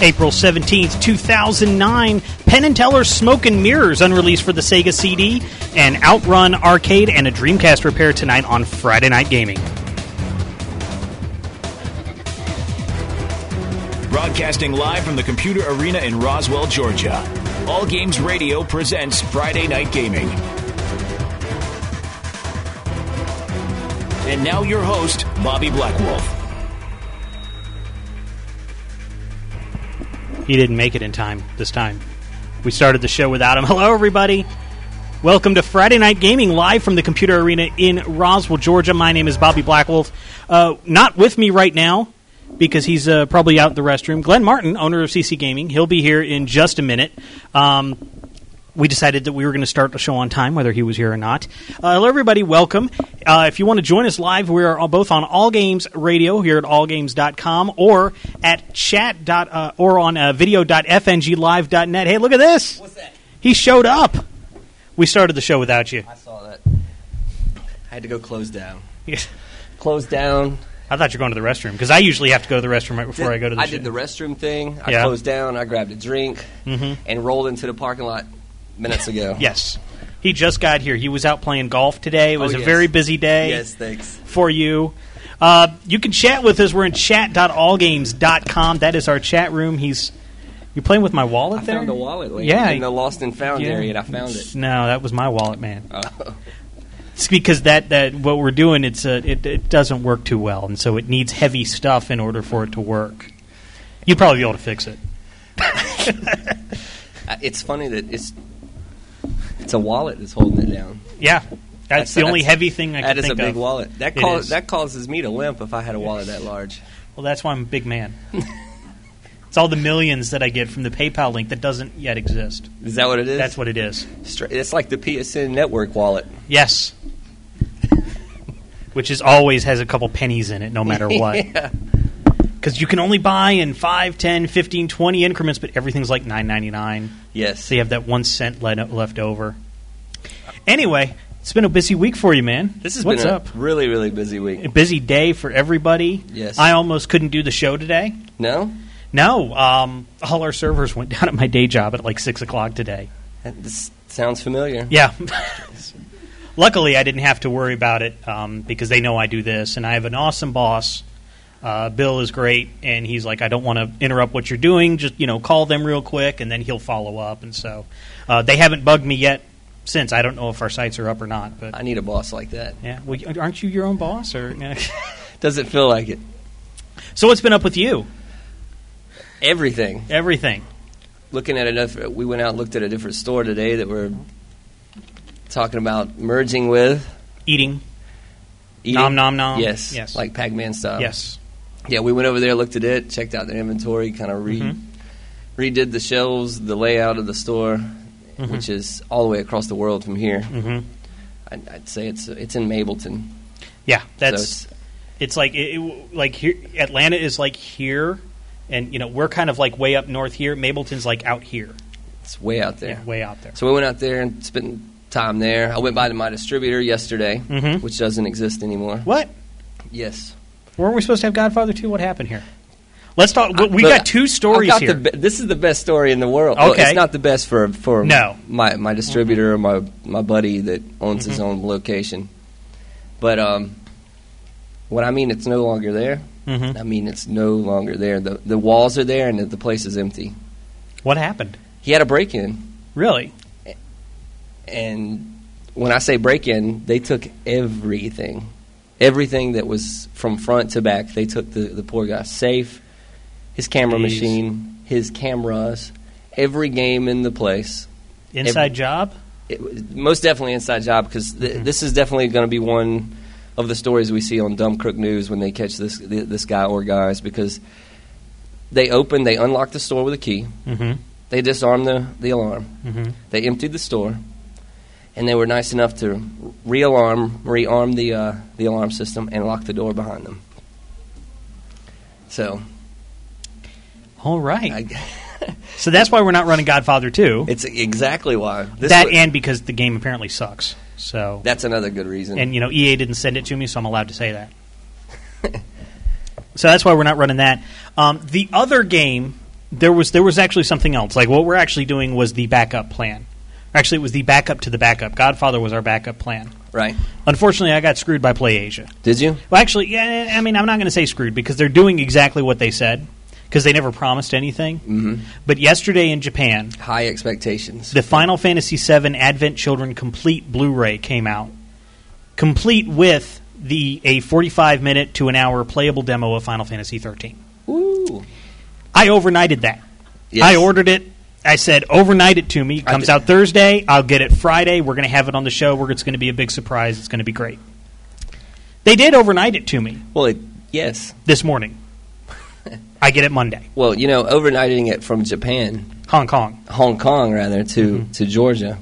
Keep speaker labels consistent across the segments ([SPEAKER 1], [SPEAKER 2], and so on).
[SPEAKER 1] April 17th, 2009, Penn and Teller's Smoke and Mirrors unreleased for the Sega CD, and Outrun Arcade and a Dreamcast repair tonight on Friday Night Gaming.
[SPEAKER 2] Broadcasting live from the Computer Arena in Roswell, Georgia. All Games Radio presents Friday Night Gaming. And now your host, Bobby Blackwolf.
[SPEAKER 1] He didn't make it in time this time. We started the show without him. Hello, everybody. Welcome to Friday Night Gaming live from the Computer Arena in Roswell, Georgia. My name is Bobby Blackwolf. Uh, not with me right now because he's uh, probably out in the restroom. Glenn Martin, owner of CC Gaming, he'll be here in just a minute. Um, we decided that we were going to start the show on time, whether he was here or not. Uh, hello, everybody. Welcome. Uh, if you want to join us live, we are all- both on All Games Radio here at allgames.com or at chat. Dot, uh, or on uh, video.fnglive.net. Hey, look at this.
[SPEAKER 3] What's that?
[SPEAKER 1] He showed up. We started the show without you.
[SPEAKER 3] I saw that. I had to go close down.
[SPEAKER 1] I
[SPEAKER 3] Close down.
[SPEAKER 1] thought you were going to the restroom because I usually have to go to the restroom right before I go to the
[SPEAKER 3] I
[SPEAKER 1] show.
[SPEAKER 3] did the restroom thing. I
[SPEAKER 1] Yeah. Mm-hmm.
[SPEAKER 3] closed down. I grabbed a drink and rolled into the parking lot minutes ago.
[SPEAKER 1] Yes. He just got here. He was out playing golf today. It was
[SPEAKER 3] Oh,
[SPEAKER 1] a
[SPEAKER 3] yes.
[SPEAKER 1] very busy day
[SPEAKER 3] Yes, thanks.
[SPEAKER 1] for you. Uh, you can chat with us. We're in chat.allgames.com. That is our chat room. He's you playing with my wallet
[SPEAKER 3] I
[SPEAKER 1] there?
[SPEAKER 3] found the wallet later
[SPEAKER 1] Yeah.
[SPEAKER 3] in the lost and found
[SPEAKER 1] Yeah.
[SPEAKER 3] area, and I found it. Oh.
[SPEAKER 1] No, that was my wallet, man. It's because that, that what we're doing it's uh it, it doesn't work too well, and so it needs heavy stuff in order for it to work. You'd probably be able to fix it.
[SPEAKER 3] I- It's funny that it's it's a wallet that's holding it down.
[SPEAKER 1] Yeah, that's,
[SPEAKER 3] That's-
[SPEAKER 1] the only
[SPEAKER 3] that's-
[SPEAKER 1] heavy thing I
[SPEAKER 3] That
[SPEAKER 1] can
[SPEAKER 3] is
[SPEAKER 1] think
[SPEAKER 3] a big
[SPEAKER 1] of.
[SPEAKER 3] wallet. That
[SPEAKER 1] It
[SPEAKER 3] cause,
[SPEAKER 1] is.
[SPEAKER 3] that causes me to limp if I had a wallet that large.
[SPEAKER 1] Well, that's why I'm a big man. it's all the millions that I get from the PayPal link that doesn't yet exist.
[SPEAKER 3] Is that what it is?
[SPEAKER 1] That's what it is.
[SPEAKER 3] Stra- It's like the PSN network wallet.
[SPEAKER 1] Yes. Which is always has a couple pennies in it, no matter what.
[SPEAKER 3] yeah.
[SPEAKER 1] Because you can only buy in 5, 10, 15, 20 increments, but everything's like nine ninety nine.
[SPEAKER 3] Yes.
[SPEAKER 1] So you have that one cent le- left over. Anyway, it's been a busy week for you, man.
[SPEAKER 3] This has
[SPEAKER 1] What's
[SPEAKER 3] been a
[SPEAKER 1] up?
[SPEAKER 3] really, really busy week.
[SPEAKER 1] A busy day for everybody.
[SPEAKER 3] Yes.
[SPEAKER 1] I almost couldn't do the show today.
[SPEAKER 3] No?
[SPEAKER 1] No, um, all our servers went down at my day job at like six o'clock today.
[SPEAKER 3] That- This sounds familiar.
[SPEAKER 1] Yeah. Luckily, I didn't have to worry about it um, because they know I do this, and I have an awesome boss. Uh, Bill is great, and he's like, I don't want to interrupt what you're doing. Just you know, call them real quick, and then he'll follow up. And so uh, they haven't bugged me yet since. I don't know if our sites are up or not, but
[SPEAKER 3] I need a boss like that.
[SPEAKER 1] yeah. Well, you- aren't you your own boss? Or
[SPEAKER 3] Doesn't feel like it.
[SPEAKER 1] so, what's been up with you?
[SPEAKER 3] Everything.
[SPEAKER 1] Everything.
[SPEAKER 3] Looking at another, we went out and looked at a different store today that we're talking about merging with.
[SPEAKER 1] Eating.
[SPEAKER 3] Eating.
[SPEAKER 1] Nom, nom, nom.
[SPEAKER 3] Yes.
[SPEAKER 1] Yes.
[SPEAKER 3] Like Pac Man style.
[SPEAKER 1] yes.
[SPEAKER 3] Yeah, we went over there, looked at it, checked out their inventory, kind of re-
[SPEAKER 1] Mhm.
[SPEAKER 3] redid the shelves, the layout of the store,
[SPEAKER 1] Mhm.
[SPEAKER 3] which is all the way across the world from here.
[SPEAKER 1] hmm
[SPEAKER 3] I'd, I'd say it's it's in Mableton.
[SPEAKER 1] Yeah. That's.
[SPEAKER 3] so
[SPEAKER 1] it's like it, it, like here Atlanta is like here and you know we're kind of like way up north here Mableton's like out here
[SPEAKER 3] it's, it's way out there.
[SPEAKER 1] yeah, way out there
[SPEAKER 3] So we went out there and spent time there. I went by to my distributor yesterday,
[SPEAKER 1] Mhm.
[SPEAKER 3] which doesn't exist anymore.
[SPEAKER 1] what
[SPEAKER 3] Yes,
[SPEAKER 1] weren't we supposed to have Godfather 2 what happened here let's talk we- we
[SPEAKER 3] But
[SPEAKER 1] got two stories
[SPEAKER 3] I've got
[SPEAKER 1] here
[SPEAKER 3] The be- this is the best story in the world. Well,
[SPEAKER 1] Okay.
[SPEAKER 3] it's not the best for for
[SPEAKER 1] No.
[SPEAKER 3] my my distributor or my my buddy that owns
[SPEAKER 1] Mm-hmm.
[SPEAKER 3] his own location. But um, what I mean, it's no longer there.
[SPEAKER 1] Mhm.
[SPEAKER 3] I mean, it's no longer there. The the walls are there, and the place is empty.
[SPEAKER 1] what happened
[SPEAKER 3] He had a break in,
[SPEAKER 1] really
[SPEAKER 3] and when I say break in, they took everything. Everything that was from front to back, they took the, the poor guy's safe, his camera
[SPEAKER 1] Jeez.
[SPEAKER 3] machine, his cameras, every game in the place.
[SPEAKER 1] inside job
[SPEAKER 3] It, was- most definitely inside job because th-
[SPEAKER 1] Mm-hmm.
[SPEAKER 3] this is definitely going to be one of the stories we see on Dumb Crook News when they catch this th- this guy or guys because they opened, they unlocked the store with a key,
[SPEAKER 1] mhm
[SPEAKER 3] they disarmed the, the alarm,
[SPEAKER 1] mhm
[SPEAKER 3] they emptied the store, and they were nice enough to realarm, rearm the uh, the alarm system, and lock the door behind them. So,
[SPEAKER 1] all right
[SPEAKER 3] I,
[SPEAKER 1] so that's why we're not running Godfather 2
[SPEAKER 3] it's exactly why this
[SPEAKER 1] that
[SPEAKER 3] wa-
[SPEAKER 1] and because the game apparently sucks so
[SPEAKER 3] that's another good reason.
[SPEAKER 1] and you know EA didn't send it to me, so I'm allowed to say that. so that's why we're not running that. Um, the other game there was there was actually something else. Like what we're actually doing was the backup plan. Actually, it was the backup to the backup. Godfather was our backup plan.
[SPEAKER 3] Right?
[SPEAKER 1] Unfortunately, I got screwed by Play Asia.
[SPEAKER 3] Did you?
[SPEAKER 1] Well, actually, yeah. I mean, I'm not going to say screwed because they're doing exactly what they said because they never promised anything. Mm-hmm. But yesterday in Japan,
[SPEAKER 3] High expectations.
[SPEAKER 1] the Final Fantasy VII Advent Children Complete Blu-ray came out, complete with the a 45 minute to an hour playable demo of Final Fantasy 13.
[SPEAKER 3] Ooh.
[SPEAKER 1] I overnighted that.
[SPEAKER 3] Yes.
[SPEAKER 1] I ordered it. I said, overnight it to me. It
[SPEAKER 3] I
[SPEAKER 1] comes
[SPEAKER 3] did-
[SPEAKER 1] out Thursday. I'll get it Friday. We're going to have it on the show. We're, it's going to be a big surprise. It's going to be great. They did overnight it to me
[SPEAKER 3] Well, it, yes.
[SPEAKER 1] this morning. I get it Monday.
[SPEAKER 3] Well, you know, overnighting it from Japan,
[SPEAKER 1] Hong Kong. Mm-hmm.
[SPEAKER 3] Hong Kong rather, to to Georgia,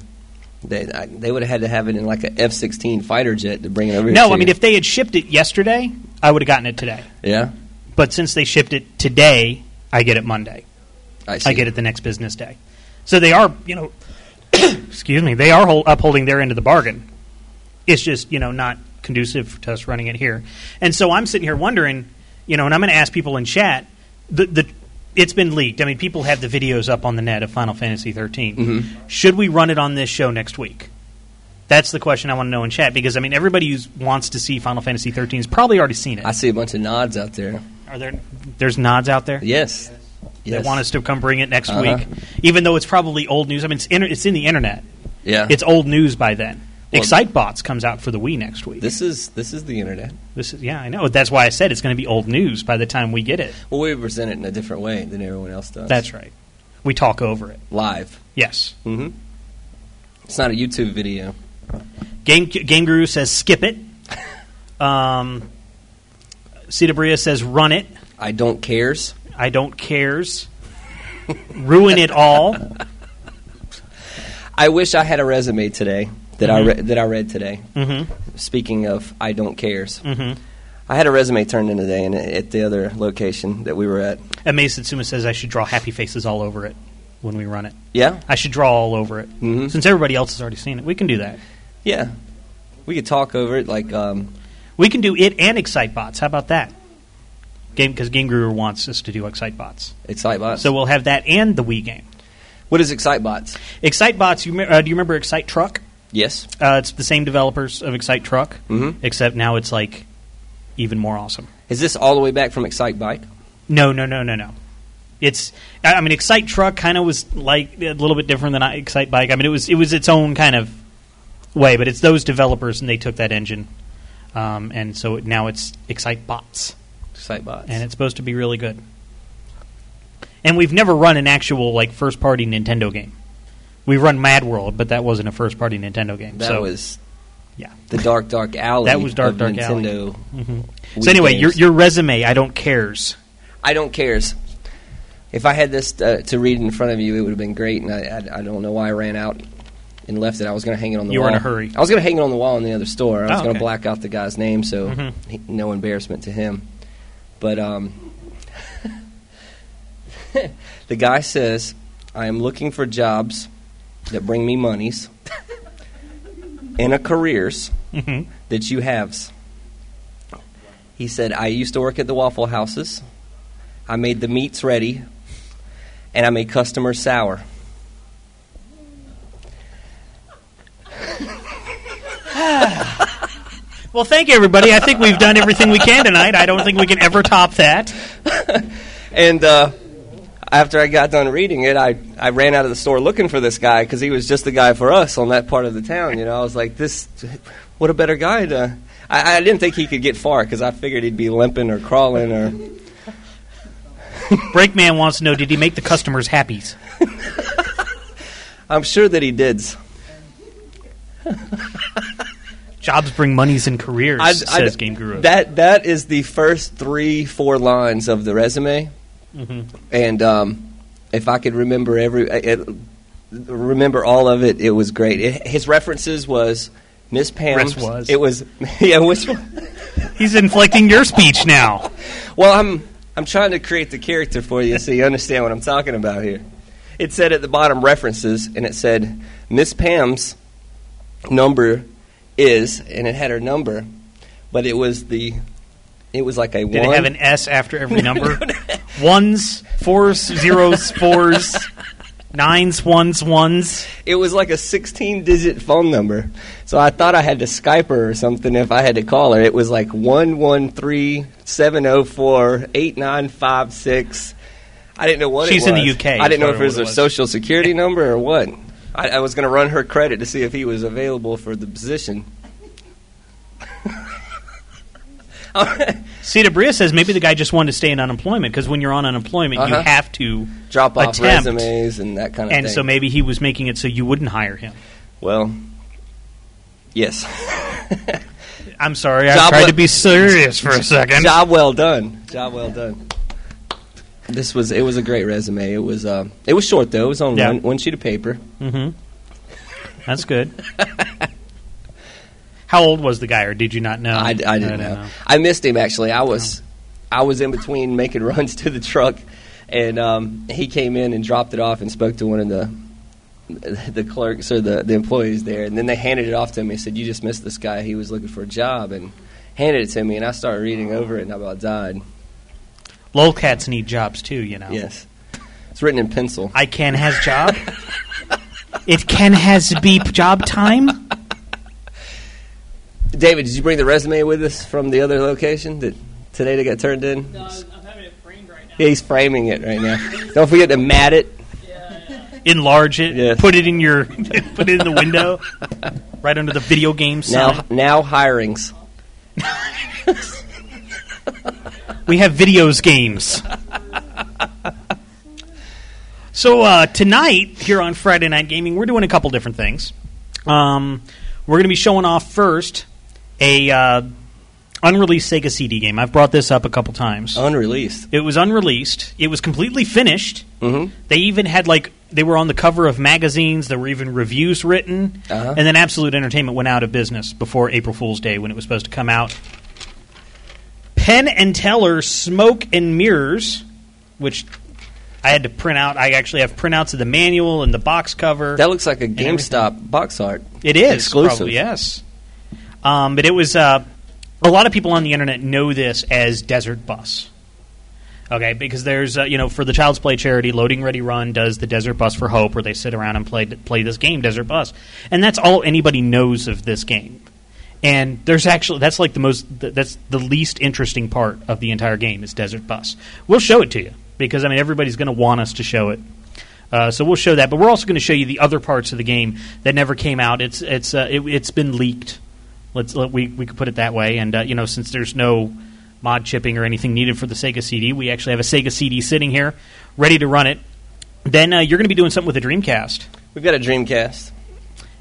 [SPEAKER 3] they I, they would have had to have it in like a F sixteen fighter jet to bring it over. here
[SPEAKER 1] No,
[SPEAKER 3] to
[SPEAKER 1] I mean,
[SPEAKER 3] you.
[SPEAKER 1] if they had shipped it yesterday, I would have gotten it today.
[SPEAKER 3] yeah,
[SPEAKER 1] But since they shipped it today, I get it Monday.
[SPEAKER 3] I, see.
[SPEAKER 1] I get it the next business day. So they are, you know, excuse me, they are hol- upholding their end of the bargain. It's just, you know, not conducive to us running it here. And so I'm sitting here wondering, you know, and I'm going to ask people in chat. The, the it's been leaked. I mean, people have the videos up on the net of Final Fantasy 13.
[SPEAKER 3] Mm-hmm.
[SPEAKER 1] Should we run it on this show next week? That's the question I want to know in chat because I mean, everybody who wants to see Final Fantasy 13 has probably already seen it.
[SPEAKER 3] I see a bunch of nods out there.
[SPEAKER 1] Are there? There's nods out there.
[SPEAKER 3] Yes.
[SPEAKER 1] They want us to come bring it next
[SPEAKER 3] Uh-huh.
[SPEAKER 1] week, even though it's probably old news. I mean, it's, inter- it's in the internet.
[SPEAKER 3] Yeah.
[SPEAKER 1] It's old news by then.
[SPEAKER 3] Well-
[SPEAKER 1] Excitebots comes out for the Wii next week.
[SPEAKER 3] this is this is the internet.
[SPEAKER 1] This is, yeah, I know. That's why I said it's going to be old news by the time we get it.
[SPEAKER 3] Well, we present it in a different way than everyone else does.
[SPEAKER 1] That's right. We talk over it.
[SPEAKER 3] live.
[SPEAKER 1] Yes.
[SPEAKER 3] Mm-hmm. It's not a YouTube video.
[SPEAKER 1] Game Game Guru says skip it. Um, Cita Bria says run it.
[SPEAKER 3] I don't cares.
[SPEAKER 1] I don't cares. Ruin it all.
[SPEAKER 3] I wish I had a resume today that I re- that I read today.
[SPEAKER 1] Mm-hmm.
[SPEAKER 3] Speaking of, I don't cares.
[SPEAKER 1] Mhm.
[SPEAKER 3] I had a resume turned in today, and at the other location that we were at.
[SPEAKER 1] And May Satsuma says I should draw happy faces all over it when we run it.
[SPEAKER 3] Yeah,
[SPEAKER 1] I should draw all over it.
[SPEAKER 3] Mhm.
[SPEAKER 1] Since everybody else has already seen it, we can do that.
[SPEAKER 3] yeah. We could talk over it. Like, um,
[SPEAKER 1] We can do it and Excitebots. How about that? Game because Game Guru wants us to do Excitebots,
[SPEAKER 3] Excitebots.
[SPEAKER 1] so we'll have that and the Wii game.
[SPEAKER 3] what is Excitebots?
[SPEAKER 1] Excitebots. You me- uh, do you remember Excite Truck?
[SPEAKER 3] Yes.
[SPEAKER 1] Uh, it's the same developers of Excite Truck,
[SPEAKER 3] Mhm.
[SPEAKER 1] except now it's like even more awesome.
[SPEAKER 3] Is this all the way back from Excite Bike?
[SPEAKER 1] No, no, no, no, no. It's I I mean Excite Truck kind of was like a little bit different than I- Excite Bike. I mean it was it was its own kind of way, but it's those developers and they took that engine, um, and so it, now it's Excite Bots,
[SPEAKER 3] Excitebots.
[SPEAKER 1] and it's supposed to be really good. And we've never run an actual like first party Nintendo game. We've run Mad World, but that wasn't a first party Nintendo game.
[SPEAKER 3] that
[SPEAKER 1] so
[SPEAKER 3] was
[SPEAKER 1] yeah.
[SPEAKER 3] the dark dark alley.
[SPEAKER 1] That was Dark
[SPEAKER 3] of
[SPEAKER 1] Dark Alley. Mm-hmm.
[SPEAKER 3] Nintendo. Wii
[SPEAKER 1] So anyway, your
[SPEAKER 3] games.
[SPEAKER 1] your resume, I don't cares.
[SPEAKER 3] I don't cares. If I had this uh, to read in front of you, it would have been great, and I, I, I don't know why I ran out and left it. I was going to hang it on the
[SPEAKER 1] You were
[SPEAKER 3] wall.
[SPEAKER 1] in a hurry.
[SPEAKER 3] I was going to hang it on the wall in the other store. I was
[SPEAKER 1] Oh,
[SPEAKER 3] going
[SPEAKER 1] okay.
[SPEAKER 3] to black out the guy's name, so
[SPEAKER 1] Mhm.
[SPEAKER 3] he, no embarrassment to him. But um, the guy says, I am looking for jobs that bring me monies and a careers
[SPEAKER 1] Mhm.
[SPEAKER 3] that you haves. He said, I used to work at the Waffle Houses. I made the meats ready, and I made customers sour.
[SPEAKER 1] Well, thank you, everybody. I think we've done everything we can tonight. I don't think we can ever top that.
[SPEAKER 3] And uh, after I got done reading it, I, I ran out of the store looking for this guy because he was just the guy for us on that part of the town. You know, I was like, this, what a better guy to. I, I didn't think he could get far because I figured he'd be limping or crawling or.
[SPEAKER 1] Brakeman wants to know: Did he make the customers happy?
[SPEAKER 3] I'm sure that he did.
[SPEAKER 1] Jobs bring monies and careers,
[SPEAKER 3] I-
[SPEAKER 1] says
[SPEAKER 3] I-
[SPEAKER 1] Game Guru.
[SPEAKER 3] That that is the first three four lines of the resume,
[SPEAKER 1] Mm-hmm.
[SPEAKER 3] and um, if I could remember every I- it, remember all of it, it was great. It, his references was Miss Pam's.
[SPEAKER 1] Rest was.
[SPEAKER 3] It was yeah. Which one?
[SPEAKER 1] He's inflecting your speech now.
[SPEAKER 3] Well, I'm I'm trying to create the character for you so you understand what I'm talking about here. It said at the bottom references, and it said Miss Pam's number is, and it had her number, but it was the it was like a
[SPEAKER 1] Did
[SPEAKER 3] one.
[SPEAKER 1] it have an S after every number? ones, fours, zeros, fours, nines, ones, ones.
[SPEAKER 3] It was like a 16 digit phone number. So I thought I had to Skype her or something if I had to call her. It was like 113 704 8956. I didn't know what it
[SPEAKER 1] She's in the
[SPEAKER 3] was.
[SPEAKER 1] UK,
[SPEAKER 3] I didn't
[SPEAKER 1] is
[SPEAKER 3] know
[SPEAKER 1] what
[SPEAKER 3] if it was
[SPEAKER 1] it
[SPEAKER 3] a
[SPEAKER 1] was.
[SPEAKER 3] social security number or what. I, I was going to run her credit to see if he was available for the position.
[SPEAKER 1] Cedar Bria says maybe the guy just wanted to stay in unemployment because when you're on unemployment, you
[SPEAKER 3] Uh-huh.
[SPEAKER 1] have to
[SPEAKER 3] Drop off
[SPEAKER 1] attempt.
[SPEAKER 3] resumes and that kind of
[SPEAKER 1] And
[SPEAKER 3] thing.
[SPEAKER 1] so maybe he was making it so you wouldn't hire him.
[SPEAKER 3] well, yes.
[SPEAKER 1] I'm sorry, I
[SPEAKER 3] Job
[SPEAKER 1] tried
[SPEAKER 3] le-
[SPEAKER 1] to be serious for a second.
[SPEAKER 3] Job well done. Job well done. This was it was a great resume. It was uh, it was short though. It was on
[SPEAKER 1] Yeah.
[SPEAKER 3] one, one sheet of paper.
[SPEAKER 1] That's good. How old was the guy, or did you not know?
[SPEAKER 3] I, I didn't
[SPEAKER 1] don't
[SPEAKER 3] know. I missed him actually. I was I was in between making runs to the truck, and um, he came in and dropped it off and spoke to one of the the clerks or the, the employees there, and then they handed it off to me. and Said you just missed this guy. He was looking for a job and handed it to me, and I started reading over it and I about died.
[SPEAKER 1] Lolcats need jobs too, you know.
[SPEAKER 3] Yes, it's written in pencil.
[SPEAKER 1] I can has job. it can has beep job time.
[SPEAKER 3] David, did you bring the resume with us from the other location that today they got turned in?
[SPEAKER 4] I'm having it framed right now.
[SPEAKER 3] Yeah, he's framing it right now. Don't forget to mat it.
[SPEAKER 1] Enlarge it.
[SPEAKER 3] Yes.
[SPEAKER 1] Put it in your. put it in the window, right under the video game sign.
[SPEAKER 3] Now, now hirings.
[SPEAKER 1] We have videos games. so uh, tonight here on Friday Night Gaming, we're doing a couple different things. Um, we're going to be showing off first a uh, unreleased Sega CD game. I've brought this up a couple times.
[SPEAKER 3] Unreleased.
[SPEAKER 1] It was unreleased. It was completely finished.
[SPEAKER 3] Mhm.
[SPEAKER 1] They even had like they were on the cover of magazines. There were even reviews written.
[SPEAKER 3] Uh-huh.
[SPEAKER 1] And then Absolute Entertainment went out of business before April Fool's Day when it was supposed to come out. Penn and Teller Smoke and Mirrors, which I had to print out. I actually have printouts of the manual and the box cover.
[SPEAKER 3] That looks like a
[SPEAKER 1] everything.
[SPEAKER 3] GameStop box art.
[SPEAKER 1] It is
[SPEAKER 3] Exclusive.
[SPEAKER 1] Probably, yes, um, but it was. Uh, a lot of people on the internet know this as Desert Bus. Okay, because there's uh, you know for the Child's Play charity, Loading Ready Run does the Desert Bus for Hope, where they sit around and play play this game, Desert Bus, and that's all anybody knows of this game. And there's actually that's like the most th- that's the least interesting part of the entire game is Desert Bus. We'll show it to you because I mean everybody's going to want us to show it. Uh, so we'll show that, but we're also going to show you the other parts of the game that never came out. It's it's uh, it, it's been leaked. Let's let, we we could put it that way. And uh, you know, since there's no mod chipping or anything needed for the Sega CD, we actually have a Sega CD sitting here ready to run it. Then uh, you're going to be doing something with the Dreamcast,
[SPEAKER 3] We've got a Dreamcast.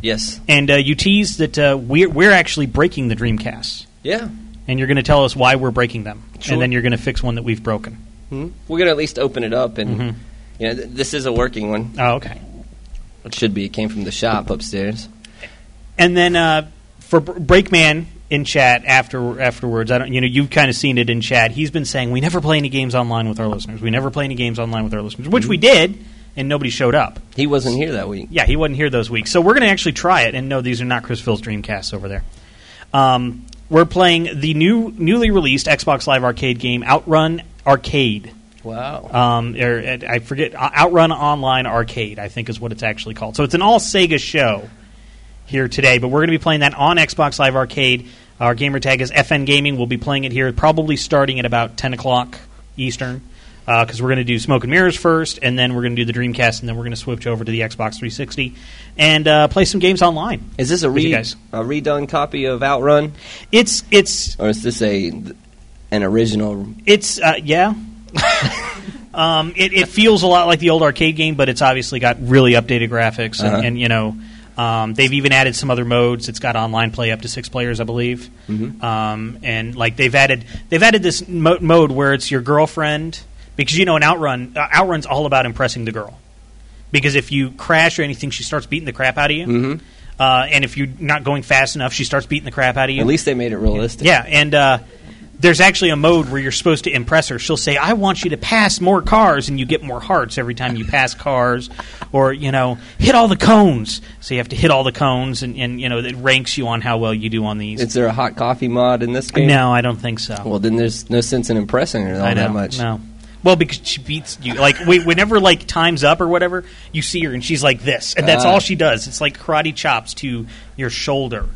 [SPEAKER 3] Yes.
[SPEAKER 1] and uh, you tease that uh, we're we're actually breaking the Dreamcasts,
[SPEAKER 3] Yeah.
[SPEAKER 1] and you're going to tell us why we're breaking them,
[SPEAKER 3] Sure.
[SPEAKER 1] and then you're going to fix one that we've broken.
[SPEAKER 3] hmm We're going to at least open it up. And,
[SPEAKER 1] Mm-hmm.
[SPEAKER 3] you know, th- this is a working one.
[SPEAKER 1] Oh, okay.
[SPEAKER 3] It should be. It came from the shop upstairs.
[SPEAKER 1] And then uh, for Br- Breakman in chat after afterwards, I don't. You know, you've kind of seen it in chat. He's been saying we never play any games online with our listeners. We never play any games online with our listeners, which we did, and nobody showed up.
[SPEAKER 3] Mm-hmm. He wasn't here that week.
[SPEAKER 1] Yeah, he wasn't here those weeks, so we're going to actually try it. And no, these are not Chris Phil's Dreamcasts over there. Um, we're playing the new, newly released Xbox Live Arcade game, Outrun Arcade.
[SPEAKER 3] Wow.
[SPEAKER 1] Um, or, uh, I forget, uh, Outrun Online Arcade, I think is what it's actually called. So it's an all Sega show here today, but we're going to be playing that on Xbox Live Arcade. Our gamer tag is FN Gaming. We'll be playing it here probably starting at about 10 o'clock Eastern because we're going to do Smoke and Mirrors first, and then we're going to do the Dreamcast, and then we're going to switch over to the Xbox 360 and uh, play some games online.
[SPEAKER 3] Is this a,
[SPEAKER 1] With you
[SPEAKER 3] re-
[SPEAKER 1] guys.
[SPEAKER 3] a redone copy of Outrun?
[SPEAKER 1] It's, it's,
[SPEAKER 3] Or is this a an original?
[SPEAKER 1] It's uh, yeah. um, it, it feels a lot like the old arcade game, but it's obviously got really updated graphics, and,
[SPEAKER 3] Uh-huh.
[SPEAKER 1] and you know, um, they've even added some other modes. It's got online play up to six players, I believe,
[SPEAKER 3] Mm-hmm.
[SPEAKER 1] um, and like they've added they've added this mo- mode where it's your girlfriend because you know an outrun uh, outrun's all about impressing the girl because if you crash or anything, she starts beating the crap out of you.
[SPEAKER 3] Mm-hmm.
[SPEAKER 1] Uh, and if you're not going fast enough, she starts beating the crap out of you.
[SPEAKER 3] At least they made it realistic.
[SPEAKER 1] Yeah, and uh, there's actually a mode where you're supposed to impress her. She'll say, "I want you to pass more cars," and you get more hearts every time you pass cars, or you know, hit all the cones. So you have to hit all the cones, and, and you know, it ranks you on how well you do on these.
[SPEAKER 3] Is there a hot coffee mod in this game?
[SPEAKER 1] no, I don't think so.
[SPEAKER 3] Well, then there's no sense in impressing her all
[SPEAKER 1] I know,
[SPEAKER 3] that much.
[SPEAKER 1] No. Well, because she beats you. Like we, whenever like time's up or whatever, you see her and she's like this, and that's
[SPEAKER 3] Ah.
[SPEAKER 1] all she does. It's like karate chops to your shoulder.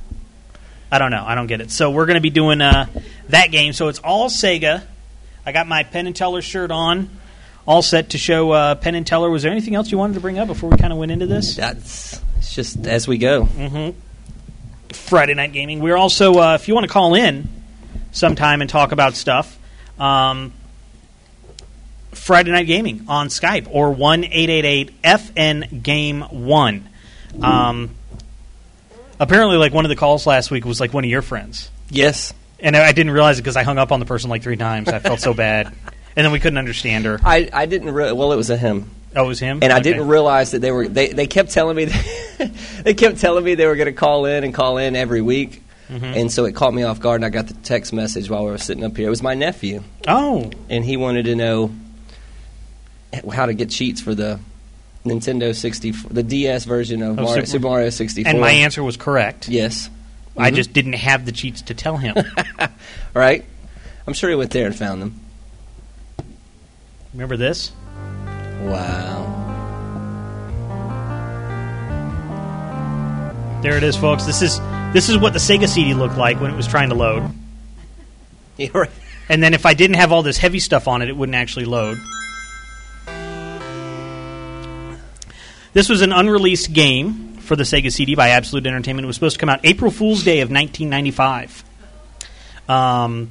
[SPEAKER 1] I don't know. I don't get it. So we're going to be doing uh, that game. So it's all Sega. I got my Penn and Teller shirt on, all set to show uh, Penn and Teller. Was there anything else you wanted to bring up before we kind of went into this?
[SPEAKER 3] That's it's just as we go.
[SPEAKER 1] Mm-hmm. Friday Night Gaming. We're also, uh, if you want to call in sometime and talk about stuff, um, Friday Night Gaming on Skype or 1 888 FN Game 1. Um, apparently, like one of the calls last week was like one of your friends.
[SPEAKER 3] Yes,
[SPEAKER 1] And I I didn't realize it because I hung up on the person like three times. I felt so bad. And then we couldn't understand her.
[SPEAKER 3] I, I didn't re- well it was a him,
[SPEAKER 1] Oh, it was him?
[SPEAKER 3] and I
[SPEAKER 1] Okay.
[SPEAKER 3] didn't realize that they were they, they kept telling me they kept telling me they were going to call in and call in every week,
[SPEAKER 5] Mm-hmm.
[SPEAKER 1] Mm-hmm.
[SPEAKER 3] and so it caught me off guard. And I got the text message while we were sitting up here. It was my nephew,
[SPEAKER 1] Oh,
[SPEAKER 3] and he wanted to know how to get cheats for the Nintendo sixty the DS version of
[SPEAKER 1] Oh,
[SPEAKER 3] Mario,
[SPEAKER 1] Super-
[SPEAKER 3] Super, Mario sixty four.
[SPEAKER 1] and my answer was correct.
[SPEAKER 3] yes,
[SPEAKER 1] I
[SPEAKER 3] Mhm.
[SPEAKER 1] just didn't have the cheats to tell him.
[SPEAKER 3] right. I'm sure he went there and found them.
[SPEAKER 1] Remember this?
[SPEAKER 3] Wow.
[SPEAKER 1] There it is, folks. This is this is what the Sega CD looked like when it was trying to load.
[SPEAKER 3] Yeah, right.
[SPEAKER 1] And then if I didn't have all this heavy stuff on it, it wouldn't actually load. This was an unreleased game for the Sega CD by Absolute Entertainment. It was supposed to come out April Fool's Day of 1995. Um,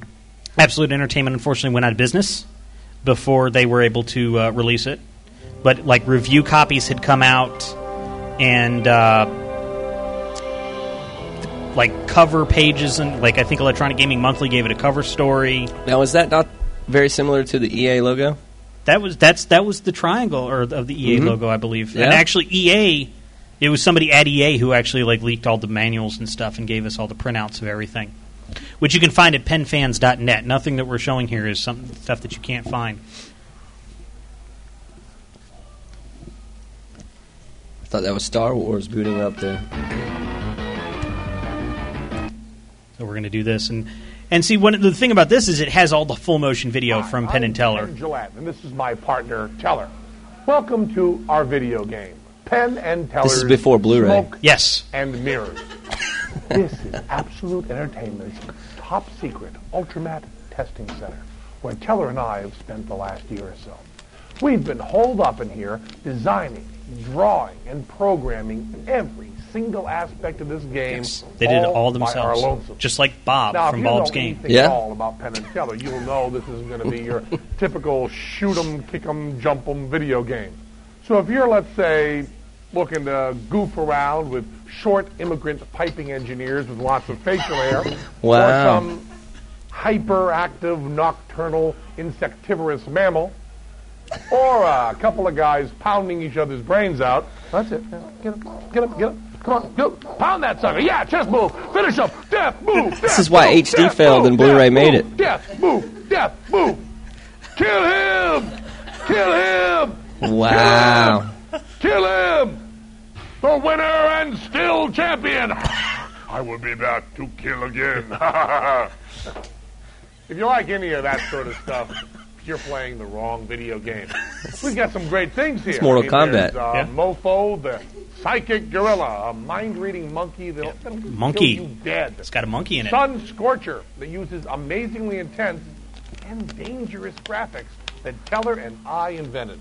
[SPEAKER 1] Absolute Entertainment unfortunately went out of business before they were able to uh, release it. But like review copies had come out, and uh, like cover pages and like I think Electronic Gaming Monthly gave it a cover story.
[SPEAKER 3] Now is that not very similar to the EA logo?
[SPEAKER 1] That was that's that was the triangle or of the EA
[SPEAKER 3] Mhm.
[SPEAKER 1] E logo, I believe.
[SPEAKER 3] Yeah.
[SPEAKER 1] And actually, EA, it was somebody at EA who actually like leaked all the manuals and stuff and gave us all the printouts of everything, which you can find at penfans.net. Nothing that we're showing here is some stuff that you can't find.
[SPEAKER 3] I thought that was Star Wars booting up there.
[SPEAKER 1] So we're going to do this and and see. One the thing about this is it has all the full motion video from Penn
[SPEAKER 5] I'm
[SPEAKER 1] and Teller.
[SPEAKER 5] Ken Gillette, and this is my partner, Teller. Welcome to our video game, Penn and Teller.
[SPEAKER 3] is before Blu-ray.
[SPEAKER 1] Yes.
[SPEAKER 5] And mirrors. this is Absolute Entertainment's top secret Ultramat testing center, where Teller and I have spent the last year or so. We've been holed up in here designing, drawing, and programming every single aspect of this game.
[SPEAKER 1] Yes. They did it all
[SPEAKER 5] by our
[SPEAKER 1] themselves,
[SPEAKER 5] lonesome.
[SPEAKER 1] just like Bob
[SPEAKER 5] Now,
[SPEAKER 1] from
[SPEAKER 5] if you
[SPEAKER 1] Bob's
[SPEAKER 5] know
[SPEAKER 1] Game.
[SPEAKER 5] anything
[SPEAKER 3] Yeah.
[SPEAKER 5] at all about Penn and Teller, you'll know this is going to be your typical shoot 'em, kick 'em, jump 'em video game. So if you're, let's say, looking to goof around with short immigrant piping engineers with lots of facial hair,
[SPEAKER 3] Wow.
[SPEAKER 5] or some hyperactive nocturnal insectivorous mammal, or a couple of guys pounding each other's brains out. That's it. Yeah, Get up, get up, get up. Come on, go. Pound that sucker. Yeah, chest move. Finish up. Death move. This
[SPEAKER 3] is why HD failed and Blu-ray made it.
[SPEAKER 5] Death move. Death move. Kill him. Kill him.
[SPEAKER 3] Wow.
[SPEAKER 5] Kill him. The winner and still champion. I will be back to kill again. if you like any of that sort of stuff, you're playing the wrong video game. We've got some great things here. It's
[SPEAKER 3] Mortal Kombat.
[SPEAKER 5] Uh,
[SPEAKER 1] Yeah.
[SPEAKER 5] Mofo, the psychic gorilla, a mind-reading monkey that'll, that'll
[SPEAKER 1] Monkey.
[SPEAKER 5] kill you dead.
[SPEAKER 1] It's got a monkey in it.
[SPEAKER 5] Sun Scorcher that uses amazingly intense and dangerous graphics that Teller and I invented.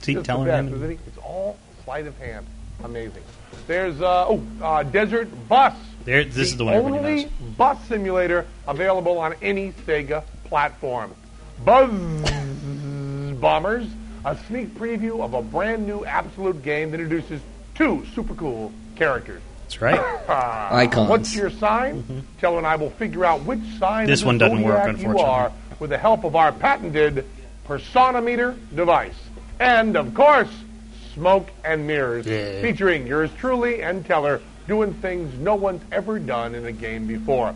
[SPEAKER 1] See,
[SPEAKER 5] Just
[SPEAKER 1] telling
[SPEAKER 5] the best,
[SPEAKER 1] him.
[SPEAKER 5] isn't he? It's all sleight of hand. Amazing. There's uh, oh, uh, Desert Bus.
[SPEAKER 1] There- this is the one everybody
[SPEAKER 5] only
[SPEAKER 1] knows.
[SPEAKER 5] bus simulator available on any Sega platform. Buzz Bombers, a sneak preview of a brand new Absolute game that introduces two super cool characters.
[SPEAKER 1] That's right.
[SPEAKER 3] Icons.
[SPEAKER 5] Ah. What's your sign? Teller and I will figure out which sign
[SPEAKER 1] This
[SPEAKER 5] of the
[SPEAKER 1] one doesn't work,
[SPEAKER 5] zodiac
[SPEAKER 1] unfortunately.
[SPEAKER 5] You are with the help of our patented personometer device, and of course, smoke and mirrors, featuring yours truly and Teller doing things no one's ever done in a game before.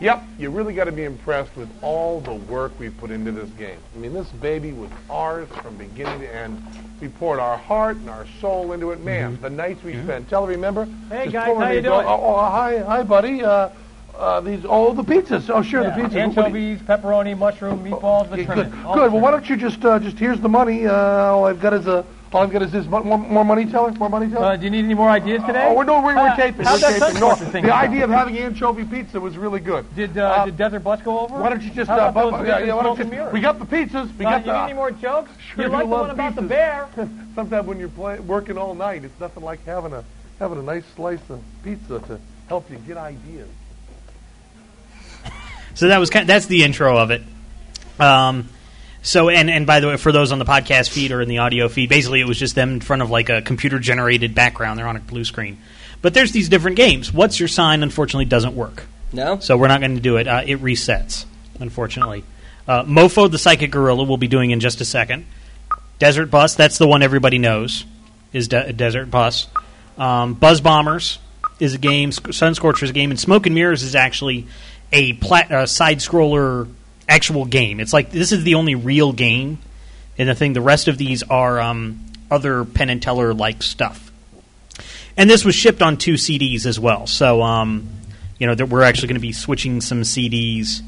[SPEAKER 5] Yep, you really got to be impressed with all the work we put into this game. I mean, this baby was ours from beginning to end. We poured our heart and our soul into it, man. The nights we spent. Teller, remember? Hey
[SPEAKER 6] guys, how you doing?
[SPEAKER 5] Oh, oh, hi, hi, buddy. Uh, uh, these, oh, the pizzas. Oh, sure, the pizzas. What do you-
[SPEAKER 6] Anchovies, pepperoni, mushroom, meatballs, the
[SPEAKER 5] Yeah,
[SPEAKER 6] trimming.
[SPEAKER 5] good. Good. Well, why don't you just uh, just here's the money. Uh, all I've got is a all I've got is this mo- more, more money teller. More money teller.
[SPEAKER 6] Uh, do you need any more ideas today?
[SPEAKER 5] oh, we're no, we're, we're
[SPEAKER 6] Uh,
[SPEAKER 5] taping.
[SPEAKER 6] How's
[SPEAKER 5] we're
[SPEAKER 6] that
[SPEAKER 5] taping.
[SPEAKER 6] sunflower
[SPEAKER 5] No,
[SPEAKER 6] thing? Uh,
[SPEAKER 5] the idea of having anchovy pizza was really good.
[SPEAKER 6] Did, uh, did Desert Bus go over?
[SPEAKER 5] why don't you just
[SPEAKER 6] How
[SPEAKER 5] uh,
[SPEAKER 6] about those
[SPEAKER 5] bu- bu-
[SPEAKER 6] with
[SPEAKER 5] yeah,
[SPEAKER 6] the
[SPEAKER 5] yeah, why don't
[SPEAKER 6] smoke and
[SPEAKER 5] you-
[SPEAKER 6] mirrors?
[SPEAKER 5] we got the pizzas. We
[SPEAKER 6] Uh,
[SPEAKER 5] got
[SPEAKER 6] you
[SPEAKER 5] the.
[SPEAKER 6] need any more jokes?
[SPEAKER 5] Sure
[SPEAKER 6] you
[SPEAKER 5] do
[SPEAKER 6] like the
[SPEAKER 5] love
[SPEAKER 6] one about the
[SPEAKER 5] pizzas.
[SPEAKER 6] bear?
[SPEAKER 5] Sometimes when you're play, working all night, it's nothing like having a having a nice slice of pizza to help you get ideas.
[SPEAKER 1] So that was kind that's the intro of it. Um, so and and by the way, for those on the podcast feed or in the audio feed, basically it was just them in front of like a computer generated background. They're on a blue screen. But there's these different games. What's your sign? Unfortunately, doesn't work.
[SPEAKER 3] No?
[SPEAKER 1] So we're not going to do it. Uh, it resets, unfortunately. Uh, Mofo the Psychic Gorilla we'll be doing in just a second. Desert Bus, that's the one everybody knows, is de- Desert Bus. Um, Buzz Bombers is a game. Sc- Sun Scorcher is a game. And Smoke and Mirrors is actually a plat- uh, side scroller actual game. It's like this is the only real game in the thing. The rest of these are um, other Penn and Teller like stuff and this was shipped on two CDs as well. So, um, you know, that we're actually going to be switching some CDs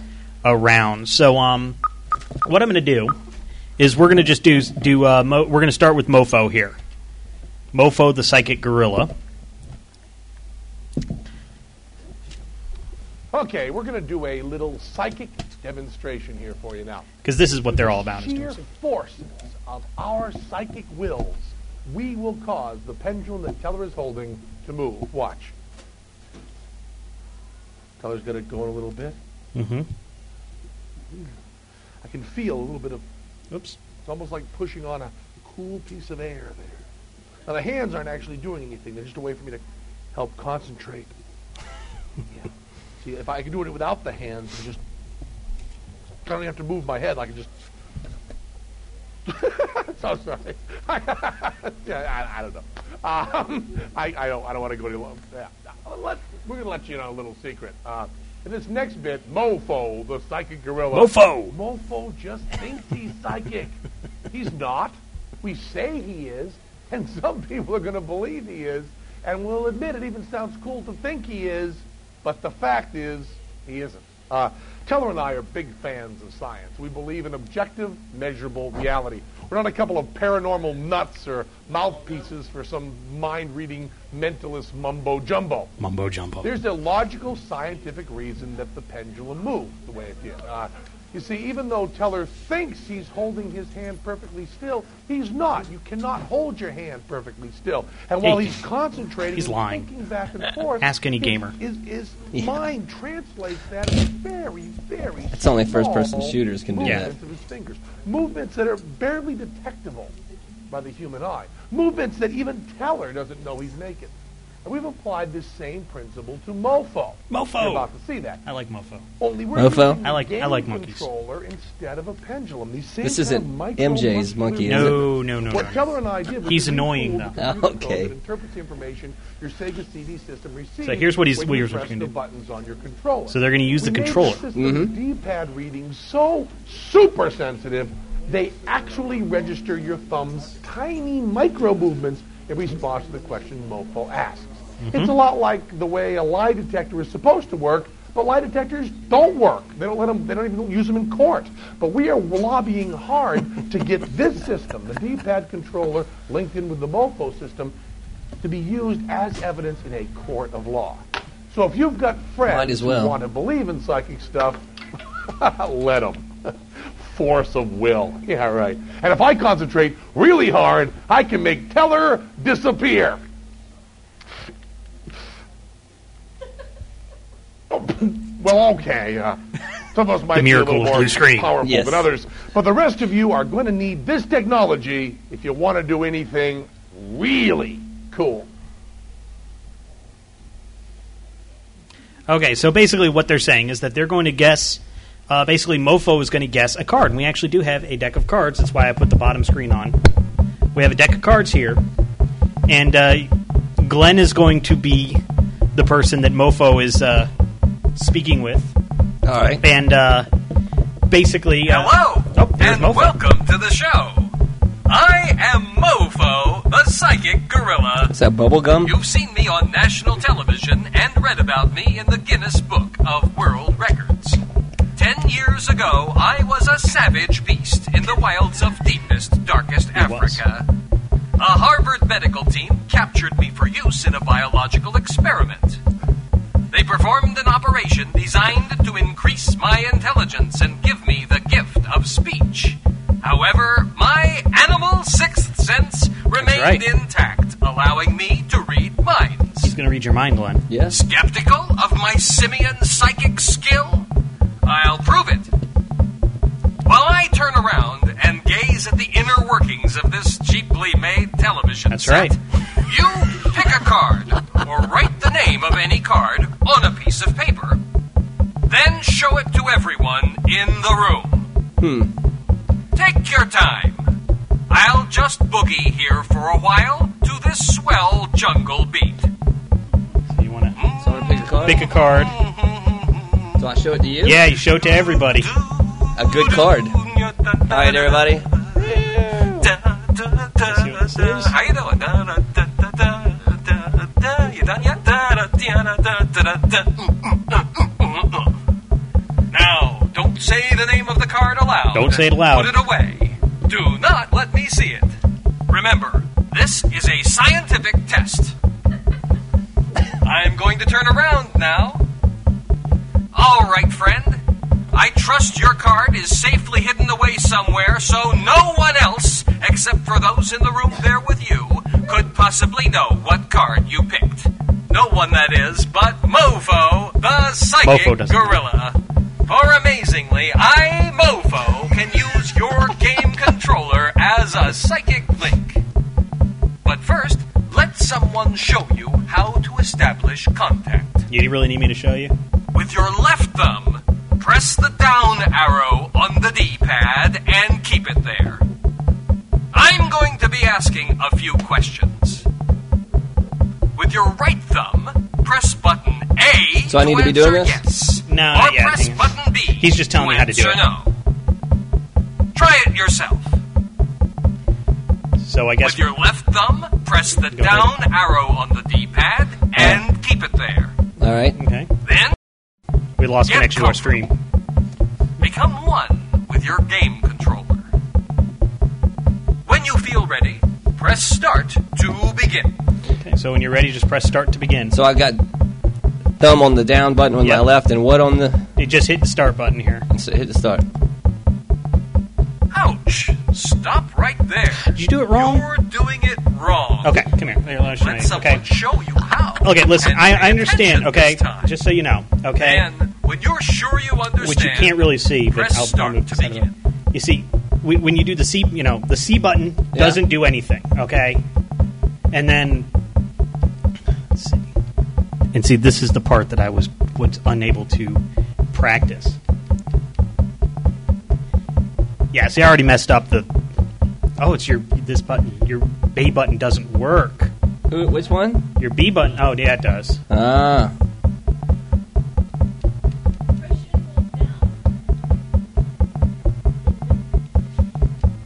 [SPEAKER 1] around. So, um, what I'm going to do is we're going to just do do uh, Mo- we're going to start with Mofo here, Mofo the Psychic Gorilla.
[SPEAKER 5] Okay, we're going to do a little psychic demonstration here for you now.
[SPEAKER 1] Because this is what they're all about. Is
[SPEAKER 5] sheer
[SPEAKER 1] doing.
[SPEAKER 5] forces of our psychic wills, we will cause the pendulum that Teller is holding to move. Watch. Teller's got it going a little bit.
[SPEAKER 3] Mm-hmm.
[SPEAKER 1] Mhm.
[SPEAKER 5] I can feel a little bit of.
[SPEAKER 1] Oops.
[SPEAKER 5] It's almost like pushing on a cool piece of air there. Now the hands aren't actually doing anything. They're just a way for me to help concentrate. yeah. See, if I could do it without the hands and just, I don't even have to move my head. I can just so sorry. yeah, I, I don't know. Um, I, I don't. I don't want to go any long. Yeah. Let, we're gonna let you know a little secret. Uh, in this next bit, Mofo, the psychic gorilla.
[SPEAKER 1] Mofo.
[SPEAKER 5] Mofo just thinks he's psychic. he's not. We say he is, and some people are gonna believe he is, and will admit it. Even sounds cool to think he is, but the fact is he isn't. Uh, Teller and I are big fans of science. We believe in objective, measurable reality. We're not a couple of paranormal nuts or mouthpieces for some mind reading mentalist mumbo jumbo.
[SPEAKER 1] Mumbo jumbo.
[SPEAKER 5] There's a logical, scientific reason that the pendulum moved the way it did. Uh, you see, even though Teller thinks he's holding his hand perfectly still, he's not. You cannot hold your hand perfectly still. And while
[SPEAKER 1] Hey,
[SPEAKER 5] he's concentrating,
[SPEAKER 1] he's
[SPEAKER 5] and
[SPEAKER 1] lying.
[SPEAKER 5] thinking back and forth.
[SPEAKER 1] Ask any
[SPEAKER 5] his-
[SPEAKER 1] gamer.
[SPEAKER 5] His, his mind translates that as very, very.
[SPEAKER 3] It's only
[SPEAKER 5] small
[SPEAKER 3] first-person shooters can do that.
[SPEAKER 5] movements of his fingers, movements that are barely detectable by the human eye, movements that even Teller doesn't know he's making. And we've applied this same principle to Mofo.
[SPEAKER 1] Mofo.
[SPEAKER 5] You're about to see that.
[SPEAKER 1] I like Mofo.
[SPEAKER 5] Only we're
[SPEAKER 3] Mofo?
[SPEAKER 5] using
[SPEAKER 1] I like-
[SPEAKER 5] a
[SPEAKER 1] I like
[SPEAKER 5] game
[SPEAKER 1] monkeys.
[SPEAKER 5] controller instead of a pendulum. These same
[SPEAKER 3] This
[SPEAKER 5] kind of
[SPEAKER 3] isn't
[SPEAKER 5] micro
[SPEAKER 3] MJ's monkey, is it?
[SPEAKER 1] Oh, No, no, no,
[SPEAKER 5] What
[SPEAKER 1] no.
[SPEAKER 5] Teller and I did was
[SPEAKER 1] He's
[SPEAKER 5] use a
[SPEAKER 1] annoying,
[SPEAKER 5] tool
[SPEAKER 1] though.
[SPEAKER 5] that computers
[SPEAKER 3] Okay.
[SPEAKER 5] control that interprets the information your Sega CD system receives.
[SPEAKER 1] So here's what he's-
[SPEAKER 5] when
[SPEAKER 1] well,
[SPEAKER 5] you
[SPEAKER 1] here's what
[SPEAKER 5] press
[SPEAKER 1] you can
[SPEAKER 5] the
[SPEAKER 1] do.
[SPEAKER 5] buttons on your controller.
[SPEAKER 1] So they're gonna use
[SPEAKER 5] We
[SPEAKER 1] the
[SPEAKER 5] made
[SPEAKER 1] controller.
[SPEAKER 5] system's D-pad reading so super sensitive, they actually register your thumb's tiny micro movements in response to the question Mofo asks.
[SPEAKER 1] Mm-hmm.
[SPEAKER 5] It's a lot like the way a lie detector is supposed to work, but lie detectors don't work. They don't let them. They don't even use them in court. But we are lobbying hard to get this system, the D-pad controller, linked in with the Mofo system, to be used as evidence in a court of law. So if you've got friends
[SPEAKER 3] Might as
[SPEAKER 5] who
[SPEAKER 3] well.
[SPEAKER 5] want to believe in psychic stuff, let them. Force of will. Yeah, right. And if I concentrate really hard, I can make Teller disappear. well, okay. Uh, some of us might be a
[SPEAKER 1] miracle
[SPEAKER 5] little
[SPEAKER 1] of
[SPEAKER 5] more
[SPEAKER 1] blue screen.
[SPEAKER 5] powerful
[SPEAKER 3] Yes.
[SPEAKER 5] than others, but the rest of you are going to need this technology if you want to do anything really cool.
[SPEAKER 1] Okay, so basically what they're saying is that they're going to guess. Uh, basically, Mofo is going to guess a card, and we actually do have a deck of cards. That's why I put the bottom screen on. We have a deck of cards here, and uh, Glenn is going to be the person that Mofo is uh, speaking with,
[SPEAKER 3] All right.
[SPEAKER 1] and uh, basically, uh,
[SPEAKER 7] Hello,
[SPEAKER 1] Oh, there's
[SPEAKER 7] and
[SPEAKER 1] Mofo.
[SPEAKER 7] welcome to the show.
[SPEAKER 6] I am Mofo, the psychic gorilla.
[SPEAKER 3] Is that bubble gum?
[SPEAKER 6] You've seen me on national television and read about me in the Guinness Book of World Records. Ten years ago, I was a savage beast in the wilds of deepest, darkest Africa. A Harvard medical team captured me for use in a biological experiment. They performed an operation designed to increase my intelligence and give me the gift of speech. However, my animal sixth sense remained
[SPEAKER 3] right.
[SPEAKER 6] intact, allowing me to read minds.
[SPEAKER 1] He's going to read your mind, Glenn.
[SPEAKER 3] Yes.
[SPEAKER 6] Skeptical of my simian psychic skill? I'll prove it. While I turn around and gaze at the inner workings of this cheaply made television
[SPEAKER 1] That's
[SPEAKER 6] set,
[SPEAKER 1] right.
[SPEAKER 6] you pick a card or write the name of any card on a piece of paper. Then show it to everyone in the room. Hmm. Take your time. I'll just boogie here for a while to this swell jungle beat.
[SPEAKER 1] So you want to
[SPEAKER 3] So I'm gonna pick a card.
[SPEAKER 1] pick a card.
[SPEAKER 3] Do I show it to you?
[SPEAKER 1] Yeah, you show it to everybody.
[SPEAKER 3] A good card. All right, everybody.
[SPEAKER 6] How you doing? You done yet? Now, don't say the name of the card aloud.
[SPEAKER 1] Don't say it aloud.
[SPEAKER 6] Put it away. Do not let me see it. Remember, this is a scientific test. I'm going to turn around now. All right, friend. I trust your card is safely hidden away somewhere, so no one else, except for those in the room there with you, could possibly know what card you picked. No one, that is, but Mofo, the psychic
[SPEAKER 1] Mofo doesn't.
[SPEAKER 6] gorilla. For amazingly, I, Mofo, can use your game controller as a psychic link. But first, let someone show you how to establish contact.
[SPEAKER 1] You really need me to show you?
[SPEAKER 6] With your left thumb, press the down arrow on the D pad and keep it there. I'm going to be asking a few questions. With your right thumb, press button A.
[SPEAKER 3] So I need to be
[SPEAKER 6] answer
[SPEAKER 3] doing this?
[SPEAKER 6] Yes.
[SPEAKER 1] No,
[SPEAKER 6] or
[SPEAKER 1] not yet.
[SPEAKER 6] press
[SPEAKER 1] Hang on.
[SPEAKER 6] button B.
[SPEAKER 1] He's just telling me how to do
[SPEAKER 6] answer
[SPEAKER 1] it.
[SPEAKER 6] No. Try it yourself.
[SPEAKER 1] So I guess
[SPEAKER 6] With your left thumb, press the
[SPEAKER 1] Go ahead.
[SPEAKER 6] down arrow on the D pad and keep it there.
[SPEAKER 3] All right.
[SPEAKER 1] okay.
[SPEAKER 6] Then
[SPEAKER 1] We lost
[SPEAKER 6] Get
[SPEAKER 1] connection to our stream.
[SPEAKER 6] Become one with your game controller. When you feel ready, press start to begin.
[SPEAKER 1] Okay, so when you're ready, just press start to begin.
[SPEAKER 3] So I've got thumb on the down button on
[SPEAKER 1] Yeah.
[SPEAKER 3] my left, and what on the
[SPEAKER 1] You just hit the start button here.
[SPEAKER 3] so hit the start.
[SPEAKER 6] Ouch! Stop right there.
[SPEAKER 1] Did you do it wrong?
[SPEAKER 6] You're doing it wrong.
[SPEAKER 1] Okay, come here. Here, let me
[SPEAKER 6] Let
[SPEAKER 1] show you.
[SPEAKER 6] someone
[SPEAKER 1] Okay.
[SPEAKER 6] show you how.
[SPEAKER 1] Okay, listen,
[SPEAKER 6] And
[SPEAKER 1] I,
[SPEAKER 6] pay
[SPEAKER 1] I understand,
[SPEAKER 6] attention
[SPEAKER 1] okay?
[SPEAKER 6] this time.
[SPEAKER 1] Just so you know, okay?
[SPEAKER 6] Then, when you're sure you understand,
[SPEAKER 1] Which you can't really see, but
[SPEAKER 6] press
[SPEAKER 1] I'll, I'll
[SPEAKER 6] start
[SPEAKER 1] move
[SPEAKER 6] to
[SPEAKER 1] this out of
[SPEAKER 6] begin.
[SPEAKER 1] the way. You see, we, when you do the C, you know, the C button doesn't do anything, okay? And then, let's see. And see, this is the part that I was, was unable to practice. Yeah, see, I already messed up the. Oh, it's your this button. Your B button doesn't work.
[SPEAKER 3] Who, which one?
[SPEAKER 1] Your B button. Oh, yeah, it does.
[SPEAKER 3] Ah,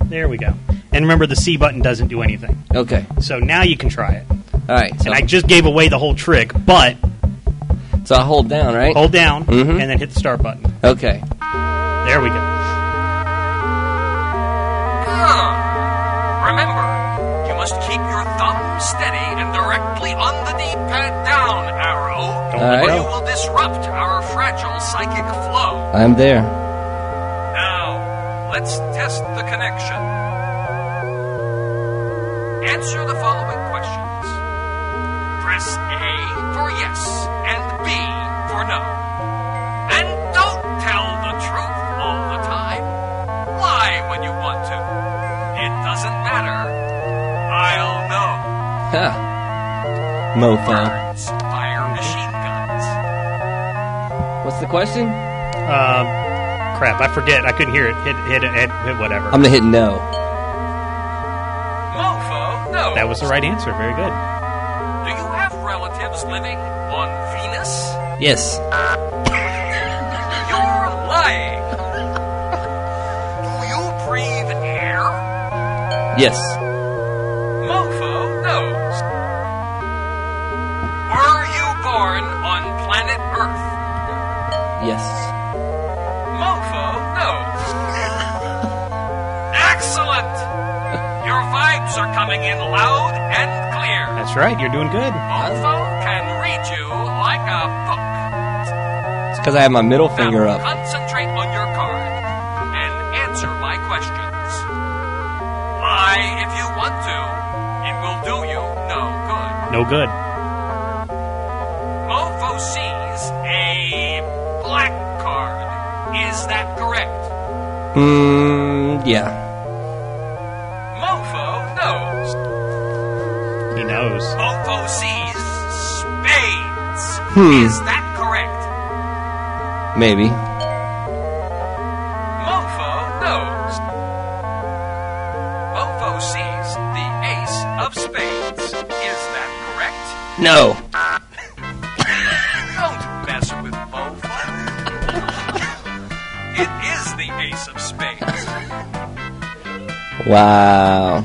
[SPEAKER 1] There we go. And remember, the C button doesn't do anything.
[SPEAKER 3] okay.
[SPEAKER 1] So now you can try it.
[SPEAKER 3] All right. So,
[SPEAKER 1] And I just gave away the whole trick, but
[SPEAKER 3] so I hold down, right?
[SPEAKER 1] hold down
[SPEAKER 3] Mhm.
[SPEAKER 1] and then hit the start button.
[SPEAKER 3] Okay.
[SPEAKER 1] There we go.
[SPEAKER 6] Ah. Remember, you must keep your thumb steady and directly on the D-pad down arrow,
[SPEAKER 1] Don't
[SPEAKER 3] All
[SPEAKER 1] let
[SPEAKER 6] or
[SPEAKER 3] right.
[SPEAKER 1] go.
[SPEAKER 6] you will disrupt our fragile psychic flow.
[SPEAKER 3] I'm there.
[SPEAKER 6] Now, let's test the connection. Answer the following questions. Press A for yes and B for no. And don't tell the truth all the time. Lie when you want to. It doesn't matter. I'll know.
[SPEAKER 3] Ha. Mofo.
[SPEAKER 6] Birds fire machine guns.
[SPEAKER 3] What's the question?
[SPEAKER 1] Um, Crap, I forget. I couldn't hear it. Hit hit hit, hit whatever.
[SPEAKER 3] I'm gonna hit no.
[SPEAKER 6] Mofo, no.
[SPEAKER 1] that was the right answer. Very good.
[SPEAKER 6] Do you have relatives living on Venus?
[SPEAKER 3] Yes.
[SPEAKER 6] You're lying. Do you breathe air?
[SPEAKER 3] Yes.
[SPEAKER 6] Mofo knows. Were you born on planet Earth?
[SPEAKER 3] Yes.
[SPEAKER 6] Mofo knows. Excellent! Your vibes are coming in loud and clear.
[SPEAKER 1] That's right. You're doing good.
[SPEAKER 6] Mofo can read you like a book.
[SPEAKER 3] It's because I have my middle finger
[SPEAKER 6] now,
[SPEAKER 3] up.
[SPEAKER 6] Concentrate on your card and answer my questions. Lie if you want to. It will do you no good.
[SPEAKER 1] No good.
[SPEAKER 6] Mofo sees a black card. Is that correct?
[SPEAKER 3] Mm, yeah.
[SPEAKER 6] Mofo knows.
[SPEAKER 1] He knows.
[SPEAKER 6] Mofo sees spades.
[SPEAKER 3] Hmm.
[SPEAKER 6] Is that correct?
[SPEAKER 3] Maybe.
[SPEAKER 6] Mofo knows. Mofo sees the ace of spades. Is that correct?
[SPEAKER 3] No.
[SPEAKER 6] Don't mess with Mofo. it is the ace of spades.
[SPEAKER 3] Wow.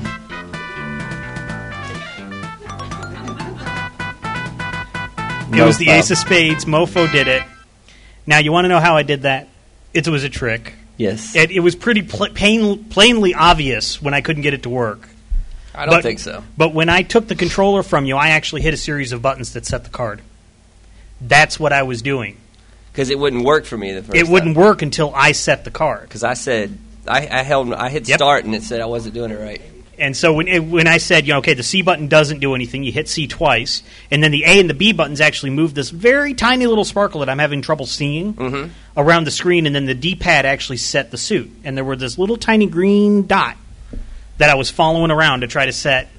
[SPEAKER 1] It was the
[SPEAKER 3] Mofo.
[SPEAKER 1] ace of spades. Mofo did it. Now, you want to know how I did that? It was a trick.
[SPEAKER 3] Yes.
[SPEAKER 1] It, it was pretty pl- pain, plainly obvious when I couldn't get it to work.
[SPEAKER 3] I don't
[SPEAKER 1] but-
[SPEAKER 3] think so.
[SPEAKER 1] But when I took the controller from you, I actually hit a series of buttons that set the card. That's what I was doing.
[SPEAKER 3] Because it wouldn't work for me the first
[SPEAKER 1] it wouldn't work until I set the card.
[SPEAKER 3] Because I said, I, I held, I hit
[SPEAKER 1] Yep.
[SPEAKER 3] start and it said I wasn't doing it right.
[SPEAKER 1] And so when, it, when I said, you know, okay, the C button doesn't do anything, you hit C twice, and then the A and the B buttons actually move this very tiny little sparkle that I'm having trouble seeing
[SPEAKER 3] Mm-hmm.
[SPEAKER 1] around the screen, and then the D pad actually set the suit. And there were this little tiny green dot that I was following around to try to set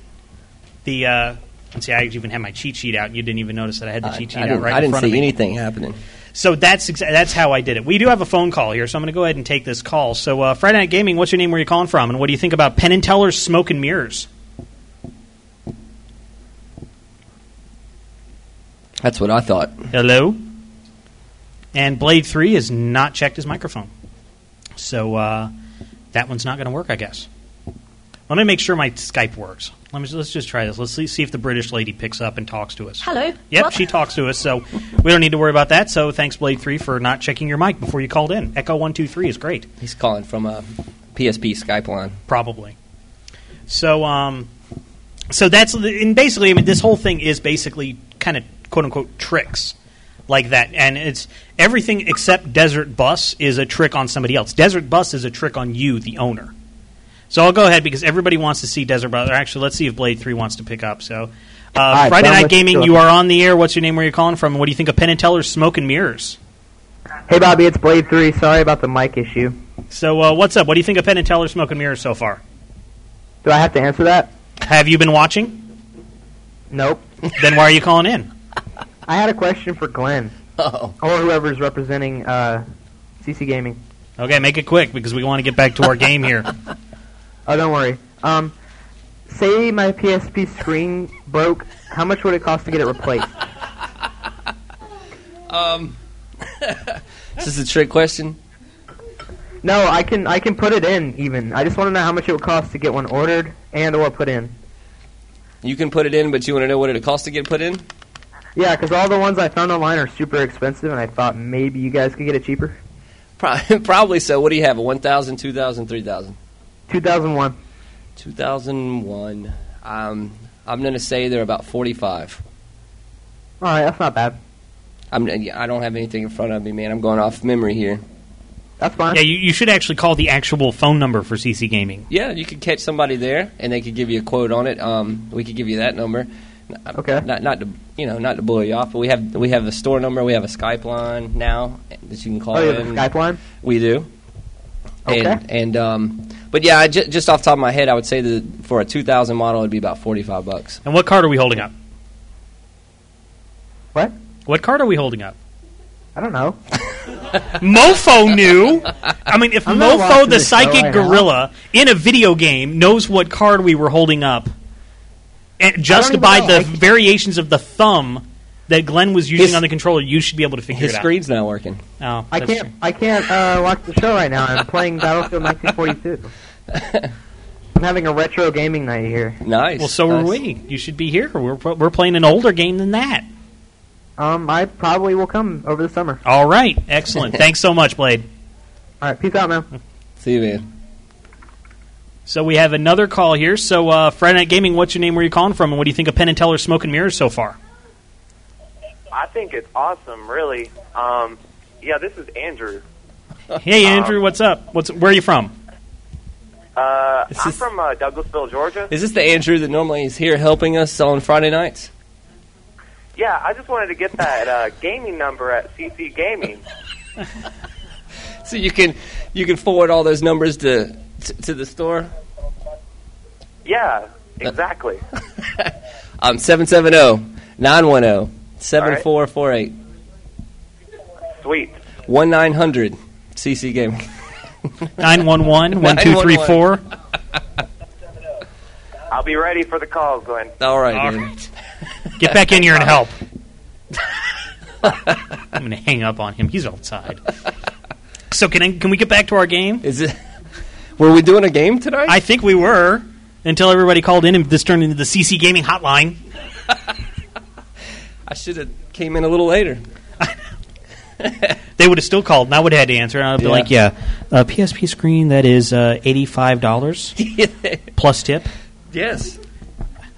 [SPEAKER 1] the. Uh, let's see, I even had my cheat sheet out. You didn't even notice that I had the cheat sheet
[SPEAKER 3] I
[SPEAKER 1] out
[SPEAKER 3] didn't,
[SPEAKER 1] right
[SPEAKER 3] I
[SPEAKER 1] in
[SPEAKER 3] didn't
[SPEAKER 1] front
[SPEAKER 3] see
[SPEAKER 1] of me.
[SPEAKER 3] anything happening.
[SPEAKER 1] So that's exa- that's how I did it. We do have a phone call here, so I'm going to go ahead and take this call. So uh, Friday Night Gaming, what's your name? Where you calling from? And what do you think about Penn and Teller's Smoke and Mirrors?
[SPEAKER 3] That's what I thought.
[SPEAKER 1] Hello. And Blade Three has not checked his microphone, so uh, that one's not going to work, I guess. Let me make sure my Skype works. Let me let's just try this. Let's see, see if the British lady picks up and talks to us.
[SPEAKER 8] Hello.
[SPEAKER 1] Yep,
[SPEAKER 8] Well-
[SPEAKER 1] she talks to us, so we don't need to worry about that. So thanks, Blade Three, for not checking your mic before you called in. Echo one two three is great.
[SPEAKER 3] He's calling from a PSP Skype line.
[SPEAKER 1] probably. So, um, so that's and basically, I mean, this whole thing is basically kind of quote unquote tricks like that, and it's everything except Desert Bus is a trick on somebody else. Desert Bus is a trick on you, the owner. So I'll go ahead because everybody wants to see Desert Bus. Or actually, let's see if Blade Three wants to pick up. So, uh,
[SPEAKER 9] right,
[SPEAKER 1] Friday
[SPEAKER 9] Bella,
[SPEAKER 1] Night
[SPEAKER 9] let's
[SPEAKER 1] Gaming,
[SPEAKER 9] go.
[SPEAKER 1] you are on the air. What's your name? Where you calling from? What do you think of Penn and Teller's Smoke and Mirrors?
[SPEAKER 9] Hey, Bobby, it's Blade 3. Sorry about the mic issue.
[SPEAKER 1] So, uh, what's up? What do you think of Penn and Teller's Smoke and Mirrors so far?
[SPEAKER 9] Do I have to answer that?
[SPEAKER 1] Have you been watching?
[SPEAKER 9] Nope.
[SPEAKER 1] Then why are you calling in?
[SPEAKER 9] I had a question for Glenn.
[SPEAKER 3] Oh.
[SPEAKER 9] Or whoever's representing uh, CC Gaming.
[SPEAKER 1] Okay, make it quick because we want to get back to our game here.
[SPEAKER 9] Oh, don't worry. Um, say my PSP screen broke. How much would it cost to get it replaced?
[SPEAKER 3] Um, Is this a trick question?
[SPEAKER 9] No, I can I can put it in even. I just want to know how much it would cost to get one ordered and or put in.
[SPEAKER 3] You can put it in, but you want to know what it costs to get put in?
[SPEAKER 9] Yeah, 'cause all the ones I found online are super expensive, and I thought maybe you guys could get it cheaper.
[SPEAKER 3] Probably, probably so. What do you have? A 1,000, 2,000, 3,000?
[SPEAKER 9] 2001.
[SPEAKER 3] 2001. Um, I'm going to say they're about 45.
[SPEAKER 9] All right, that's not bad.
[SPEAKER 3] I'm, I don't have anything in front of me, man. I'm going off memory here.
[SPEAKER 9] That's fine.
[SPEAKER 1] Yeah, you, you should actually call the actual phone number for CC Gaming.
[SPEAKER 3] Yeah, you could catch somebody there, and they could give you a quote on it. Um, we could give you that number. N-
[SPEAKER 9] Okay.
[SPEAKER 3] Not, not to you know, not to blow you off, but we have we have a store number, we have a Skype line now that you can call
[SPEAKER 9] oh, you have a
[SPEAKER 3] in.
[SPEAKER 9] Skype line.
[SPEAKER 3] We do.
[SPEAKER 9] Okay.
[SPEAKER 3] And and um, but yeah, I ju- just off the top of my head, I would say that for a 2000 model, it'd be about 45 bucks.
[SPEAKER 1] And what card are we holding up?
[SPEAKER 9] What?
[SPEAKER 1] What card are we holding up?
[SPEAKER 9] I don't know.
[SPEAKER 1] Mofo knew. I mean, if
[SPEAKER 9] I'm not
[SPEAKER 1] Mofo,
[SPEAKER 9] watching
[SPEAKER 1] the
[SPEAKER 9] this show
[SPEAKER 1] psychic
[SPEAKER 9] right now.
[SPEAKER 1] gorilla in a video game, knows what card we were holding up, and just
[SPEAKER 9] even
[SPEAKER 1] by
[SPEAKER 9] know.
[SPEAKER 1] the
[SPEAKER 9] I-
[SPEAKER 1] variations of the thumb that Glenn was using
[SPEAKER 3] His-
[SPEAKER 1] on the controller, you should be able to figure
[SPEAKER 3] His
[SPEAKER 1] it
[SPEAKER 3] screen's not working.
[SPEAKER 1] out. Oh,
[SPEAKER 9] I
[SPEAKER 1] that's
[SPEAKER 9] can't.
[SPEAKER 1] true.
[SPEAKER 9] I can't uh, watch the show right now. I'm playing Battlefield 1942.
[SPEAKER 6] I'm having a retro gaming night here.
[SPEAKER 3] Nice.
[SPEAKER 1] Well, so
[SPEAKER 3] nice.
[SPEAKER 1] are we. You should be here. We're, we're playing an older game than that.
[SPEAKER 6] Um, I probably will come over the summer.
[SPEAKER 1] All right. Excellent. Thanks so much, Blade.
[SPEAKER 6] All right, peace out, man.
[SPEAKER 3] See you, man.
[SPEAKER 1] So we have another call here. So, uh, Friday Night Gaming, what's your name? Where are you calling from? And what do you think of Penn and Teller Smoke and Mirrors so far?
[SPEAKER 10] I think it's awesome, really. Um, yeah, this is Andrew.
[SPEAKER 1] Hey, Andrew,
[SPEAKER 3] Um,
[SPEAKER 1] what's up? What's Where are you from?
[SPEAKER 10] Uh,
[SPEAKER 3] This
[SPEAKER 10] I'm
[SPEAKER 3] is-
[SPEAKER 10] from uh, Douglasville, Georgia.
[SPEAKER 3] Is this the Andrew that normally is here helping us on Friday nights?
[SPEAKER 10] Yeah, I just wanted to get that uh, gaming number at CC Gaming.
[SPEAKER 3] So you can you can forward all those numbers to to, to the store.
[SPEAKER 10] Yeah, exactly.
[SPEAKER 3] Um, oh, 770-910-7448.
[SPEAKER 10] Sweet.
[SPEAKER 3] 1-900 CC Gaming.
[SPEAKER 1] 911 1234.
[SPEAKER 10] I'll be ready for the calls, Glenn.
[SPEAKER 3] All right,
[SPEAKER 1] All
[SPEAKER 3] man.
[SPEAKER 1] right. Get back in here and help. I'm going to hang up on him. He's outside. So, can, I, can we get back to our game?
[SPEAKER 3] Is it? Were we doing a game tonight?
[SPEAKER 1] I think we were until everybody called in and this turned into the CC Gaming Hotline.
[SPEAKER 3] I should have came in a little later.
[SPEAKER 1] they would have still called, and I would have had to answer. And I'd be
[SPEAKER 3] Yeah.
[SPEAKER 1] like, "Yeah, uh, PSP screen that is uh, eighty five dollars plus tip.
[SPEAKER 3] yes.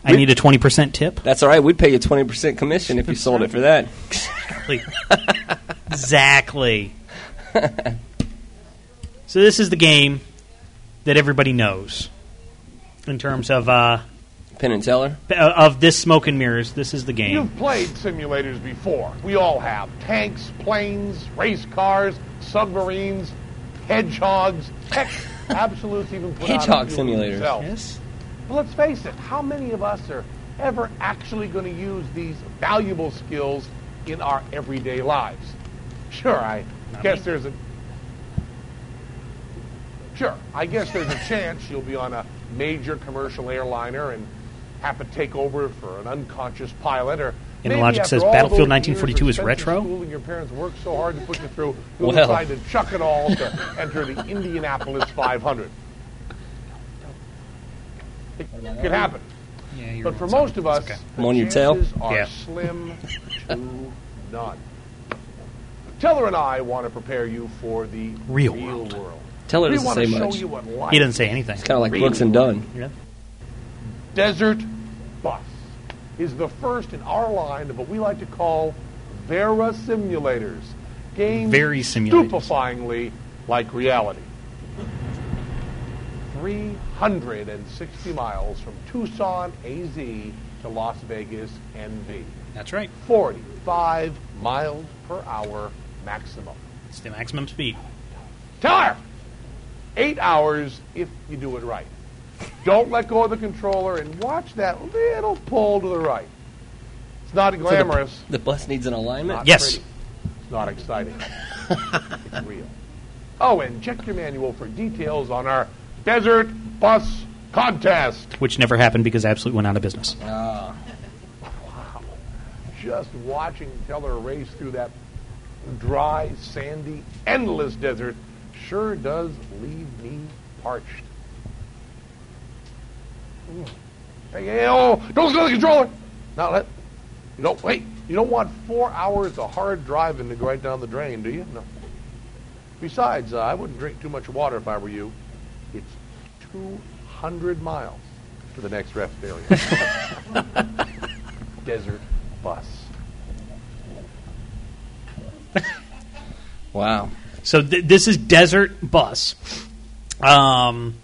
[SPEAKER 1] I need a twenty percent tip."
[SPEAKER 3] That's all right. We'd pay you 20% commission if you sold it for that.
[SPEAKER 1] exactly. so this is the game that everybody knows in terms of uh,
[SPEAKER 3] Penn and Teller.
[SPEAKER 1] of this smoke and mirrors. This is the game.
[SPEAKER 5] You've played simulators before. We all have. Tanks, planes, race cars, submarines, hedgehogs. Heck, absolutes even put out a
[SPEAKER 3] Hedgehog
[SPEAKER 5] few of
[SPEAKER 3] simulators.
[SPEAKER 5] themselves.
[SPEAKER 1] Yes.
[SPEAKER 5] But let's face it, how many of us are ever actually going to use these valuable skills in our everyday lives? Sure, I guess there's a Sure, I guess there's a chance you'll be on a major commercial airliner and have to take over for an unconscious pilot or
[SPEAKER 1] And
[SPEAKER 5] maybe
[SPEAKER 1] Logic
[SPEAKER 5] after
[SPEAKER 1] says
[SPEAKER 5] all
[SPEAKER 1] Battlefield
[SPEAKER 5] those years
[SPEAKER 1] 1942 is
[SPEAKER 5] of expensive
[SPEAKER 1] retro?
[SPEAKER 5] School and your parents worked so hard to put you through, you'll
[SPEAKER 3] Well.
[SPEAKER 5] decide to chuck it all to enter the Indianapolis 500. It could happen. but for most of us, the
[SPEAKER 3] I'm on your tail.
[SPEAKER 5] chances are
[SPEAKER 1] Yeah.
[SPEAKER 5] slim to none. Teller and I want to prepare you for the
[SPEAKER 1] Real
[SPEAKER 5] real,
[SPEAKER 1] world.
[SPEAKER 5] world.
[SPEAKER 3] Teller
[SPEAKER 5] we
[SPEAKER 3] doesn't
[SPEAKER 5] want
[SPEAKER 3] say
[SPEAKER 5] to show
[SPEAKER 3] much.
[SPEAKER 5] you what life
[SPEAKER 1] He doesn't say anything.
[SPEAKER 3] Kind of like Brooks and Dunn.
[SPEAKER 5] Desert Bus is the first in our line of what we like to call Vera simulators. Games
[SPEAKER 1] Very simulators.
[SPEAKER 5] stupefyingly like reality. 360 miles from Tucson, AZ to Las Vegas, NV.
[SPEAKER 1] That's right.
[SPEAKER 5] 45 miles per hour maximum.
[SPEAKER 1] It's the maximum speed.
[SPEAKER 5] Tire! Eight hours if you do it right. Don't let go of the controller and watch that little pull to the right. It's not
[SPEAKER 3] So the-
[SPEAKER 5] glamorous.
[SPEAKER 3] The, bus needs an alignment.
[SPEAKER 5] Not
[SPEAKER 1] Yes.
[SPEAKER 5] pretty. It's not exciting. it's real. Oh, and check your manual for details on our Desert Bus Contest.
[SPEAKER 1] Which never happened because Absolute went out of business.
[SPEAKER 5] Ah. just watching Teller race through that dry, sandy, endless desert sure does leave me parched. Mm. Hey, oh, don't go to the controller. Not let. You don't wait. You don't want four hours of hard driving to go right down the drain, do you? No. Besides, uh, I wouldn't drink too much water if I were you. It's 200 miles to the next rest area. Desert bus.
[SPEAKER 3] Wow.
[SPEAKER 1] So th- this is Desert Bus, um,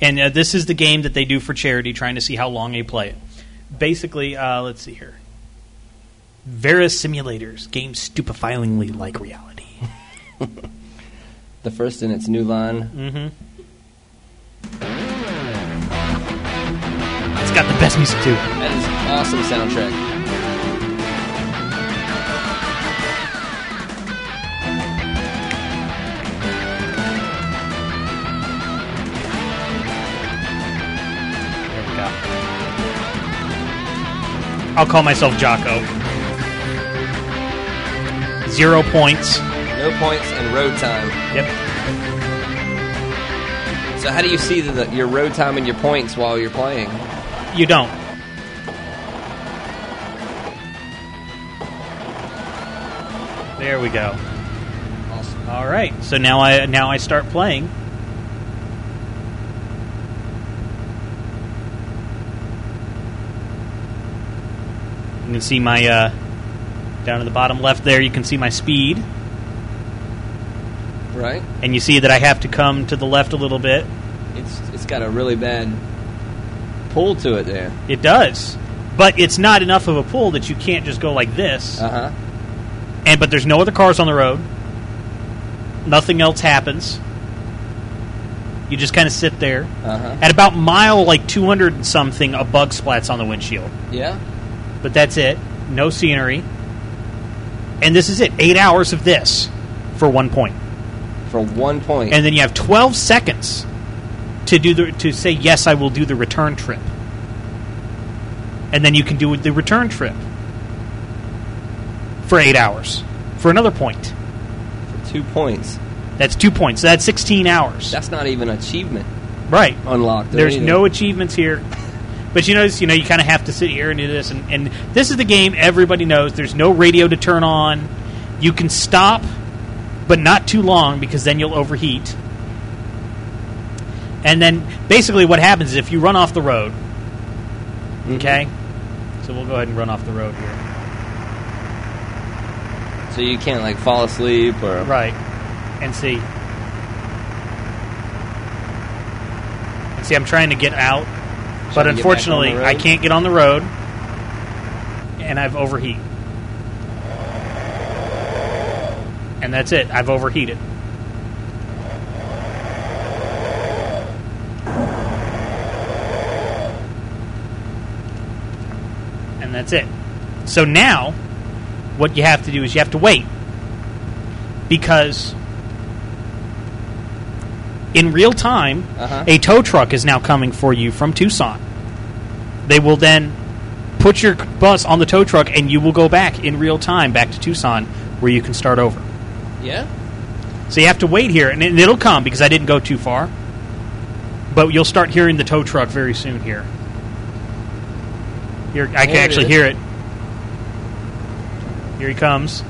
[SPEAKER 1] and uh, this is the game that they do for charity, trying to see how long they play it. Basically, uh, let's see here. Various simulators, games stupefyingly like reality.
[SPEAKER 3] The first in its new line.
[SPEAKER 1] Mm-hmm. It's got the best music too.
[SPEAKER 3] That is an awesome soundtrack.
[SPEAKER 1] There we go.
[SPEAKER 9] Uh-huh.
[SPEAKER 1] I'll call myself Jocko. Zero points.
[SPEAKER 3] No points and road time.
[SPEAKER 1] Yep.
[SPEAKER 3] So how do you see the, your road time and your points while you're playing?
[SPEAKER 1] You don't. There we go. All right. So now I now I start playing. You can see my uh, down to the bottom left there. You can see my speed,
[SPEAKER 3] Right?
[SPEAKER 1] and you see that I have to come to the left a little bit.
[SPEAKER 3] It's it's got a really bad pull to it there.
[SPEAKER 1] It does, but it's not enough of a pull that you can't just go like this.
[SPEAKER 3] Uh huh.
[SPEAKER 1] And but there's no other cars on the road. Nothing else happens. You just kind of sit there.
[SPEAKER 3] Uh huh.
[SPEAKER 1] At about mile like 200 and something, a bug splats on the windshield.
[SPEAKER 3] Yeah.
[SPEAKER 1] But that's it. No scenery. And this is it. 8 hours of this for 1 point.
[SPEAKER 3] For one point.
[SPEAKER 1] And then you have 12 seconds to do the to say yes, I will do the return trip. And then you can do the return trip for 8 hours for another point.
[SPEAKER 3] two points.
[SPEAKER 1] That's two points. That's 16 hours.
[SPEAKER 3] That's not even achievement
[SPEAKER 1] right.
[SPEAKER 3] unlocked. or
[SPEAKER 1] There's
[SPEAKER 3] anything.
[SPEAKER 1] no achievements here. But you notice, you know, you kind of have to sit here and do this. And, and this is the game everybody knows. There's no radio to turn on. You can stop, but not too long because then you'll overheat. And then basically what happens is if you run off the road, okay? So we'll go ahead and run off the road here.
[SPEAKER 3] So you can't like fall asleep or
[SPEAKER 1] Right. And see. And see, I'm trying to get out, but
[SPEAKER 3] to get back on
[SPEAKER 1] unfortunately,
[SPEAKER 3] the
[SPEAKER 1] I
[SPEAKER 3] road?
[SPEAKER 1] can't get on the road, and I've overheat. And that's it. I've overheated. And that's it. So now, what you have to do is you have to wait because in real time,
[SPEAKER 3] Uh-huh.
[SPEAKER 1] a tow truck is now coming for you from Tucson. They will then put your bus on the tow truck, and you will go back in real time back to Tucson where you can start over.
[SPEAKER 3] yeah.
[SPEAKER 1] So you have to wait here, and it- it'll come because I didn't go too far. But you'll start hearing the tow truck very soon here. Here, I can
[SPEAKER 3] There it
[SPEAKER 1] actually
[SPEAKER 3] is.
[SPEAKER 1] hear it. Here he comes.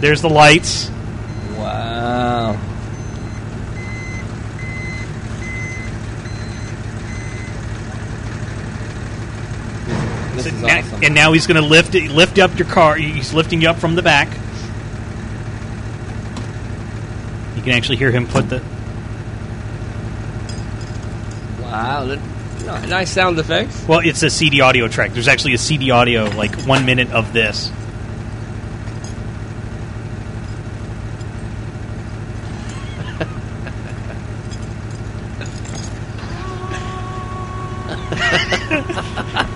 [SPEAKER 1] There's the lights.
[SPEAKER 3] Wow. This
[SPEAKER 1] So
[SPEAKER 3] is
[SPEAKER 1] now-
[SPEAKER 3] awesome.
[SPEAKER 1] And now he's going to lift it, lift up your car. He's lifting you up from the back. You can actually hear him put the.
[SPEAKER 3] wow. that- ni- Nice sound effects.
[SPEAKER 1] Well, it's a CD audio track. There's actually a CD audio, like one minute of this.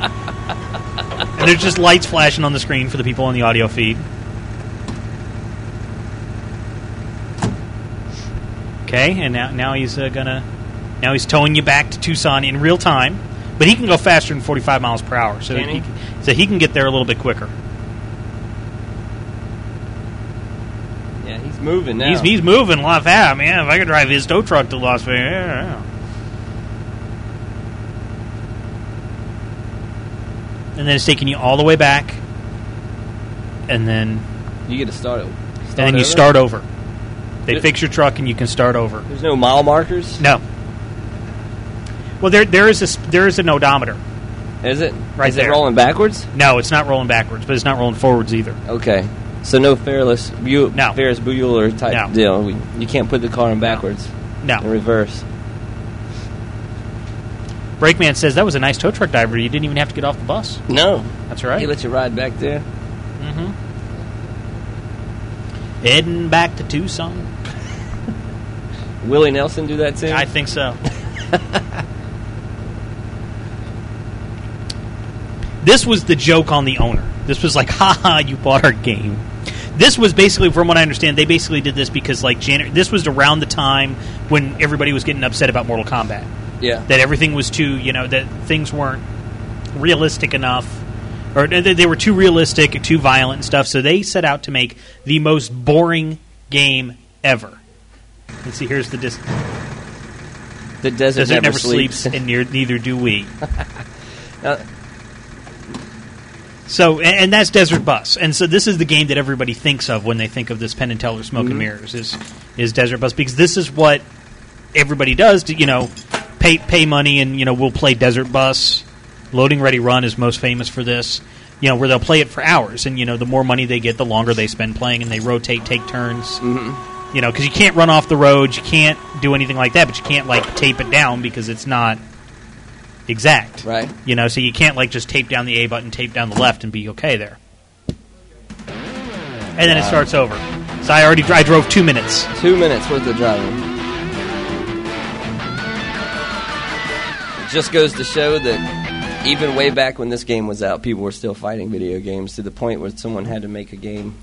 [SPEAKER 1] and there's just lights flashing on the screen for the people on the audio feed. Okay, and now now he's uh, gonna now he's towing you back to Tucson in real time, but he can go faster than 45 miles per hour, so
[SPEAKER 3] Can he?
[SPEAKER 1] can- so he can get there a little bit quicker.
[SPEAKER 3] Yeah, he's moving now.
[SPEAKER 1] He's, he's moving a lot fast, man. If I could drive his tow truck to Las Vegas, yeah, yeah. and then it's taking you all the way back, and then
[SPEAKER 3] you get to start. it- start
[SPEAKER 1] and then you
[SPEAKER 3] over?
[SPEAKER 1] start over. They
[SPEAKER 3] It-
[SPEAKER 1] fix your truck, and you can start over.
[SPEAKER 3] There's no mile markers.
[SPEAKER 1] No. Well, there there is a sp- there is an odometer.
[SPEAKER 3] Is it?
[SPEAKER 1] Right
[SPEAKER 3] Is
[SPEAKER 1] there.
[SPEAKER 3] it rolling backwards?
[SPEAKER 1] No, it's not rolling backwards, but it's not rolling forwards either.
[SPEAKER 3] Okay. So no Ferris, Bu-
[SPEAKER 1] No.
[SPEAKER 3] Ferris Bueller type
[SPEAKER 1] No.
[SPEAKER 3] deal. We, you can't put the car in backwards, in
[SPEAKER 1] No.
[SPEAKER 3] reverse.
[SPEAKER 1] Brakeman says that was a nice tow truck diver. You didn't even have to get off the bus.
[SPEAKER 3] No.
[SPEAKER 1] That's
[SPEAKER 3] He
[SPEAKER 1] right.
[SPEAKER 3] let you ride back there.
[SPEAKER 5] Mm-hmm.
[SPEAKER 1] Heading back to Tucson.
[SPEAKER 3] Willie Nelson do that too.
[SPEAKER 1] I think so. this was the joke on the owner. This was like, "Ha ha, you bought our game. This was basically, from what I understand, they basically did this because, like, January. This was around the time when everybody was getting upset about Mortal Kombat.
[SPEAKER 3] yeah.
[SPEAKER 1] that everything was too you know that things weren't realistic enough or they they were too realistic and too violent and stuff so they set out to make the most boring game ever and see here's the disc
[SPEAKER 3] The desert,
[SPEAKER 1] Desert
[SPEAKER 3] never,
[SPEAKER 1] never sleeps, and near, neither do we.
[SPEAKER 3] Uh,
[SPEAKER 1] So, a- and that's Desert Bus, and so this is the game that everybody thinks of when they think of this Penn and Teller
[SPEAKER 3] Mm-hmm.
[SPEAKER 1] Smoke and Mirrors is is Desert Bus because this is what everybody does to you know pay pay money and you know we'll play Desert Bus. Loading Ready Run is most famous for this. You know where they'll play it for hours, and you know the more money they get, the longer they spend playing, and they rotate, take turns. Mm-hmm. You know because you can't run off the road, you can't do anything like that, but you can't like tape it down because it's not exact.
[SPEAKER 3] Right.
[SPEAKER 1] You know, so you can't like just tape down the A button, tape down the left, and be okay there. And then it starts over. So I already dri- I drove two minutes.
[SPEAKER 3] Two minutes worth of driving. Just goes to show that even way back when this game was out, people were still fighting video games to the point where someone had to make a game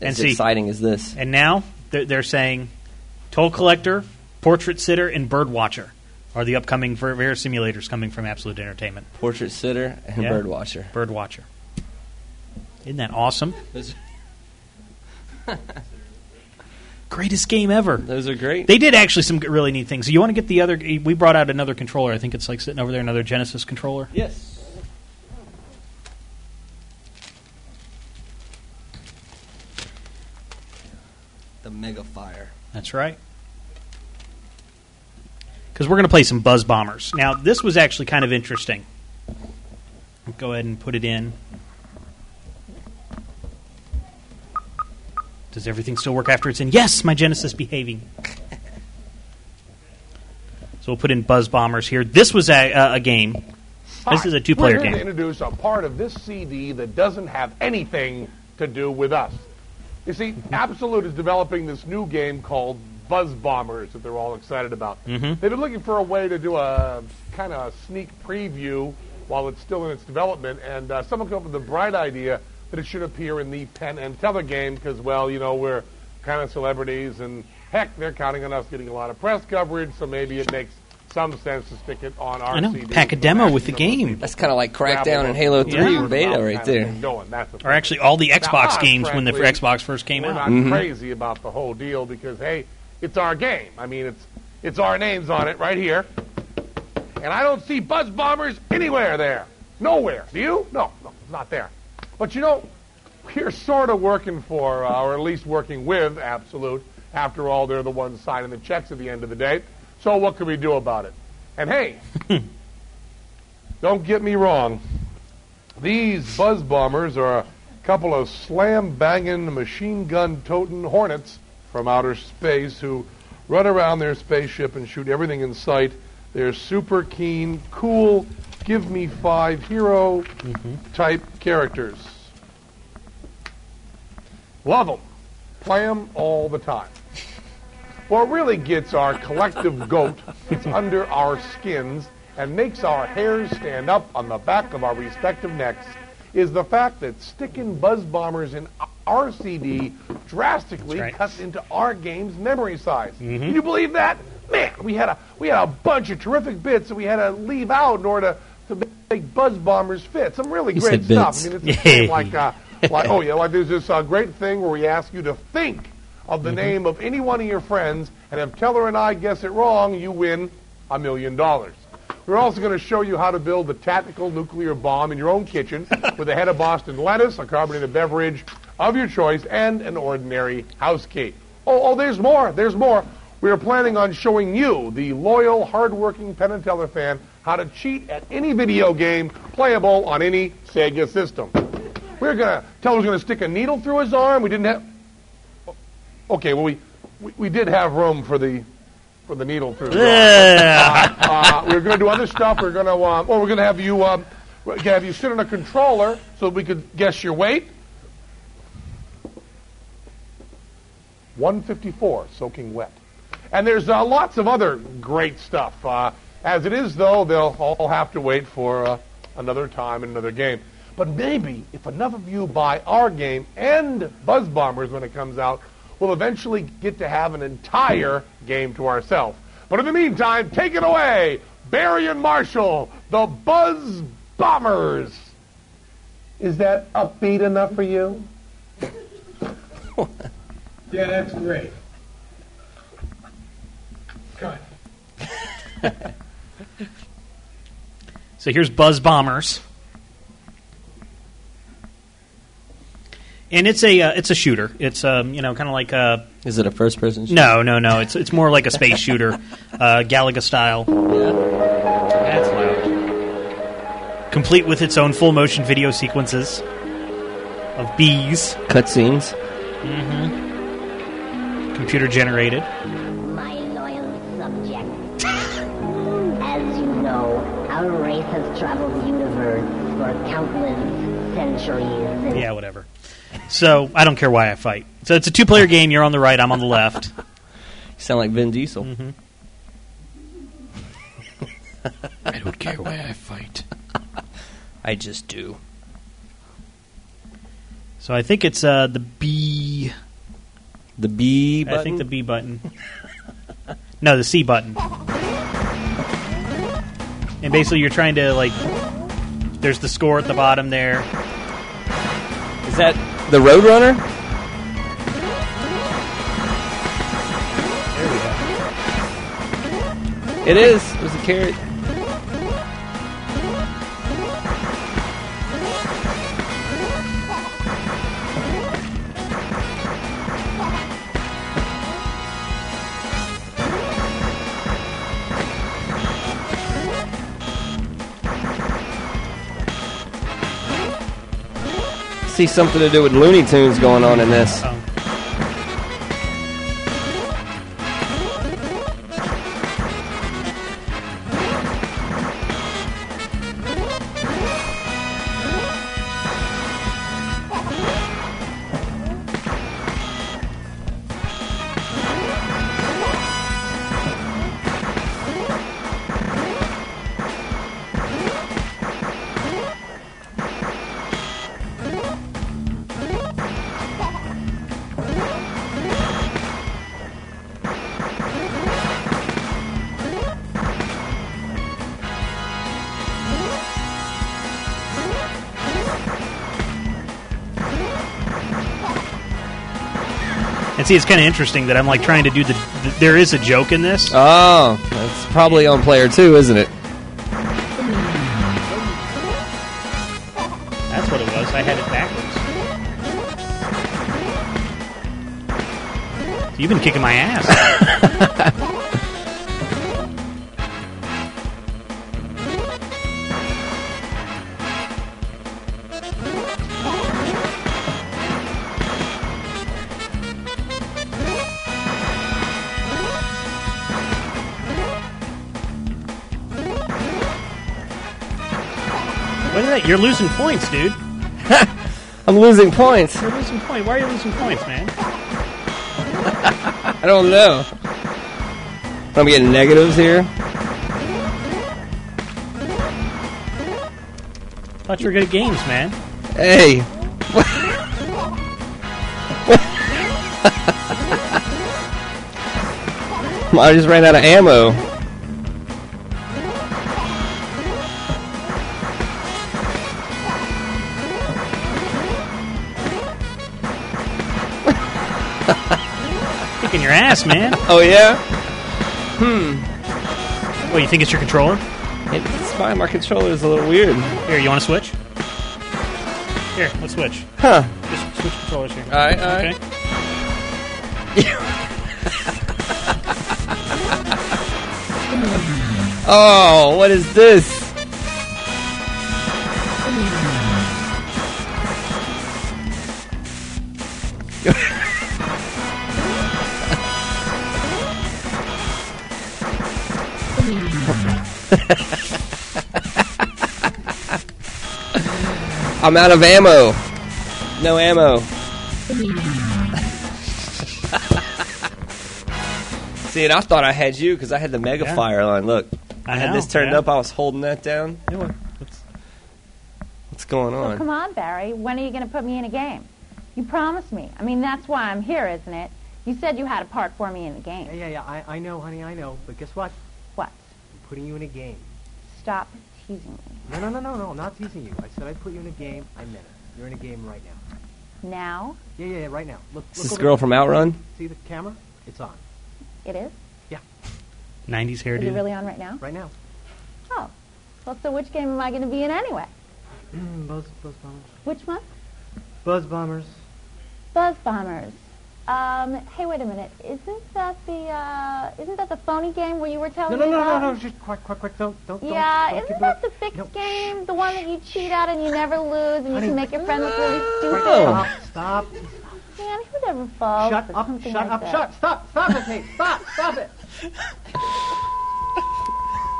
[SPEAKER 1] And
[SPEAKER 3] as
[SPEAKER 1] see-
[SPEAKER 3] exciting as this.
[SPEAKER 1] And now they're, they're saying Toll Collector, Portrait Sitter, and Bird Watcher are the upcoming ver- Vera simulators coming from Absolute Entertainment.
[SPEAKER 3] Portrait Sitter and
[SPEAKER 1] Yeah.
[SPEAKER 3] Bird Watcher.
[SPEAKER 1] Bird Watcher. Isn't that awesome?
[SPEAKER 3] Those,
[SPEAKER 1] Greatest game ever.
[SPEAKER 3] those are great.
[SPEAKER 1] They did actually some g- really neat things. You want to get the other? We brought out another controller. I think it's like sitting over there, another Genesis controller.
[SPEAKER 3] yes. The Mega Fire.
[SPEAKER 1] That's right. Because we're going to play some Buzz Bombers. Now, this was actually kind of interesting. Go ahead and put it in. Does everything still work after it's in? Yes, my Genesis behaving. so we'll put in Buzz Bombers here. This was a, uh, a game. This
[SPEAKER 5] Hi,
[SPEAKER 1] is a two-player
[SPEAKER 5] We're here to
[SPEAKER 1] game.
[SPEAKER 5] introduce a part of this CD that doesn't have anything to do with us. You see,
[SPEAKER 1] Mm-hmm.
[SPEAKER 5] Absolute is developing this new game called Buzz Bombers that they're all excited about.
[SPEAKER 1] Mm-hmm.
[SPEAKER 5] They've been looking for a way to do a kind of sneak preview while it's still in its development, and uh, someone came up with the bright idea that it should appear in the Penn and Teller game because, well, you know, we're kind of celebrities, and heck, they're counting on us getting a lot of press coverage, so maybe it makes some sense to stick it on our
[SPEAKER 1] I know.
[SPEAKER 5] CD
[SPEAKER 1] Pack a
[SPEAKER 5] for the
[SPEAKER 1] demo with the
[SPEAKER 5] maximum number of
[SPEAKER 1] game.
[SPEAKER 5] people
[SPEAKER 3] That's kind of like Crackdown and Halo 3
[SPEAKER 1] Yeah.
[SPEAKER 3] beta right there.
[SPEAKER 1] Or actually, all the Xbox games when the Xbox first came
[SPEAKER 5] we're
[SPEAKER 1] out.
[SPEAKER 5] not crazy about the whole deal because hey, it's our game. I mean, it's it's our names on it right here, and I don't see Buzz Bombers anywhere there. Nowhere. Do you? No, no, it's not there. But you know, we're sort of working for, uh, or at least working with Absolute. After all, they're the ones signing the checks at the end of the day. So what can we do about it? And hey, don't get me wrong. These buzz bombers are a couple of slam banging, machine gun toting hornets from outer space who run around their spaceship and shoot everything in sight. They're super keen, cool, give me five hero type characters. Love them. Play them all the time. What really gets our collective goat is under our skins and makes our hairs stand up on the back of our respective necks is the fact that sticking buzz bombers in our CD drastically
[SPEAKER 1] That's right.
[SPEAKER 5] cuts into our game's memory size. Can you believe that? Man, we had a we had a bunch of terrific bits that we had to leave out in order to make buzz bombers fit. Some really great
[SPEAKER 3] said
[SPEAKER 5] stuff.
[SPEAKER 3] bits.
[SPEAKER 5] I mean, it's a thing like uh, like oh yeah, like there's this uh, great thing where we ask you to think of the name of any one of your friends, and if Teller and I guess it wrong, you win a million dollars. We're also going to show you how to build the tactical nuclear bomb in your own kitchen with a head of Boston lettuce, a carbonated beverage of your choice, and an ordinary house key. Oh, oh, there's more. There's more. We are planning on showing you, the loyal, hardworking Penn and Teller fan, how to cheat at any video game playable on any Sega system. We're gonna Teller's gonna stick a needle through his arm. We didn't have. Okay, well we we, we did have room for the for the needle through. The arm uh, we were going to do other stuff. We are going to, um, or we're going to have you, um, we're gonna have you sit on a controller so we could guess your weight. 154, soaking wet. And there's uh, lots of other great stuff. Uh, as it is, though, they'll all have to wait for uh, another time and another game. But maybe if enough of you buy our game and Buzz Bombers when it comes out, we'll eventually get to have an entire game to ourselves. But in the meantime, take it away, Barry and Marshall, the Buzz Bombers. Is that upbeat enough for you?
[SPEAKER 6] Yeah, that's great. Cut.
[SPEAKER 1] So here's Buzz Bombers, and it's a uh, it's a shooter. It's um, you know kind of like a
[SPEAKER 3] Is it a first person?
[SPEAKER 1] no no no. It's it's more like a space shooter, uh, Galaga style. That's loud. Complete with its own full motion video sequences of bees,
[SPEAKER 3] Cutscenes.
[SPEAKER 1] Mm-hmm. computer generated.
[SPEAKER 6] My loyal subjects. As you know, our race has traveled the universe for countless centuries. And
[SPEAKER 1] Yeah, whatever. So I don't care why I fight. So it's a two player game. You're on the right. I'm on the left. Mm-hmm.
[SPEAKER 3] You sound like Vin Diesel.
[SPEAKER 11] I don't care why I fight.
[SPEAKER 3] I just do.
[SPEAKER 1] So I think it's uh, the B.
[SPEAKER 3] The B
[SPEAKER 1] I
[SPEAKER 3] button.
[SPEAKER 1] think the B button. no, the C button. And basically, you're trying to like. There's the score at the bottom there.
[SPEAKER 3] Is that the Roadrunner? It is. It was a carrot. See something to do with Looney Tunes going on in this.
[SPEAKER 1] Oh. And see, it's kind of interesting that I'm like trying to do the. Th- there is a joke in this.
[SPEAKER 3] Oh, that's probably on player two, isn't it?
[SPEAKER 1] That's what it was. I had it backwards. You've been kicking my ass. Look at that. You're losing points, dude.
[SPEAKER 3] I'm losing points.
[SPEAKER 1] You're losing points. Why are you losing points, man?
[SPEAKER 3] I don't know. I'm getting negatives here.
[SPEAKER 1] Thought you were good at games, man.
[SPEAKER 3] Hey. I just ran out of ammo.
[SPEAKER 1] Kicking your ass, man. Hmm.
[SPEAKER 3] Oh yeah?
[SPEAKER 1] What, you think it's your controller?
[SPEAKER 3] It's fine. My controller is a little weird.
[SPEAKER 1] Here, you want to switch? Here, let's switch.
[SPEAKER 3] Huh?
[SPEAKER 1] Just switch controllers here.
[SPEAKER 3] Alright, alright.
[SPEAKER 1] Okay.
[SPEAKER 3] Oh, what is this? I'm out of ammo. No ammo. See, and I thought I had you because I had the mega
[SPEAKER 1] Yeah.
[SPEAKER 3] fire on. Look, I,
[SPEAKER 1] I
[SPEAKER 3] had
[SPEAKER 1] know,
[SPEAKER 3] this turned
[SPEAKER 1] yeah.
[SPEAKER 3] up. I was holding that down. What's going
[SPEAKER 12] Oh, come
[SPEAKER 3] on?
[SPEAKER 12] on, Barry. When are you going to put me in a game? You promised me. I mean, that's why I'm here, isn't it? You said you had a part for me in the game.
[SPEAKER 13] yeah, yeah. I, I know, honey, I know. But guess what?
[SPEAKER 12] What?
[SPEAKER 13] I'm putting you in a game.
[SPEAKER 12] Stop teasing me.
[SPEAKER 13] No, no, no, no, no. I'm not teasing you. I said I'd put you in a game. I meant it. You're in a game right now.
[SPEAKER 12] Now
[SPEAKER 13] Yeah, yeah, yeah. Right now. Look,
[SPEAKER 3] Is
[SPEAKER 13] look
[SPEAKER 3] this
[SPEAKER 13] over
[SPEAKER 3] girl
[SPEAKER 13] there.
[SPEAKER 3] from Outrun?
[SPEAKER 13] See the camera? It's on.
[SPEAKER 12] it is?
[SPEAKER 1] 90s
[SPEAKER 12] Is it
[SPEAKER 1] hairdo.
[SPEAKER 12] really on right now? Right
[SPEAKER 6] now.
[SPEAKER 12] Oh. Well, so which game am I going to be in anyway?
[SPEAKER 3] Mm,
[SPEAKER 6] Buzz, buzz bombers.
[SPEAKER 12] Which one?
[SPEAKER 6] Buzz bombers.
[SPEAKER 12] Buzz Bombers. Um, hey, wait a minute. Isn't that the uh, isn't that the phony game where you were telling
[SPEAKER 6] No, no,
[SPEAKER 12] me
[SPEAKER 6] no, no,
[SPEAKER 12] about?
[SPEAKER 6] no. Just quick, quick, quick. Don't, don't, don't-
[SPEAKER 12] yeah,
[SPEAKER 6] don't.
[SPEAKER 12] isn't that the fixed game, the one that you cheat at and you never lose, and you can make your friend look really stupid?
[SPEAKER 6] Stop, stop.
[SPEAKER 1] Oh.
[SPEAKER 12] Man, who'd ever fall?
[SPEAKER 6] Shut
[SPEAKER 12] for
[SPEAKER 6] up,
[SPEAKER 12] something
[SPEAKER 6] shut
[SPEAKER 12] like
[SPEAKER 6] up,
[SPEAKER 12] that?
[SPEAKER 6] shut, stop, stop it, Nate, stop, stop it.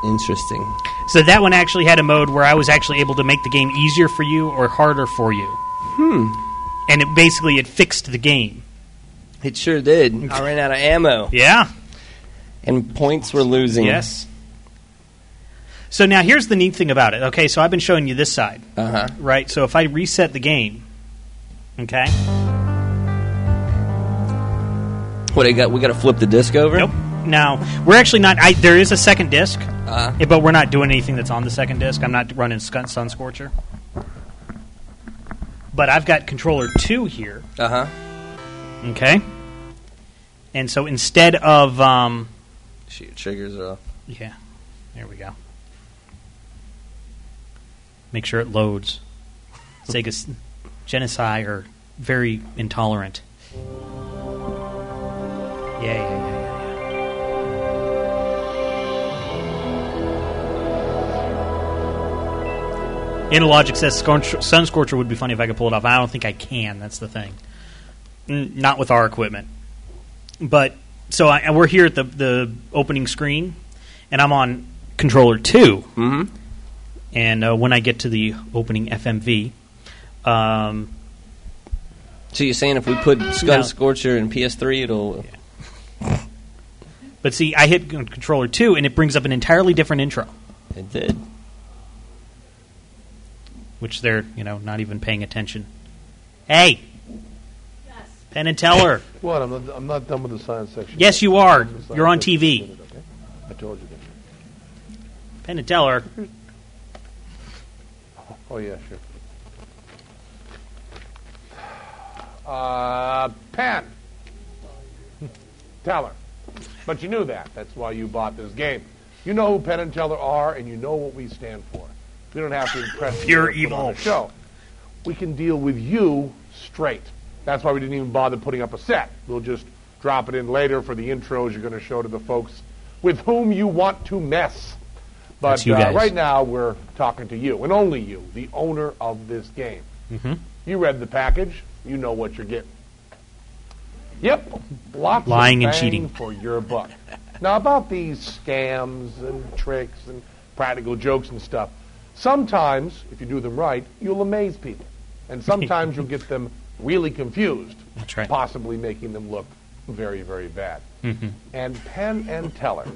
[SPEAKER 3] Interesting.
[SPEAKER 1] So that one actually had a mode where I was actually able to make the game easier for you or harder for you.
[SPEAKER 3] Hmm.
[SPEAKER 1] And it basically it fixed the game.
[SPEAKER 3] It sure did. I ran out of ammo.
[SPEAKER 1] Yeah.
[SPEAKER 3] And points were losing.
[SPEAKER 1] Yes. So now here's the neat thing about it. Okay, so I've been showing you this side.
[SPEAKER 3] Uh huh.
[SPEAKER 1] Right? So if I reset the game, okay?
[SPEAKER 3] What I got? We got to flip the disc over.
[SPEAKER 1] Nope. Now, we're actually not I there is a second disc,
[SPEAKER 3] Uh,
[SPEAKER 1] eh, but we're not doing anything that's on the second disc. I'm not running Sun Sun Scorcher. But I've got controller 2 here.
[SPEAKER 3] uh huh.
[SPEAKER 1] Okay. And so instead of um,
[SPEAKER 3] Shoot, triggers are off.
[SPEAKER 1] yeah, there we go. Make sure it loads. Sega's Genesee are very intolerant. Yeah, yeah, yeah, yeah, yeah. Analogic says Scorch- Sun Scorcher would be funny if I could pull it off. I don't think I can. That's the thing. N- not with our equipment. But so I, we're here at the the opening screen, and I'm on controller 2
[SPEAKER 3] Mm-hmm.
[SPEAKER 1] And uh, when I get to the opening FMV, um,
[SPEAKER 3] So you're saying if we put Scun
[SPEAKER 1] No.
[SPEAKER 3] Scorcher and PS3, it'll
[SPEAKER 1] but see, I hit c- controller two, and it brings up an entirely different intro,
[SPEAKER 3] it did.
[SPEAKER 1] which they're you know not even paying attention. Hey, Penn and Teller.
[SPEAKER 5] What? I'm not, I'm not done with the science section.
[SPEAKER 1] Yes,
[SPEAKER 5] yet.
[SPEAKER 1] you are.
[SPEAKER 5] I'm just-
[SPEAKER 1] You're on
[SPEAKER 5] just-
[SPEAKER 1] TV.
[SPEAKER 5] okay? I told you that.
[SPEAKER 1] Penn and Teller.
[SPEAKER 5] Oh yeah, sure. Uh, Penn. Teller. But you knew that. That's why you bought this game. You know who Penn and Teller are, and you know what we stand for. We don't have to impress you
[SPEAKER 1] Pure
[SPEAKER 5] or put
[SPEAKER 1] evil.
[SPEAKER 5] on a show. We can deal with you straight. That's why we didn't even bother putting up a set. We'll just drop it in later for the intros you're going to show to the folks with whom you want to mess. But
[SPEAKER 1] That's you
[SPEAKER 5] uh,
[SPEAKER 1] guys.
[SPEAKER 5] right now, we're talking to you, and only you, the owner of this game.
[SPEAKER 1] Mm-hmm.
[SPEAKER 5] You read the package. You know what you're getting. Yep, lots
[SPEAKER 1] Lying
[SPEAKER 5] of
[SPEAKER 1] and
[SPEAKER 5] bang
[SPEAKER 1] cheating.
[SPEAKER 5] for your buck. now about these scams and tricks and practical jokes and stuff. Sometimes, if you do them right, you'll amaze people, and sometimes you'll get them really confused,
[SPEAKER 1] That's right.
[SPEAKER 5] possibly making them look very, very bad.
[SPEAKER 1] Mm-hmm.
[SPEAKER 5] And Penn and Teller,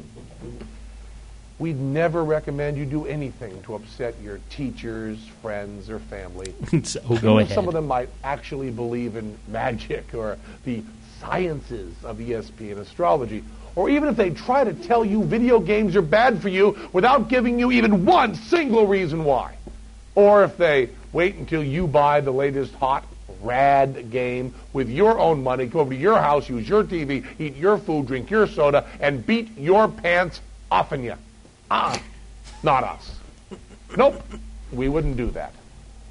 [SPEAKER 5] we'd never recommend you do anything to upset your teachers, friends, or family.
[SPEAKER 1] so
[SPEAKER 5] Even
[SPEAKER 1] go
[SPEAKER 5] if
[SPEAKER 1] ahead.
[SPEAKER 5] Some of them might actually believe in magic or the sciences of ESP and astrology. Or even if they try to tell you video games are bad for you without giving you even one single reason why. Or if they wait until you buy the latest hot, rad game with your own money, go over to your house, use your TV, eat your food, drink your soda, and beat your pants off in you. Ah, not us. Nope, we wouldn't do that.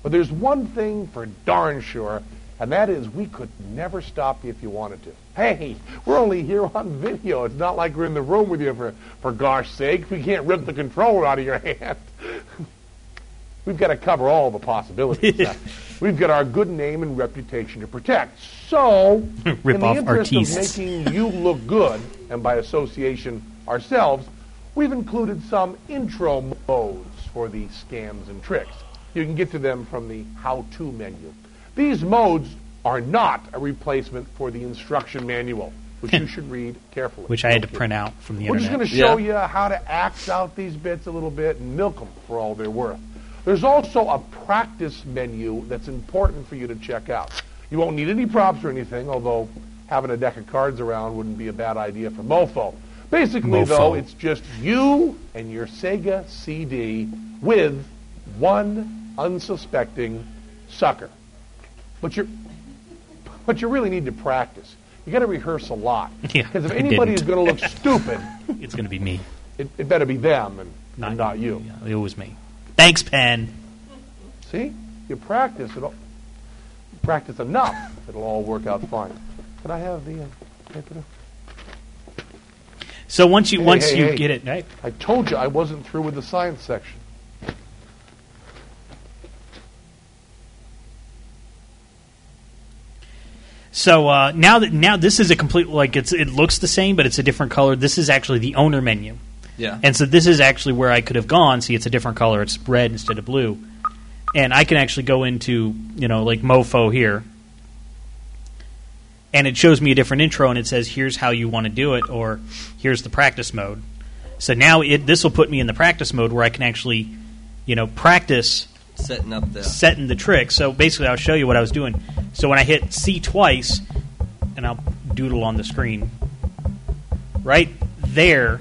[SPEAKER 5] But there's one thing for darn sure, and that is we could never stop you if you wanted to. Hey, we're only here on video. It's not like we're in the room with you for, for gosh sake. We can't rip the controller out of your hand. We've got to cover all the possibilities. Now, We've got our good name and reputation to protect. So,
[SPEAKER 1] Rip
[SPEAKER 5] in the
[SPEAKER 1] off
[SPEAKER 5] interest
[SPEAKER 1] artistes.
[SPEAKER 5] of making you look good, and by association ourselves, we've included some intro modes for the scams and tricks. You can get to them from the how-to menu. These modes are not a replacement for the instruction manual, which you should read carefully.
[SPEAKER 1] Which I had
[SPEAKER 5] No
[SPEAKER 1] to
[SPEAKER 5] kidding.
[SPEAKER 1] print out from the
[SPEAKER 5] We're
[SPEAKER 1] internet.
[SPEAKER 5] just going to show you how to axe out these bits a little bit and milk them for all they're worth. There's also a practice menu that's important for you to check out. You won't need any props or anything, although having a deck of cards around wouldn't be a bad idea for Mofo. Basically, though,
[SPEAKER 1] Mofo.
[SPEAKER 5] it's just you and your Sega CD with one unsuspecting sucker. But you're but you really need to practice. you got to rehearse a lot.
[SPEAKER 1] Yeah,
[SPEAKER 5] Because if
[SPEAKER 1] I
[SPEAKER 5] anybody
[SPEAKER 1] didn't.
[SPEAKER 5] is going to look stupid,
[SPEAKER 1] it's going to be me.
[SPEAKER 5] It, it better be them and not, you.
[SPEAKER 1] It was me. Thanks, Penn.
[SPEAKER 5] See, you practice it. All, practice enough, it'll all work out fine. Can I have the uh, paper?
[SPEAKER 1] So once you
[SPEAKER 5] Hey,
[SPEAKER 1] once
[SPEAKER 5] hey,
[SPEAKER 1] you
[SPEAKER 5] hey.
[SPEAKER 1] get it, hey,
[SPEAKER 5] I told you I wasn't through with the science section.
[SPEAKER 1] So uh, now that now this is a complete like it's it looks the same, but it's a different color. This is actually the owner menu.
[SPEAKER 3] Yeah.
[SPEAKER 1] And so this is actually where I could have gone. See, it's a different color. It's red instead of blue, and I can actually go into you know like Mofo here, and it shows me a different intro, and it says here's how you want to do it, or here's the practice mode. So now it this will put me in the practice mode where I can actually you know practice
[SPEAKER 3] setting up the
[SPEAKER 1] setting the trick. So basically, I'll show you what I was doing. So when I hit C twice, and I'll doodle on the screen, right there,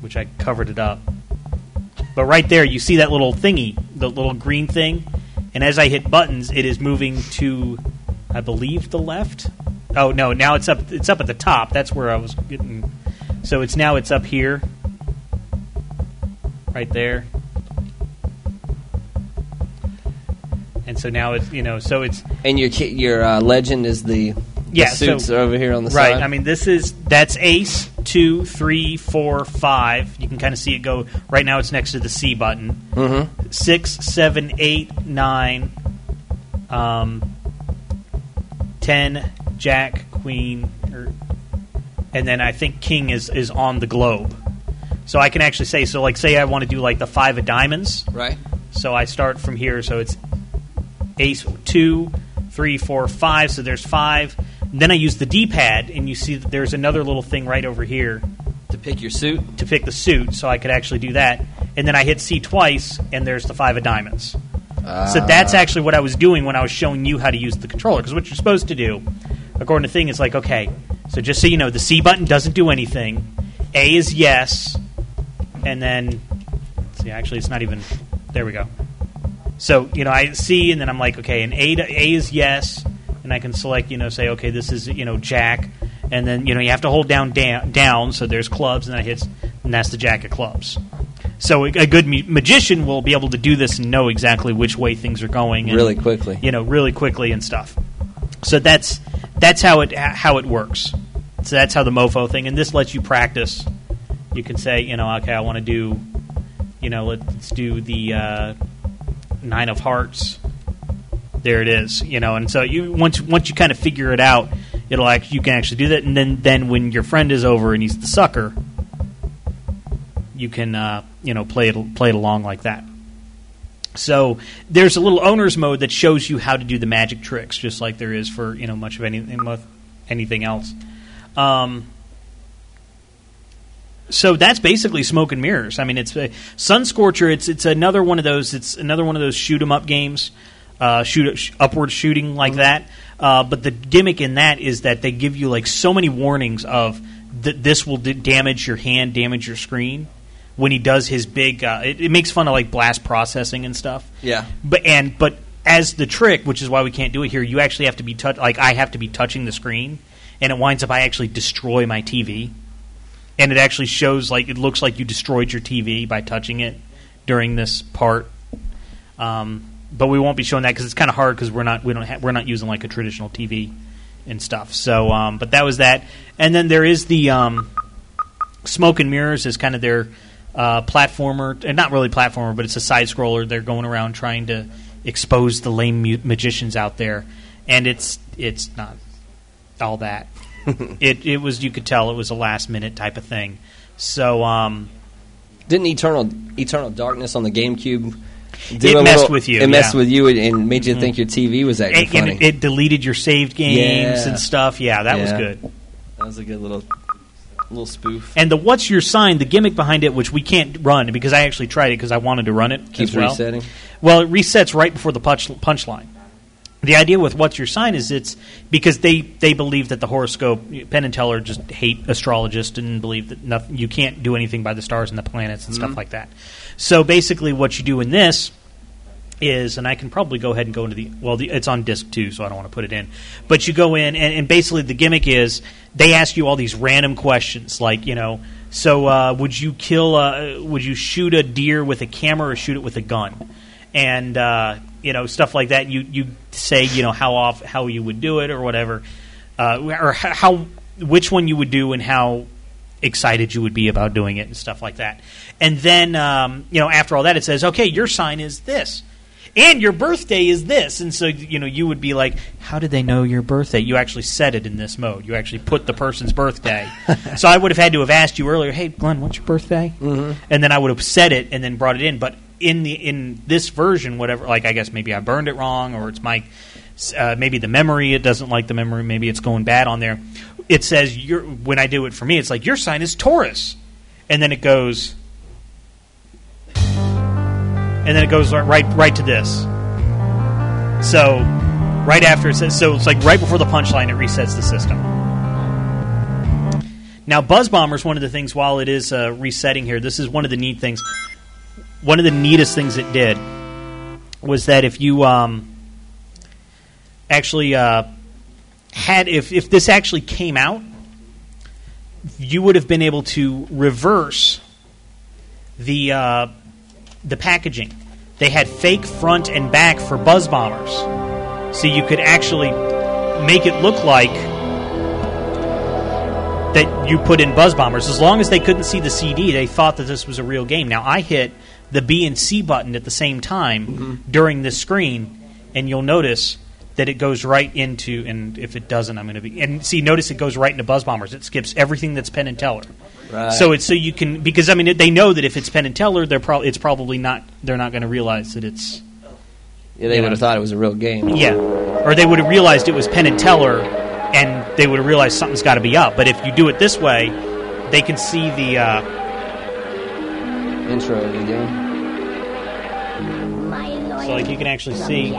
[SPEAKER 1] which I covered it up. But right there, you see that little thingy, the little green thing, and as I hit buttons, it is moving to, I believe, the left. Oh no, now it's up. It's up at the top. That's where I was getting. So it's now it's up here, right there. and so now it's you know so it's
[SPEAKER 3] And your ki- your uh, legend is the, the
[SPEAKER 1] yeah
[SPEAKER 3] suits
[SPEAKER 1] so,
[SPEAKER 3] are over here on the
[SPEAKER 1] right
[SPEAKER 3] side.
[SPEAKER 1] i mean this is that's ace two three four five you can kind of see it go right now it's next to the c button
[SPEAKER 3] Mhm.
[SPEAKER 1] Six, seven, eight, nine, um, ten, jack queen or, and then i think king is is on the globe so i can actually say so like say i want to do like the five of diamonds
[SPEAKER 3] right
[SPEAKER 1] so i start from here so it's ace two three four five so there's five then i use the d-pad and you see that there's another little thing right over here
[SPEAKER 3] to pick your suit
[SPEAKER 1] to pick the suit so i could actually do that and then i hit c twice and there's the five of diamonds so that's
[SPEAKER 3] Ah.
[SPEAKER 1] actually what i was doing when i was showing you how to use the controller because what you're supposed to do according to thing is like okay so just so you know the c button doesn't do anything a is yes and then see actually it's not even there we go so you know i see and then i'm like okay and a, to- a is yes and i can select you know say okay this is you know jack and then you know you have to hold down down, down so there's clubs and then it hits and that's the jack of clubs so a, a good ma- magician will be able to do this and know exactly which way things are going and,
[SPEAKER 3] Really quickly.
[SPEAKER 1] you know really quickly and stuff so that's that's how it how it works so that's how the mofo thing and this lets you practice you can say you know okay i want to do you know let's do the uh, nine of hearts there it is you know and so you once once you kind of figure it out it'll act you can actually do that and then then when your friend is over and he's the sucker you can uh, you know play it play it along like that so there's a little owner's mode that shows you how to do the magic tricks, just like there is for you know much of anything anything else. Um, so that's basically smoke and mirrors. I mean, it's uh, Sun Scorcher. It's it's another one of those. It's another one of those shoot 'em up games, uh, shoot sh- upward shooting like that. Uh, but the gimmick in that is that they give you like so many warnings of th- this will d- damage your hand, damage your screen. When he does his big, uh, it, it makes fun of like blast processing and stuff.
[SPEAKER 3] Yeah.
[SPEAKER 1] But and but as the trick, which is why we can't do it here, you actually have to be touch like I have to be touching the screen, and it winds up I actually destroy my TV, and it actually shows like it looks like you destroyed your TV by touching it during this part. Um, but we won't be showing that because it's kind of hard because we're not we don't ha- we're not using like a traditional TV and stuff. So, um, but that was that, and then there is the um, Smoke and Mirrors is kind of their uh, platformer, and not really platformer, but it's a side scroller. They're going around trying to expose the lame mu- magicians out there, and it's it's not all that. it it was you could tell it was a last minute type of thing. So um,
[SPEAKER 3] Didn't Eternal Eternal Darkness on the GameCube?
[SPEAKER 1] It
[SPEAKER 3] do a
[SPEAKER 1] messed
[SPEAKER 3] little-
[SPEAKER 1] with you,
[SPEAKER 3] It messed
[SPEAKER 1] yeah.
[SPEAKER 3] with you and, and made you
[SPEAKER 1] Mhm.
[SPEAKER 3] think your TV was acting
[SPEAKER 1] it,
[SPEAKER 3] funny.
[SPEAKER 1] it, it deleted your saved games
[SPEAKER 3] Yeah.
[SPEAKER 1] and stuff. Yeah, that was
[SPEAKER 3] Yeah.
[SPEAKER 1] good.
[SPEAKER 3] That was a good little little spoof.
[SPEAKER 1] And the what's your sign, the gimmick behind it, which we can't run because I actually tried it because I wanted to run it.
[SPEAKER 3] Keeps
[SPEAKER 1] as well.
[SPEAKER 3] resetting.
[SPEAKER 1] Well, it resets right before the punch punchline. The idea with what's your sign is it's because they, they believe that the horoscope Penn and Teller just hate astrologists and believe that nothing you can't
[SPEAKER 3] Mm-hmm.
[SPEAKER 1] do anything by the stars and the planets and
[SPEAKER 14] Mhm.
[SPEAKER 1] stuff like that. So basically, what you do in this is, and I can probably go ahead and go into the well, the, it's on disc two, so I don't want to put it in. But you go in, and, and basically the gimmick is they ask you all these random questions, like you know, so uh, would you kill, uh, would you shoot a deer with a camera or shoot it with a gun, and uh, you know stuff like that. You you say you know how off how you would do it or whatever, uh, or h- how which one you would do and how excited you would be about doing it and stuff like that. And then um, you know after all that, it says okay, your sign is this and your birthday is this and so you know you would be like how did they know your birthday you actually said it in this mode you actually put the person's birthday so i would have had to have asked you earlier hey glenn what's your birthday mm-hmm. and then i would have said it and then brought it in but in the in this version whatever like i guess maybe i burned it wrong or it's my uh, maybe the memory it doesn't like the memory maybe it's going bad on there it says your when i do it for me it's like your sign is taurus and then it goes and then it goes right right, right to this. So right after it says so it's like right before the punchline it resets the system. Now Buzz Bomber is one of the things while it is uh, resetting here. This is one of the neat things. One of the neatest things it did was that if you um, actually uh, had if if this actually came out, you would have been able to reverse the uh, the packaging. They had fake front and back for buzz bombers, so you could actually make it look like that you put in buzz bombers. As long as they couldn't see the CD, they thought that this was a real game. Now I hit the B and C button at the same time during this screen, and you'll notice that it goes right into. And if it doesn't, I'm going to be. And see, notice it goes right into buzz bombers. It skips everything that's Penn and Teller.
[SPEAKER 3] Right.
[SPEAKER 1] So it's so you can because I mean they know that if it's Penn and Teller, they're probably it's probably not they're not going to realize that it's
[SPEAKER 3] Yeah, they would have thought it was a real game.
[SPEAKER 1] yeah, or they would have realized it was Penn and Teller, and they would have realized something's got to be up. But if you do it this way, they can see the uh,
[SPEAKER 3] Intro of the game.
[SPEAKER 1] so like you can actually see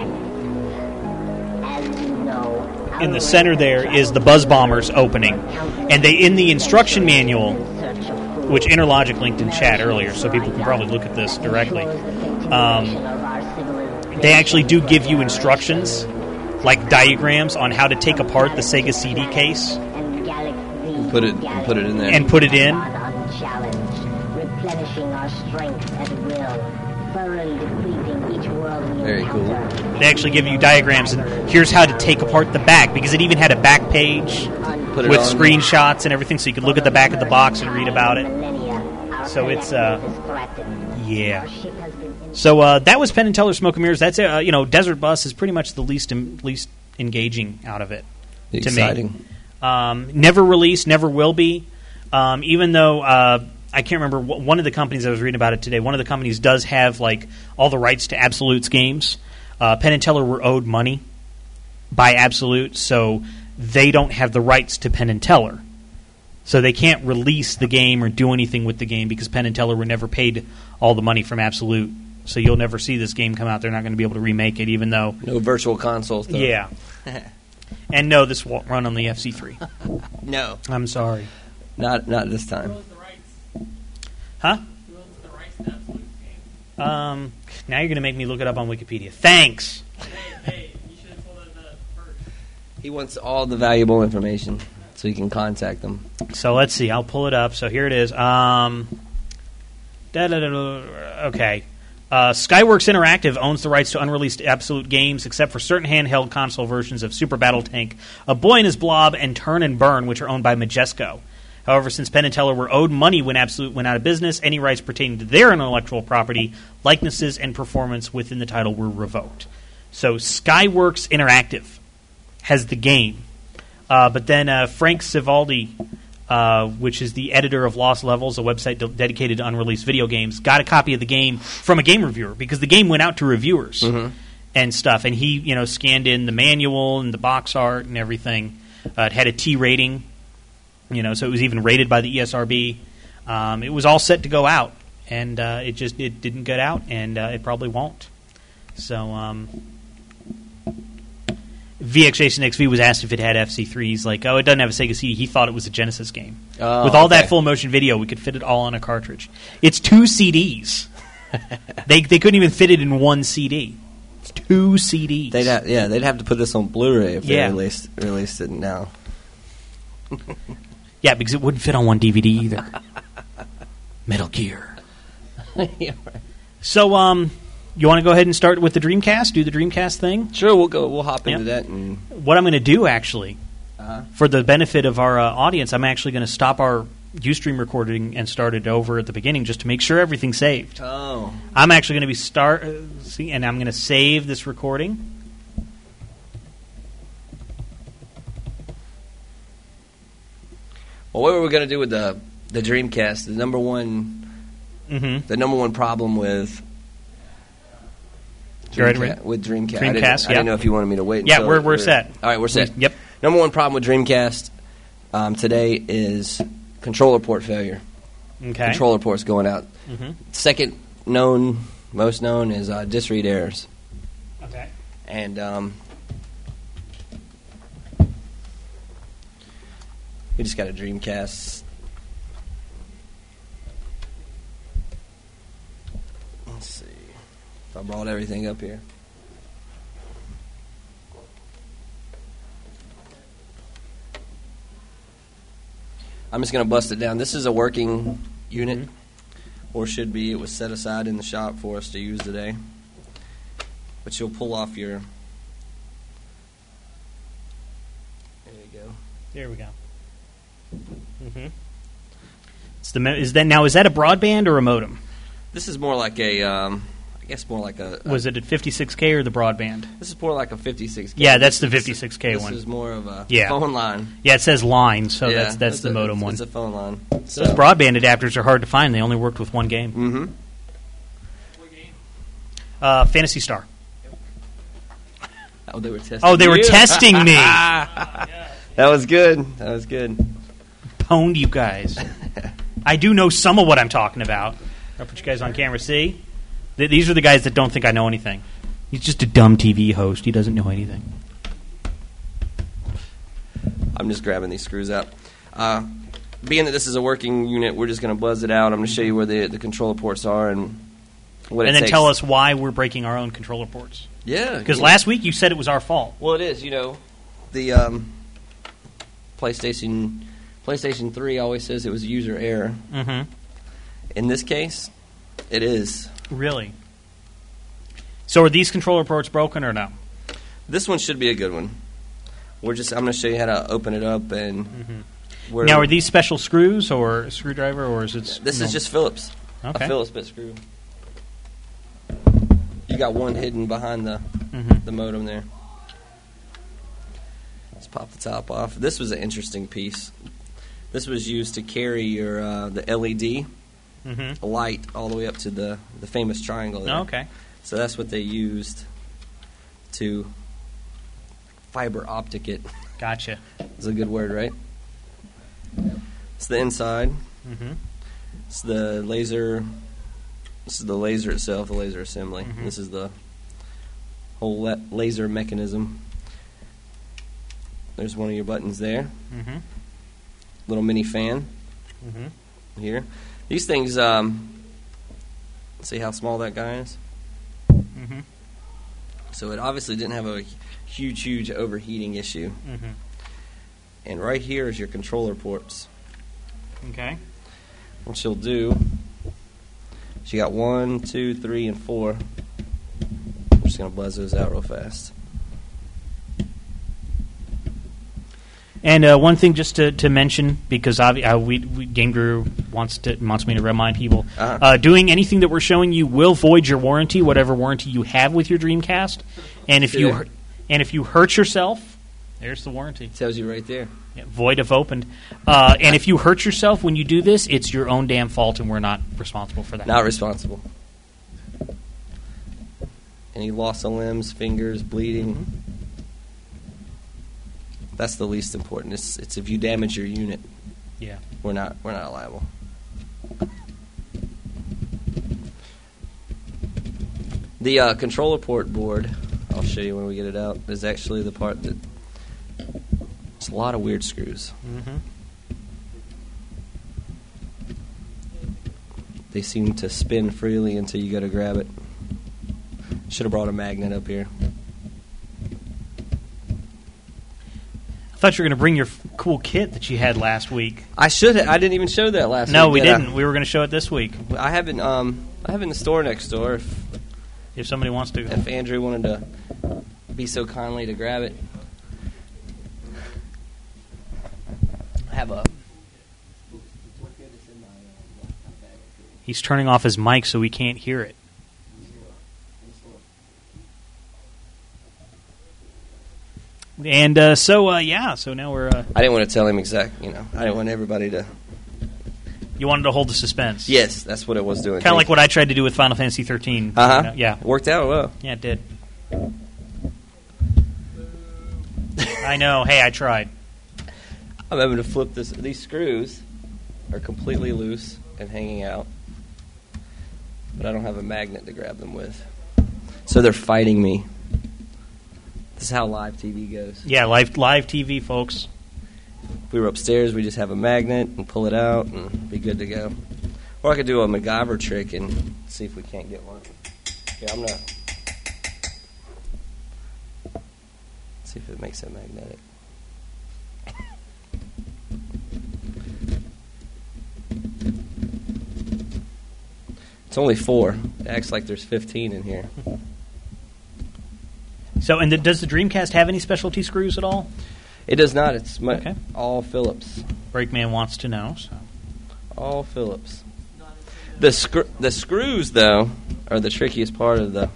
[SPEAKER 15] No,
[SPEAKER 1] in the center there is the Buzz Bombers opening, and they in the instruction manual, which Interlogic linked in chat earlier, so people can probably look at this directly. Um, they actually do give you instructions, like diagrams on how to take apart the Sega CD case
[SPEAKER 3] Put it put it in there.
[SPEAKER 1] and put it in.
[SPEAKER 15] unchallenged, replenishing our strength at will, thoroughly depleting each world we
[SPEAKER 3] Very cool.
[SPEAKER 1] They actually give you diagrams and here's how to take apart the back because it even had a back page
[SPEAKER 3] Put it
[SPEAKER 1] with
[SPEAKER 3] on.
[SPEAKER 1] screenshots and everything, so you could look at the back of the box and read about it. So it's uh,
[SPEAKER 3] Mm.
[SPEAKER 1] yeah. So uh, that was Penn and Teller Smoke and Mirrors. That's uh, you know Desert Bus is pretty much the least em- least engaging out of it to me.
[SPEAKER 3] Exciting.
[SPEAKER 1] Um, never released, never will be. Um, even though uh, I can't remember wh- one of the companies I was reading about it today. One of the companies does have like all the rights to Absolute's games. Uh, Penn and Teller were owed money by Absolute, so they don't have the rights to Penn and Teller. So they can't release the game or do anything with the game because Penn and Teller were never paid all the money from Absolute. So you'll never see this game come out. They're not going to be able to remake it, even though
[SPEAKER 3] No virtual console stuff.
[SPEAKER 1] yeah. and no, this won't run on the FC3.
[SPEAKER 3] No.
[SPEAKER 1] I'm sorry.
[SPEAKER 3] Not not this time.
[SPEAKER 1] Huh? Um, now you're going to make me look it up on Wikipedia. Thanks.
[SPEAKER 3] He wants all the valuable information so you can contact them.
[SPEAKER 1] So let's see. I'll pull it up. So here it is. Um, da-da-da-da, okay. Uh, Skyworks Interactive owns the rights to unreleased Absolute games, except for certain handheld console versions of Super Battle Tank, A Boy and His Blob, and Turn and Burn, which are owned by Majesco. However, since Penn and Teller were owed money when Absolute went out of business, any rights pertaining to their intellectual property, likenesses, and performance within the title were revoked. So Skyworks Interactive has the game. Uh, but then uh, Frank Sivaldi, uh, which is the editor of Lost Levels, a website de- dedicated to unreleased video games, got a copy of the game from a game reviewer because the game went out to reviewers and stuff. And he, you know, scanned in the manual and the box art and everything. Uh, it had a T rating, you know, so it was even rated by the E ESRB. Um, it was all set to go out, and uh, it just it didn't get out, and uh, it probably won't. So um, VXJSonXV was asked if it had FC3. He's like, oh, it doesn't have a Sega CD. He thought it was a Genesis game.
[SPEAKER 3] Oh,
[SPEAKER 1] With all
[SPEAKER 3] okay.
[SPEAKER 1] that full motion video, we could fit it all on a cartridge. It's two CDs. they, they couldn't even fit it in one CD. two CDs.
[SPEAKER 3] They'd ha- yeah, they'd have to put this on Blu-ray if
[SPEAKER 1] Yeah.
[SPEAKER 3] they released released it now.
[SPEAKER 1] Yeah, because it wouldn't fit on one DVD either. Metal Gear.
[SPEAKER 3] yeah,
[SPEAKER 1] So, um, you want to go ahead and start with the Dreamcast? Do the Dreamcast thing?
[SPEAKER 3] Sure, we'll go. We'll hop into that. uh-huh.
[SPEAKER 1] What I'm going to do, actually, for the benefit of our uh, audience, I'm actually going to stop our UStream recording and start it over at the beginning just to make sure everything's saved.
[SPEAKER 3] Oh.
[SPEAKER 1] I'm actually going to be start uh, see, and I'm going to save this recording.
[SPEAKER 3] Well, what were we going to do with the the Dreamcast? The number one,
[SPEAKER 1] Mhm.
[SPEAKER 3] the number one problem with
[SPEAKER 1] Go ahead,
[SPEAKER 3] Dreamca-
[SPEAKER 1] Rick.
[SPEAKER 3] with Dreamcast. I didn't,
[SPEAKER 1] Dreamcast,
[SPEAKER 3] I
[SPEAKER 1] yeah.
[SPEAKER 3] didn't know if you wanted me to wait.
[SPEAKER 1] Yeah,
[SPEAKER 3] until-
[SPEAKER 1] we're- we're set.
[SPEAKER 3] All right, we're set.
[SPEAKER 1] Yep.
[SPEAKER 3] Number one problem with Dreamcast um, today is controller port failure.
[SPEAKER 1] Okay.
[SPEAKER 3] Controller ports going out.
[SPEAKER 1] Mhm.
[SPEAKER 3] Second known, most known is uh, disc read errors.
[SPEAKER 1] Okay.
[SPEAKER 3] And um, we just got a Dreamcast. Let's see if I brought everything up here. I'm just going to bust it down. This is a working unit, or should be. It was set aside in the shop for us to use today. But you'll pull off your. There you go.
[SPEAKER 1] There we go. Mm-hmm. It's the mo- is that now is that a broadband or a modem?
[SPEAKER 3] This is more like a, um, I guess more like a.
[SPEAKER 1] Was it at 56k or the broadband?
[SPEAKER 3] This is more like a 56K.
[SPEAKER 1] Yeah, that's the
[SPEAKER 3] This is-
[SPEAKER 1] 56K one.
[SPEAKER 3] This is more of a
[SPEAKER 1] Yeah.
[SPEAKER 3] phone line.
[SPEAKER 1] Yeah, it says line, so
[SPEAKER 3] Yeah,
[SPEAKER 1] that's that's
[SPEAKER 3] it's
[SPEAKER 1] the
[SPEAKER 3] a-
[SPEAKER 1] modem
[SPEAKER 3] it's-
[SPEAKER 1] one.
[SPEAKER 3] It's a phone line. So,
[SPEAKER 1] Those broadband adapters are hard to find. They only worked with one game.
[SPEAKER 3] Mm-hmm.
[SPEAKER 1] Uh, Fantasy Star.
[SPEAKER 3] Oh, they were testing.
[SPEAKER 1] Oh, they were
[SPEAKER 3] you.
[SPEAKER 1] testing me.
[SPEAKER 3] that was good. That was good.
[SPEAKER 1] Pwned you guys. I do know some of what I'm talking about. I'll put you guys on camera. See, Th- these are the guys that don't think I know anything. He's just a dumb TV host. He doesn't know anything.
[SPEAKER 3] I'm just grabbing these screws out. Uh, being that this is a working unit, we're just going to buzz it out. I'm going to show you where the, the controller ports are and what it
[SPEAKER 1] and then
[SPEAKER 3] takes.
[SPEAKER 1] tell us why we're breaking our own controller ports.
[SPEAKER 3] Yeah,
[SPEAKER 1] Because
[SPEAKER 3] yeah.
[SPEAKER 1] last week you said it was our fault.
[SPEAKER 3] Well, it is. You know, the um, PlayStation PlayStation Three always says it was user error.
[SPEAKER 1] Mhm.
[SPEAKER 3] In this case, it is.
[SPEAKER 1] Really? So are these controller ports broken or no?
[SPEAKER 3] This one should be a good one. We're just. I'm going to show you how to open it up and.
[SPEAKER 1] Mm-hmm.
[SPEAKER 3] where-
[SPEAKER 1] now, are these special screws or a screwdriver or is it? s-
[SPEAKER 3] This
[SPEAKER 1] no?
[SPEAKER 3] is just Phillips.
[SPEAKER 1] Okay.
[SPEAKER 3] A Phillips bit screw. You got one hidden behind the
[SPEAKER 1] Mm-hmm.
[SPEAKER 3] the modem there. Let's pop the top off. This was an interesting piece. This was used to carry your uh, the LED
[SPEAKER 1] Mhm.
[SPEAKER 3] light all the way up to the the famous triangle. There.
[SPEAKER 1] Oh, Okay.
[SPEAKER 3] So that's what they used to fiber optic it.
[SPEAKER 1] Gotcha.
[SPEAKER 3] Is a good word, right? It's the inside.
[SPEAKER 1] Mhm.
[SPEAKER 3] It's the laser. This is the laser itself, the laser assembly.
[SPEAKER 1] Mhm.
[SPEAKER 3] This is the whole la- laser mechanism. There's one of your buttons there.
[SPEAKER 1] Mhm.
[SPEAKER 3] Little mini fan
[SPEAKER 1] Mhm.
[SPEAKER 3] here. These things. Um, see how small that guy is.
[SPEAKER 1] Mhm.
[SPEAKER 3] So it obviously didn't have a huge, huge overheating issue.
[SPEAKER 1] Mhm.
[SPEAKER 3] And right here is your controller ports.
[SPEAKER 1] Okay.
[SPEAKER 3] What she'll do, she got one, two, three, and four. I'm just gonna buzz those out real fast.
[SPEAKER 1] And uh, one thing just to, to mention, because obvi- uh, we, we, Game Guru wants to wants me to remind people,
[SPEAKER 3] Uh-huh.
[SPEAKER 1] uh, doing anything that we're showing you will void your warranty, whatever warranty you have with your Dreamcast. And if
[SPEAKER 3] See
[SPEAKER 1] you
[SPEAKER 3] there?
[SPEAKER 1] hu- and if you hurt yourself, There's the warranty.
[SPEAKER 3] tells you right there.
[SPEAKER 1] void if opened. Uh, and if you hurt yourself when you do this, it's your own damn fault, and we're not responsible for that.
[SPEAKER 3] Not responsible. Any loss of limbs, fingers, bleeding.
[SPEAKER 1] Mm-hmm.
[SPEAKER 3] That's the least important. It's, it's if you damage your unit.
[SPEAKER 1] Yeah.
[SPEAKER 3] We're not we're not liable. The uh, controller port board, I'll show you when we get it out, is actually the part that it's a lot of weird screws.
[SPEAKER 1] Mm-hmm.
[SPEAKER 3] They seem to spin freely until you go to grab it. Should have brought a magnet up here.
[SPEAKER 1] I thought you were going to bring your f- cool kit that you had last week.
[SPEAKER 3] I should. I didn't even show that last.
[SPEAKER 1] no,
[SPEAKER 3] week,
[SPEAKER 1] we
[SPEAKER 3] did uh, I?
[SPEAKER 1] didn't. We were going to show it this week.
[SPEAKER 3] I haven't. Um, I have it in the store next door. If
[SPEAKER 1] if somebody wants to,
[SPEAKER 3] if Andrew wanted to be so kindly to grab it, I have a.
[SPEAKER 1] He's turning off his mic so we can't hear it. And uh, so, uh, yeah. So now we're. Uh,
[SPEAKER 3] I didn't want to tell him exact. You know, I didn't want everybody to.
[SPEAKER 1] you wanted to hold the suspense,
[SPEAKER 3] Yes, that's what it was doing.
[SPEAKER 1] kind of like what I tried to do with Final Fantasy 13.
[SPEAKER 3] Uh huh.
[SPEAKER 1] you know? Yeah.
[SPEAKER 3] Worked out well.
[SPEAKER 1] Yeah, it did. I know. Hey, I tried.
[SPEAKER 3] I'm having to flip this. These screws are completely loose and hanging out, but I don't have a magnet to grab them with. So they're fighting me. This is how live TV goes.
[SPEAKER 1] Yeah, live live TV, folks.
[SPEAKER 3] If we were upstairs, we just have a magnet and pull it out and be good to go. Or I could do a MacGyver trick and see if we can't get one. Yeah, I'm not. See if it makes it magnetic. It's only four. It acts like there's 15 in here.
[SPEAKER 1] So, and the, does the Dreamcast have any specialty screws at all?
[SPEAKER 3] It does not. It's mu-
[SPEAKER 1] Okay.
[SPEAKER 3] all Phillips.
[SPEAKER 1] Breakman wants to know. So.
[SPEAKER 3] All Phillips. The scr- the screws though are the trickiest part of the.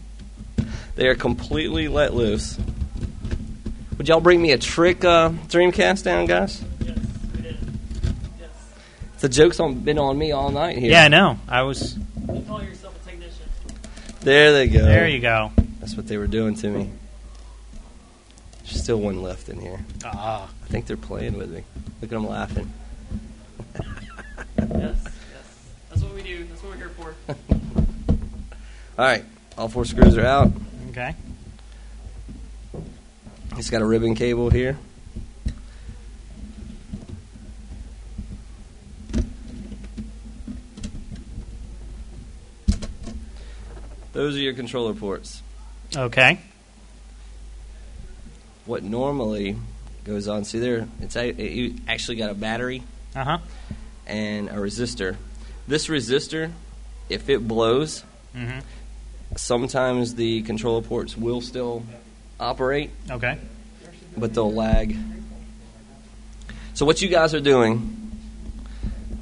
[SPEAKER 3] they are completely let loose. Would y'all bring me a trick uh, Dreamcast down, guys? The joke's on, been on me all night here.
[SPEAKER 1] Yeah, I know. I was.
[SPEAKER 3] There they go.
[SPEAKER 1] There you go.
[SPEAKER 3] That's what they were doing to me. There's still one left in here.
[SPEAKER 1] Ah.
[SPEAKER 3] I think they're playing with me. Look at them laughing.
[SPEAKER 16] That's what we do. That's what we're here for.
[SPEAKER 3] All right, all four screws are out.
[SPEAKER 1] Okay.
[SPEAKER 3] It's got a ribbon cable here. Those are your controller ports.
[SPEAKER 1] Okay.
[SPEAKER 3] What normally goes on, see there, it's a, it, you actually got a battery
[SPEAKER 1] Uh huh.
[SPEAKER 3] and a resistor. This resistor, if it blows,
[SPEAKER 1] Mhm.
[SPEAKER 3] sometimes the controller ports will still operate.
[SPEAKER 1] Okay.
[SPEAKER 3] but they'll lag. So what you guys are doing?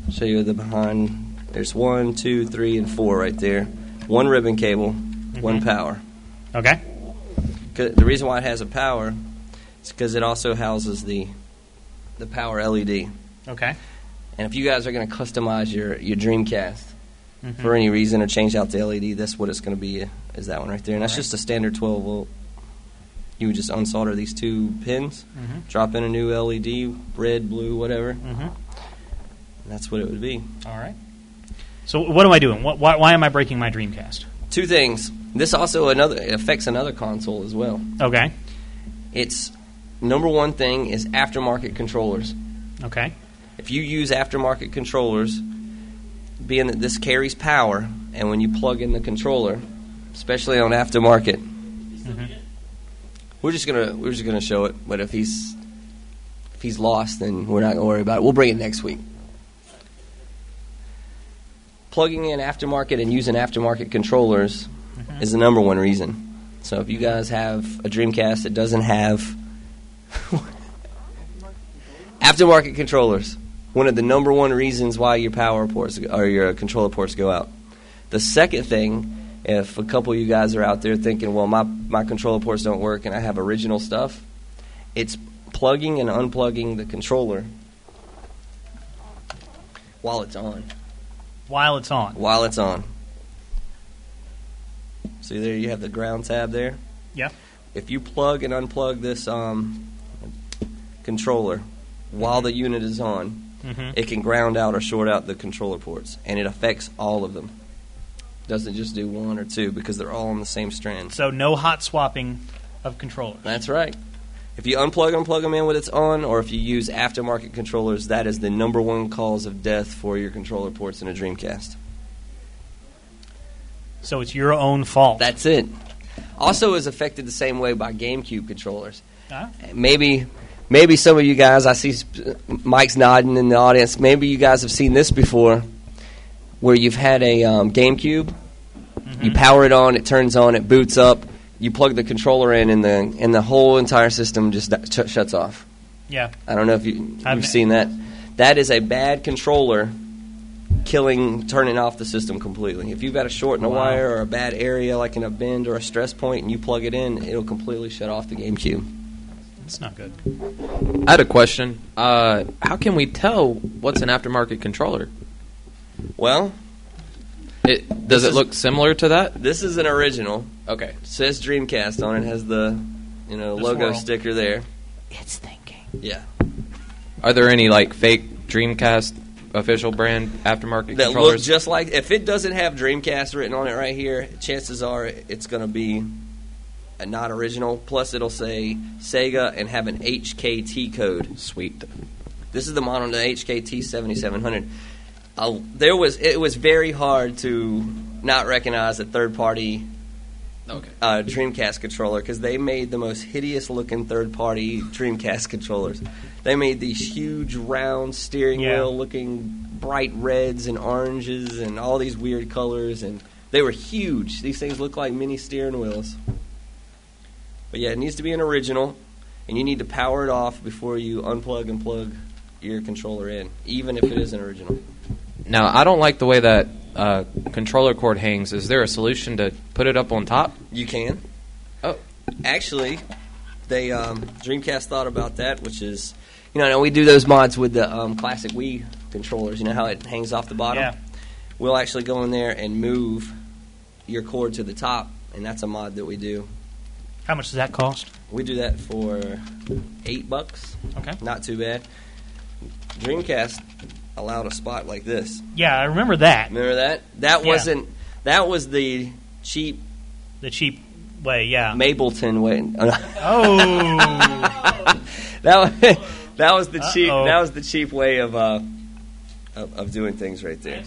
[SPEAKER 3] I'll show you the behind. There's one, two, three, and four right there. One ribbon cable, one power.
[SPEAKER 1] Okay.
[SPEAKER 3] 'Cause- The reason why it has a power is because it also houses the the power LED.
[SPEAKER 1] Okay.
[SPEAKER 3] And if you guys are going to customize your your Dreamcast for any reason or change out the LED, that's what it's going to be. uh, Is that one right there? And that's
[SPEAKER 1] Alright.
[SPEAKER 3] just a standard 12 volt. You would just unsolder these two pins,
[SPEAKER 1] Mhm.
[SPEAKER 3] drop in a new LED, red, blue, whatever.
[SPEAKER 1] Mhm.
[SPEAKER 3] And that's what it would be.
[SPEAKER 1] All right. So, what am I doing? What, why, why am I breaking my Dreamcast?
[SPEAKER 3] Two things. This also another it affects another console as well.
[SPEAKER 1] Okay.
[SPEAKER 3] It's number one thing is aftermarket controllers.
[SPEAKER 1] Okay.
[SPEAKER 3] If you use aftermarket controllers, being that this carries power, and when you plug in the controller, especially on aftermarket,
[SPEAKER 1] Mm-hmm.
[SPEAKER 3] we're just gonna we're just gonna show it. But if he's if he's lost, then we're not gonna worry about it. We'll bring it next week. Plugging in aftermarket and using aftermarket controllers is the number one reason. So if you guys have a Dreamcast that doesn't have Aftermarket controllers. One of the number one reasons why your power ports or your controller ports go out. The second thing, if a couple of you guys are out there thinking, well, my, my controller ports don't work and I have original stuff, it's plugging and unplugging the controller while it's on.
[SPEAKER 1] While it's on.
[SPEAKER 3] While it's on. See there, you have the ground tab there.
[SPEAKER 1] Yeah.
[SPEAKER 3] If you plug and unplug this um, controller while the unit is on,
[SPEAKER 1] Mhm.
[SPEAKER 3] it can ground out or short out the controller ports, and it affects all of them. Doesn't just do one or two because they're all on the same strand.
[SPEAKER 1] So, no hot swapping of controllers.
[SPEAKER 3] That's right. If you unplug and plug them in when it's on, or if you use aftermarket controllers, that is the number one cause of death for your controller ports in a Dreamcast.
[SPEAKER 1] So it's your own fault.
[SPEAKER 3] That's it. Also, is affected the same way by GameCube controllers.
[SPEAKER 1] Ah.
[SPEAKER 3] Maybe, maybe some of you guys. I see sp- Mike's nodding in the audience. Maybe you guys have seen this before, where you've had a um, GameCube.
[SPEAKER 1] Mm-hmm.
[SPEAKER 3] You power it on, it turns on, it boots up. You plug the controller in, and the and the whole entire system just d- sh- shuts off.
[SPEAKER 1] Yeah.
[SPEAKER 3] I don't know if you,
[SPEAKER 1] I've-
[SPEAKER 3] you've seen that. That is a bad controller killing, turning off the system completely. If you've got a short in a
[SPEAKER 1] Wow.
[SPEAKER 3] wire or a bad area, like in a bend or a stress point, and you plug it in, it'll completely shut off the GameCube.
[SPEAKER 1] It's not good.
[SPEAKER 9] I had a question. Uh, how can we tell what's an aftermarket controller?
[SPEAKER 3] Well,
[SPEAKER 9] it does it
[SPEAKER 3] is-
[SPEAKER 9] look similar to that?
[SPEAKER 3] This is an original.
[SPEAKER 9] Okay.
[SPEAKER 3] Says Dreamcast on it. Has the you know
[SPEAKER 9] The
[SPEAKER 3] logo
[SPEAKER 9] swirl.
[SPEAKER 3] sticker there. It's thinking. Yeah.
[SPEAKER 9] Are there any like fake Dreamcast official brand aftermarket
[SPEAKER 3] That look
[SPEAKER 9] controllers?
[SPEAKER 3] just like if it doesn't have Dreamcast written on it right here, chances are it's going to be a not original. Plus, it'll say Sega and have an HKT code. Sweet. This is the model, the HKT seventy seven hundred. Uh, there was it was very hard to not recognize a third party uh, Dreamcast controller because they made the most hideous looking third party Dreamcast controllers. They made these huge round steering
[SPEAKER 1] Yeah.
[SPEAKER 3] wheel looking bright reds and oranges and all these weird colors and they were huge. These things look like mini steering wheels. But yeah, it needs to be an original and you need to power it off before you unplug and plug your controller in, even if it is an original.
[SPEAKER 9] now I don't like the way that uh, controller cord hangs. Is there a solution to put it up on top?
[SPEAKER 3] You can.
[SPEAKER 9] Oh,
[SPEAKER 3] actually, they um, Dreamcast thought about that, which is you know, I know we do those mods with the um, classic Wii controllers. You know how it hangs off the bottom.
[SPEAKER 1] Yeah.
[SPEAKER 3] We'll actually go in there and move your cord to the top, and that's a mod that we do.
[SPEAKER 1] How much does that cost?
[SPEAKER 3] We do that for eight bucks.
[SPEAKER 1] Okay.
[SPEAKER 3] Not too bad. Dreamcast allowed a spot like this.
[SPEAKER 1] Yeah, I remember that.
[SPEAKER 3] Remember that? That
[SPEAKER 1] Yeah.
[SPEAKER 3] wasn't. That was the cheap.
[SPEAKER 1] The cheap way, yeah.
[SPEAKER 3] Mableton way.
[SPEAKER 1] Oh.
[SPEAKER 3] that was, that was the cheap.
[SPEAKER 1] Uh-oh.
[SPEAKER 3] That was the cheap way of uh, of, of doing things right there.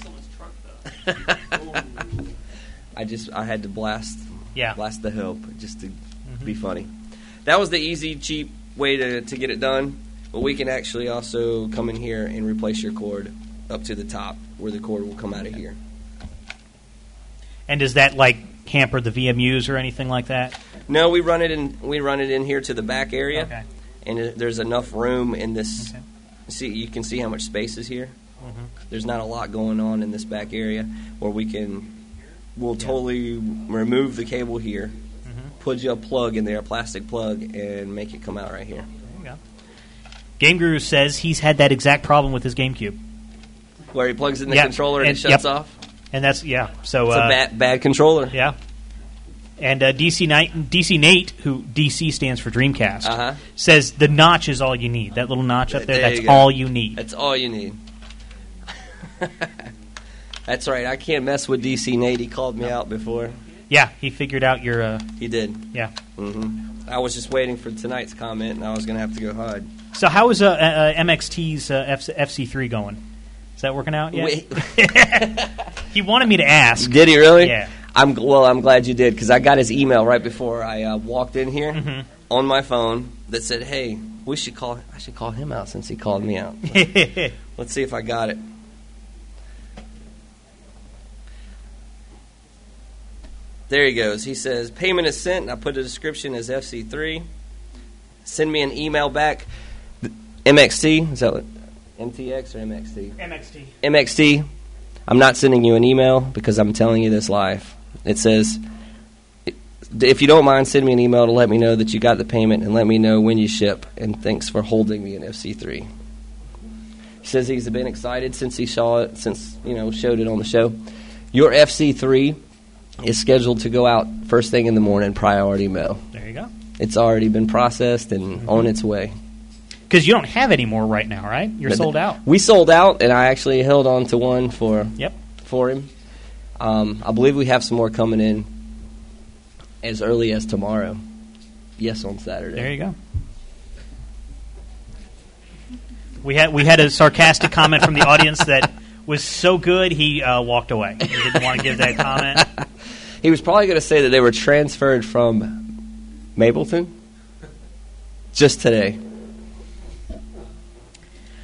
[SPEAKER 3] I just I had to blast
[SPEAKER 1] Yeah. Mm-hmm.
[SPEAKER 3] blast the help just to be funny. That was the easy cheap way to, to get it done. But we can actually also come in here and replace your cord up to the top where the cord will come out of here.
[SPEAKER 1] And does that like hamper the VMUs or anything like that?
[SPEAKER 3] No, we run it in. We run it in here to the back area, and it- there's enough room in this. See, you can see how much space is here.
[SPEAKER 1] Mm-hmm.
[SPEAKER 3] There's not a lot going on in this back area where we can. We'll totally remove the cable here,
[SPEAKER 1] Mm-hmm.
[SPEAKER 3] put you a plug in there, a plastic plug, and make it come out right here.
[SPEAKER 1] Game Guru says he's had that exact problem with his GameCube.
[SPEAKER 3] Where he plugs in the
[SPEAKER 1] Yep,
[SPEAKER 3] controller and, it
[SPEAKER 1] yep.
[SPEAKER 3] shuts off.
[SPEAKER 1] And that's yeah. So
[SPEAKER 3] It's a
[SPEAKER 1] uh,
[SPEAKER 3] bad, bad controller.
[SPEAKER 1] Yeah. And uh, DC Knight, DC Nate, who DC stands for Dreamcast,
[SPEAKER 3] Uh-huh.
[SPEAKER 1] says the notch is all you need. That little notch up there,
[SPEAKER 3] There
[SPEAKER 1] that's
[SPEAKER 3] you go.
[SPEAKER 1] all you need.
[SPEAKER 3] That's all you need. That's right. I can't mess with DC Nate. He called me out before.
[SPEAKER 1] Yeah, he figured out your. Uh,
[SPEAKER 3] He did.
[SPEAKER 1] Yeah.
[SPEAKER 3] hmm I was just waiting for tonight's comment, and I was going to have to go hard.
[SPEAKER 1] so how is uh, uh, uh, MXT's uh, F- FC3 going? Is that working out yet? he wanted me to ask.
[SPEAKER 3] Did he really?
[SPEAKER 1] Yeah.
[SPEAKER 3] I'm gl- well. I'm glad you did because I got his email right before I uh, walked in here
[SPEAKER 1] Mhm.
[SPEAKER 3] on my phone that said, "Hey, we should call. I should call him out since he called me out." Let's see if I got it. There he goes. He says, "Payment is sent." And I put a description as FC3. Send me an email back. MXT is that what? MTX or MXT?
[SPEAKER 1] MXT.
[SPEAKER 3] MXT, I'm not sending you an email because I'm telling you this live. It says, if you don't mind, send me an email to let me know that you got the payment and let me know when you ship. And thanks for holding me in FC3. He says he's been excited since he saw it, since you know showed it on the show. Your FC3 is scheduled to go out first thing in the morning, priority mail.
[SPEAKER 1] There you go.
[SPEAKER 3] It's already been processed and on its way.
[SPEAKER 1] Because Mm-hmm. you don't have any more right now, right? You're
[SPEAKER 3] But
[SPEAKER 1] sold out.
[SPEAKER 3] We sold out, and I actually held on to one for
[SPEAKER 1] Yep.
[SPEAKER 3] for him. Um, I believe we have some more coming in as early as tomorrow. Yes, on Saturday.
[SPEAKER 1] There you go. We had we had a sarcastic comment from the audience that was so good he uh, walked away. He didn't want to give that comment.
[SPEAKER 3] He was probably going to say that they were transferred from Mableton just today.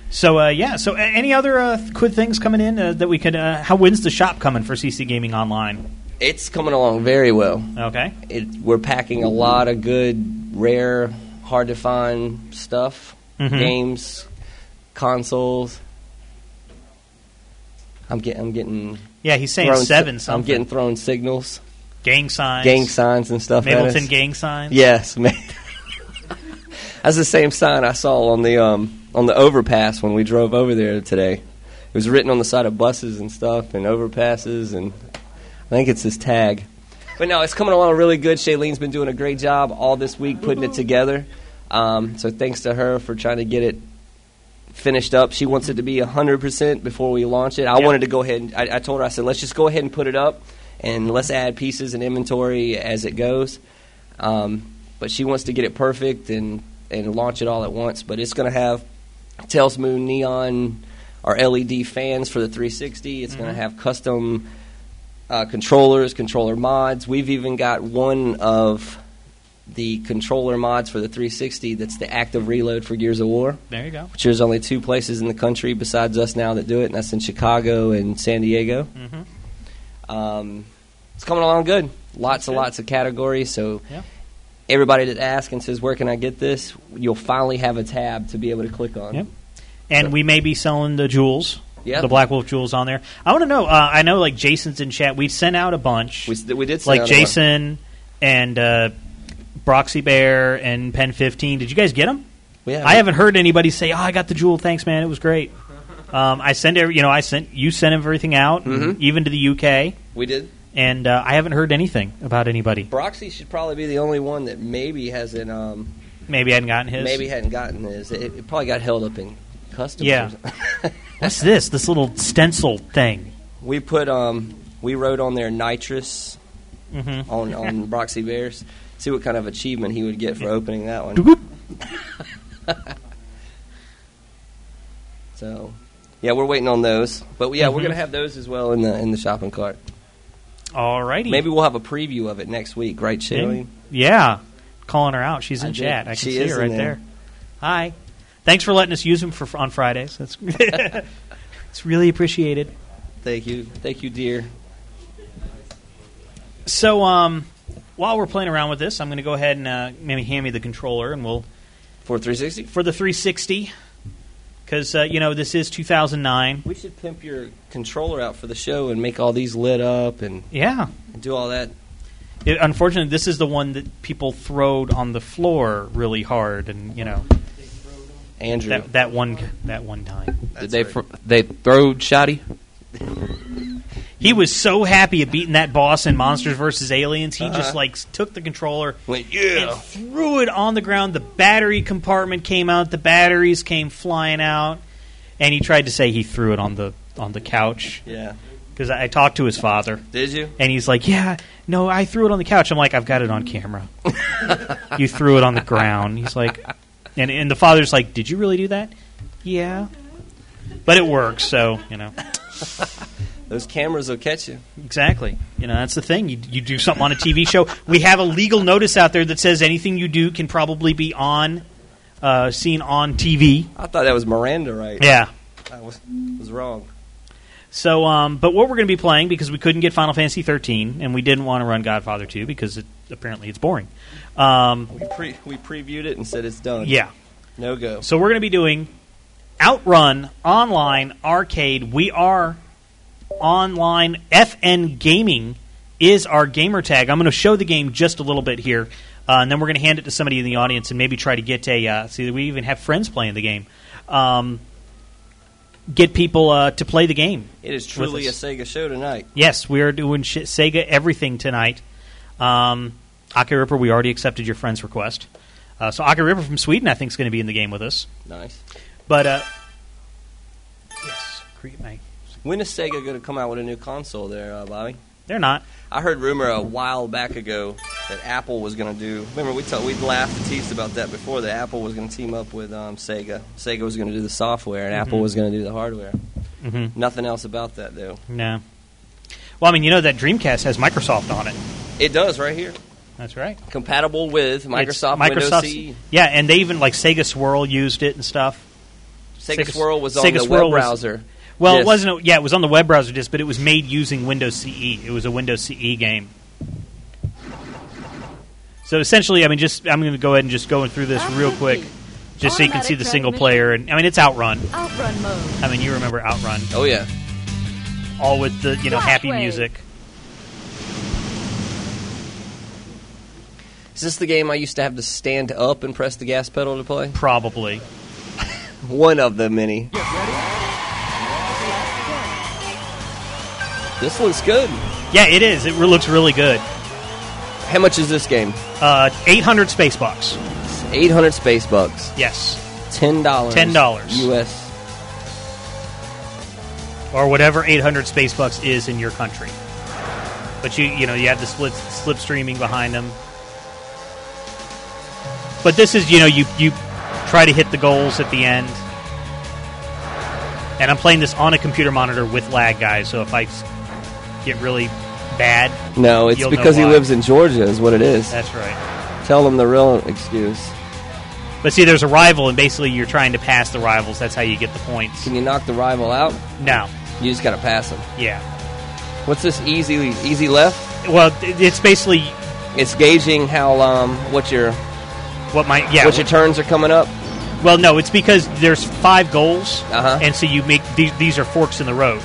[SPEAKER 1] So uh, yeah. So a- any other uh, th- good things coming in uh, that we could? Uh, how when's the shop coming for CC Gaming Online?
[SPEAKER 3] It's coming along very well.
[SPEAKER 1] Okay.
[SPEAKER 3] It, we're packing a lot of good, rare, hard to find stuff,
[SPEAKER 1] Mhm.
[SPEAKER 3] games, consoles. I'm getting, I'm getting.
[SPEAKER 1] Yeah, he's saying
[SPEAKER 3] thrown si-
[SPEAKER 1] seven
[SPEAKER 3] I'm
[SPEAKER 1] something.
[SPEAKER 3] getting thrown signals,
[SPEAKER 1] Gang signs.
[SPEAKER 3] gang signs, and stuff. at
[SPEAKER 1] Mableton
[SPEAKER 3] us.
[SPEAKER 1] gang signs?
[SPEAKER 3] Yes, man. That's the same sign I saw on the um, on the overpass when we drove over there today. It was written on the side of buses and stuff, and overpasses, and I think it's his tag. But no, it's coming along really good. Shailene's been doing a great job all this week putting it together. Um, so thanks to her for trying to get it finished up. She wants it to be 100% before we launch it. I
[SPEAKER 17] Yeah.
[SPEAKER 3] wanted to go ahead and I, I told her, I said, let's just go ahead and put it up and let's add pieces and inventory as it goes. Um, but she wants to get it perfect and, and launch it all at once. But it's going to have Tails Moon neon or LED fans for the 360. It's going
[SPEAKER 17] Mhm.
[SPEAKER 3] to have custom uh, controllers, controller mods. We've even got one of the controller mods for the 360 that's the active reload for Gears of War.
[SPEAKER 1] There you go.
[SPEAKER 3] Which there's only two places in the country besides us now that do it, and that's in Chicago and San Diego.
[SPEAKER 1] Mm-hmm.
[SPEAKER 3] Um, it's coming along good. Lots and lots of categories. So
[SPEAKER 1] Yeah.
[SPEAKER 3] everybody that asks and says, "Where can I get this?" You'll finally have a tab to be able to click on.
[SPEAKER 1] Yep. And we may be selling the jewels.
[SPEAKER 3] Yeah.
[SPEAKER 1] The Black Wolf jewels on there. I want to know. Uh, I know, like Jason's in chat. We sent out a bunch.
[SPEAKER 3] We, s- we did send
[SPEAKER 1] like
[SPEAKER 3] out a bunch.
[SPEAKER 1] Jason and uh, Broxy Bear and Pen Fifteen. Did you guys get them?
[SPEAKER 3] Yeah.
[SPEAKER 1] I haven't heard anybody say, "Oh, I got the jewel. Thanks, man. It was great." Um, I send every, you know, I sent you sent everything out,
[SPEAKER 3] Mhm.
[SPEAKER 1] even to the UK,
[SPEAKER 3] We did.
[SPEAKER 1] and uh, I haven't heard anything about anybody.
[SPEAKER 3] Broxy should probably be the only one that maybe hasn't. Um,
[SPEAKER 1] Maybe hadn't gotten his.
[SPEAKER 3] Maybe hadn't gotten his. It, it probably got held up in customs. or
[SPEAKER 1] Yeah.
[SPEAKER 3] something.
[SPEAKER 1] What's this? This little stencil thing.
[SPEAKER 3] we put um, we wrote on there nitrous
[SPEAKER 1] Mhm.
[SPEAKER 3] on on Broxy Bears. See what kind of achievement he would get for opening that
[SPEAKER 1] one.
[SPEAKER 3] so, yeah, we're waiting on those, but yeah, we're
[SPEAKER 1] Mhm.
[SPEAKER 3] gonna have those as well in the in the shopping cart.
[SPEAKER 1] Alrighty.
[SPEAKER 3] Maybe we'll have a preview of it next week, right, Shailene?
[SPEAKER 1] Yeah, calling her out. She's in
[SPEAKER 3] I did.
[SPEAKER 1] chat. I can
[SPEAKER 3] She
[SPEAKER 1] see
[SPEAKER 3] is
[SPEAKER 1] her right
[SPEAKER 3] in
[SPEAKER 1] there.
[SPEAKER 3] there.
[SPEAKER 1] Hi. Thanks for letting us use them for on Fridays. That's it's really appreciated.
[SPEAKER 3] Thank you, thank you, dear.
[SPEAKER 1] So, um, while we're playing around with this, I'm going to go ahead and uh, maybe hand me the controller, and we'll
[SPEAKER 3] for 360
[SPEAKER 1] for the 360 because uh, you know this is 2009.
[SPEAKER 3] We should pimp your controller out for the show and make all these lit up and
[SPEAKER 1] Yeah.
[SPEAKER 3] do all that.
[SPEAKER 1] It, unfortunately, this is the one that people throwed on the floor really hard, and you know,
[SPEAKER 3] Andrew,
[SPEAKER 1] that, that one, that one time,
[SPEAKER 9] Did they fr- they throwed shoddy?
[SPEAKER 1] he was so happy at beating that boss in Monsters vs. Aliens. He
[SPEAKER 9] Uh-huh.
[SPEAKER 1] just like took the controller,
[SPEAKER 3] went yeah,
[SPEAKER 1] and threw it on the ground. The battery compartment came out. The batteries came flying out, and he tried to say he threw it on the on the couch.
[SPEAKER 3] Yeah.
[SPEAKER 1] Because I I talked to his father.
[SPEAKER 3] Did you?
[SPEAKER 1] And he's like, "Yeah, no, I threw it on the couch." I'm like, "I've got it on camera. you threw it on the ground." He's like, and and the father's like, "Did you really do that?" Yeah. But it works, so you know
[SPEAKER 3] Those cameras will catch you.
[SPEAKER 1] exactly. You know that's the thing. You you do something on a TV show. We have a legal notice out there that says anything you do can probably be on, uh, seen on TV.
[SPEAKER 3] I thought that was Miranda, right?
[SPEAKER 1] Yeah.
[SPEAKER 3] I was was wrong.
[SPEAKER 1] So, um, but what we're going to be playing because we couldn't get Final Fantasy 13 and we didn't want to run Godfather 2 because it, apparently it's boring. Um,
[SPEAKER 3] We pre we previewed it and said it's done.
[SPEAKER 1] Yeah.
[SPEAKER 3] No go.
[SPEAKER 1] So we're going to be doing Outrun Online Arcade. We are online. FN Gaming is our gamer tag. I'm going to show the game just a little bit here, uh, and then we're going to hand it to somebody in the audience and maybe try to get a. Uh, see, we even have friends playing the game. Um, get people uh, to play the game.
[SPEAKER 3] It is
[SPEAKER 1] with
[SPEAKER 3] truly a
[SPEAKER 1] us.
[SPEAKER 3] Sega show tonight.
[SPEAKER 1] Yes, we are doing sh- Sega everything tonight. Um, Aki Ripper, we already accepted your friend's request. Uh, so Aki Ripper from Sweden, I think, is going to be in the game with us.
[SPEAKER 3] Nice.
[SPEAKER 1] But uh, yes, create my.
[SPEAKER 3] When is Sega going to come out with a new console? There, uh, Bobby.
[SPEAKER 1] They're not.
[SPEAKER 3] I heard rumor a while back ago that Apple was going to do. Remember, we talked, we laughed and teased about that before. That Apple was going to team up with um, Sega. Sega was going to do the software, and Apple
[SPEAKER 1] Mhm.
[SPEAKER 3] was going to do the hardware.
[SPEAKER 1] Mhm.
[SPEAKER 3] Nothing else about that though.
[SPEAKER 1] No. Well, I mean, you know that Dreamcast has Microsoft on it.
[SPEAKER 3] It does right here.
[SPEAKER 1] That's right.
[SPEAKER 3] Compatible
[SPEAKER 1] It's
[SPEAKER 3] with Microsoft Windows
[SPEAKER 1] Microsoft's-
[SPEAKER 3] CE.
[SPEAKER 1] Yeah, and they even like Sega Swirl used it and stuff.
[SPEAKER 3] Sega Swirl was on the web
[SPEAKER 1] Swirl was-
[SPEAKER 3] browser
[SPEAKER 1] well,
[SPEAKER 3] disk.
[SPEAKER 1] it wasn't. A, yeah, it was on the web browser disk, but it was made using Windows CE. It was a Windows CE game. So essentially, I mean, just I'm going to go ahead and just go through this real quick, just so you can see the
[SPEAKER 17] Automatic
[SPEAKER 1] single
[SPEAKER 17] transmission.
[SPEAKER 1] player. And I mean, it's Outrun.
[SPEAKER 17] Outrun mode.
[SPEAKER 1] I mean, you remember Outrun?
[SPEAKER 3] Oh yeah.
[SPEAKER 1] All with the you know happy
[SPEAKER 17] Flashwave.
[SPEAKER 1] music.
[SPEAKER 3] Is this the game I used to have to stand up and press the gas pedal to play?
[SPEAKER 1] Probably.
[SPEAKER 3] One of the many. This looks good.
[SPEAKER 1] Yeah, it is. It re- looks really good.
[SPEAKER 3] How much is this game?
[SPEAKER 1] Uh, 800 space bucks.
[SPEAKER 3] 800 space bucks.
[SPEAKER 1] Yes.
[SPEAKER 3] Ten dollars.
[SPEAKER 1] $10.
[SPEAKER 3] U.S.
[SPEAKER 1] or whatever 800 space bucks is in your country. But you you know you have the split slip streaming behind them. But this is you know you you try to hit the goals at the end. And I'm playing this on a computer monitor with lag, guys. So if I s- get really bad,
[SPEAKER 3] No, it's
[SPEAKER 1] you'll know
[SPEAKER 3] because he
[SPEAKER 1] why.
[SPEAKER 3] lives in Georgia, is what it is.
[SPEAKER 1] That's right.
[SPEAKER 3] Tell him the real excuse.
[SPEAKER 1] But see, there's a rival, and basically you're trying to pass the rivals. That's how you get the points.
[SPEAKER 3] Can you knock the rival out?
[SPEAKER 1] No.
[SPEAKER 3] You just gotta pass him.
[SPEAKER 1] Yeah.
[SPEAKER 3] What's this easy easy left?
[SPEAKER 1] Well, it's basically
[SPEAKER 3] it's gauging how um what your
[SPEAKER 1] what my yeah
[SPEAKER 3] what your turns are coming up.
[SPEAKER 1] Well, no, it's because there's five goals,
[SPEAKER 3] Uh-huh.
[SPEAKER 1] and so you make these, these are forks in the road,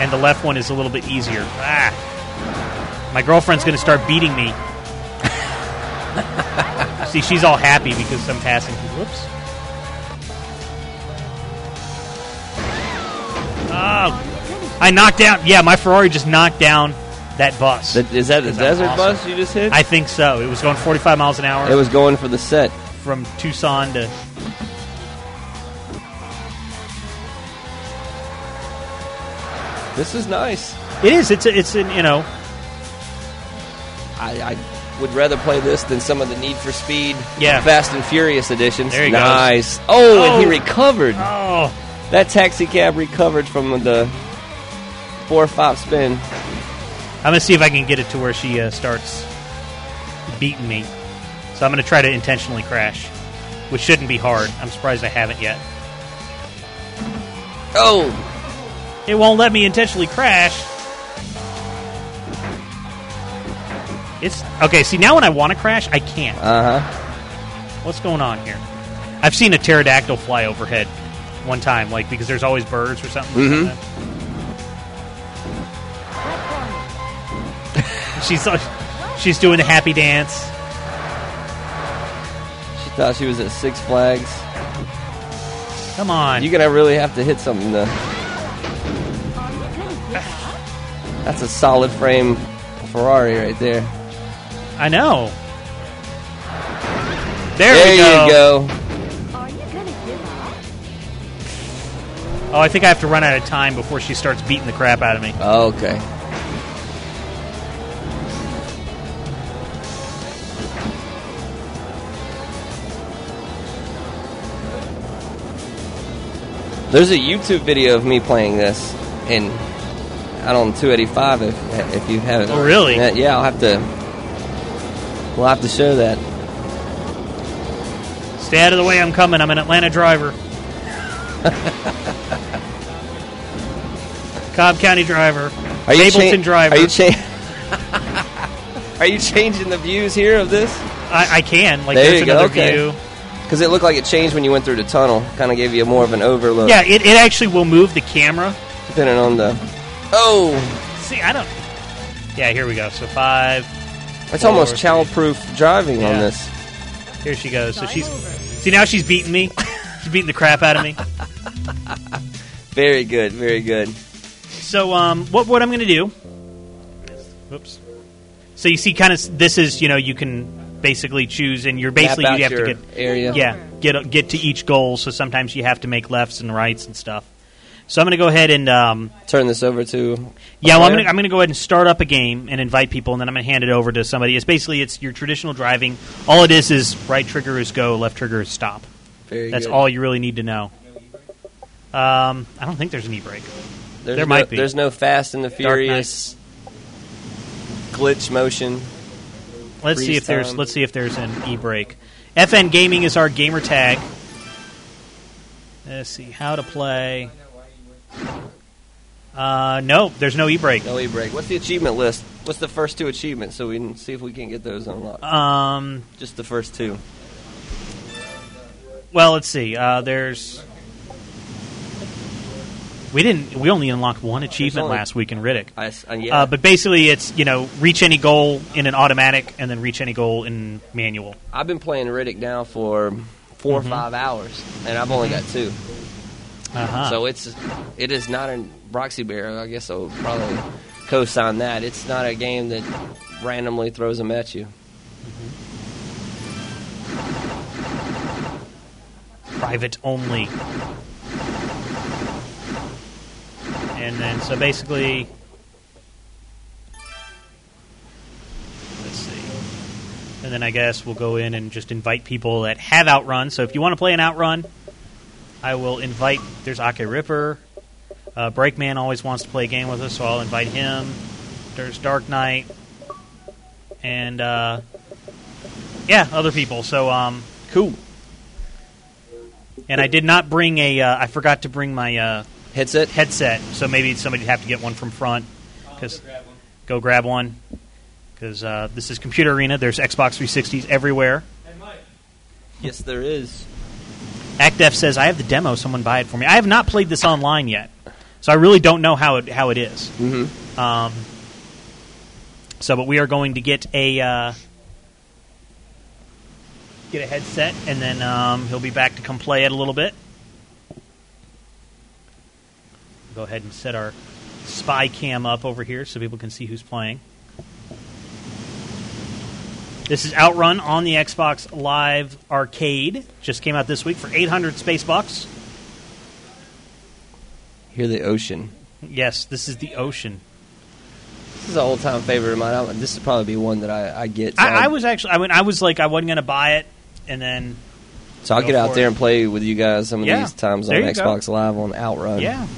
[SPEAKER 1] and the left one is a little bit easier. Ah, my girlfriend's going to start beating me. See, she's all happy because I'm passing. Whoops. Oh, I knocked down. Yeah, my Ferrari just knocked down that bus.
[SPEAKER 3] is that a
[SPEAKER 1] 'Cause I'm
[SPEAKER 3] desert
[SPEAKER 1] awesome.
[SPEAKER 3] bus you just hit?
[SPEAKER 1] I think so. It was going 45 miles an hour.
[SPEAKER 3] It was going for the set.
[SPEAKER 1] from Tucson to.
[SPEAKER 3] This is nice.
[SPEAKER 1] It is. It's a, it's an you know
[SPEAKER 3] I, I would rather play this than some of the Need for Speed,
[SPEAKER 1] Yeah.
[SPEAKER 3] Fast and Furious editions.
[SPEAKER 1] There he goes.
[SPEAKER 3] nice. Oh, and he
[SPEAKER 1] Oh.
[SPEAKER 3] recovered.
[SPEAKER 1] Oh,
[SPEAKER 3] that taxi cab recovered from the four or five spin.
[SPEAKER 1] I'm gonna see if I can get it to where she uh, starts beating me. So I'm gonna try to intentionally crash, which shouldn't be hard. I'm surprised I haven't yet.
[SPEAKER 3] Oh,
[SPEAKER 1] it won't let me intentionally crash. It's okay. See now, when I want to crash, I can't.
[SPEAKER 3] Uh huh.
[SPEAKER 1] What's going on here? I've seen a pterodactyl fly overhead one time, like because there's always birds or something.
[SPEAKER 10] Mm-hmm.
[SPEAKER 3] Mhm.
[SPEAKER 1] she's uh, she's doing the happy dance.
[SPEAKER 3] She thought she was at Six Flags.
[SPEAKER 1] Come on.
[SPEAKER 3] You're gonna really have to hit something to. That's a solid frame Ferrari right there.
[SPEAKER 1] I know. There, we
[SPEAKER 3] you go.
[SPEAKER 1] Oh, I think I have to run out of time before she starts beating the crap out of me.
[SPEAKER 3] Oh, okay. There's a YouTube video of me playing this, and out on 285 if if you haven't.
[SPEAKER 1] Oh, really?
[SPEAKER 3] Yeah, yeah, I'll have to. We'll have to show that.
[SPEAKER 1] Stay out of the way, I'm coming. I'm an Atlanta driver. Cobb County driver.
[SPEAKER 3] Are you
[SPEAKER 1] Mapleton
[SPEAKER 3] cha-
[SPEAKER 1] driver.
[SPEAKER 3] Are you, cha- are you changing the views here of this?
[SPEAKER 1] I, I can. Like,
[SPEAKER 3] There
[SPEAKER 1] there's
[SPEAKER 3] you go,
[SPEAKER 1] another
[SPEAKER 3] okay.
[SPEAKER 1] view.
[SPEAKER 3] Because it looked like it changed when you went through the tunnel. Kind of gave you more of an overlook.
[SPEAKER 1] Yeah, it, it actually will move the camera.
[SPEAKER 3] Depending on the. Oh!
[SPEAKER 1] See, I don't. Yeah, here we go. So five.
[SPEAKER 3] It's
[SPEAKER 1] four,
[SPEAKER 3] almost child proof driving on
[SPEAKER 1] Yeah.
[SPEAKER 3] this.
[SPEAKER 1] Here she goes. So she's. See, now she's beating me. She's beating the crap out of me.
[SPEAKER 3] Very good, very good.
[SPEAKER 1] So, um, what what I'm going to do? Oops. So you see, kind of, this is you know you can basically choose, and you're basically
[SPEAKER 3] Map out
[SPEAKER 1] you have
[SPEAKER 3] your
[SPEAKER 1] to get
[SPEAKER 3] area.
[SPEAKER 1] Yeah, get get to each goal. So sometimes you have to make lefts and rights and stuff. So I'm going to go ahead and um,
[SPEAKER 3] turn this over to.
[SPEAKER 1] Yeah, well, I'm
[SPEAKER 3] player?
[SPEAKER 1] going I'm to go ahead and start up a game and invite people, and then I'm going to hand it over to somebody. It's basically it's your traditional driving. All it is is right trigger is go, left trigger is stop.
[SPEAKER 3] Very
[SPEAKER 1] That's
[SPEAKER 3] good.
[SPEAKER 1] all you really need to know. Um, I don't think there's an e brake.
[SPEAKER 3] There's
[SPEAKER 1] there
[SPEAKER 3] no-
[SPEAKER 1] might be.
[SPEAKER 3] There's no Fast and the
[SPEAKER 1] Dark
[SPEAKER 3] Furious glitch motion.
[SPEAKER 1] Let's see
[SPEAKER 3] freeze
[SPEAKER 1] if there's
[SPEAKER 3] time.
[SPEAKER 1] let's see if there's an e break. FN Gaming is our gamer tag. Let's see how to play. Uh, no, there's no e break.
[SPEAKER 3] No e break. What's the achievement list? What's the first two achievements so we can see if we can get those unlocked?
[SPEAKER 1] Um,
[SPEAKER 3] Just the first two.
[SPEAKER 1] Well, let's see. Uh, there's we didn't we only unlocked one achievement
[SPEAKER 3] only-
[SPEAKER 1] last week in Riddick.
[SPEAKER 3] I s- uh, yeah.
[SPEAKER 1] Uh, but basically, it's you know reach any goal in an automatic, and then reach any goal in manual.
[SPEAKER 3] I've been playing Riddick now for 4
[SPEAKER 1] Mhm.
[SPEAKER 3] or five hours, and I've only got two.
[SPEAKER 1] Uh-huh.
[SPEAKER 3] So it's it is not a Roxy Bear. I guess I'll probably co-sign that. It's not a game that randomly throws them at you.
[SPEAKER 1] private only. And then, so basically, let's see. And then I guess we'll go in and just invite people that have Outrun. So if you want to play an Outrun, I will invite. There's Ake Ripper. Uh, Breakman always wants to play a game with us, so I'll invite him. There's Dark Knight. And, uh, yeah, other people. So, um, cool. And I did not bring a. Uh, I forgot to bring my uh,
[SPEAKER 3] headset.
[SPEAKER 1] Headset. So maybe somebody'd have to get one from front. Cause go grab one. Because uh, this is Computer Arena. There's Xbox 360s everywhere.
[SPEAKER 3] Yes, there is.
[SPEAKER 1] ActF says I have the demo. Someone buy it for me. I have not played this online yet, so I really don't know how it how it is.
[SPEAKER 3] Mm-hmm.
[SPEAKER 1] Um, so, but we are going to get a uh, get a headset, and then um, he'll be back to come play it a little bit. Go ahead and set our spy cam up over here so people can see who's playing. This is Outrun on the Xbox Live Arcade. Just came out this week for 800 space bucks.
[SPEAKER 3] Hear the ocean.
[SPEAKER 1] Yes, this is the ocean.
[SPEAKER 3] This is an old-time favorite of mine. I, this would probably be one that I, I get. So
[SPEAKER 1] I, I
[SPEAKER 3] I'll-
[SPEAKER 1] was actually, I mean, I was like, I wasn't going to buy it, and then
[SPEAKER 3] So I'll
[SPEAKER 1] Go
[SPEAKER 3] get
[SPEAKER 1] for
[SPEAKER 3] out there
[SPEAKER 1] it.
[SPEAKER 3] and play with you guys some of
[SPEAKER 1] Yeah,
[SPEAKER 3] these times on
[SPEAKER 1] there you go.
[SPEAKER 3] Xbox Live on Outrun.
[SPEAKER 1] yeah,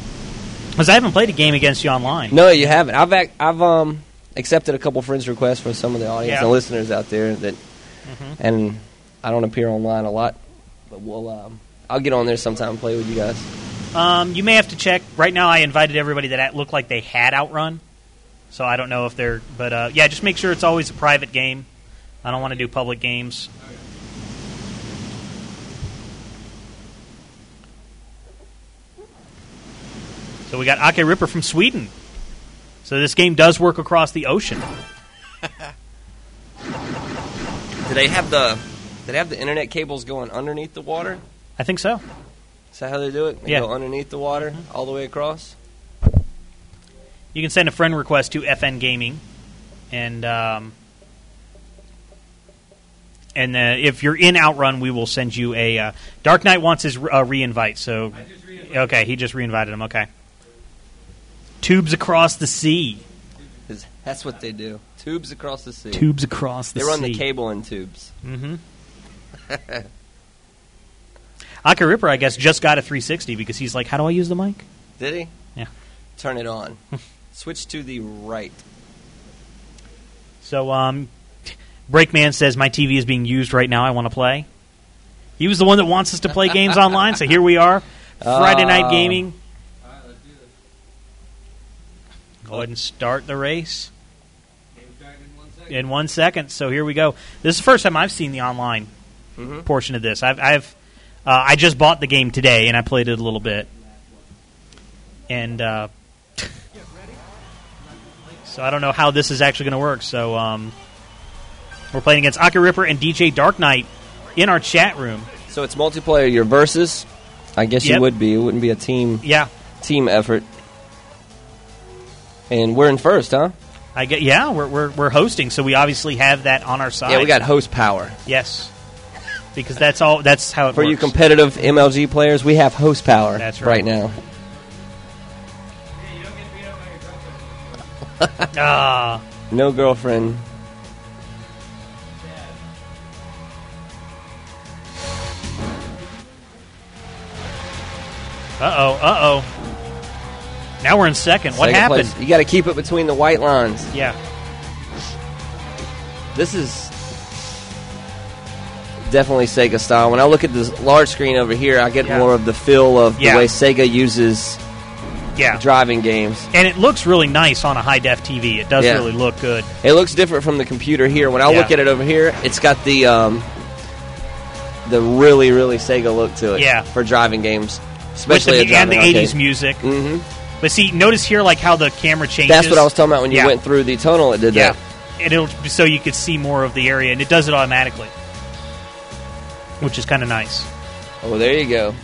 [SPEAKER 1] because I haven't played a game against you online.
[SPEAKER 3] No, you haven't. I've ac- I've um accepted a couple friends' requests from some of the audience
[SPEAKER 1] Yeah. Mm-hmm.
[SPEAKER 3] and listeners out there that, and I don't appear online a lot, but we'll um I'll get on there sometime and play with you guys.
[SPEAKER 1] Um, you may have to check. Right now, I invited everybody that looked like they had Outrun, so I don't know if they're. But uh, yeah, just make sure it's always a private game. I don't want to do public games. So we got Ake Ripper from Sweden. So this game does work across the ocean.
[SPEAKER 3] Do they have the do they have the internet cables going underneath the water?
[SPEAKER 1] I think so.
[SPEAKER 3] Is that how they do it? They
[SPEAKER 1] Yeah. Mm-hmm.
[SPEAKER 3] go underneath the water all the way across.
[SPEAKER 1] You can send a friend request to FN Gaming, and um, and uh, if you're in Outrun, we will send you a. Uh, Dark Knight wants his uh, re-invite, so okay, he just re-invited him. Okay, tubes across the sea.
[SPEAKER 3] 'Cause That's what they do. Tubes across the sea.
[SPEAKER 1] Tubes across the
[SPEAKER 3] They run the
[SPEAKER 1] sea.
[SPEAKER 3] cable in tubes.
[SPEAKER 1] Mm-hmm. Aka Ripper, I guess, just got a 360 because he's like, "How do I use the mic?"
[SPEAKER 3] Did he?
[SPEAKER 1] Yeah.
[SPEAKER 3] Turn it on. Switch to the right.
[SPEAKER 1] So, um, Breakman says my TV is being used right now. I want to play. He was the one that wants us to play games online, so here we are, Friday
[SPEAKER 3] Oh.
[SPEAKER 1] night gaming. Go ahead and start the race in one second. So here we go. This is the first time I've seen the online
[SPEAKER 3] Mhm.
[SPEAKER 1] portion of this. I've, I've uh, I just bought the game today and I played it a little bit, and uh, so I don't know how this is actually going to work. So um, we're playing against Aki Ripper and DJ Dark Knight in our chat room.
[SPEAKER 3] So it's multiplayer. You're versus. I guess
[SPEAKER 1] Yep.
[SPEAKER 3] you would be. It wouldn't be a team.
[SPEAKER 1] Yeah.
[SPEAKER 3] Team effort. And we're in first, huh?
[SPEAKER 1] I get yeah, we're, we're we're hosting, so we obviously have that on our side.
[SPEAKER 3] Yeah, we got host power.
[SPEAKER 1] yes, because that's all. That's how it
[SPEAKER 3] For
[SPEAKER 1] works.
[SPEAKER 3] you competitive MLG players, we have host power
[SPEAKER 1] That's
[SPEAKER 3] right
[SPEAKER 1] right.
[SPEAKER 3] now.
[SPEAKER 1] Ah.
[SPEAKER 3] No girlfriend.
[SPEAKER 1] Uh oh. Uh oh. Now we're in second. What
[SPEAKER 3] Second
[SPEAKER 1] happened?
[SPEAKER 3] place. You got to keep it between the white lines.
[SPEAKER 1] Yeah.
[SPEAKER 3] This is definitely Sega style. When I look at this large screen over here, I get
[SPEAKER 1] Yeah.
[SPEAKER 3] more of the feel of
[SPEAKER 1] Yeah.
[SPEAKER 3] the way Sega uses
[SPEAKER 1] Yeah.
[SPEAKER 3] driving games.
[SPEAKER 1] and it looks really nice on a high def TV. It does
[SPEAKER 3] Yeah.
[SPEAKER 1] really look good.
[SPEAKER 3] It looks different from the computer here. When I look
[SPEAKER 1] Yeah.
[SPEAKER 3] at it over here, it's got the um, the really really Sega look to it.
[SPEAKER 1] Yeah.
[SPEAKER 3] for driving games, especially
[SPEAKER 1] With
[SPEAKER 3] a
[SPEAKER 1] the, and the
[SPEAKER 3] driving arcade.
[SPEAKER 1] 80s music. Mm-hmm. But see, notice here like how the camera changes.
[SPEAKER 3] That's what I was talking about when you
[SPEAKER 1] Yeah.
[SPEAKER 3] went through the tunnel. It did
[SPEAKER 1] Yeah.
[SPEAKER 3] that.
[SPEAKER 1] And it'll so you could see more of the area, and it does it automatically, which is kind of nice.
[SPEAKER 3] Oh, there you go.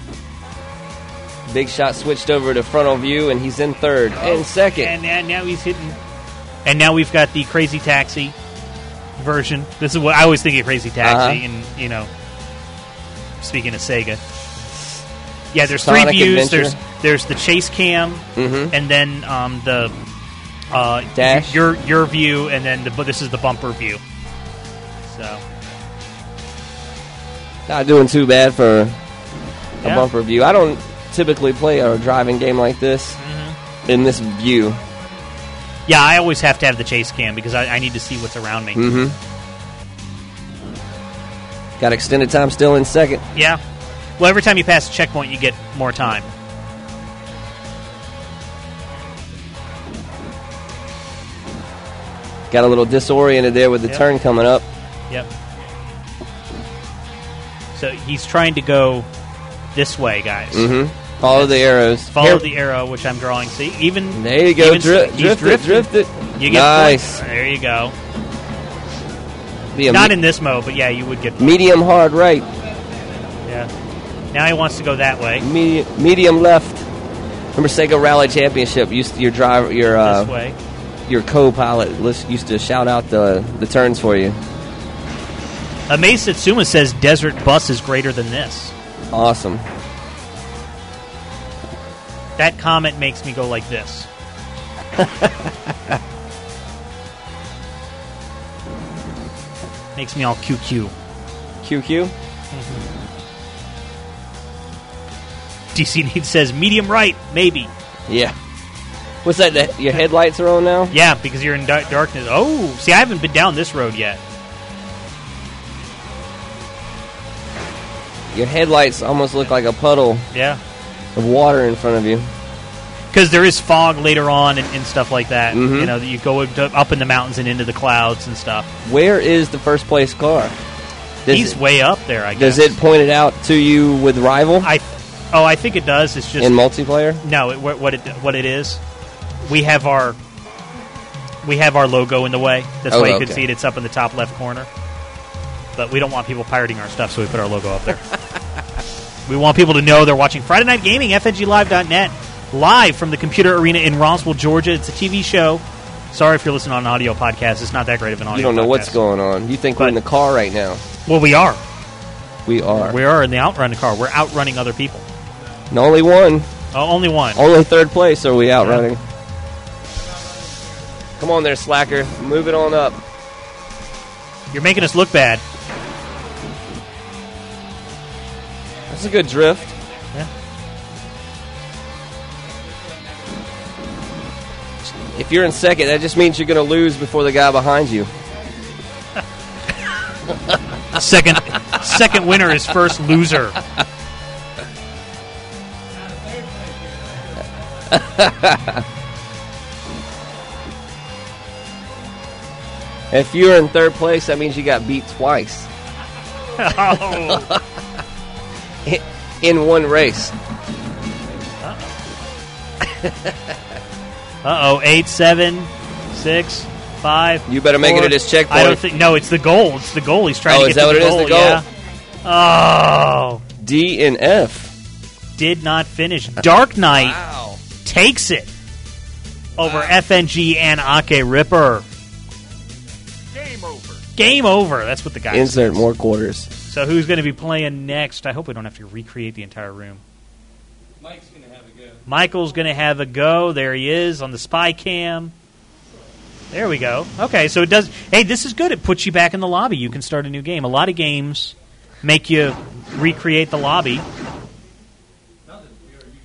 [SPEAKER 3] Big shot switched over to frontal view, and he's in third and second.
[SPEAKER 1] Oh. And, now he's hitting. And now we've got the Crazy Taxi version. This is what I always think of Crazy Taxi,
[SPEAKER 3] Uh-huh.
[SPEAKER 1] and you know, speaking of Sega, yeah, there's
[SPEAKER 3] Sonic
[SPEAKER 1] three views.
[SPEAKER 3] Adventure. Mm-hmm.
[SPEAKER 1] There's there's the chase cam, and then um, the uh,
[SPEAKER 3] Dash.
[SPEAKER 1] your your view, and then the but this is the bumper view. So
[SPEAKER 3] Not doing too bad for a
[SPEAKER 1] Yeah.
[SPEAKER 3] bumper view. I don't typically play a driving game like this
[SPEAKER 1] Mm-hmm.
[SPEAKER 3] in this view.
[SPEAKER 1] yeah, I always have to have the chase cam because I, I need to see what's around me.
[SPEAKER 3] Mm-hmm. Got extended time still in second.
[SPEAKER 1] Yeah. Well, every time you pass a checkpoint, you get more time.
[SPEAKER 3] Got a little disoriented there with the
[SPEAKER 1] Yep.
[SPEAKER 3] turn coming up.
[SPEAKER 1] Yep. So he's trying to go this way, guys.
[SPEAKER 3] Mm-hmm. Follow the arrows.
[SPEAKER 1] Follow
[SPEAKER 3] Here-
[SPEAKER 1] the arrow, which I'm drawing. See, even
[SPEAKER 3] There you go.
[SPEAKER 1] even-
[SPEAKER 3] Dri-
[SPEAKER 1] he's
[SPEAKER 3] drift it,
[SPEAKER 1] drifting.
[SPEAKER 3] drift it.
[SPEAKER 1] You get
[SPEAKER 3] Nice.
[SPEAKER 1] points. There you go.
[SPEAKER 3] Be a
[SPEAKER 1] Not
[SPEAKER 3] me-
[SPEAKER 1] in this mode, but yeah, you would get.
[SPEAKER 3] medium hard right,
[SPEAKER 1] Yeah. Now he wants to go that way.
[SPEAKER 3] me- medium left. Remember Sega Rally Championship? Used to, your driver, your uh,
[SPEAKER 1] This way.
[SPEAKER 3] your co-pilot lis- used to shout out the the turns for you.
[SPEAKER 1] Amaze Satsuma says desert bus is greater than this.
[SPEAKER 3] Awesome.
[SPEAKER 1] That comment makes me go like this. makes me all Mm-hmm. QQ.
[SPEAKER 3] QQ.
[SPEAKER 1] DC Need says medium right, maybe.
[SPEAKER 3] Yeah. What's that? that your headlights are on now.
[SPEAKER 1] Yeah, because you're in dark- darkness. Oh, see, I haven't been down this road yet.
[SPEAKER 3] Your headlights almost look like a puddle
[SPEAKER 1] Yeah,
[SPEAKER 3] of water in front of you.
[SPEAKER 1] because there is fog later on and, and stuff like that.
[SPEAKER 3] Mhm.
[SPEAKER 1] You know, that you go up- up in the mountains and into the clouds and stuff.
[SPEAKER 3] Where is the first place car? Does
[SPEAKER 1] He's
[SPEAKER 3] it-
[SPEAKER 1] way up there. I guess.
[SPEAKER 3] Does it point it out to you with rival?
[SPEAKER 1] I oh, I think it does. It's just
[SPEAKER 3] in multiplayer.
[SPEAKER 1] No, it, what what it what it is? We have our we have our logo in the way. That's
[SPEAKER 3] Oh,
[SPEAKER 1] why you can
[SPEAKER 3] okay.
[SPEAKER 1] see it. It's up in the top left corner. But we don't want people pirating our stuff, so we put our logo up there. we want people to know they're watching Friday Night Gaming, FNGLive.net, live from the Computer Arena in Roswell, Georgia. It's a TV show. Sorry if you're listening on an audio podcast. It's not that great of an audio.
[SPEAKER 3] You don't know
[SPEAKER 1] podcast.
[SPEAKER 3] what's going on. You think we're in the car right now.
[SPEAKER 1] Well, we are.
[SPEAKER 3] We are.
[SPEAKER 1] We are in the outrun car. We're outrunning other people.
[SPEAKER 3] And only one.
[SPEAKER 1] Oh, only one.
[SPEAKER 3] Only third place are we outrunning. Come on there, slacker. Move it on up.
[SPEAKER 1] You're making us look bad.
[SPEAKER 3] That's a good drift.
[SPEAKER 1] Yeah.
[SPEAKER 3] If you're in second, that just means you're going to lose before the guy behind you.
[SPEAKER 1] second second winner is first loser.
[SPEAKER 3] If you're in third place, that means you got beat twice
[SPEAKER 1] Oh.
[SPEAKER 3] i- in one race.
[SPEAKER 1] Uh oh, eight, seven, six, five.
[SPEAKER 3] You better make it
[SPEAKER 1] four.
[SPEAKER 3] to this checkpoint.
[SPEAKER 1] I don't think. No, it's the goal. It's the goal. He's trying
[SPEAKER 3] Oh,
[SPEAKER 1] to
[SPEAKER 3] is
[SPEAKER 1] get
[SPEAKER 3] that
[SPEAKER 1] to
[SPEAKER 3] what
[SPEAKER 1] the
[SPEAKER 3] it is,
[SPEAKER 1] goal.
[SPEAKER 3] the goal?
[SPEAKER 1] Yeah. Oh,
[SPEAKER 3] D and F.
[SPEAKER 1] did not finish. Dark Knight
[SPEAKER 3] Wow.
[SPEAKER 1] takes it over FNG and Ake Ripper.
[SPEAKER 6] Game over.
[SPEAKER 1] Game over. That's what the guy.
[SPEAKER 3] Insert
[SPEAKER 1] says.
[SPEAKER 3] more quarters.
[SPEAKER 1] So who's going to be playing next? I hope we don't have to recreate the entire room.
[SPEAKER 6] Mike's gonna have a go.
[SPEAKER 1] Michael's going to have a go. There he is on the spy cam. There we go. Okay, so it does. Hey, this is good. It puts you back in the lobby. You can start a new game. A lot of games make you recreate the lobby.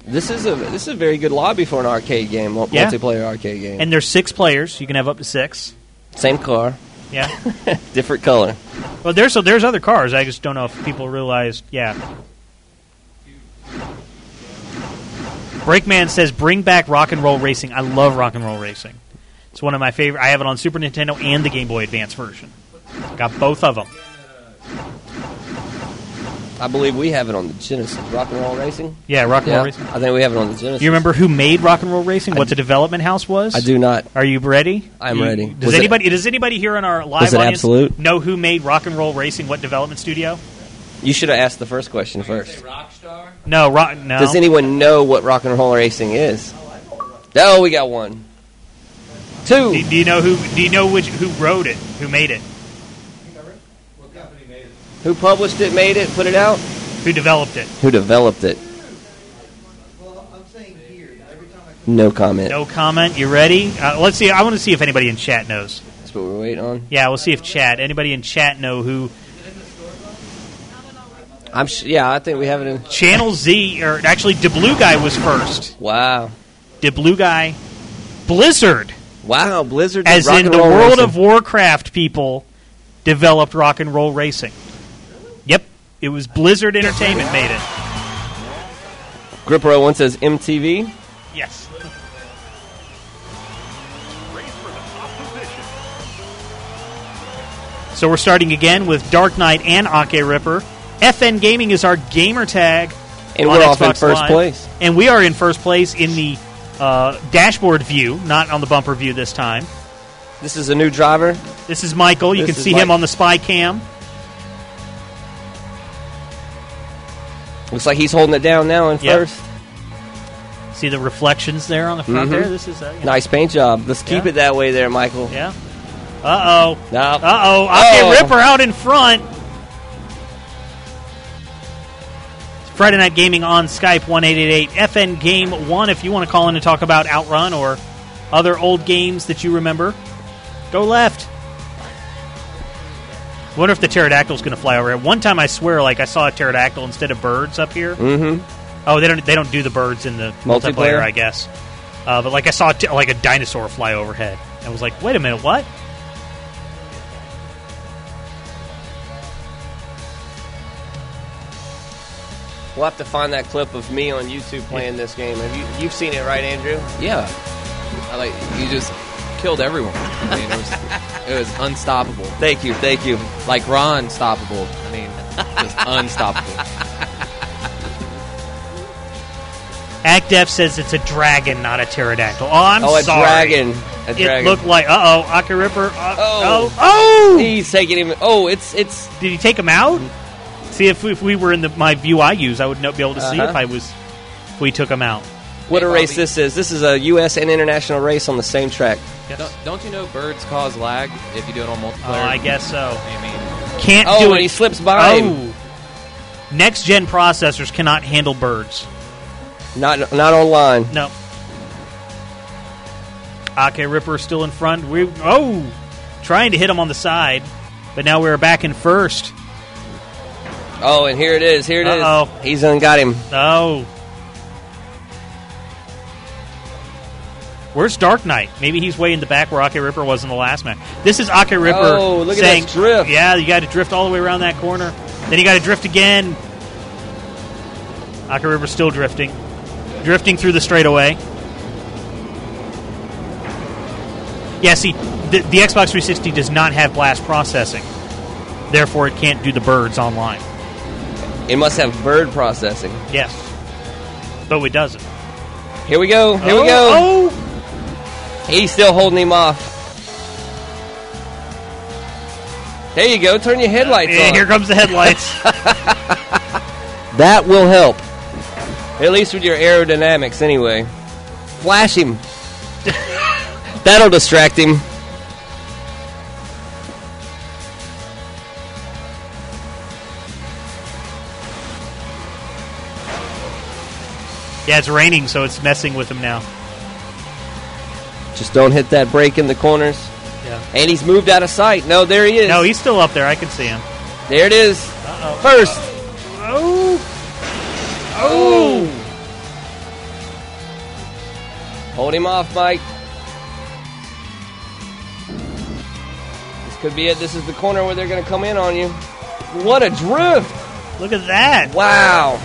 [SPEAKER 3] This is a this is a very good lobby for an arcade game, mul-
[SPEAKER 1] Yeah.
[SPEAKER 3] multiplayer arcade game.
[SPEAKER 1] And there's six players. You can have up to six.
[SPEAKER 3] Same car.
[SPEAKER 1] Yeah.
[SPEAKER 3] Different color.
[SPEAKER 1] Well, there's so there's other cars. I just don't know if people realize. Yeah. Breakman says, "Bring back rock and roll racing. I love rock and roll racing. It's one of my favorite. I have it on Super Nintendo and the Game Boy Advance version. Got both of them.
[SPEAKER 3] I believe we have it on the Genesis. Rock and Roll Racing?
[SPEAKER 1] Yeah, Rock and Roll
[SPEAKER 3] Yeah,
[SPEAKER 1] Racing.
[SPEAKER 3] I think we have it on the Genesis.
[SPEAKER 1] You remember who made rock and roll racing? What the development house was?
[SPEAKER 3] I do not.
[SPEAKER 1] Are you ready?
[SPEAKER 3] I'm
[SPEAKER 1] You-
[SPEAKER 3] ready.
[SPEAKER 1] Does
[SPEAKER 3] Was it-
[SPEAKER 1] anybody does anybody here in our live
[SPEAKER 3] Was it
[SPEAKER 1] audience
[SPEAKER 3] Absolute?
[SPEAKER 1] know who made rock and roll racing? What development studio?
[SPEAKER 3] You should have asked the first question first.
[SPEAKER 1] No, rock. No.
[SPEAKER 3] Does anyone know what rock and roll racing is? Oh, we got one. Two.
[SPEAKER 1] Do, do you know who? Do you know which who wrote it? Who made it?
[SPEAKER 3] Who published it? Made it? Put it out?
[SPEAKER 1] Who developed it?
[SPEAKER 3] Who developed it? No comment.
[SPEAKER 1] No comment. You ready? Uh, let's see. I want to see if anybody in chat knows.
[SPEAKER 3] That's what we're waiting on.
[SPEAKER 1] Yeah, we'll see if chat. Anybody in chat know who?
[SPEAKER 3] I'm sh- yeah. I think we have it in
[SPEAKER 1] Channel Z or actually DeBlue guy was first.
[SPEAKER 3] Wow.
[SPEAKER 1] DeBlue guy, Blizzard.
[SPEAKER 3] Wow, Blizzard. did
[SPEAKER 1] As
[SPEAKER 3] rock
[SPEAKER 1] in
[SPEAKER 3] and
[SPEAKER 1] the
[SPEAKER 3] roll
[SPEAKER 1] World
[SPEAKER 3] racing.
[SPEAKER 1] of Warcraft, people developed rock and roll racing. Yep, it was Blizzard Entertainment made it.
[SPEAKER 3] Gripper one says MTV.
[SPEAKER 1] Yes. So we're starting again with Dark Knight and Ake Ripper. FN Gaming is our gamer tag.
[SPEAKER 3] And
[SPEAKER 1] on
[SPEAKER 3] we're off in
[SPEAKER 1] Xbox
[SPEAKER 3] first
[SPEAKER 1] Live.
[SPEAKER 3] place.
[SPEAKER 1] And we are in first place in the uh, dashboard view, not on the bumper view this time.
[SPEAKER 3] This is a new driver.
[SPEAKER 1] This is Michael. You
[SPEAKER 3] This
[SPEAKER 1] can
[SPEAKER 3] is
[SPEAKER 1] see him
[SPEAKER 3] Mike.
[SPEAKER 1] on the spy cam.
[SPEAKER 3] Looks like he's holding it down now in
[SPEAKER 1] Yep.
[SPEAKER 3] first.
[SPEAKER 1] See the reflections there on the front
[SPEAKER 3] Mhm.
[SPEAKER 1] there? This is uh, you know.
[SPEAKER 3] Nice paint job. Let's keep
[SPEAKER 1] Yeah.
[SPEAKER 3] it that way there, Michael.
[SPEAKER 1] Yeah. Uh oh.
[SPEAKER 3] No.
[SPEAKER 1] Uh oh. Ake
[SPEAKER 3] Oh.
[SPEAKER 1] Ripper out in front. It's Friday Night Gaming on Skype, 1888 FN Game 1. If you want to call in and talk about Outrun or other old games that you remember, go left. wonder if the pterodactyl's going to fly over here. One time I swear, like, I saw a pterodactyl instead of birds up here.
[SPEAKER 3] Mm-hmm.
[SPEAKER 1] Oh, they don't they don't do the birds in the multiplayer,
[SPEAKER 3] Multiplayer?
[SPEAKER 1] I guess. Uh, but like I saw t- like a dinosaur fly overhead. I was like, wait a minute, what?
[SPEAKER 3] We'll have to find that clip of me on YouTube playing this game. Have you you've seen it, right, Andrew?
[SPEAKER 9] Yeah. I like you just killed everyone. I mean, it was, it was unstoppable.
[SPEAKER 3] Thank you, thank you.
[SPEAKER 9] Like Ron stoppable. I mean, just unstoppable.
[SPEAKER 1] ActF says it's a dragon, not a pterodactyl. Oh, I'm
[SPEAKER 3] Oh, a
[SPEAKER 1] sorry.
[SPEAKER 3] dragon. A
[SPEAKER 1] It
[SPEAKER 3] dragon.
[SPEAKER 1] looked like uh oh, Aka Ripper. Uh,
[SPEAKER 3] Oh.
[SPEAKER 1] oh, oh,
[SPEAKER 3] He's taking him. Oh, it's it's.
[SPEAKER 1] Did he take him out? See if if we were in the my view I use, I would not be able to see
[SPEAKER 3] Uh-huh.
[SPEAKER 1] if I was if we took him out.
[SPEAKER 3] What a race this is! This is a U.S. and international race on the same track.
[SPEAKER 9] Don't, don't you know birds cause lag if you do it on multiplayer?
[SPEAKER 1] Oh, I guess so.
[SPEAKER 9] I mean,
[SPEAKER 1] Can't
[SPEAKER 9] Oh,
[SPEAKER 1] do
[SPEAKER 9] and
[SPEAKER 1] it. Oh.
[SPEAKER 9] he slips by him.
[SPEAKER 1] Next gen processors cannot handle birds.
[SPEAKER 3] Not not online.
[SPEAKER 1] No. Ake Ripper is still in front. We oh, trying to hit him on the side, but now we're back in first.
[SPEAKER 3] Oh, and here it is. Here it is.
[SPEAKER 1] Uh-oh.
[SPEAKER 3] He's done got him.
[SPEAKER 1] Oh, where's Dark Knight? Maybe he's way in the back where Ake Ripper was in the last match. This is Ake Ripper
[SPEAKER 3] Oh, look at
[SPEAKER 1] saying,
[SPEAKER 3] that drift.
[SPEAKER 1] "Yeah, you got to drift all the way around that corner. Then you got to drift again." Ake Ripper still drifting, drifting through the straightaway. Yeah, see, the, the Xbox 360 does not have blast processing. Therefore, it can't do the birds online.
[SPEAKER 3] It must have bird processing.
[SPEAKER 1] Yes. Though it doesn't.
[SPEAKER 3] Here we go. Here we go.
[SPEAKER 1] Oh,
[SPEAKER 3] He's still holding him off. There you go. Turn your headlights
[SPEAKER 1] Yeah,
[SPEAKER 3] on.
[SPEAKER 1] here comes the headlights.
[SPEAKER 3] That will help. At least with your aerodynamics, anyway. Flash him. That'll distract him.
[SPEAKER 1] Yeah, it's raining, so it's messing with him now.
[SPEAKER 3] Just don't hit that brake in the corners.
[SPEAKER 1] Yeah.
[SPEAKER 3] And he's moved out of sight. No, there he is.
[SPEAKER 1] No, he's still up there. I can see him.
[SPEAKER 3] There it is.
[SPEAKER 1] Uh-oh.
[SPEAKER 3] First.
[SPEAKER 1] Oh.
[SPEAKER 3] Oh. Hold him off, Mike. He's Could be it. This is the corner where they're going to come in on you. What a drift!
[SPEAKER 18] Look at that!
[SPEAKER 3] Wow!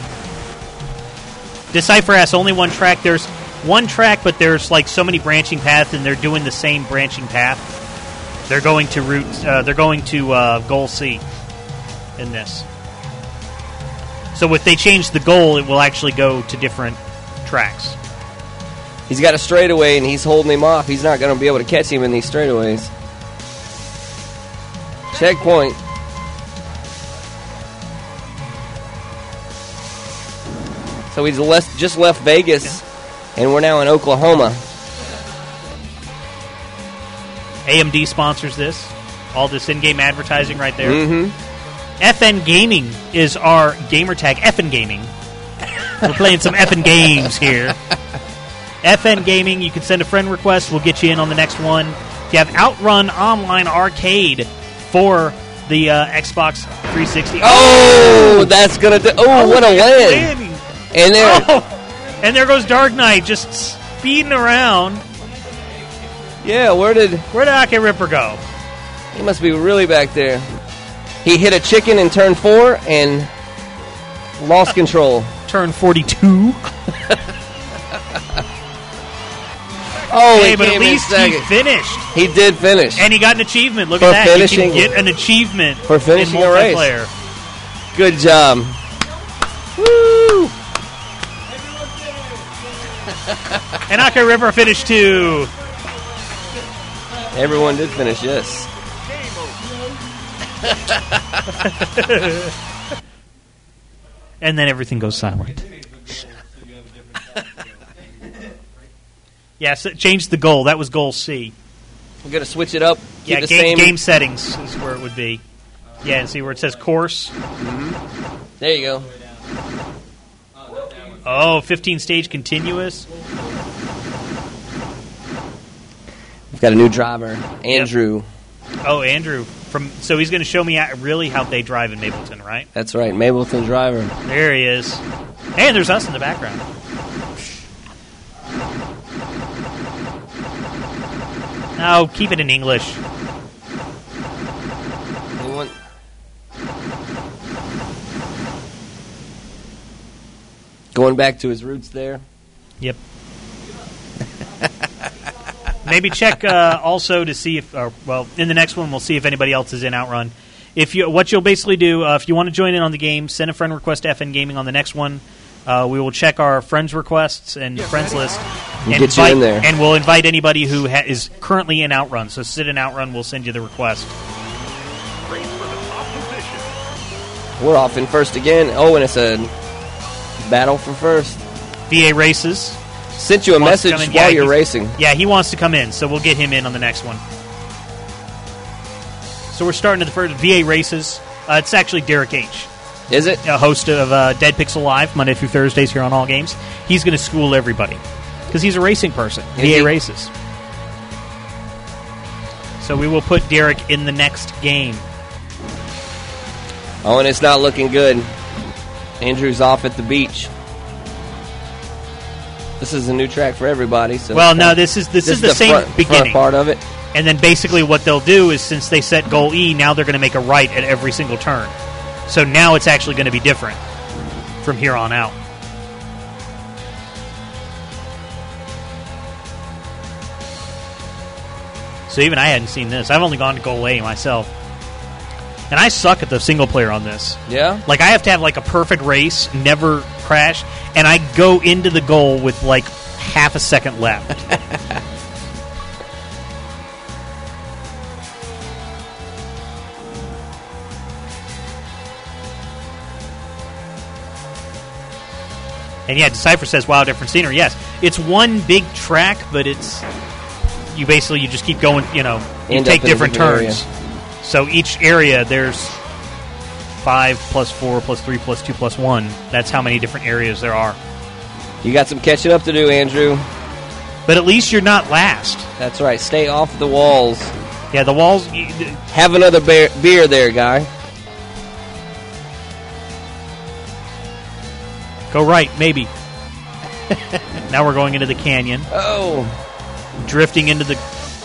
[SPEAKER 1] Decipher has only one track. There's one track, but there's like so many branching paths, and they're doing the same branching path. They're going to route. Uh, they're going to uh, goal C in this. So if they change the goal, it will actually go to different tracks.
[SPEAKER 3] He's got a straightaway and he's holding him off. He's not going to be able to catch him in these straightaways. Checkpoint. So he's less, just left Vegas, and we're now in Oklahoma.
[SPEAKER 1] AMD sponsors this. All this in-game advertising right there.
[SPEAKER 3] Mhm.
[SPEAKER 1] FN Gaming is our gamer tag. FN Gaming. We're playing some FN games here. FN Gaming. You can send a friend request. We'll get you in on the next one. You have Outrun Online Arcade for the uh, Xbox 360.
[SPEAKER 3] Oh, that's gonna. Do- oh, what a win! And there,
[SPEAKER 1] Oh! and there goes Dark Knight just speeding around.
[SPEAKER 3] Yeah, where did
[SPEAKER 1] where did Ake Ripper go?
[SPEAKER 3] He must be really back there. He hit a chicken in turn four and lost control.
[SPEAKER 1] Turn 42.
[SPEAKER 3] Oh,
[SPEAKER 1] hey,
[SPEAKER 3] he
[SPEAKER 1] but at
[SPEAKER 3] came in
[SPEAKER 1] least he
[SPEAKER 3] second.
[SPEAKER 1] finished,
[SPEAKER 3] He did finish.
[SPEAKER 1] and he got an achievement. Look
[SPEAKER 3] For
[SPEAKER 1] at that!
[SPEAKER 3] finishing-
[SPEAKER 1] you can get an achievement
[SPEAKER 3] for finishing
[SPEAKER 1] in
[SPEAKER 3] a race.
[SPEAKER 1] multiplayer.
[SPEAKER 3] Good job. Woo!
[SPEAKER 1] and Ake Ripper finished too.
[SPEAKER 3] Everyone did finish, yes.
[SPEAKER 1] and then everything goes silent. yes, it changed the goal. That was goal C.
[SPEAKER 3] We're going to switch it up. Keep
[SPEAKER 1] yeah,
[SPEAKER 3] the
[SPEAKER 1] game,
[SPEAKER 3] same.
[SPEAKER 1] game settings is where it would be. Yeah, and see where it says course.
[SPEAKER 3] There you go.
[SPEAKER 1] Oh, 15 stage continuous.
[SPEAKER 3] We've got a new driver, Andrew.
[SPEAKER 1] Oh, Andrew from so he's going to show me how- really how they drive in Mapleton, right?
[SPEAKER 3] That's right, Mableton driver.
[SPEAKER 1] There he is. And there's us in the background. No, keep it in English.
[SPEAKER 3] We want- Going back to his roots there.
[SPEAKER 1] Yep. Maybe check uh, also to see if, or, well, in the next one we'll see if anybody else is in Outrun. If you, what you'll basically do, uh, if you want to join in on the game, send a friend request to FN Gaming on the next one. Uh, we will check our friends requests and friends list,
[SPEAKER 3] We'll
[SPEAKER 1] and
[SPEAKER 3] get you in
[SPEAKER 1] invite-
[SPEAKER 3] there.
[SPEAKER 1] and we'll invite anybody who ha- is currently in Outrun. So sit in Outrun, we'll send you the request.
[SPEAKER 3] We're off in first again. Oh, and it's a battle for first.
[SPEAKER 1] VA races.
[SPEAKER 3] Sent you a
[SPEAKER 1] Wants to
[SPEAKER 3] message
[SPEAKER 1] come
[SPEAKER 3] while
[SPEAKER 1] in. Yeah,
[SPEAKER 3] you're
[SPEAKER 1] he's-
[SPEAKER 3] racing.
[SPEAKER 1] Yeah, he wants to come in, so we'll get him in on the next one. So we're starting to the first VA races. Uh, it's actually Derek H.
[SPEAKER 3] Is it
[SPEAKER 1] a host of uh, Dead Pixel Live Monday through Thursdays here on All Games? He's going to school everybody because he's a racing person.
[SPEAKER 3] Is
[SPEAKER 1] VA
[SPEAKER 3] he?
[SPEAKER 1] races. So we will put Derek in the next game.
[SPEAKER 3] Oh, and it's not looking good. Andrew's off at the beach. This is a new track for everybody. So
[SPEAKER 1] Well, no, this is this, is the, same
[SPEAKER 3] front- front
[SPEAKER 1] beginning
[SPEAKER 3] part of it.
[SPEAKER 1] And then basically what they'll do is since they set goal E, now they're going to make a right at every single turn. So now it's actually going to be different from here on out. So even I hadn't seen this. I've only gone to goal A myself. And I suck at the single player on this.
[SPEAKER 3] Yeah?
[SPEAKER 1] Like I have to have like a perfect race, never crash, and I go into the goal with like half a second left. And yeah, Decipher says wow, different scenery. Yes, it's one big track, but it's you basically you just keep going. You know, you
[SPEAKER 3] End up
[SPEAKER 1] take
[SPEAKER 3] in a
[SPEAKER 1] different
[SPEAKER 3] different
[SPEAKER 1] turns. So each area there's five plus four plus three plus two plus one. That's how many different areas there are.
[SPEAKER 3] You got some catching up to do, Andrew.
[SPEAKER 1] But at least you're not last.
[SPEAKER 3] That's right. Stay off the walls.
[SPEAKER 1] Yeah, the walls.
[SPEAKER 3] Have another beer, beer there, guy.
[SPEAKER 1] Go right, maybe. now we're going into the canyon.
[SPEAKER 3] Oh,
[SPEAKER 1] drifting into the.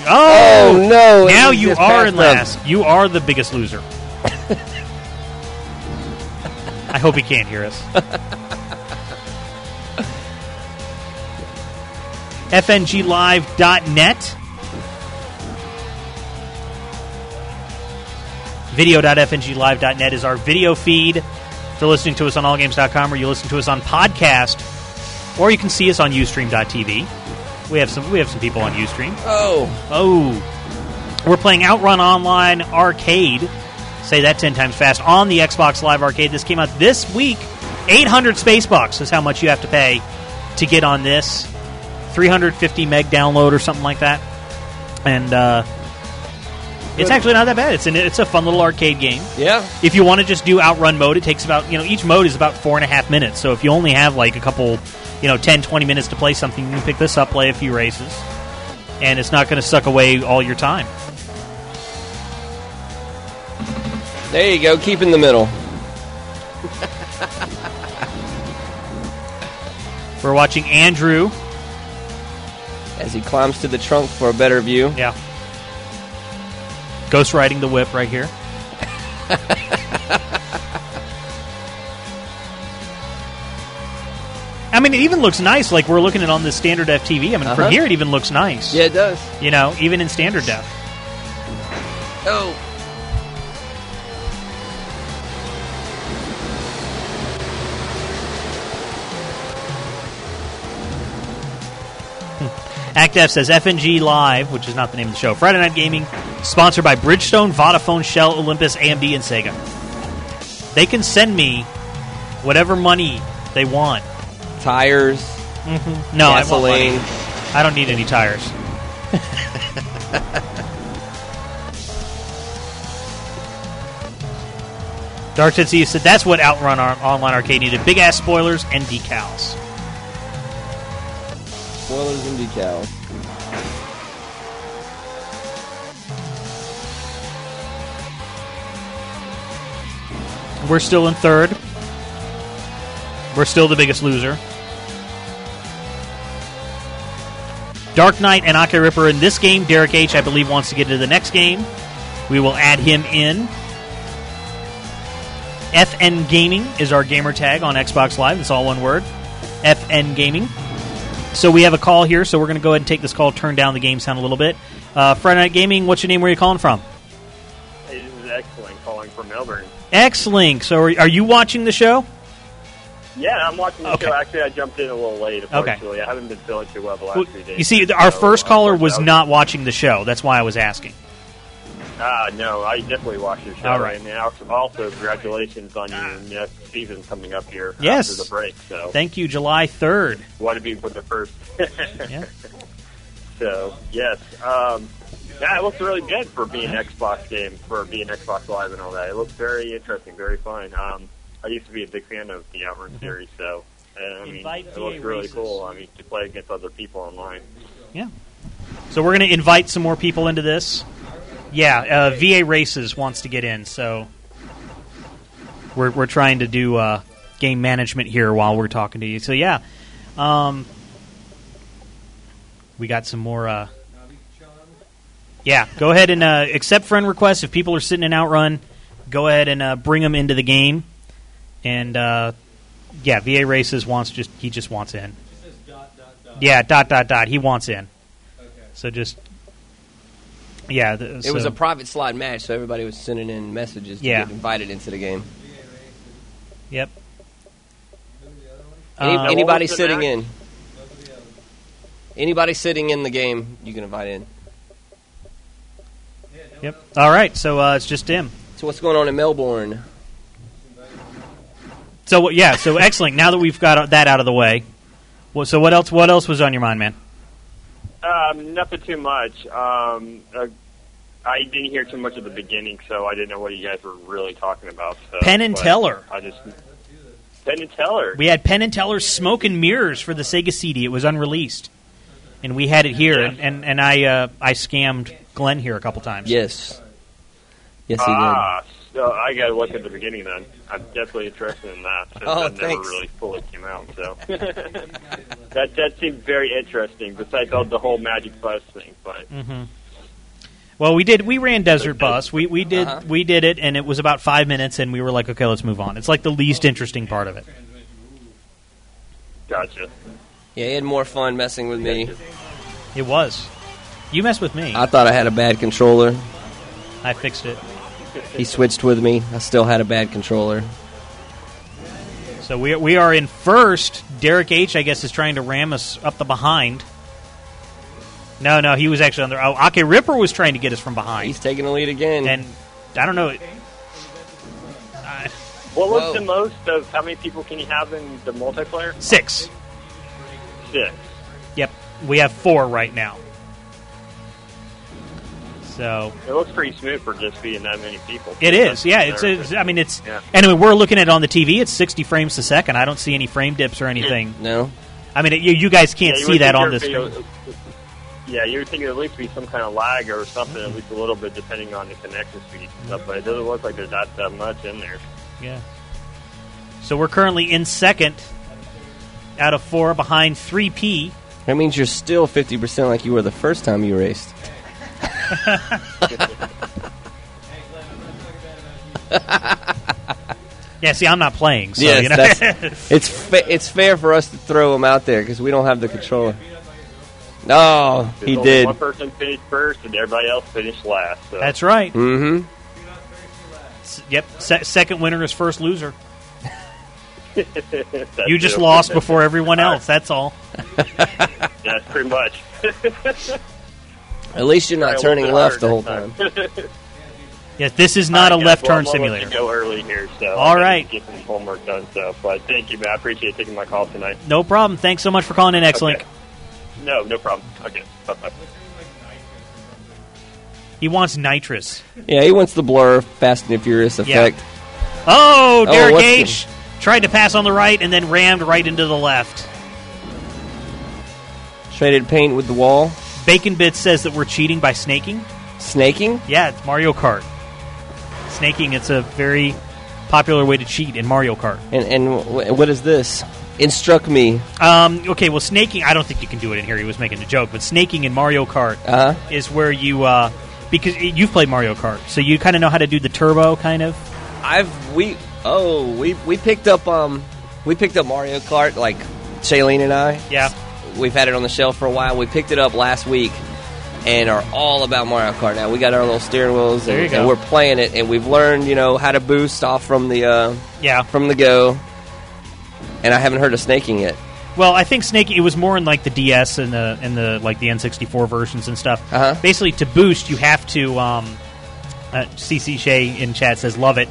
[SPEAKER 1] Oh,
[SPEAKER 3] Oh, no, it
[SPEAKER 1] Now
[SPEAKER 3] was
[SPEAKER 1] you
[SPEAKER 3] just
[SPEAKER 1] are in
[SPEAKER 3] past
[SPEAKER 1] last. You are the biggest loser. I hope he can't hear us. FNGlive.net. Video.fnglive.net is our video feed. If you're listening to us on allgames.com or you listen to us on podcast, or you can see us on Ustream.tv. We have some we have some people on Ustream.
[SPEAKER 3] Oh.
[SPEAKER 1] Oh. We're playing Outrun Online Arcade. Say that 10 times fast on the Xbox Live Arcade. This came out this week. 800 Spacebucks is how much you have to pay to get on this. 350 meg download or something like that. And uh, it's actually not that bad. It's an, it's a fun little arcade game.
[SPEAKER 3] Yeah.
[SPEAKER 1] If you want to just do outrun mode, it takes about, you know, each mode is about four and a half minutes. So if you only have like a couple, you know, 10, 20 minutes to play something, you can pick this up, play a few races, and it's not going to suck away all your time.
[SPEAKER 3] There you go. Keep in the middle.
[SPEAKER 1] We're watching Andrew
[SPEAKER 3] as he climbs to the trunk for a better view.
[SPEAKER 1] Yeah. Ghost riding the whip right here. I mean, it even looks nice. Like we're looking at it on the standard FTV. I mean,
[SPEAKER 3] Uh-huh.
[SPEAKER 1] from here it even looks nice.
[SPEAKER 3] Yeah, it does.
[SPEAKER 1] You know, even in standard def.
[SPEAKER 3] Oh.
[SPEAKER 1] ActF says FNG Live, which is not the name of the show. Friday Night Gaming, sponsored by Bridgestone, Vodafone, Shell, Olympus, AMD, and Sega. They can send me whatever money they want.
[SPEAKER 3] Tires.
[SPEAKER 1] Mm-hmm. No, I want money.
[SPEAKER 3] Gasoline.
[SPEAKER 1] I don't need any tires. Dark Titsy said that's what Outrun our Online Arcade needed big ass spoilers and decals.
[SPEAKER 3] Spoilers and decals.
[SPEAKER 1] We're still in third. We're still the biggest loser. Dark Knight and Ake Ripper in this game. Derek H, I believe, wants to get to the next game. We will add him in. FN Gaming is our gamer tag on Xbox Live. It's all one word. FN Gaming. So we have a call here, so we're going to go ahead and take this call, turn down the game sound a little bit. Uh, Friday Night Gaming, what's your name? Where are you calling from?
[SPEAKER 17] Hey, this is excellent calling from Melbourne.
[SPEAKER 1] X Link. So are, are you watching the show?
[SPEAKER 17] Yeah, I'm watching the show. Actually, I jumped in a little late,
[SPEAKER 1] Okay.
[SPEAKER 17] unfortunately. I haven't been feeling too well the last
[SPEAKER 1] Well,
[SPEAKER 17] few days.
[SPEAKER 1] you see, our
[SPEAKER 17] so,
[SPEAKER 1] first
[SPEAKER 17] uh,
[SPEAKER 1] caller was not watching the show. That's why I was asking.
[SPEAKER 17] Ah, no, I definitely watched the show.
[SPEAKER 1] All right. Ah.
[SPEAKER 17] And now- also, congratulations on your next season coming up here
[SPEAKER 1] Yes.
[SPEAKER 17] after the break. So,
[SPEAKER 1] Thank you, July 3rd.
[SPEAKER 17] Want to be with the first.
[SPEAKER 1] Yeah.
[SPEAKER 17] So, yes. Um, yeah, it looks really good for being an Xbox game, for being Xbox Live and all that. It looks very interesting, very fun. Um, I used to be a big fan of the Outrun series, so uh, I mean,
[SPEAKER 1] Mm-hmm. Invite
[SPEAKER 17] it
[SPEAKER 1] VA
[SPEAKER 17] looks really
[SPEAKER 1] races.
[SPEAKER 17] cool. I mean, to play against other people online.
[SPEAKER 1] So we're going to invite some more people into this. Yeah, uh, VA Races wants to get in, so we're, we're trying to do uh, game management here while we're talking to you. So, yeah, um, we got some more. Uh, yeah, go ahead and uh, accept friend requests. If people are sitting in Outrun, go ahead and uh, bring them into the game. And uh, yeah, VA Races wants just he just wants in. Yeah, dot dot dot. He wants in. So just yeah. The,
[SPEAKER 3] It was a private slot match, so everybody was sending in messages to
[SPEAKER 1] Yeah.
[SPEAKER 3] get invited into the game.
[SPEAKER 1] Yep.
[SPEAKER 3] Any,
[SPEAKER 1] Uh,
[SPEAKER 3] anybody sitting in? Anybody sitting in the game, you can invite in.
[SPEAKER 1] Yep. All right. So uh, it's just him.
[SPEAKER 3] So what's going on in Melbourne?
[SPEAKER 1] So what- yeah. So excellent. Now that we've got that out of the way, well, so what else? What else was on your mind, man?
[SPEAKER 17] Um, nothing too much. Um, uh, I didn't hear too much at the beginning, so I didn't know what you guys were really talking about. So,
[SPEAKER 1] Penn and
[SPEAKER 17] but
[SPEAKER 1] Teller.
[SPEAKER 17] I just Penn and Teller.
[SPEAKER 1] We had Penn and Teller's Smoke and Mirrors for the Sega CD. It was unreleased, and we had it here. And and, and I uh, I scammed Glenn here a couple times.
[SPEAKER 3] Yes. Yes,
[SPEAKER 17] ah, so I got to look at the beginning then. I'm definitely interested in that. Since
[SPEAKER 3] Oh,
[SPEAKER 17] that never
[SPEAKER 3] thanks.
[SPEAKER 17] really fully came out. So that that seemed very interesting. Besides all the whole Magic Bus thing, but
[SPEAKER 1] Mhm. Well, we did. We ran Desert Bus. We we did
[SPEAKER 3] Uh-huh.
[SPEAKER 1] we did it, and it was about five minutes, and we were like, okay, let's move on. It's like the least interesting part of it.
[SPEAKER 17] Gotcha.
[SPEAKER 3] Yeah, he had more fun messing with me.
[SPEAKER 1] It was. You mess with me.
[SPEAKER 3] I thought I had a bad controller.
[SPEAKER 1] I fixed it.
[SPEAKER 3] He switched with me. I still had a bad controller.
[SPEAKER 1] So we we are in first. Derek H, I guess, is trying to ram us up the behind. No, no, he was actually on the. Oh, Ake Ripper was trying to get us from behind. He's
[SPEAKER 3] taking the lead again.
[SPEAKER 1] And I don't know.
[SPEAKER 17] What was
[SPEAKER 1] Whoa.
[SPEAKER 17] the most of how many people can you have in the multiplayer?
[SPEAKER 1] Six.
[SPEAKER 17] Six.
[SPEAKER 1] Yep, we have four right now. So
[SPEAKER 17] It looks pretty smooth for just being that many people.
[SPEAKER 1] It is, yeah. It's, it's I mean, it's.
[SPEAKER 17] Yeah.
[SPEAKER 1] Anyway, we're looking at it on the TV. It's 60 frames a second. I don't see any frame dips or anything.
[SPEAKER 3] Mm, No.
[SPEAKER 1] I mean, it, you, you guys can't
[SPEAKER 17] Yeah, you
[SPEAKER 1] see
[SPEAKER 17] would
[SPEAKER 1] that
[SPEAKER 17] think
[SPEAKER 1] on
[SPEAKER 17] there'd
[SPEAKER 1] this.
[SPEAKER 17] be a- Yeah, you would think there'd at least be some kind of lag or something, at least a little bit, depending on the connection speed and stuff. But it doesn't look like there's not that much in there.
[SPEAKER 1] Yeah. So we're currently in second out of four behind 3P.
[SPEAKER 3] That means you're still 50% like you were the first time you raced.
[SPEAKER 1] Yeah, see, I'm not playing. So,
[SPEAKER 3] Yes,
[SPEAKER 1] you know.
[SPEAKER 3] that's- it's fa- it's fair for us to throw him out there because we don't have the controller. No,
[SPEAKER 17] There's
[SPEAKER 3] he
[SPEAKER 17] only
[SPEAKER 3] did.
[SPEAKER 17] One person finished first, and everybody else finished last. So.
[SPEAKER 1] That's right.
[SPEAKER 3] Mm-hmm.
[SPEAKER 1] S- Yep. Se- second winner is first loser.
[SPEAKER 17] That's
[SPEAKER 1] you just
[SPEAKER 17] it.
[SPEAKER 1] lost before everyone else. That's all.
[SPEAKER 17] That's pretty much.
[SPEAKER 3] At least you're not
[SPEAKER 17] Sorry,
[SPEAKER 3] turning
[SPEAKER 17] I worked
[SPEAKER 3] left the whole
[SPEAKER 17] hard
[SPEAKER 3] time.
[SPEAKER 17] next time.
[SPEAKER 1] Yes, this is not a
[SPEAKER 17] Yeah,
[SPEAKER 1] left
[SPEAKER 17] well,
[SPEAKER 1] turn
[SPEAKER 17] I'm gonna let you
[SPEAKER 1] simulator.
[SPEAKER 17] Go early here, so
[SPEAKER 1] All
[SPEAKER 17] I gotta
[SPEAKER 1] right.
[SPEAKER 17] get some homework done. So, but thank you, man. I appreciate taking my call tonight.
[SPEAKER 1] No problem. Thanks so much for calling in, X Link.
[SPEAKER 17] No, no problem. Okay, bye bye.
[SPEAKER 1] He wants nitrous.
[SPEAKER 3] Yeah, he wants the blur, Fast and Furious
[SPEAKER 1] Yeah.
[SPEAKER 3] effect.
[SPEAKER 1] Oh,
[SPEAKER 3] Oh,
[SPEAKER 1] Derek
[SPEAKER 3] what's
[SPEAKER 1] H tried to pass on the right and then rammed right into the left.
[SPEAKER 3] Traded paint with the wall.
[SPEAKER 1] Bacon Bits says that we're cheating by snaking.
[SPEAKER 3] Snaking?
[SPEAKER 1] Yeah, it's Mario Kart. Snaking, it's a very popular way to cheat in Mario Kart.
[SPEAKER 3] And, and wh- what is this? Instruct me.
[SPEAKER 1] Um, okay, well, snaking, I don't think you can do it in here. He was making a joke, but snaking in Mario Kart
[SPEAKER 3] Uh-huh.
[SPEAKER 1] is where you, uh, because you've played Mario Kart, so you kind of know how to do the turbo, kind of.
[SPEAKER 3] I've we oh we we picked up um we picked up Mario Kart like Shailene and I.
[SPEAKER 1] Yeah.
[SPEAKER 3] We've had it on the shelf for a while. We picked it up last week and are all about Mario Kart now. We got our little steering wheels
[SPEAKER 1] There you
[SPEAKER 3] and,
[SPEAKER 1] go.
[SPEAKER 3] and we're playing it and we've learned, you know, how to boost off from the uh
[SPEAKER 1] Yeah.
[SPEAKER 3] from the go. And I haven't heard of snaking yet.
[SPEAKER 1] Well, I think Snake. It was more in like the DS and the and the like the N64 versions and stuff. Uh-huh. Basically, to boost, you have to. Um, uh, CC Shay in chat says, "Love it."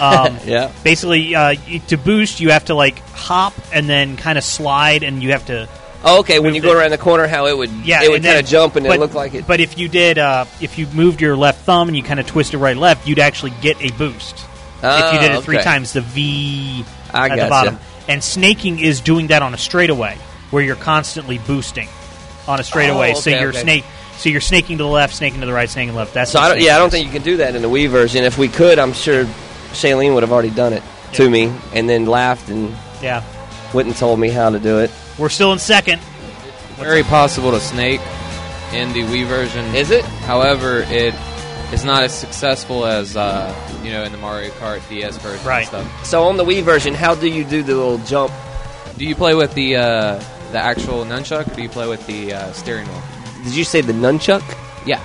[SPEAKER 1] Um,
[SPEAKER 3] Yeah.
[SPEAKER 1] Basically, uh, you, to boost, you have to like hop and then kind of slide, and you have to.
[SPEAKER 3] Oh, okay, when
[SPEAKER 1] move
[SPEAKER 3] you
[SPEAKER 1] it.
[SPEAKER 3] go around the corner how it would
[SPEAKER 1] Yeah,
[SPEAKER 3] it would
[SPEAKER 1] and then-
[SPEAKER 3] kind of jump and
[SPEAKER 1] but-
[SPEAKER 3] it looked like it.
[SPEAKER 1] But if you did, uh, if you moved your left thumb and you kind of twisted right left, you'd actually get a boost. if you did it
[SPEAKER 3] Oh,
[SPEAKER 1] three
[SPEAKER 3] okay.
[SPEAKER 1] times, the V
[SPEAKER 3] I
[SPEAKER 1] at the
[SPEAKER 3] gotcha.
[SPEAKER 1] bottom. And snaking is doing that on a straightaway, where you're constantly boosting on a straightaway. so
[SPEAKER 3] Oh, okay,
[SPEAKER 1] you're
[SPEAKER 3] okay.
[SPEAKER 1] snake, so you're snaking to the left, snaking to the right, snaking left. That's
[SPEAKER 3] So
[SPEAKER 1] what
[SPEAKER 3] I don't,
[SPEAKER 1] snaking
[SPEAKER 3] yeah, I don't
[SPEAKER 1] is.
[SPEAKER 3] think you can do that in the Wii version. If we could, I'm sure Shailene would have already done it to me and then laughed and
[SPEAKER 1] Yeah.
[SPEAKER 3] wouldn't told me how to do it.
[SPEAKER 1] We're still in second.
[SPEAKER 9] Very possible to snake in the Wii version.
[SPEAKER 3] Is it?
[SPEAKER 9] However, it is not as successful as uh, you know in the Mario Kart DS version
[SPEAKER 1] Right.
[SPEAKER 9] and stuff.
[SPEAKER 3] So on the Wii version, how do you do the little jump?
[SPEAKER 9] Do you play with the uh, the actual nunchuck, or do you play with the uh, steering wheel?
[SPEAKER 3] Did you say the nunchuck?
[SPEAKER 9] Yeah,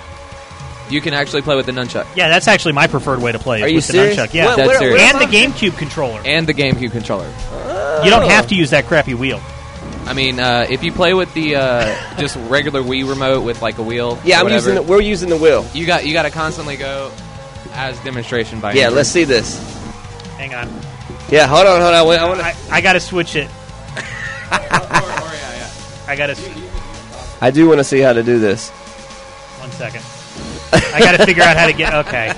[SPEAKER 9] you can actually play with the nunchuck.
[SPEAKER 1] Yeah, that's actually my preferred way to play.
[SPEAKER 9] Are
[SPEAKER 1] is
[SPEAKER 9] you
[SPEAKER 1] with
[SPEAKER 9] serious?
[SPEAKER 1] the nunchuck? Yeah,
[SPEAKER 9] What- That's where- serious.
[SPEAKER 1] and
[SPEAKER 9] where
[SPEAKER 1] the GameCube controller. Oh.
[SPEAKER 9] And the GameCube controller.
[SPEAKER 1] You
[SPEAKER 3] Oh.
[SPEAKER 1] don't have to use that crappy wheel.
[SPEAKER 9] I mean, uh, if you play with the uh, just regular Wii remote with like a wheel,
[SPEAKER 3] Yeah, I'm
[SPEAKER 9] whatever,
[SPEAKER 3] using the, we're using the wheel.
[SPEAKER 9] You got you got to constantly go as demonstration by.
[SPEAKER 3] Yeah,
[SPEAKER 9] Andrew.
[SPEAKER 3] let's see this.
[SPEAKER 1] Hang on.
[SPEAKER 3] Yeah, hold on, hold on. Wait, I want
[SPEAKER 1] I, I gotta switch it. I gotta. s-
[SPEAKER 3] I do want to see how to do this.
[SPEAKER 1] One second. I gotta figure out how to get. Okay.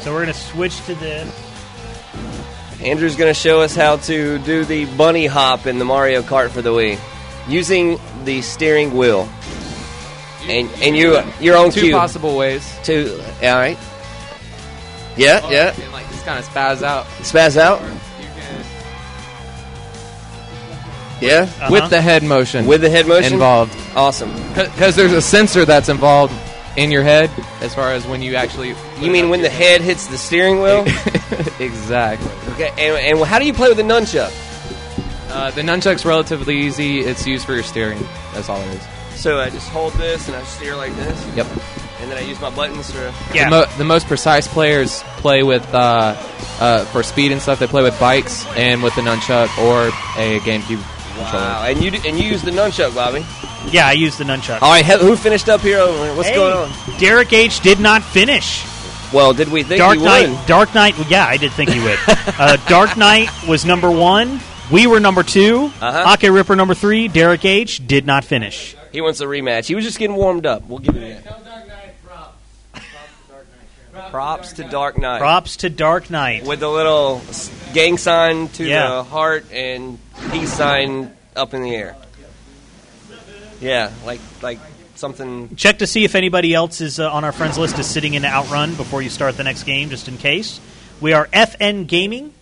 [SPEAKER 1] So we're gonna switch to this.
[SPEAKER 3] Andrew's going to show us how to do the bunny hop in the Mario Kart for the Wii using the steering wheel. And and you your own
[SPEAKER 9] Two
[SPEAKER 3] cue.
[SPEAKER 9] possible ways. Oh.
[SPEAKER 3] Two. All right. Yeah, yeah.
[SPEAKER 9] And like just kind of spaz out.
[SPEAKER 3] Spaz out. Yeah,
[SPEAKER 9] Uh-huh.
[SPEAKER 1] Uh-huh.
[SPEAKER 9] With the head motion.
[SPEAKER 3] With the head motion
[SPEAKER 9] involved.
[SPEAKER 3] Awesome.
[SPEAKER 9] Because there's a sensor that's involved in your head as far as when you actually.
[SPEAKER 3] You mean when the head hits the steering wheel?
[SPEAKER 9] exactly.
[SPEAKER 3] Okay, and, and how do you play with the nunchuck?
[SPEAKER 9] Uh, the nunchuck's relatively easy. It's used for your steering. That's all it is.
[SPEAKER 3] So I just hold this and I steer like this.
[SPEAKER 9] Yep.
[SPEAKER 3] And then I use my buttons to.
[SPEAKER 9] The, mo- the most precise players play with uh, uh, for speed and stuff. They play with bikes and with the nunchuck or a GameCube
[SPEAKER 3] Wow, and you d- and you use the nunchuck, Bobby.
[SPEAKER 1] Yeah, I used the nunchuck.
[SPEAKER 3] All right, he- who finished up here? Over what's
[SPEAKER 1] Hey,
[SPEAKER 3] going on?
[SPEAKER 1] Derek H did not finish.
[SPEAKER 3] Well, did we think
[SPEAKER 1] Dark
[SPEAKER 3] he
[SPEAKER 1] Knight?
[SPEAKER 3] would?
[SPEAKER 1] Dark Knight. well, Yeah, I did think he would. uh, Dark Knight was number one. We were number 2
[SPEAKER 3] Uh-huh.
[SPEAKER 1] Ake Ripper number three. Derek H did not finish.
[SPEAKER 3] He wants a rematch. He was just getting warmed up. We'll give him that. Props to Dark Knight.
[SPEAKER 1] Props to Dark Knight.
[SPEAKER 3] With the little s- gang sign to
[SPEAKER 1] Yeah.
[SPEAKER 3] the heart and peace sign up in the air. Yeah, like like something.
[SPEAKER 1] Check to see if anybody else is uh, on our friends list is sitting in Outrun before you start the next game, just in case. We are FN Gaming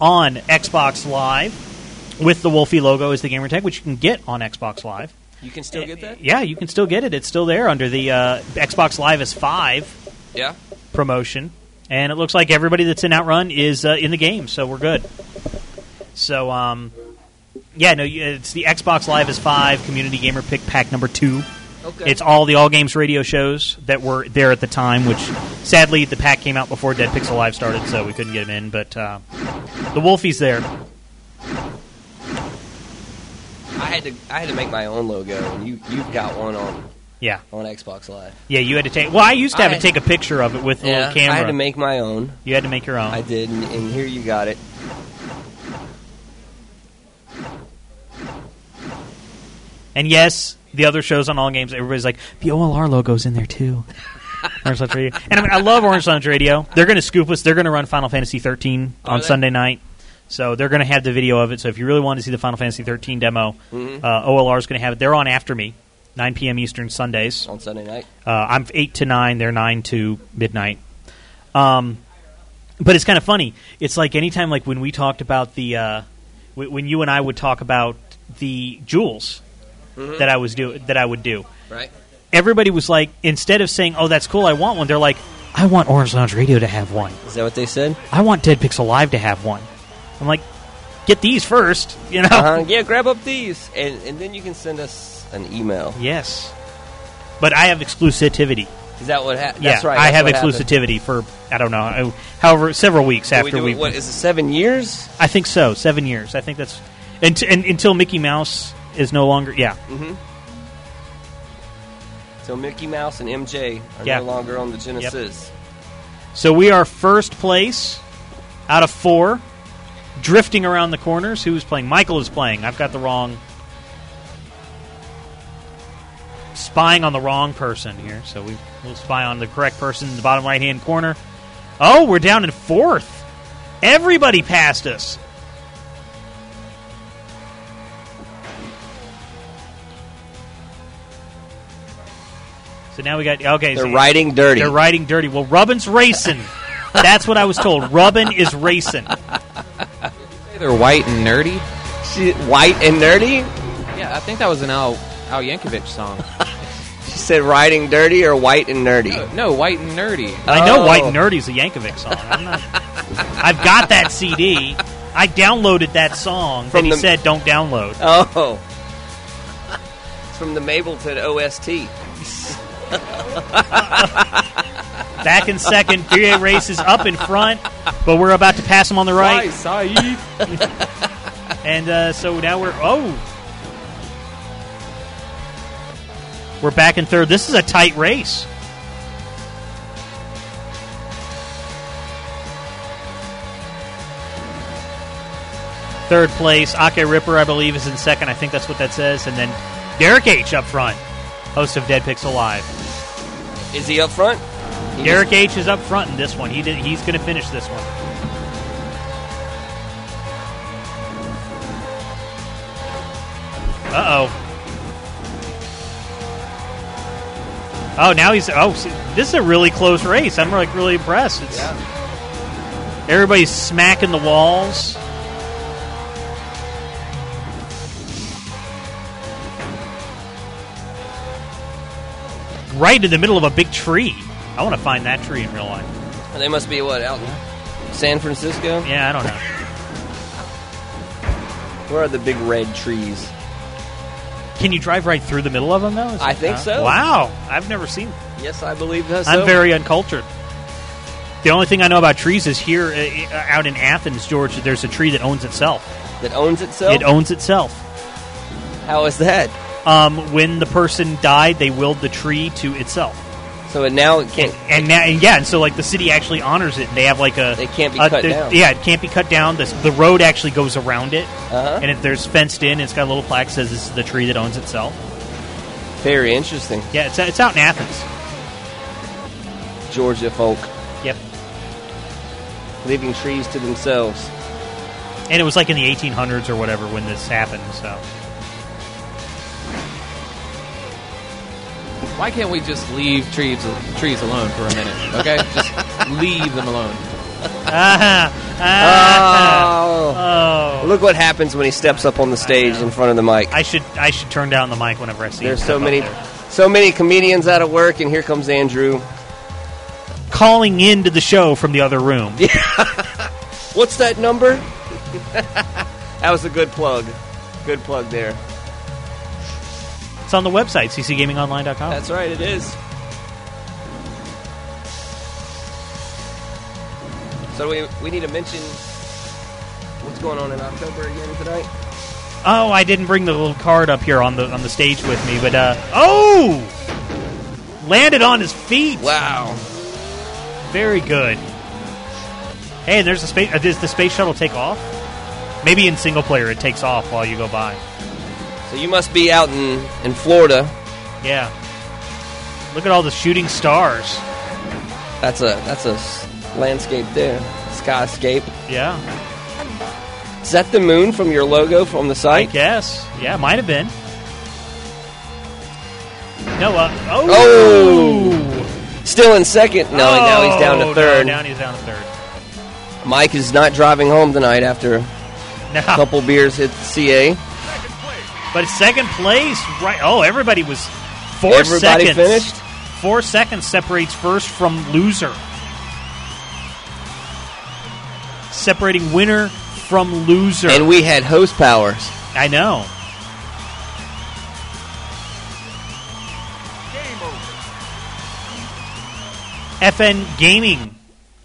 [SPEAKER 1] on Xbox Live with the Wolfie logo as the gamer tag, which you can get on Xbox Live.
[SPEAKER 3] You can still get that.
[SPEAKER 1] Yeah, you can still get it. It's still there under the uh, Xbox Live as five
[SPEAKER 3] Yeah.
[SPEAKER 1] promotion, and it looks like everybody that's in Outrun is uh, in the game, so we're good. So, um, yeah, no, you- it's the Xbox Live is five community gamer pick pack number two.
[SPEAKER 3] Okay.
[SPEAKER 1] It's all the All Games radio shows that were there at the time, which sadly the pack came out before Dead Pixel Live started, so we couldn't get him in. But uh, the Wolfie's there.
[SPEAKER 3] I had to I had to make my own logo, and you you've got one on
[SPEAKER 1] Yeah.
[SPEAKER 3] on Xbox Live.
[SPEAKER 1] Yeah, you had to take. Well, I used to have
[SPEAKER 3] I-
[SPEAKER 1] to take a picture of it with the
[SPEAKER 3] Yeah,
[SPEAKER 1] little camera.
[SPEAKER 3] I had to make my own.
[SPEAKER 1] You had to make your own.
[SPEAKER 3] I did, and, and here you got it.
[SPEAKER 1] And yes, the other shows on All Games, everybody's like, the OLR logo's in there too. Orange Lunch Radio. And I mean, I love Orange Lunch Radio. They're going to scoop us. They're going to run Final Fantasy 13 on
[SPEAKER 3] they?
[SPEAKER 1] Sunday night. So they're going to have the video of it. So if you really want to see the Final Fantasy 13 demo,
[SPEAKER 3] Mhm.
[SPEAKER 1] uh, OLR is going to have it. They're on after me, 9 p.m. Eastern Sundays.
[SPEAKER 3] On Sunday night.
[SPEAKER 1] Uh, I'm 8 to 9. They're 9 to midnight. Um, but it's kind of funny. It's like anytime, like when we talked about the, uh, w- when you and I would talk about the jewels
[SPEAKER 3] Mhm.
[SPEAKER 1] that I was do that I would do.
[SPEAKER 3] Right.
[SPEAKER 1] Everybody was like, instead of saying, "Oh, that's cool, I want one," they're like, "I want Orange Lounge Radio to have one.
[SPEAKER 3] Is that what they said?
[SPEAKER 1] I want Dead Pixel Live to have one." I'm like, "Get these first, you know."
[SPEAKER 3] Uh-huh. Yeah, grab up these, and and then you can send us an email.
[SPEAKER 1] Yes, but I have exclusivity.
[SPEAKER 3] Is that what happened?
[SPEAKER 1] yeah,
[SPEAKER 3] that's right.
[SPEAKER 1] I
[SPEAKER 3] that's
[SPEAKER 1] have
[SPEAKER 3] what happened.
[SPEAKER 1] exclusivity for I don't know, uh, however, several weeks
[SPEAKER 3] What we
[SPEAKER 1] after
[SPEAKER 3] do-
[SPEAKER 1] we.
[SPEAKER 3] what is it? Seven years?
[SPEAKER 1] I think so. Seven years. I think that's and, and, until Mickey Mouse is no longer. Yeah,
[SPEAKER 3] Mm-hmm. So Mickey Mouse and MJ are
[SPEAKER 1] Yeah.
[SPEAKER 3] no longer on the Genesis.
[SPEAKER 1] So we are first place out of four, drifting around the corners. Who's playing? Michael is playing. I've got the wrong. Spying on the wrong person here, so we will spy on the correct person in the bottom right hand corner. Oh, we're down in fourth. Everybody passed us. So now we got okay.
[SPEAKER 3] They're
[SPEAKER 1] so
[SPEAKER 3] riding dirty.
[SPEAKER 1] They're riding dirty. Well, Rubbin's racing. That's what I was told. Rubbin is racing.
[SPEAKER 9] They're white and nerdy.
[SPEAKER 3] She, white and nerdy?
[SPEAKER 9] Yeah, I think that was an Al Al Yankovic song.
[SPEAKER 3] She said riding dirty or white and nerdy.
[SPEAKER 9] no, white and nerdy.
[SPEAKER 1] I know
[SPEAKER 3] Oh.
[SPEAKER 1] White and Nerdy's a Yankovic song. I'm not, I've got that CD. I downloaded that song that
[SPEAKER 3] From
[SPEAKER 1] he
[SPEAKER 3] the-
[SPEAKER 1] said don't download.
[SPEAKER 3] Oh. It's from the Mableton OST.
[SPEAKER 1] Back in second, BA Race is up in front, but we're about to pass him on the right. and uh, so now we're oh, we're back in third. This is a tight race. Third place, Ake Ripper, I believe, is in second. I think that's what that says. And then Derek H up front, host of Dead Pixel Live.
[SPEAKER 3] Is he up front? He
[SPEAKER 1] Derek
[SPEAKER 3] just-
[SPEAKER 1] H is up front in this one. He did, he's going to finish this one. Uh oh. Oh, now he's oh, see, this is a really close race. I'm like really impressed. It's everybody's smacking the walls. right in the middle of a big tree. I want to find that tree in real life.
[SPEAKER 3] They must be what out in San Francisco?
[SPEAKER 1] Yeah, I don't know.
[SPEAKER 3] Where are the big red trees?
[SPEAKER 1] Can you drive right through the middle of them though? Is
[SPEAKER 3] I
[SPEAKER 1] it-
[SPEAKER 3] think
[SPEAKER 1] uh,
[SPEAKER 3] so.
[SPEAKER 1] Wow, I've never seen.
[SPEAKER 3] Yes, I believe that.
[SPEAKER 1] I'm
[SPEAKER 3] so.
[SPEAKER 1] very uncultured. The only thing I know about trees is here uh, uh, out in Athens, Georgia. There's a tree that owns itself.
[SPEAKER 3] That owns itself.
[SPEAKER 1] It owns itself.
[SPEAKER 3] How is that?
[SPEAKER 1] Um, when the person died, they willed the tree to itself.
[SPEAKER 3] So it now it can't.
[SPEAKER 1] And now, and yeah, and so like the city actually honors it. And they have like a. It
[SPEAKER 3] can't be cut down.
[SPEAKER 1] Yeah, it can't be cut down. The, the road actually goes around it,
[SPEAKER 3] Uh-huh.
[SPEAKER 1] and if there's fenced in, it's got a little plaque that says this is the tree that owns itself.
[SPEAKER 3] Very interesting.
[SPEAKER 1] Yeah, it's it's out in Athens.
[SPEAKER 3] Georgia folk.
[SPEAKER 1] Yep.
[SPEAKER 3] Leaving trees to themselves.
[SPEAKER 1] And it was like in the 1800s or whatever when this happened. So
[SPEAKER 9] Why can't we just leave trees trees alone for a minute? Okay, just leave them alone.
[SPEAKER 1] Ah.
[SPEAKER 3] Oh. Look what happens when he steps up on the stage in front of the mic.
[SPEAKER 1] I should I should turn down the mic whenever I see.
[SPEAKER 3] There's
[SPEAKER 1] him
[SPEAKER 3] so
[SPEAKER 1] come up
[SPEAKER 3] many,
[SPEAKER 1] there.
[SPEAKER 3] so many comedians out of work, and here comes Andrew.
[SPEAKER 1] calling into the show from the other room.
[SPEAKER 3] What's that number? that was a good plug. Good plug there.
[SPEAKER 1] It's on the website ccgamingonline.com.
[SPEAKER 3] That's right, it is. So we, we need to mention what's going on in October again tonight.
[SPEAKER 1] Oh, I didn't bring the little card up here on the on the stage with me, but uh oh, landed on his feet.
[SPEAKER 3] Wow,
[SPEAKER 1] very good. Hey, there's the space. Uh, does the space shuttle take off? Maybe in single player it takes off while you go by.
[SPEAKER 3] So you must be out in, in Florida.
[SPEAKER 1] Yeah. Look at all the shooting stars.
[SPEAKER 3] That's a that's a s- landscape there, skyscape.
[SPEAKER 1] Yeah.
[SPEAKER 3] Is that the moon from your logo from the site?
[SPEAKER 1] I guess. Yeah, might have been. Noah. Oh.
[SPEAKER 3] Oh. Still in second. No, and now he's down
[SPEAKER 1] Oh, no,
[SPEAKER 3] to third.
[SPEAKER 1] down he's down to third.
[SPEAKER 3] Mike is not driving home tonight after
[SPEAKER 1] No.
[SPEAKER 3] a couple beers at CA.
[SPEAKER 1] But second place, right? Oh, everybody was four
[SPEAKER 3] Everybody
[SPEAKER 1] seconds.
[SPEAKER 3] finished?
[SPEAKER 1] Four seconds separates first from loser. Separating winner from loser.
[SPEAKER 3] And we had host powers.
[SPEAKER 1] I know. FN Gaming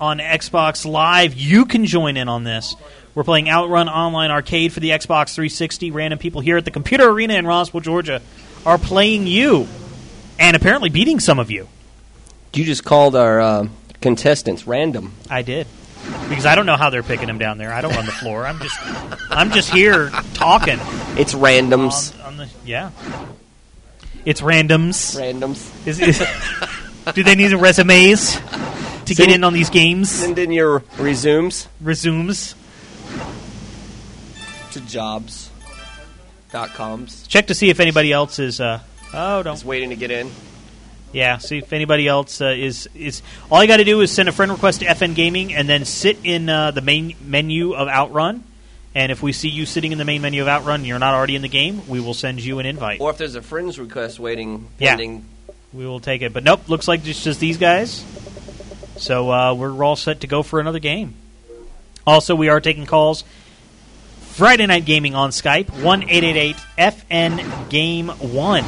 [SPEAKER 1] on Xbox Live. You can join in on this. We're playing Outrun Online Arcade for the Xbox 360. Random people here at the Computer Arena in Roswell, Georgia, are playing you, and apparently beating some of you.
[SPEAKER 3] You just called our uh, contestants random.
[SPEAKER 1] I did because I don't know how they're picking them down there. I don't run the floor. I'm just, I'm just here talking.
[SPEAKER 3] It's randoms.
[SPEAKER 1] On, on the, yeah, it's randoms.
[SPEAKER 3] Randoms.
[SPEAKER 1] Is, is, do they need resumes to get
[SPEAKER 3] Send-
[SPEAKER 1] in on these games?
[SPEAKER 3] Send in your resumes
[SPEAKER 1] Resumes.
[SPEAKER 3] to jobs. Dot coms.
[SPEAKER 1] Check to see if anybody else is. Uh, Oh, don't.
[SPEAKER 3] Just waiting to get in.
[SPEAKER 1] yeah, see if anybody else uh, is is. All you got to do is send a friend request to FN Gaming and then sit in uh, the main menu of Outrun. And if we see you sitting in the main menu of Outrun, and you're not already in the game. We will send you an invite.
[SPEAKER 3] Or if there's a friend's request waiting,
[SPEAKER 1] Yeah.
[SPEAKER 3] pending.
[SPEAKER 1] We will take it. But nope, looks like it's just these guys. So uh, we're all set to go for another game. Also, we are taking calls. Friday Night Gaming on Skype, 1 888 FN Game 1.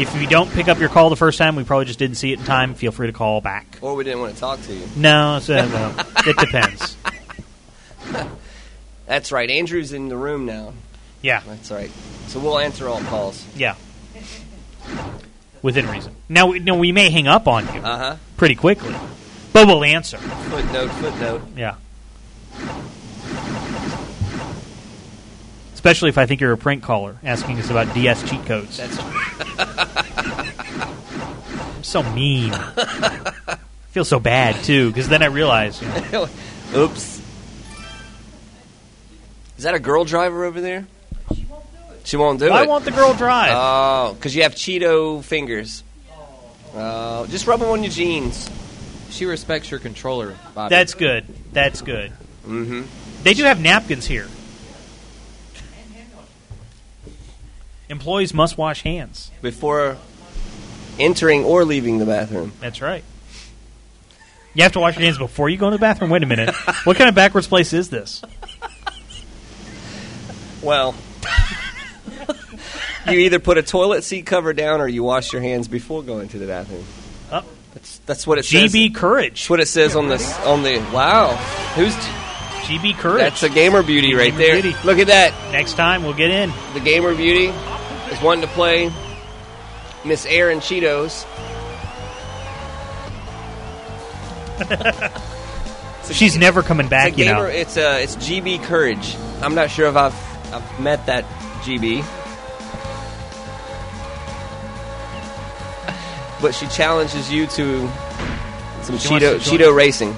[SPEAKER 1] If you don't pick up your call the first time, we probably just didn't see it in time. Feel free to call back.
[SPEAKER 3] Or we didn't want to talk to you.
[SPEAKER 1] No, it's, uh, no. it depends.
[SPEAKER 3] That's right. Andrew's in the room now.
[SPEAKER 1] Yeah.
[SPEAKER 3] That's right. So we'll answer all calls.
[SPEAKER 1] Yeah. Within reason. Now, we- now we may hang up on you
[SPEAKER 3] Uh
[SPEAKER 1] pretty quickly, but we'll answer.
[SPEAKER 3] huh. Footnote, footnote.
[SPEAKER 1] Yeah. Especially if I think you're a prank caller asking us about DS cheat codes.
[SPEAKER 3] That's
[SPEAKER 1] I'm so mean. I feel so bad, too, because then I realize. You know,
[SPEAKER 3] Oops. Is that a girl driver over there? She won't do it.
[SPEAKER 1] Why won't the girl drive?
[SPEAKER 3] Oh, because you have Cheeto fingers. Oh, just rub them on your jeans.
[SPEAKER 9] She respects your controller, Bobby.
[SPEAKER 1] that's good. That's good.
[SPEAKER 3] Mm-hmm.
[SPEAKER 1] They do have napkins here. Employees must wash hands.
[SPEAKER 3] Before entering or leaving the bathroom.
[SPEAKER 1] That's right. You have to wash your hands before you go in the bathroom. Wait a minute. what kind of backwards place is this?
[SPEAKER 3] Well, you either put a toilet seat cover down or you wash your hands before going to the bathroom.
[SPEAKER 1] Oh.
[SPEAKER 3] That's that's what it says.
[SPEAKER 1] GB Courage.
[SPEAKER 3] That's what it says on this on the wow. Who's
[SPEAKER 1] GB Courage?
[SPEAKER 3] That's a gamer beauty right
[SPEAKER 1] Gamer
[SPEAKER 3] there.
[SPEAKER 1] beauty.
[SPEAKER 3] Look at that.
[SPEAKER 1] Next time we'll get in.
[SPEAKER 3] The gamer beauty is wanting to play Miss Air and Cheetos.
[SPEAKER 1] She's never coming back,
[SPEAKER 3] It's a
[SPEAKER 1] you
[SPEAKER 3] gamer.
[SPEAKER 1] know.
[SPEAKER 3] It's uh, it's GB Courage. I'm not sure if I've I've met that GB, but she challenges you to some
[SPEAKER 1] She
[SPEAKER 3] Cheeto
[SPEAKER 1] wants to join-
[SPEAKER 3] Cheeto racing.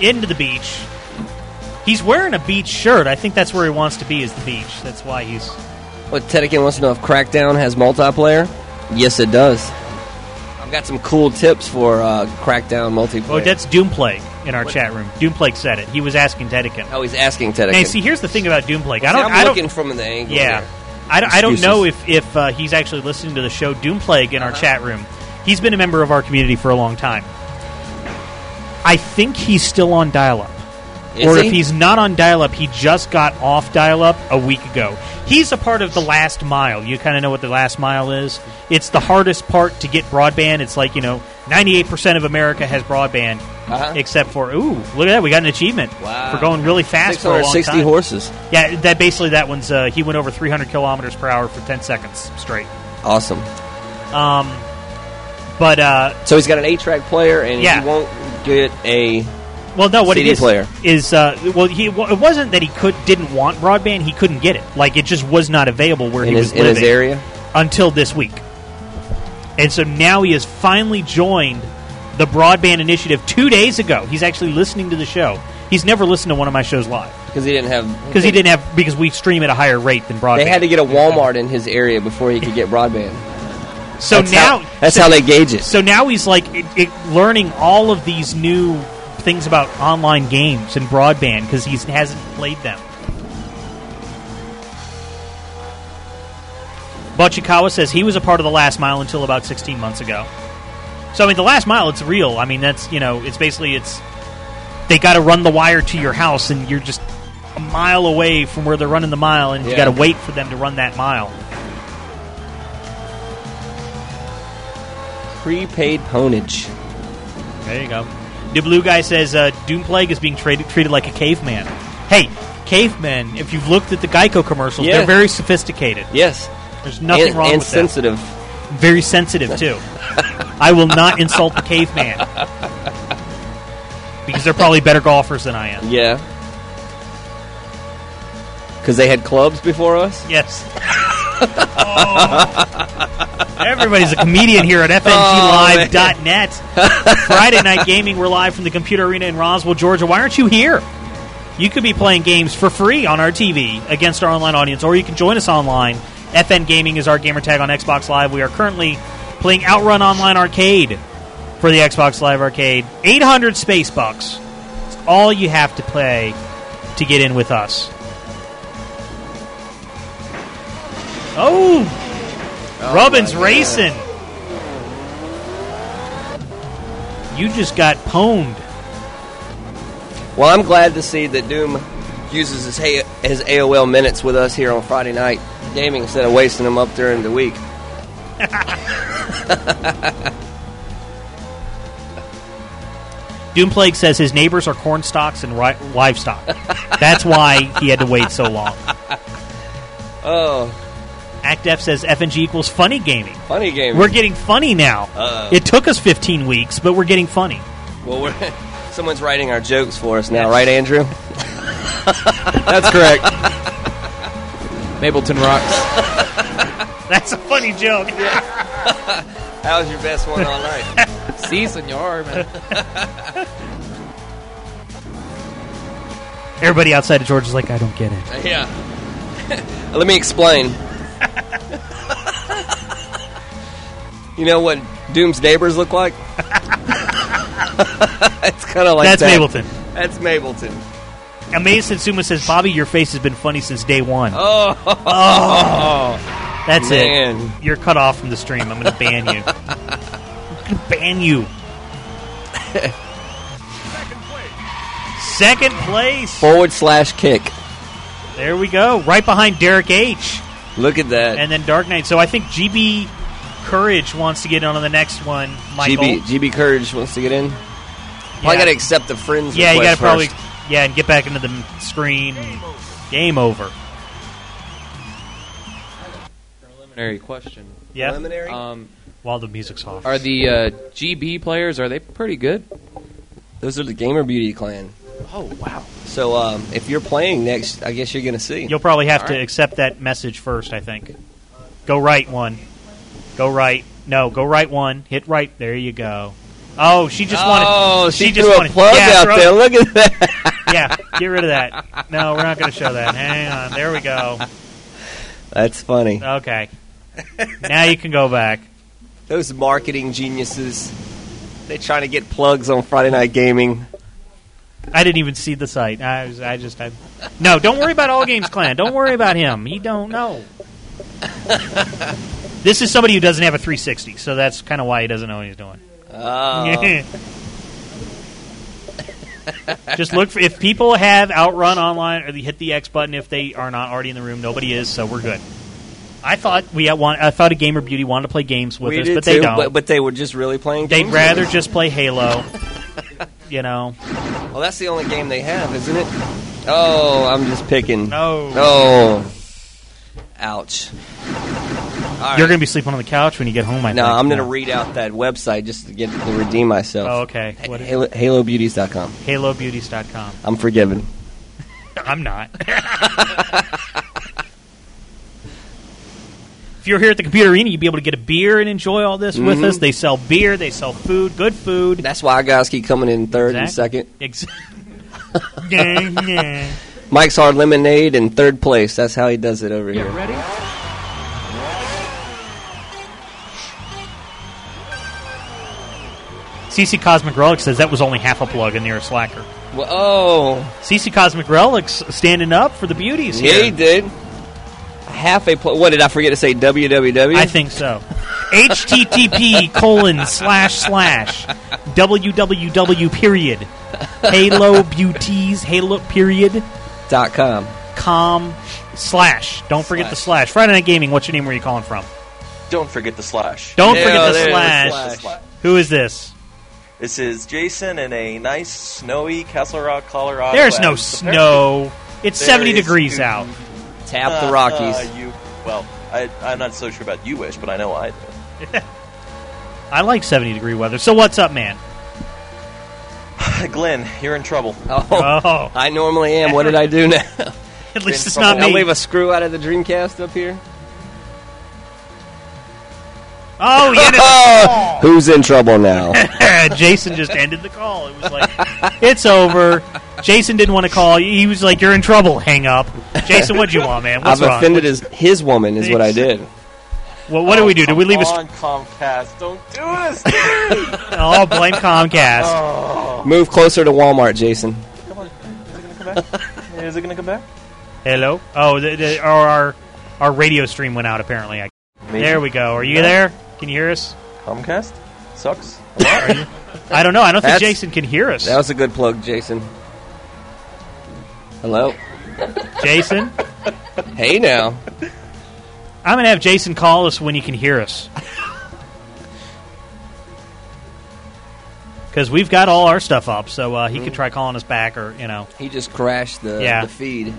[SPEAKER 1] Into the beach. He's wearing a beach shirt. I think that's where he wants to be is the beach. That's why he's oh,
[SPEAKER 3] What Tedekin wants to know if Crackdown has multiplayer? Yes, it does. I've got some cool tips for uh, Crackdown
[SPEAKER 1] Oh,
[SPEAKER 3] multiplayer.
[SPEAKER 1] that's Doomplague in our chat room. Doomplague said it. He was asking Tedekin.
[SPEAKER 3] Oh, he's asking Tedekin.
[SPEAKER 1] Now, see, here's the thing about Doomplague. I
[SPEAKER 3] See,
[SPEAKER 1] don't.
[SPEAKER 3] I'm
[SPEAKER 1] I don't-
[SPEAKER 3] looking from the angle
[SPEAKER 1] Yeah,
[SPEAKER 3] there.
[SPEAKER 1] I don't, I don't
[SPEAKER 3] Excuses. Uh-huh.
[SPEAKER 1] know if if uh, he's actually listening to the show Doomplague in our chat room. He's been a member of our community for a long time. I think he's still on dial-up,
[SPEAKER 3] Is
[SPEAKER 1] or
[SPEAKER 3] he?
[SPEAKER 1] if he's not on dial-up, he just got off dial-up a week ago. He's a part of the last mile. You kind of know what the last mile is. It's the hardest part to get broadband. It's like you know, ninety-eight percent of America has broadband,
[SPEAKER 3] Uh-huh.
[SPEAKER 1] except for ooh, look at that, we got an achievement
[SPEAKER 3] Wow.
[SPEAKER 1] for going really fast for a long
[SPEAKER 3] 660
[SPEAKER 1] time.
[SPEAKER 3] horses.
[SPEAKER 1] Yeah, that basically that one's uh, he went over 300 kilometers per hour for 10 seconds straight.
[SPEAKER 3] Awesome.
[SPEAKER 1] Um, but uh,
[SPEAKER 3] So he's got an eight-track player, and
[SPEAKER 1] Yeah.
[SPEAKER 3] he won't get a
[SPEAKER 1] well, no, what
[SPEAKER 3] CD
[SPEAKER 1] it is
[SPEAKER 3] player.
[SPEAKER 1] is uh, well, he well, it wasn't that he could didn't want broadband; he couldn't get it. Like it just was not available where
[SPEAKER 3] In
[SPEAKER 1] he
[SPEAKER 3] his-
[SPEAKER 1] was
[SPEAKER 3] in his
[SPEAKER 1] living
[SPEAKER 3] area?
[SPEAKER 1] until this week, and so now he has finally joined the broadband initiative two days ago. He's actually listening to the show. He's never listened to one of my shows live
[SPEAKER 3] because he didn't have
[SPEAKER 1] because he didn't have because we stream at a higher rate than broadband.
[SPEAKER 3] They had to get a Walmart in his area before he could get broadband.
[SPEAKER 1] So
[SPEAKER 3] That's
[SPEAKER 1] now
[SPEAKER 3] how- that's
[SPEAKER 1] so-
[SPEAKER 3] how they gauge it.
[SPEAKER 1] So now he's like it, it, learning all of these new things about online games and broadband because he hasn't played them. Bochikawa says he was a part of the last mile until about 16 months ago. So I mean, the last mile it's real. I mean, that's you know, it's basically it's they got to run the wire to your house, and you're just a mile away from where they're running the mile, and you
[SPEAKER 3] Yeah.
[SPEAKER 1] got to wait for them to run that mile.
[SPEAKER 3] Prepaid ponage.
[SPEAKER 1] There you go. The blue guy says uh, Doom Plague is being traded, treated like a caveman. Hey, cavemen! If you've looked at the Geico commercials,
[SPEAKER 3] Yeah.
[SPEAKER 1] they're very sophisticated.
[SPEAKER 3] Yes.
[SPEAKER 1] There's nothing
[SPEAKER 3] and,
[SPEAKER 1] wrong
[SPEAKER 3] and
[SPEAKER 1] with that.
[SPEAKER 3] sensitive.
[SPEAKER 1] Very sensitive too. I will not insult the caveman because they're probably better golfers than I am.
[SPEAKER 3] Yeah. Because they had clubs before us.
[SPEAKER 1] Yes. Oh. Everybody's a comedian here
[SPEAKER 3] Oh,
[SPEAKER 1] at FNGLive.net. Friday Night Gaming, we're live from the Computer Arena in Roswell, Georgia. Why aren't you here? You could be playing games for free on our TV against our online audience, or you can join us online. FN Gaming is our gamer tag on Xbox Live. We are currently playing Outrun Online Arcade for the Xbox Live Arcade. 800 space bucks. It's all you have to play to get in with us. Oh, Robin's racing. You just got pwned.
[SPEAKER 3] Well, I'm glad to see that Doom uses his, hey, his AOL minutes with us here on Friday night gaming instead of wasting them up during the week.
[SPEAKER 1] Doomplague says his neighbors are corn stalks and ri- livestock. That's why he had to wait so long.
[SPEAKER 3] Oh,
[SPEAKER 1] Act F says FNG equals funny gaming.
[SPEAKER 3] funny game.
[SPEAKER 1] We're getting funny now.
[SPEAKER 3] Uh-oh.
[SPEAKER 1] It took us 15 weeks, but we're getting funny.
[SPEAKER 3] Well, we're, someone's writing our jokes for us now, right, Andrew?
[SPEAKER 9] That's correct. Mapleton rocks.
[SPEAKER 1] That's a funny joke.
[SPEAKER 3] That was your best one all night.
[SPEAKER 9] See, senor, man.
[SPEAKER 1] Everybody outside of Georgia's like, I don't get it.
[SPEAKER 3] yeah. Let me explain. you know what Doom's neighbors look like? it's kind of like
[SPEAKER 1] That's
[SPEAKER 3] that.
[SPEAKER 1] Mapleton.
[SPEAKER 3] That's Mapleton.
[SPEAKER 1] Amazed Satsuma says, Bobby, your face has been funny since day one.
[SPEAKER 3] Oh,
[SPEAKER 1] That's
[SPEAKER 3] Man.
[SPEAKER 1] it. You're cut off from the stream. I'm going to ban you. I'm going to ban you. Second place.
[SPEAKER 3] Forward slash kick.
[SPEAKER 1] There we go. Right behind Derek H.
[SPEAKER 3] Look at that.
[SPEAKER 1] And then Dark Knight. So I think GB Courage wants to get on to the next one, Michael.
[SPEAKER 3] GB, GB Courage wants to get in. Probably
[SPEAKER 1] Yeah.
[SPEAKER 3] got to accept the friends.
[SPEAKER 1] yeah, you
[SPEAKER 3] request
[SPEAKER 1] gotta probably
[SPEAKER 3] first.
[SPEAKER 1] yeah, and get back into the m- screen. Game over.
[SPEAKER 9] Preliminary question.
[SPEAKER 1] Yeah.
[SPEAKER 9] Preliminary? Um,
[SPEAKER 1] While the music's off.
[SPEAKER 9] Are the uh, GB players are they pretty good?
[SPEAKER 3] Those are the Gamer Beauty clan.
[SPEAKER 9] Oh wow!
[SPEAKER 3] So um, if you're playing next, I guess you're going to see.
[SPEAKER 1] You'll probably have
[SPEAKER 3] All
[SPEAKER 1] to
[SPEAKER 3] right.
[SPEAKER 1] accept that message first, I think. Go right one. Go right. No, go right one. Hit right. There you go. Oh, she just wanted.
[SPEAKER 3] Oh, she
[SPEAKER 1] just
[SPEAKER 3] threw a
[SPEAKER 1] wanted,
[SPEAKER 3] plug
[SPEAKER 1] yeah,
[SPEAKER 3] out
[SPEAKER 1] throw-
[SPEAKER 3] there. Look at that.
[SPEAKER 1] yeah, get rid of that. No, we're not going to show that. Hang on. There we go.
[SPEAKER 3] That's funny.
[SPEAKER 1] Okay. Now you can go back.
[SPEAKER 3] Those marketing geniuses. They're trying to get plugs on Friday Night Gaming.
[SPEAKER 1] I didn't even see the site. I was. I just. I, no, don't worry about All Games Clan. Don't worry about him. He don't know. This is somebody who doesn't have a 360, so that's kind of why he doesn't know what he's doing.
[SPEAKER 3] Oh.
[SPEAKER 1] Just look for if people have Outrun online or they hit the X button if they are not already in the room. Nobody is, so we're good. I thought we had one. I thought a gamer beauty wanted to play games with
[SPEAKER 3] we
[SPEAKER 1] us,
[SPEAKER 3] did
[SPEAKER 1] but
[SPEAKER 3] too,
[SPEAKER 1] they don't.
[SPEAKER 3] But, but they were just really playing.
[SPEAKER 1] They'd
[SPEAKER 3] games
[SPEAKER 1] rather
[SPEAKER 3] with us.
[SPEAKER 1] just play Halo. you know.
[SPEAKER 3] Well, that's the only game they have, isn't it? Oh, I'm just picking.
[SPEAKER 1] No.
[SPEAKER 3] No. Ouch.
[SPEAKER 1] You're going to be sleeping on the couch when you get home. I
[SPEAKER 3] No,
[SPEAKER 1] think.
[SPEAKER 3] I'm going to read out that website just to get to redeem myself.
[SPEAKER 1] Oh, okay. What is
[SPEAKER 3] Halo, HaloBeauties.com.
[SPEAKER 1] HaloBeauties.com.
[SPEAKER 3] I'm forgiven.
[SPEAKER 1] I'm not. if you're here at the computer arena, you'd be able to get a beer and enjoy all this with
[SPEAKER 3] Mhm.
[SPEAKER 1] us. They sell beer, they sell food, good food.
[SPEAKER 3] That's why guys keep coming in third
[SPEAKER 1] Exactly.
[SPEAKER 3] and
[SPEAKER 1] Ex- Yeah, yeah.
[SPEAKER 3] second. Mike's Hard Lemonade in third place. That's how he does it over here.
[SPEAKER 1] ready? CC Cosmic Relic says that was only half a plug in near Slacker.
[SPEAKER 3] Whoa.
[SPEAKER 1] CC Cosmic Relics standing up for the beauties
[SPEAKER 3] oh. Yeah,
[SPEAKER 1] here.
[SPEAKER 3] he did. Half a pl- What did I forget to say? www.
[SPEAKER 1] I think so. HTTP colon slash slash www period Halo Beauties Halo period
[SPEAKER 3] dot com
[SPEAKER 1] com slash. Don't forget the slash. Friday Night Gaming. What's your name? Where are you calling from?
[SPEAKER 10] Don't forget the slash.
[SPEAKER 1] Don't
[SPEAKER 10] Yeah,
[SPEAKER 1] forget the
[SPEAKER 10] there's
[SPEAKER 1] slash. Who is this?
[SPEAKER 10] This is Jason in a nice snowy Castle Rock,
[SPEAKER 3] Oh,
[SPEAKER 10] Colorado.
[SPEAKER 1] There's no
[SPEAKER 10] and
[SPEAKER 1] snow. It's
[SPEAKER 10] There
[SPEAKER 1] 70
[SPEAKER 10] is
[SPEAKER 1] degrees
[SPEAKER 10] two-
[SPEAKER 1] out.
[SPEAKER 10] Uh, uh, you, well, I, I'm not so sure about you wish, but I know I do.
[SPEAKER 1] I like 70 degree weather. So what's up, man?
[SPEAKER 10] Glenn, you're in trouble.
[SPEAKER 1] Oh.
[SPEAKER 3] I normally am. What did I do now?
[SPEAKER 1] At
[SPEAKER 10] least it's not
[SPEAKER 3] I'll
[SPEAKER 10] me.
[SPEAKER 3] leave a screw out of the Dreamcast up here.
[SPEAKER 1] Oh, he ended
[SPEAKER 3] Who's in trouble now?
[SPEAKER 1] Jason just ended the call. It was like, it's over. Jason didn't want to call. He was like, you're in trouble. Hang up. Jason, what'd you want, man? What's
[SPEAKER 3] I've
[SPEAKER 1] wrong?
[SPEAKER 3] offended his, his woman, is what I did.
[SPEAKER 1] Well, what do we do? Do we leave a?
[SPEAKER 10] on Comcast. Don't do this. to me.
[SPEAKER 1] Oh, blame Comcast.
[SPEAKER 3] Oh. Move closer to Walmart, Jason.
[SPEAKER 10] Is it going to come back?
[SPEAKER 1] Hello. Oh, the, the, our, our our radio stream went out. Apparently, I,
[SPEAKER 10] Amazing.
[SPEAKER 1] there we go. Are you
[SPEAKER 10] No.
[SPEAKER 1] there? Can you hear us?
[SPEAKER 10] Comcast sucks.
[SPEAKER 1] I don't know. I don't think
[SPEAKER 3] That's-
[SPEAKER 1] Jason can hear us.
[SPEAKER 3] That was a good plug, Jason. Hello?
[SPEAKER 1] Jason,
[SPEAKER 3] Hey now.
[SPEAKER 1] I'm gonna have Jason call us when he can hear us. Because we've got all our stuff up, so uh, he could try calling us back, or you know,
[SPEAKER 3] Mm. He just crashed the,
[SPEAKER 1] Yeah.
[SPEAKER 3] the feed.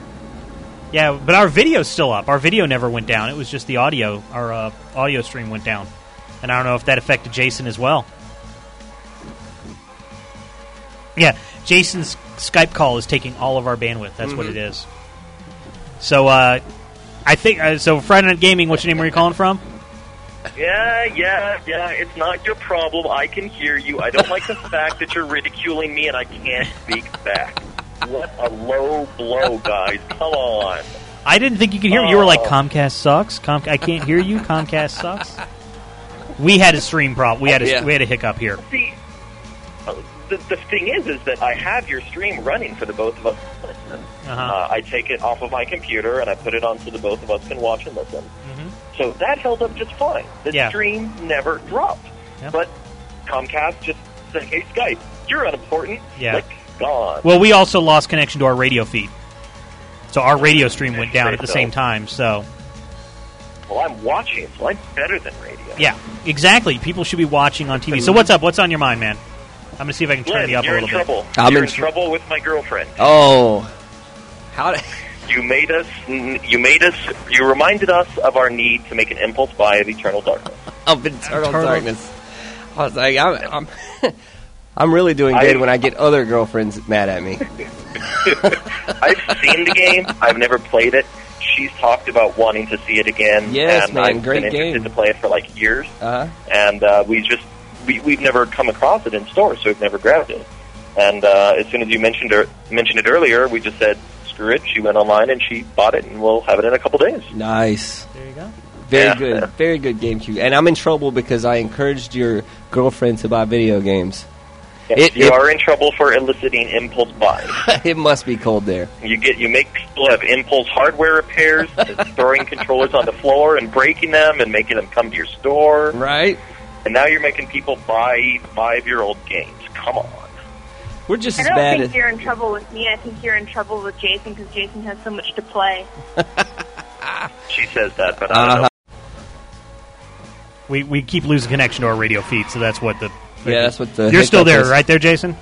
[SPEAKER 1] yeah. But our video's still up. Our video never went down. It was just the audio. Our uh, audio stream went down, and I don't know if that affected Jason as well. Yeah, Jason's Skype call is taking all of our bandwidth. That's what
[SPEAKER 6] Mhm.
[SPEAKER 1] it
[SPEAKER 10] Mm-hmm.
[SPEAKER 1] is. So, uh, I think uh, so. Friday Night Gaming. What's your name? Where are you calling from?
[SPEAKER 10] Yeah, yeah, yeah. It's not your problem. I can hear you. I don't like the fact that you're ridiculing me and I can't speak back. What a low blow, guys. Come on.
[SPEAKER 1] I didn't think you could hear. me. You were like
[SPEAKER 10] Oh.
[SPEAKER 1] Comcast sucks. Com- I can't hear you. Comcast sucks. We had a stream problem. We had a
[SPEAKER 10] Yeah.
[SPEAKER 1] we had a hiccup here.
[SPEAKER 10] See, uh, the, the thing is, is that I have your stream running for the both of us. Uh, I take it off of my computer and I put it on so the both of us can watch and listen. So that held up just fine. The
[SPEAKER 19] Yeah.
[SPEAKER 10] stream never dropped. But Comcast just said, hey, Skype, you're unimportant.
[SPEAKER 1] Yeah.
[SPEAKER 10] Click gone.
[SPEAKER 1] Well, we also lost connection to our radio feed, so our radio stream went down at the same time. So
[SPEAKER 10] Well, I'm watching, so I'm better than radio.
[SPEAKER 1] yeah, exactly. People should be watching on TV. So what's up? What's on your mind, man? I'm gonna see if I can turn
[SPEAKER 10] Glenn,
[SPEAKER 1] you up
[SPEAKER 10] you're
[SPEAKER 1] a
[SPEAKER 10] in
[SPEAKER 1] little
[SPEAKER 10] trouble.
[SPEAKER 1] bit.
[SPEAKER 10] you're in trouble with my girlfriend.
[SPEAKER 3] Oh, how? Did...
[SPEAKER 10] You made us. You made us. You reminded us of our need to make an impulse buy of Eternal Darkness.
[SPEAKER 3] Of Eternal
[SPEAKER 10] Turtles.
[SPEAKER 3] Darkness. I was like, I'm, I'm, I'm really doing good when I get other girlfriends mad at me.
[SPEAKER 10] I've seen the game. I've never played it. She's talked about wanting to see it again.
[SPEAKER 3] Yes,
[SPEAKER 10] and
[SPEAKER 3] man,
[SPEAKER 10] I've
[SPEAKER 3] great
[SPEAKER 10] been interested
[SPEAKER 3] game.
[SPEAKER 10] to play it for like years,
[SPEAKER 3] Uh huh.
[SPEAKER 10] and uh, we just we, we've never come across it in stores, so we've never grabbed it. And uh, as soon as you mentioned her, mentioned it earlier, we just said screw it. She went online and she bought it, and we'll have it in a couple days.
[SPEAKER 3] Nice.
[SPEAKER 1] There you go.
[SPEAKER 3] Very
[SPEAKER 10] Yeah.
[SPEAKER 3] good. Very good GameCube. And I'm in trouble because I encouraged your girlfriend to buy video games. It,
[SPEAKER 10] you
[SPEAKER 3] it,
[SPEAKER 10] are in trouble for eliciting impulse buys.
[SPEAKER 3] it must be cold there.
[SPEAKER 10] You get you make people have impulse hardware repairs, throwing controllers on the floor and breaking them and making them come to your store.
[SPEAKER 3] Right.
[SPEAKER 10] And now you're making people buy five year old games. Come on.
[SPEAKER 3] We're just
[SPEAKER 20] I
[SPEAKER 3] as
[SPEAKER 20] don't
[SPEAKER 3] bad.
[SPEAKER 20] think
[SPEAKER 3] as-
[SPEAKER 20] you're in trouble with me. I think you're in trouble with Jason because Jason has so much to play.
[SPEAKER 10] She says that, but I don't
[SPEAKER 3] Uh-huh.
[SPEAKER 1] We we keep losing connection to our radio feed, so that's what the
[SPEAKER 3] Yeah, that's what the
[SPEAKER 1] you're still
[SPEAKER 3] hiccup
[SPEAKER 1] there,
[SPEAKER 3] is.
[SPEAKER 1] right there, Jason.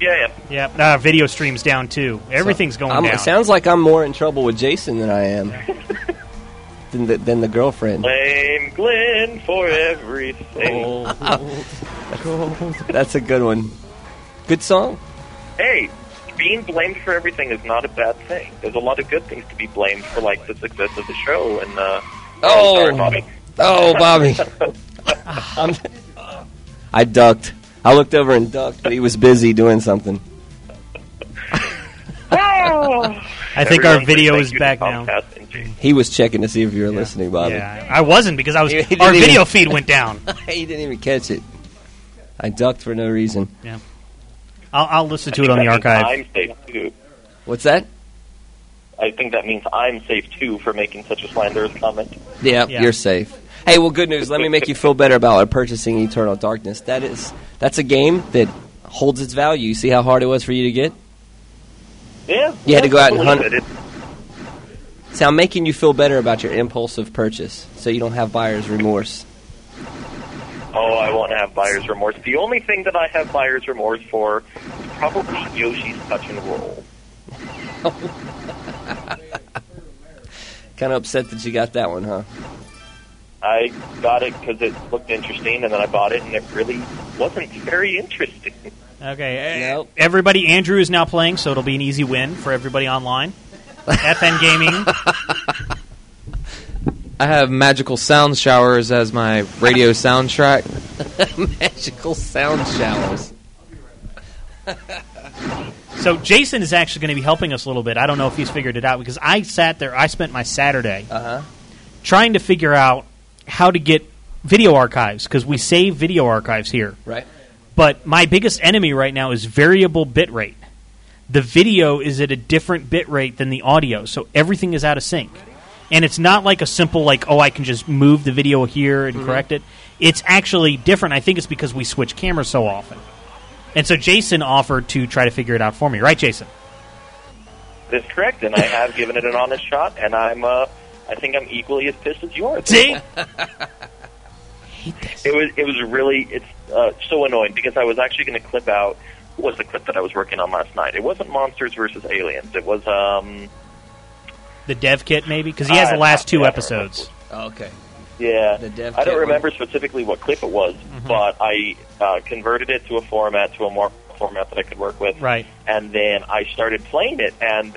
[SPEAKER 10] Yeah,
[SPEAKER 1] yeah. Yeah, uh, video streams down too. Everything's going
[SPEAKER 3] I'm-
[SPEAKER 1] down.
[SPEAKER 3] It sounds like I'm more in trouble with Jason than I am than, the, than the girlfriend.
[SPEAKER 10] blame Glenn for everything.
[SPEAKER 3] Oh. That's a good one. Good song.
[SPEAKER 10] Hey, being blamed for everything is not a bad thing. There's a lot of good things to be blamed for, like the success of the show. And uh,
[SPEAKER 3] Oh.
[SPEAKER 10] sorry, Bobby.
[SPEAKER 3] Oh, Bobby. I'm, I ducked. I looked over and ducked, but he was busy doing something.
[SPEAKER 10] Oh.
[SPEAKER 1] I think our video is back now.
[SPEAKER 3] He was checking to see if you were listening, Bobby.
[SPEAKER 1] Yeah, I wasn't because I was.
[SPEAKER 3] He- he
[SPEAKER 1] our
[SPEAKER 3] didn't
[SPEAKER 1] video
[SPEAKER 3] even-
[SPEAKER 1] feed went down.
[SPEAKER 3] he didn't even catch it. I ducked for no reason.
[SPEAKER 1] Yeah. I'll, I'll listen to it on the archive.
[SPEAKER 10] I'm safe too.
[SPEAKER 3] What's that?
[SPEAKER 10] I think that means I'm safe too for making such a slanderous comment.
[SPEAKER 3] Yeah, you're safe. Hey, well, good news. Let me make you feel better about purchasing Eternal Darkness. That is, that's a game that holds its value. You see how hard it was for you to get.
[SPEAKER 10] Yeah.
[SPEAKER 3] You had to go out and
[SPEAKER 10] I
[SPEAKER 3] hunt.
[SPEAKER 10] believe it.
[SPEAKER 3] See, I'm making you feel better about your impulsive purchase, so you don't have buyer's remorse.
[SPEAKER 10] Oh, I won't have buyer's remorse. The only thing that I have buyer's remorse for is probably Yoshi's touch and roll.
[SPEAKER 3] Kind of upset that you got that one, huh?
[SPEAKER 10] I got it because it looked interesting, and then I bought it, and it really wasn't very interesting.
[SPEAKER 1] Okay. eh, Everybody, Andrew is now playing, so it'll be an easy win for everybody online. FN Gaming.
[SPEAKER 9] I have magical sound showers as my radio soundtrack.
[SPEAKER 3] Magical sound showers.
[SPEAKER 1] So Jason is actually going to be helping us a little bit. I don't know if he's figured it out because I sat there. I spent my Saturday
[SPEAKER 3] Uh-huh.
[SPEAKER 1] trying to figure out how to get video archives because we save video archives here.
[SPEAKER 3] Right.
[SPEAKER 1] But my biggest enemy right now is variable bit rate. The video is at a different bit rate than the audio, so everything is out of sync. And it's not like a simple like, oh, I can just move the video here and
[SPEAKER 18] Mhm.
[SPEAKER 1] correct it. It's actually different. I think it's because we switch cameras so often. And so Jason offered to try to figure it out for me, right, Jason?
[SPEAKER 10] That's correct, and I have given it an honest shot, and I'm, uh, I think I'm equally as pissed as you are.
[SPEAKER 1] See?
[SPEAKER 10] It was, it was really, it's uh, so annoying because I was actually going to clip out. What was the clip that I was working on last night? It wasn't Monsters versus Aliens. It was, um,
[SPEAKER 1] The dev kit, maybe, because he has
[SPEAKER 10] Uh,
[SPEAKER 1] the last two
[SPEAKER 10] yeah, I don't
[SPEAKER 1] episodes.
[SPEAKER 3] Oh, okay.
[SPEAKER 10] Yeah,
[SPEAKER 3] The dev
[SPEAKER 10] I don't
[SPEAKER 3] kit
[SPEAKER 10] remember specifically what clip it was, but I uh, converted it to a format to a more format that I could work with,
[SPEAKER 1] Right.
[SPEAKER 10] and then I started playing it, and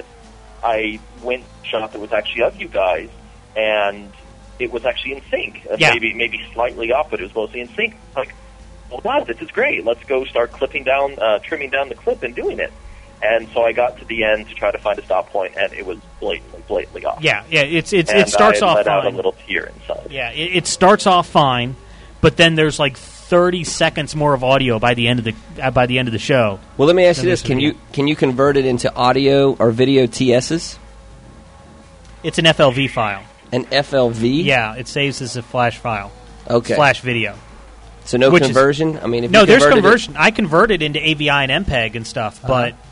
[SPEAKER 10] I went shot that was actually of you guys, and it was actually in sync, Uh,
[SPEAKER 1] Yeah.
[SPEAKER 10] maybe maybe slightly off, but it was mostly in sync. Like, well, God, this is great. Let's go start clipping down, uh, trimming down the clip, and doing it. And so I got to the end to try to find a stop point, and it was blatantly, blatantly off.
[SPEAKER 1] Yeah, yeah. It's, it's
[SPEAKER 10] And
[SPEAKER 1] it starts
[SPEAKER 10] I
[SPEAKER 1] off
[SPEAKER 10] let out
[SPEAKER 1] fine.
[SPEAKER 10] a little tear inside.
[SPEAKER 1] Yeah, it, it starts off fine, but then there's like thirty seconds more of audio by the end of the uh, by the end of the show.
[SPEAKER 3] Well, let me ask
[SPEAKER 1] Then
[SPEAKER 3] you this:
[SPEAKER 1] this would
[SPEAKER 3] Can
[SPEAKER 1] be-
[SPEAKER 3] you can you convert it into audio or video TSs?
[SPEAKER 1] It's an FLV file.
[SPEAKER 3] An FLV?
[SPEAKER 1] Yeah, it saves as a flash file.
[SPEAKER 3] Okay.
[SPEAKER 1] Flash video.
[SPEAKER 3] So no
[SPEAKER 1] Which is-
[SPEAKER 3] conversion. I mean, if
[SPEAKER 1] no,
[SPEAKER 3] you
[SPEAKER 1] there's
[SPEAKER 3] converted it-
[SPEAKER 1] conversion. I converted into AVI and MPEG and stuff, but
[SPEAKER 3] Uh-huh.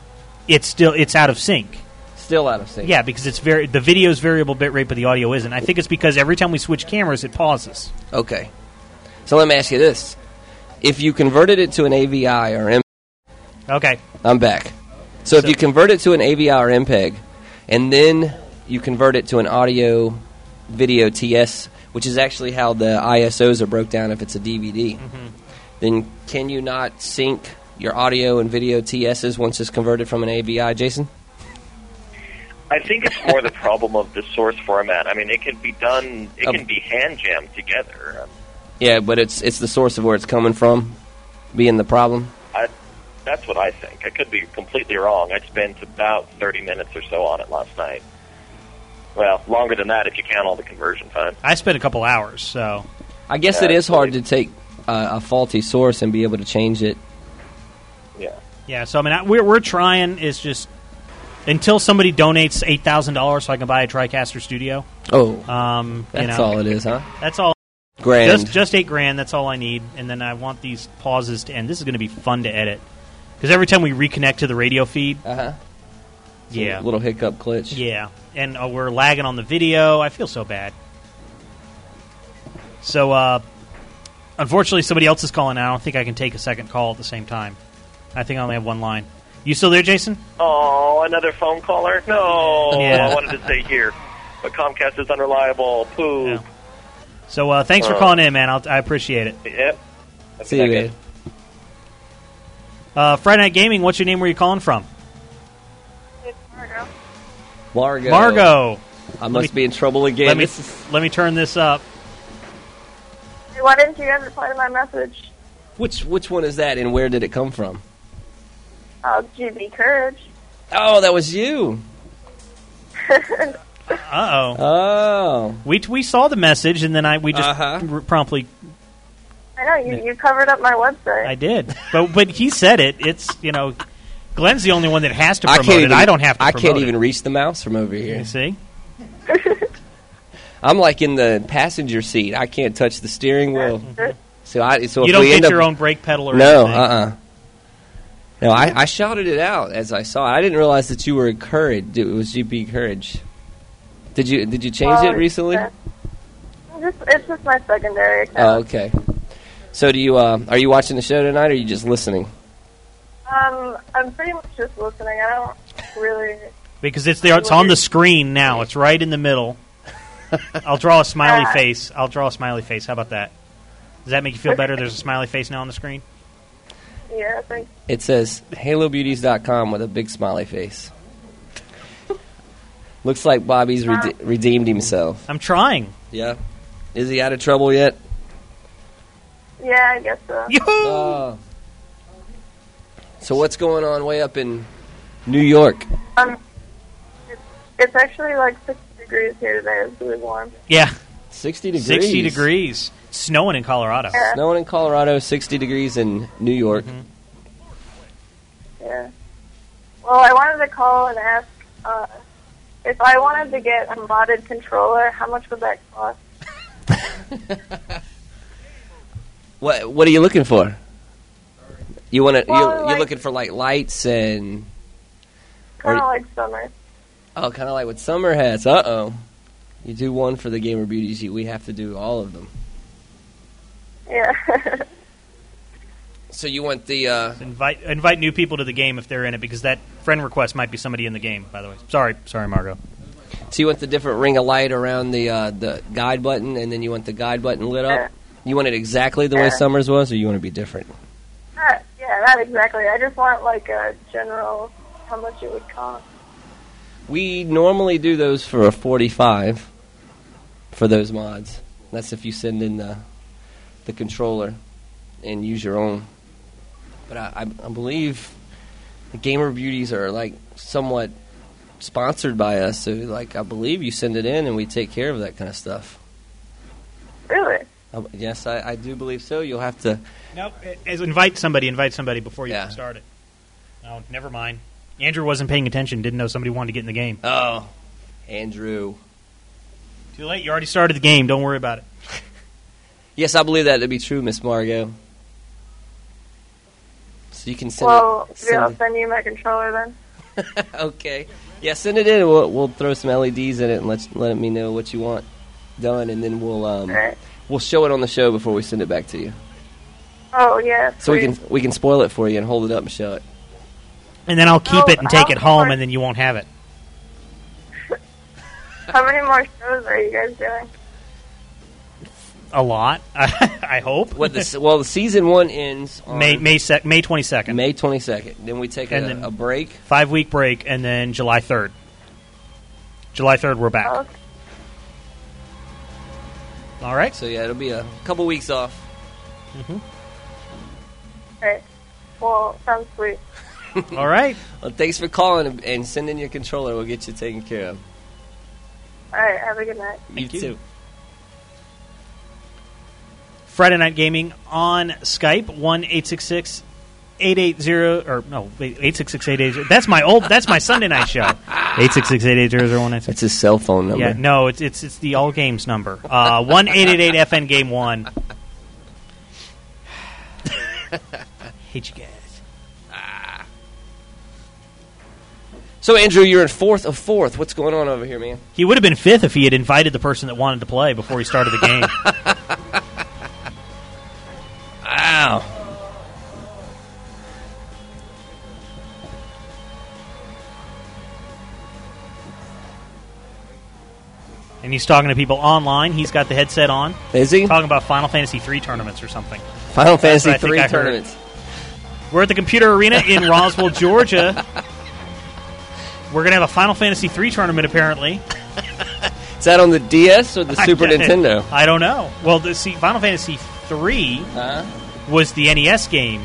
[SPEAKER 1] it's still it's out of sync.
[SPEAKER 3] Still out of sync.
[SPEAKER 1] Yeah, because it's very the video's variable bit rate, but the audio isn't. I think it's because every time we switch cameras, it pauses.
[SPEAKER 3] Okay. So let me ask you this: If you converted it to an AVI or M,
[SPEAKER 1] Okay.
[SPEAKER 3] I'm back. So, if
[SPEAKER 1] So-
[SPEAKER 3] you convert it to an AVI or MPEG, and then you convert it to an audio video TS, which is actually how the ISOs are broke down if it's a DVD, then can you not sync your audio and video TSs once it's converted from an AVI, Jason?
[SPEAKER 10] I think it's more the problem of the source format. I mean, it can be done. It
[SPEAKER 1] Um,
[SPEAKER 10] can be hand jammed together. Um,
[SPEAKER 3] Yeah, but it's it's the source of where it's coming from being the problem.
[SPEAKER 10] I, that's what I think. I could be completely wrong. I spent about 30 minutes or so on it last night. Well, longer than that if you count all the conversion time.
[SPEAKER 1] I spent a couple hours, so
[SPEAKER 3] I guess it is hard to take uh, a faulty source and be able to change it.
[SPEAKER 10] Yeah.
[SPEAKER 1] Yeah, so I mean, I, we're we're trying is just until somebody donates eight thousand dollars so I can buy a TriCaster Studio.
[SPEAKER 3] Oh,
[SPEAKER 1] um, you
[SPEAKER 3] that's
[SPEAKER 1] know.
[SPEAKER 3] all it is, huh?
[SPEAKER 1] That's all.
[SPEAKER 3] Grand.
[SPEAKER 1] Just just eight grand. That's all I need, and then I want these pauses to end. This is going to be fun to edit because every time we reconnect to the radio feed,
[SPEAKER 3] uh-huh.
[SPEAKER 1] yeah,
[SPEAKER 3] little hiccup glitch.
[SPEAKER 1] yeah, and uh, we're lagging on the video. I feel so bad. So, uh, unfortunately, somebody else is calling. and I don't think I can take a second call at the same time. I think I only have one line. You still there, Jason?
[SPEAKER 10] Oh, another phone caller? No,
[SPEAKER 1] Yeah.
[SPEAKER 10] I wanted to stay here. But Comcast is unreliable. Poo.
[SPEAKER 1] So uh, thanks for
[SPEAKER 10] Uh,
[SPEAKER 1] calling in, man. I'll, I appreciate it.
[SPEAKER 10] Yep.
[SPEAKER 3] See you guys.
[SPEAKER 1] Uh, Friday Night Gaming, what's your name? Where are you calling from?
[SPEAKER 3] Margo.
[SPEAKER 1] Margo.
[SPEAKER 3] I
[SPEAKER 1] Let
[SPEAKER 3] must
[SPEAKER 1] me-
[SPEAKER 3] be in trouble again.
[SPEAKER 1] Let me
[SPEAKER 3] This
[SPEAKER 1] let me turn this up.
[SPEAKER 20] Why didn't you guys reply to my message?
[SPEAKER 3] Which which one is that, and where did it come from?
[SPEAKER 20] Oh, GB Courage.
[SPEAKER 3] Oh, that was you.
[SPEAKER 1] Uh oh.
[SPEAKER 3] Oh. Uh-huh.
[SPEAKER 1] We we saw the message and then I we just r- promptly
[SPEAKER 20] I know you, you covered up my website.
[SPEAKER 1] I did. But but he said it. It's you know, Glenn's the only one that has to
[SPEAKER 3] I
[SPEAKER 1] promote
[SPEAKER 3] can't
[SPEAKER 1] it.
[SPEAKER 3] even-
[SPEAKER 1] I don't have to.
[SPEAKER 3] I
[SPEAKER 1] promote
[SPEAKER 3] can't
[SPEAKER 1] it.
[SPEAKER 3] even reach the mouse from over here.
[SPEAKER 1] You see?
[SPEAKER 3] I'm like in the passenger seat. I can't touch the steering wheel. So I so
[SPEAKER 1] You
[SPEAKER 3] if
[SPEAKER 1] don't
[SPEAKER 3] we
[SPEAKER 1] get
[SPEAKER 3] end up-
[SPEAKER 1] your own brake pedal or
[SPEAKER 3] no,
[SPEAKER 1] anything.
[SPEAKER 3] uh uh No, I, I shouted it out as I saw it. I didn't realize that you were encouraged. It was GB Courage. Did you did you change
[SPEAKER 20] Well,
[SPEAKER 3] it recently?
[SPEAKER 20] it's Just, it's just my secondary account.
[SPEAKER 3] Oh, okay. So do you? Uh, are you watching the show tonight, or are you just listening?
[SPEAKER 20] Um, I'm pretty much just listening. I don't really.
[SPEAKER 1] Because it's there. It's on the screen now. It's right in the middle. I'll draw a smiley
[SPEAKER 20] Ah.
[SPEAKER 1] face. I'll draw a smiley face. How about that? Does that make you feel better? There's a smiley face now on the screen.
[SPEAKER 20] Yeah, I think.
[SPEAKER 3] It says HaloBeauties.com with a big smiley face. Looks like Bobby's rede- redeemed himself.
[SPEAKER 1] I'm trying.
[SPEAKER 3] Yeah. Is he out of trouble yet?
[SPEAKER 20] Yeah, I guess so.
[SPEAKER 3] Oh. So what's going on way up in New York?
[SPEAKER 20] Um, it's, it's actually like 60 degrees here today. It's really warm.
[SPEAKER 1] Yeah.
[SPEAKER 3] 60 degrees.
[SPEAKER 1] 60 degrees. It's snowing in Colorado. Mm-hmm.
[SPEAKER 3] Snowing in Colorado, 60 degrees in New York.
[SPEAKER 20] Yeah. Well, I wanted to call and ask uh, if I wanted to get a modded controller, how much would that cost?
[SPEAKER 3] What What are you looking for? You want to?
[SPEAKER 20] Well,
[SPEAKER 3] you're,
[SPEAKER 20] like-
[SPEAKER 3] you're looking for like lights and
[SPEAKER 20] Kind of
[SPEAKER 3] Or-
[SPEAKER 20] like summer.
[SPEAKER 3] oh, kind of like what Summer has. Uh oh. You do one for the Gamer Beauties. you- We have to do all of them.
[SPEAKER 20] Yeah.
[SPEAKER 3] So you want the uh,
[SPEAKER 1] invite invite new people to the game if they're in it because that friend request might be somebody in the game. By the way, sorry, sorry, Margo.
[SPEAKER 3] So you want the different ring of light around the uh, the guide button, and then you want the guide button lit up. You want it exactly the way
[SPEAKER 20] Yeah.
[SPEAKER 3] Summers was, or you want to be different?
[SPEAKER 20] Not, yeah, not exactly. I just want like a general how much it would cost.
[SPEAKER 3] We normally do those for a forty-five for those mods. That's if you send in the the controller and use your own. But I, I, I believe the gamer beauties are like somewhat sponsored by us, so like I believe you send it in and we take care of that kind of stuff.
[SPEAKER 20] Really?
[SPEAKER 3] Oh, yes, I, I do believe so. You'll have to.
[SPEAKER 1] Nope. As- invite somebody. Invite somebody before you
[SPEAKER 3] Yeah.
[SPEAKER 1] start it. No, never mind. Andrew wasn't paying attention. Didn't know somebody wanted to get in the game.
[SPEAKER 3] Oh, Andrew.
[SPEAKER 1] Too late. You already started the game. Don't worry about it.
[SPEAKER 3] Yes, I believe that to be true, Miss Margot. So you can send
[SPEAKER 20] well,
[SPEAKER 3] it.
[SPEAKER 20] yeah, I'll
[SPEAKER 3] Send,
[SPEAKER 20] send you my controller then.
[SPEAKER 3] okay. yeah, send it in. and We'll, we'll throw some LEDs in it and let let me know what you want done, and then we'll um we'll show it on the show before we send it back to you,
[SPEAKER 20] Oh yeah.
[SPEAKER 3] so we
[SPEAKER 20] sweet.
[SPEAKER 3] can we can spoil it for you and hold it up and show it.
[SPEAKER 1] And then I'll keep
[SPEAKER 20] Oh,
[SPEAKER 1] it and take
[SPEAKER 20] I'll
[SPEAKER 1] it home, and then you won't have it.
[SPEAKER 20] How many more shows are you guys doing?
[SPEAKER 1] A lot. I, I hope.
[SPEAKER 3] What this? Well, the season one ends on
[SPEAKER 1] May May sec- May twenty second.
[SPEAKER 3] May twenty second. Then we take
[SPEAKER 1] And
[SPEAKER 3] a,
[SPEAKER 1] then-
[SPEAKER 3] a break.
[SPEAKER 1] Five week break, and then July third. July third, we're back. All right.
[SPEAKER 3] So yeah, it'll be a couple weeks off.
[SPEAKER 20] Alright. Well, sounds sweet.
[SPEAKER 1] All right.
[SPEAKER 3] well, thanks for calling and- and sending your controller. We'll get you taken care of.
[SPEAKER 20] All right. Have a good night.
[SPEAKER 3] you too.
[SPEAKER 1] Friday Night Gaming on Skype one eight six six eight eight zero or no wait eight six six eight eight zero. That's my old. That's my Sunday night show. Eight six six eight eight zero zero one nine six.
[SPEAKER 3] It's his cell phone number.
[SPEAKER 1] Yeah, no, it's it's it's the all games number. Uh, one eight eight eight FN game one. Hate you guys.
[SPEAKER 3] So Andrew, you're in fourth of fourth. What's going on over here, man?
[SPEAKER 1] He would have been fifth if he had invited the person that wanted to play before he started the game.
[SPEAKER 3] wow.
[SPEAKER 1] And he's talking to people online. He's got the headset on.
[SPEAKER 3] Is he
[SPEAKER 1] talking about Final Fantasy three tournaments or something?
[SPEAKER 3] Final
[SPEAKER 1] That's
[SPEAKER 3] Fantasy
[SPEAKER 1] what I think
[SPEAKER 3] three
[SPEAKER 1] I heard.
[SPEAKER 3] tournaments.
[SPEAKER 1] We're at the Computer Arena in Roswell, Georgia. We're gonna have a Final Fantasy three tournament apparently.
[SPEAKER 3] Is that on the DS or the Super Nintendo?
[SPEAKER 1] I don't know. Well, the, see, Final Fantasy three
[SPEAKER 3] Uh-huh.
[SPEAKER 1] was the NES game.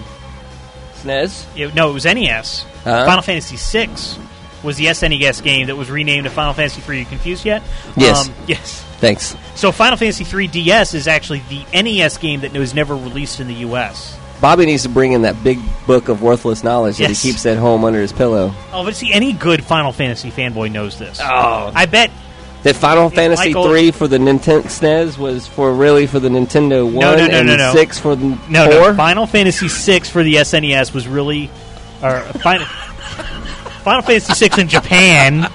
[SPEAKER 3] SNES?
[SPEAKER 1] It, no, it was NES.
[SPEAKER 3] E Uh-huh.
[SPEAKER 1] Final Fantasy six was the SNES game that was renamed to Final Fantasy three. You confused yet?
[SPEAKER 3] Yes.
[SPEAKER 1] Um, yes.
[SPEAKER 3] Thanks.
[SPEAKER 1] So Final Fantasy 3 DS is actually the NES game that was never released in the US.
[SPEAKER 3] Bobby needs to bring in that big book of worthless knowledge that
[SPEAKER 1] Yes.
[SPEAKER 3] he keeps at home under his pillow.
[SPEAKER 1] Oh, but see, any good Final Fantasy fanboy knows this.
[SPEAKER 3] Oh.
[SPEAKER 1] I bet.
[SPEAKER 3] That Final Fantasy
[SPEAKER 1] Michael-
[SPEAKER 3] three for the Nintendo SNES E was for really for the Nintendo one
[SPEAKER 1] No, no, no,
[SPEAKER 3] and
[SPEAKER 1] no, no.
[SPEAKER 3] six for the
[SPEAKER 1] No,
[SPEAKER 3] four.
[SPEAKER 1] no. Final Fantasy 6 for the SNES was really. Or uh, Final, Final Fantasy 6 in Japan.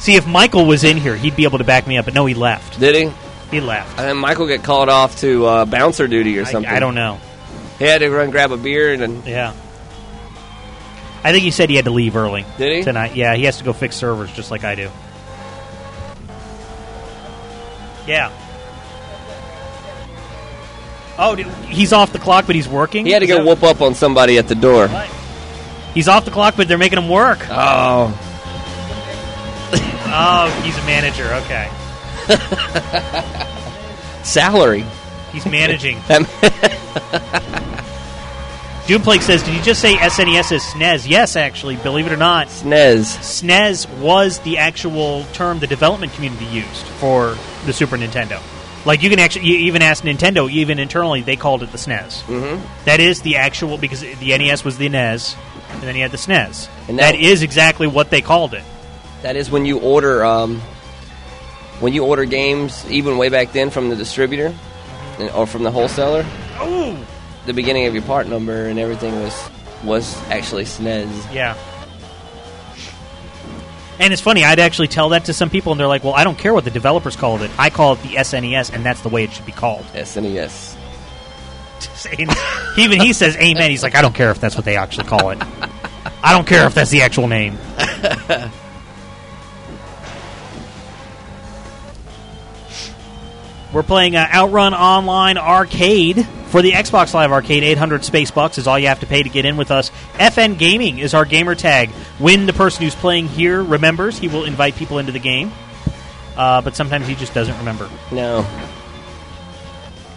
[SPEAKER 1] See, if Michael was in here, he'd be able to back me up, but no, he left.
[SPEAKER 3] Did he?
[SPEAKER 1] He left.
[SPEAKER 3] And then Michael get called off to uh, bouncer duty or something.
[SPEAKER 1] I don't know.
[SPEAKER 3] He had to run grab a beer and then
[SPEAKER 1] yeah. I think he said he had to leave early.
[SPEAKER 3] Did he?
[SPEAKER 1] Tonight. Yeah, he has to go fix servers just like I do. Yeah. Oh, did, he's off the clock, but he's working?
[SPEAKER 3] He had to
[SPEAKER 1] Is
[SPEAKER 3] go
[SPEAKER 1] that-
[SPEAKER 3] whoop up on somebody at the door.
[SPEAKER 1] He's off the clock, but they're making him work.
[SPEAKER 3] Oh,
[SPEAKER 1] Oh, he's a manager. Okay.
[SPEAKER 3] salary.
[SPEAKER 1] He's managing.
[SPEAKER 3] That-
[SPEAKER 1] Doomplake says, "Did you just say SNES is SNES?" Yes, actually, believe it or not,
[SPEAKER 3] E SNES.
[SPEAKER 1] SNES was the actual term the development community used for the Super Nintendo. Like you can actually you even ask Nintendo, even internally, they called it the SNES. Mm-hmm. is the actual because the NES was the NES, and then you had the SNES,
[SPEAKER 3] And
[SPEAKER 1] that
[SPEAKER 3] that-
[SPEAKER 1] is exactly what they called it.
[SPEAKER 3] that is when you order um, when you order games, even way back then from the distributor and- or from the wholesaler.
[SPEAKER 1] Oh,
[SPEAKER 3] The beginning of your part number and everything was was actually SNES.
[SPEAKER 1] Yeah. And it's funny, I'd actually tell that to some people, and they're like, well, I don't care what the developers called it. I call it the SNES, and that's the way it should be called.
[SPEAKER 3] SNES.
[SPEAKER 1] And even he says, amen. He's like, I don't care if that's what they actually call it. I don't care if that's the actual name. We're playing uh, Outrun Online Arcade for the Xbox Live Arcade. 800 space bucks is all you have to pay to get in with us. FN Gaming is our gamer tag. When the person who's playing here remembers, he will invite people into the game. Uh, but sometimes he just doesn't remember.
[SPEAKER 3] No.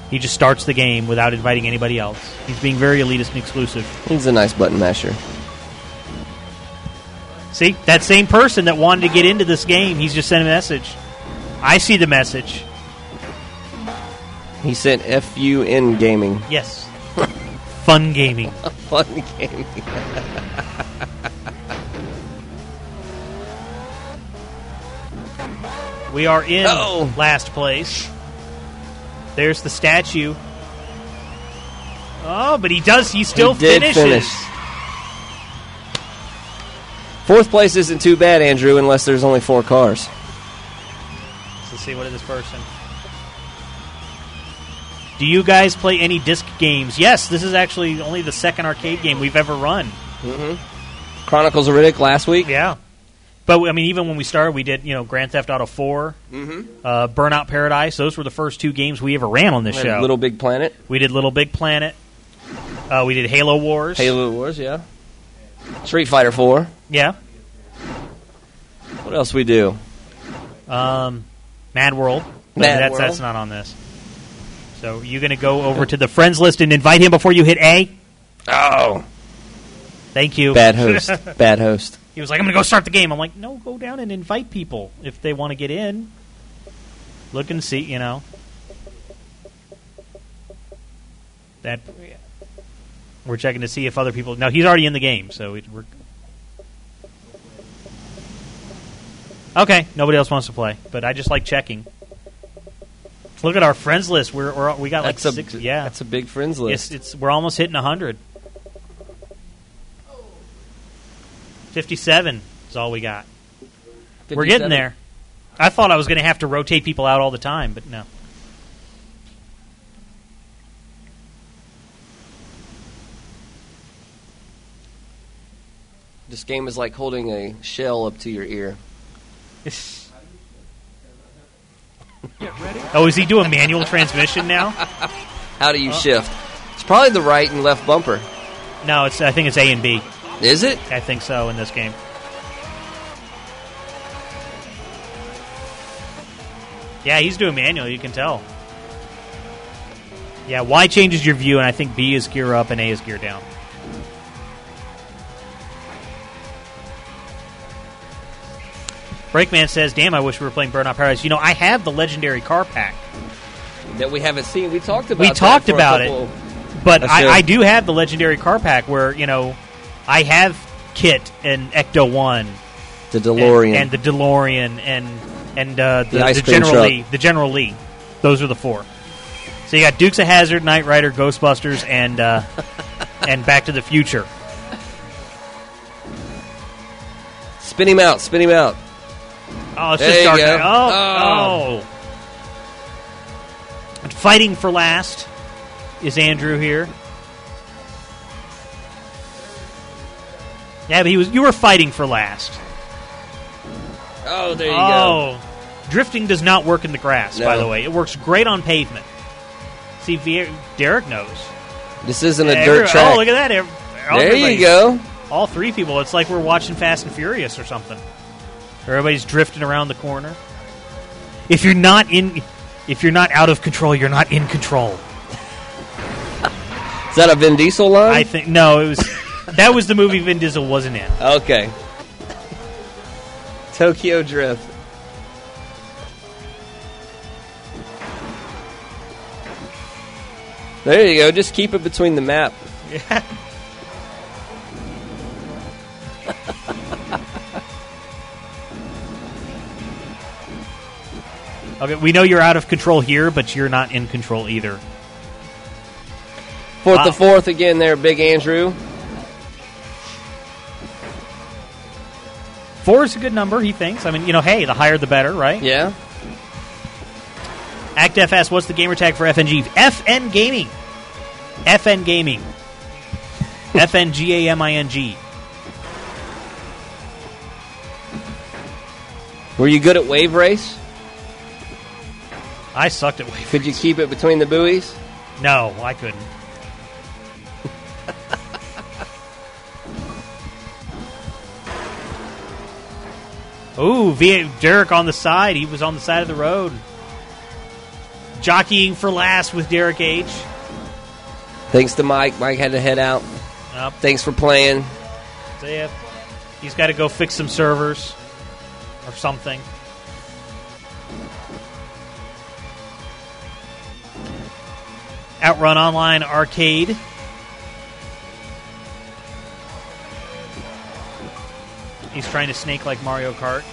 [SPEAKER 1] He just starts the game without inviting anybody else. He's being very elitist and exclusive.
[SPEAKER 3] He's a nice button masher.
[SPEAKER 1] See, that same person that wanted to get into this game, he's just sent a message. I see the message.
[SPEAKER 3] He sent FUN Gaming.
[SPEAKER 1] Yes. Fun gaming.
[SPEAKER 3] Fun gaming.
[SPEAKER 1] We are in last place. There's the statue. Oh, but he does. He still
[SPEAKER 3] He did
[SPEAKER 1] finishes.
[SPEAKER 3] finish. Fourth place isn't too bad, Andrew, unless there's only four cars.
[SPEAKER 1] Let's see what is this person. Do you guys play any disc games? Yes, this is actually only the second arcade game we've ever run.
[SPEAKER 3] Mm-hmm. Chronicles of Riddick last week.
[SPEAKER 1] Yeah, but I mean, even when we started, we did you know Grand Theft Auto 4
[SPEAKER 3] Mm-hmm.
[SPEAKER 1] uh, Burnout Paradise. Those were the first two games we ever ran on this
[SPEAKER 3] And
[SPEAKER 1] show.
[SPEAKER 3] Little Big Planet.
[SPEAKER 1] We did Little Big Planet. Uh, we did Halo Wars.
[SPEAKER 3] Halo Wars, yeah. Street Fighter 4.
[SPEAKER 1] Yeah.
[SPEAKER 3] What else we do?
[SPEAKER 1] Um, Mad World. But
[SPEAKER 3] Mad
[SPEAKER 1] that's
[SPEAKER 3] World.
[SPEAKER 1] that's not on this. So you going to go over to the friends list and invite him before you hit A?
[SPEAKER 3] Oh.
[SPEAKER 1] Thank you.
[SPEAKER 3] Bad host. Bad host.
[SPEAKER 1] He was like, "I'm going to go start the game." I'm like, "No, go down and invite people if they want to get in. Look and see, you know." That we're checking to see if other people. No, he's already in the game, so it, we're okay. Nobody else wants to play, but I just like checking. Look at our friends list. We're, we're we got
[SPEAKER 3] That's a-
[SPEAKER 1] like six. Yeah,
[SPEAKER 3] that's a big friends list.
[SPEAKER 1] It's, it's we're almost hitting hundred. Fifty-seven is all we got. We're getting
[SPEAKER 3] 57.
[SPEAKER 1] there. I thought I was going to have to rotate people out all the time, but no.
[SPEAKER 3] This game is like holding a shell up to your ear.
[SPEAKER 1] Oh, is he doing manual transmission now?
[SPEAKER 3] How do
[SPEAKER 1] uh,
[SPEAKER 3] you shift? It's probably the right and left bumper.
[SPEAKER 1] No, it's. I think it's A and B.
[SPEAKER 3] Is it?
[SPEAKER 1] I think so in this game. Yeah, he's doing manual. You can tell. Yeah, Y changes your view, and I think B is gear up and A is gear down. Breakman says, "Damn, I wish we were playing Burnout Paradise." You know, I have the legendary car pack.
[SPEAKER 3] That we haven't seen. We talked about
[SPEAKER 1] We
[SPEAKER 3] that
[SPEAKER 1] talked
[SPEAKER 3] for a
[SPEAKER 1] about
[SPEAKER 3] couple-
[SPEAKER 1] it, but
[SPEAKER 3] That's
[SPEAKER 1] I,
[SPEAKER 3] it.
[SPEAKER 1] I do have the legendary car pack where you know I have Kit and Ecto One,
[SPEAKER 3] The DeLorean.
[SPEAKER 1] and, and the DeLorean, and and uh, the,
[SPEAKER 3] The ice cream
[SPEAKER 1] General
[SPEAKER 3] truck.
[SPEAKER 1] Lee, the General Lee. Those are the four. So you got Dukes of Hazard, Knight Rider, Ghostbusters, and uh, and Back to the Future.
[SPEAKER 3] Spin him out. Spin him out.
[SPEAKER 1] Oh, it's
[SPEAKER 3] There
[SPEAKER 1] just
[SPEAKER 3] you
[SPEAKER 1] dark.
[SPEAKER 3] go.
[SPEAKER 1] Oh, oh. And Fighting for last is Andrew here. Yeah, but he was. You were fighting for last.
[SPEAKER 3] Oh, there you go.
[SPEAKER 1] oh, drifting does not work in the grass. By
[SPEAKER 3] No.
[SPEAKER 1] the way, it works great on pavement. See, Vier- Derek knows.
[SPEAKER 3] This isn't a
[SPEAKER 1] Every-
[SPEAKER 3] dirt track.
[SPEAKER 1] Oh, look at that! Ev-
[SPEAKER 3] There you
[SPEAKER 1] everybody's-
[SPEAKER 3] go.
[SPEAKER 1] All three people. It's like we're watching Fast and Furious or something. Everybody's drifting around the corner. If you're not in, if you're not out of control, you're not in control.
[SPEAKER 3] Is that a Vin Diesel line?
[SPEAKER 1] I think no, it was that was the movie Vin Diesel wasn't in.
[SPEAKER 3] Okay. Tokyo Drift. There you go. Just keep it between the map.
[SPEAKER 1] Yeah. Okay, we know you're out of control here, but you're not in control either.
[SPEAKER 3] Fourth
[SPEAKER 1] Wow.
[SPEAKER 3] to fourth again there, Big Andrew.
[SPEAKER 1] Four is a good number, he thinks. I mean, you know, hey, the higher the better, right?
[SPEAKER 3] Yeah.
[SPEAKER 1] ActFS, what's the gamer tag for FNG? FN Gaming. FN Gaming. FNGAMING.
[SPEAKER 3] Were you good at wave race?
[SPEAKER 1] I sucked at wave.
[SPEAKER 3] Could you keep it between the buoys?
[SPEAKER 1] No, I couldn't. Ooh, v- Derek on the side. He was on the side of the road. Jockeying for last with Derek H.
[SPEAKER 3] Thanks to Mike. Mike had to head out.
[SPEAKER 1] Yep.
[SPEAKER 3] Thanks for playing.
[SPEAKER 1] So, yeah, he's got to go fix some servers or something. Outrun Online Arcade. He's trying to snake like Mario Kart.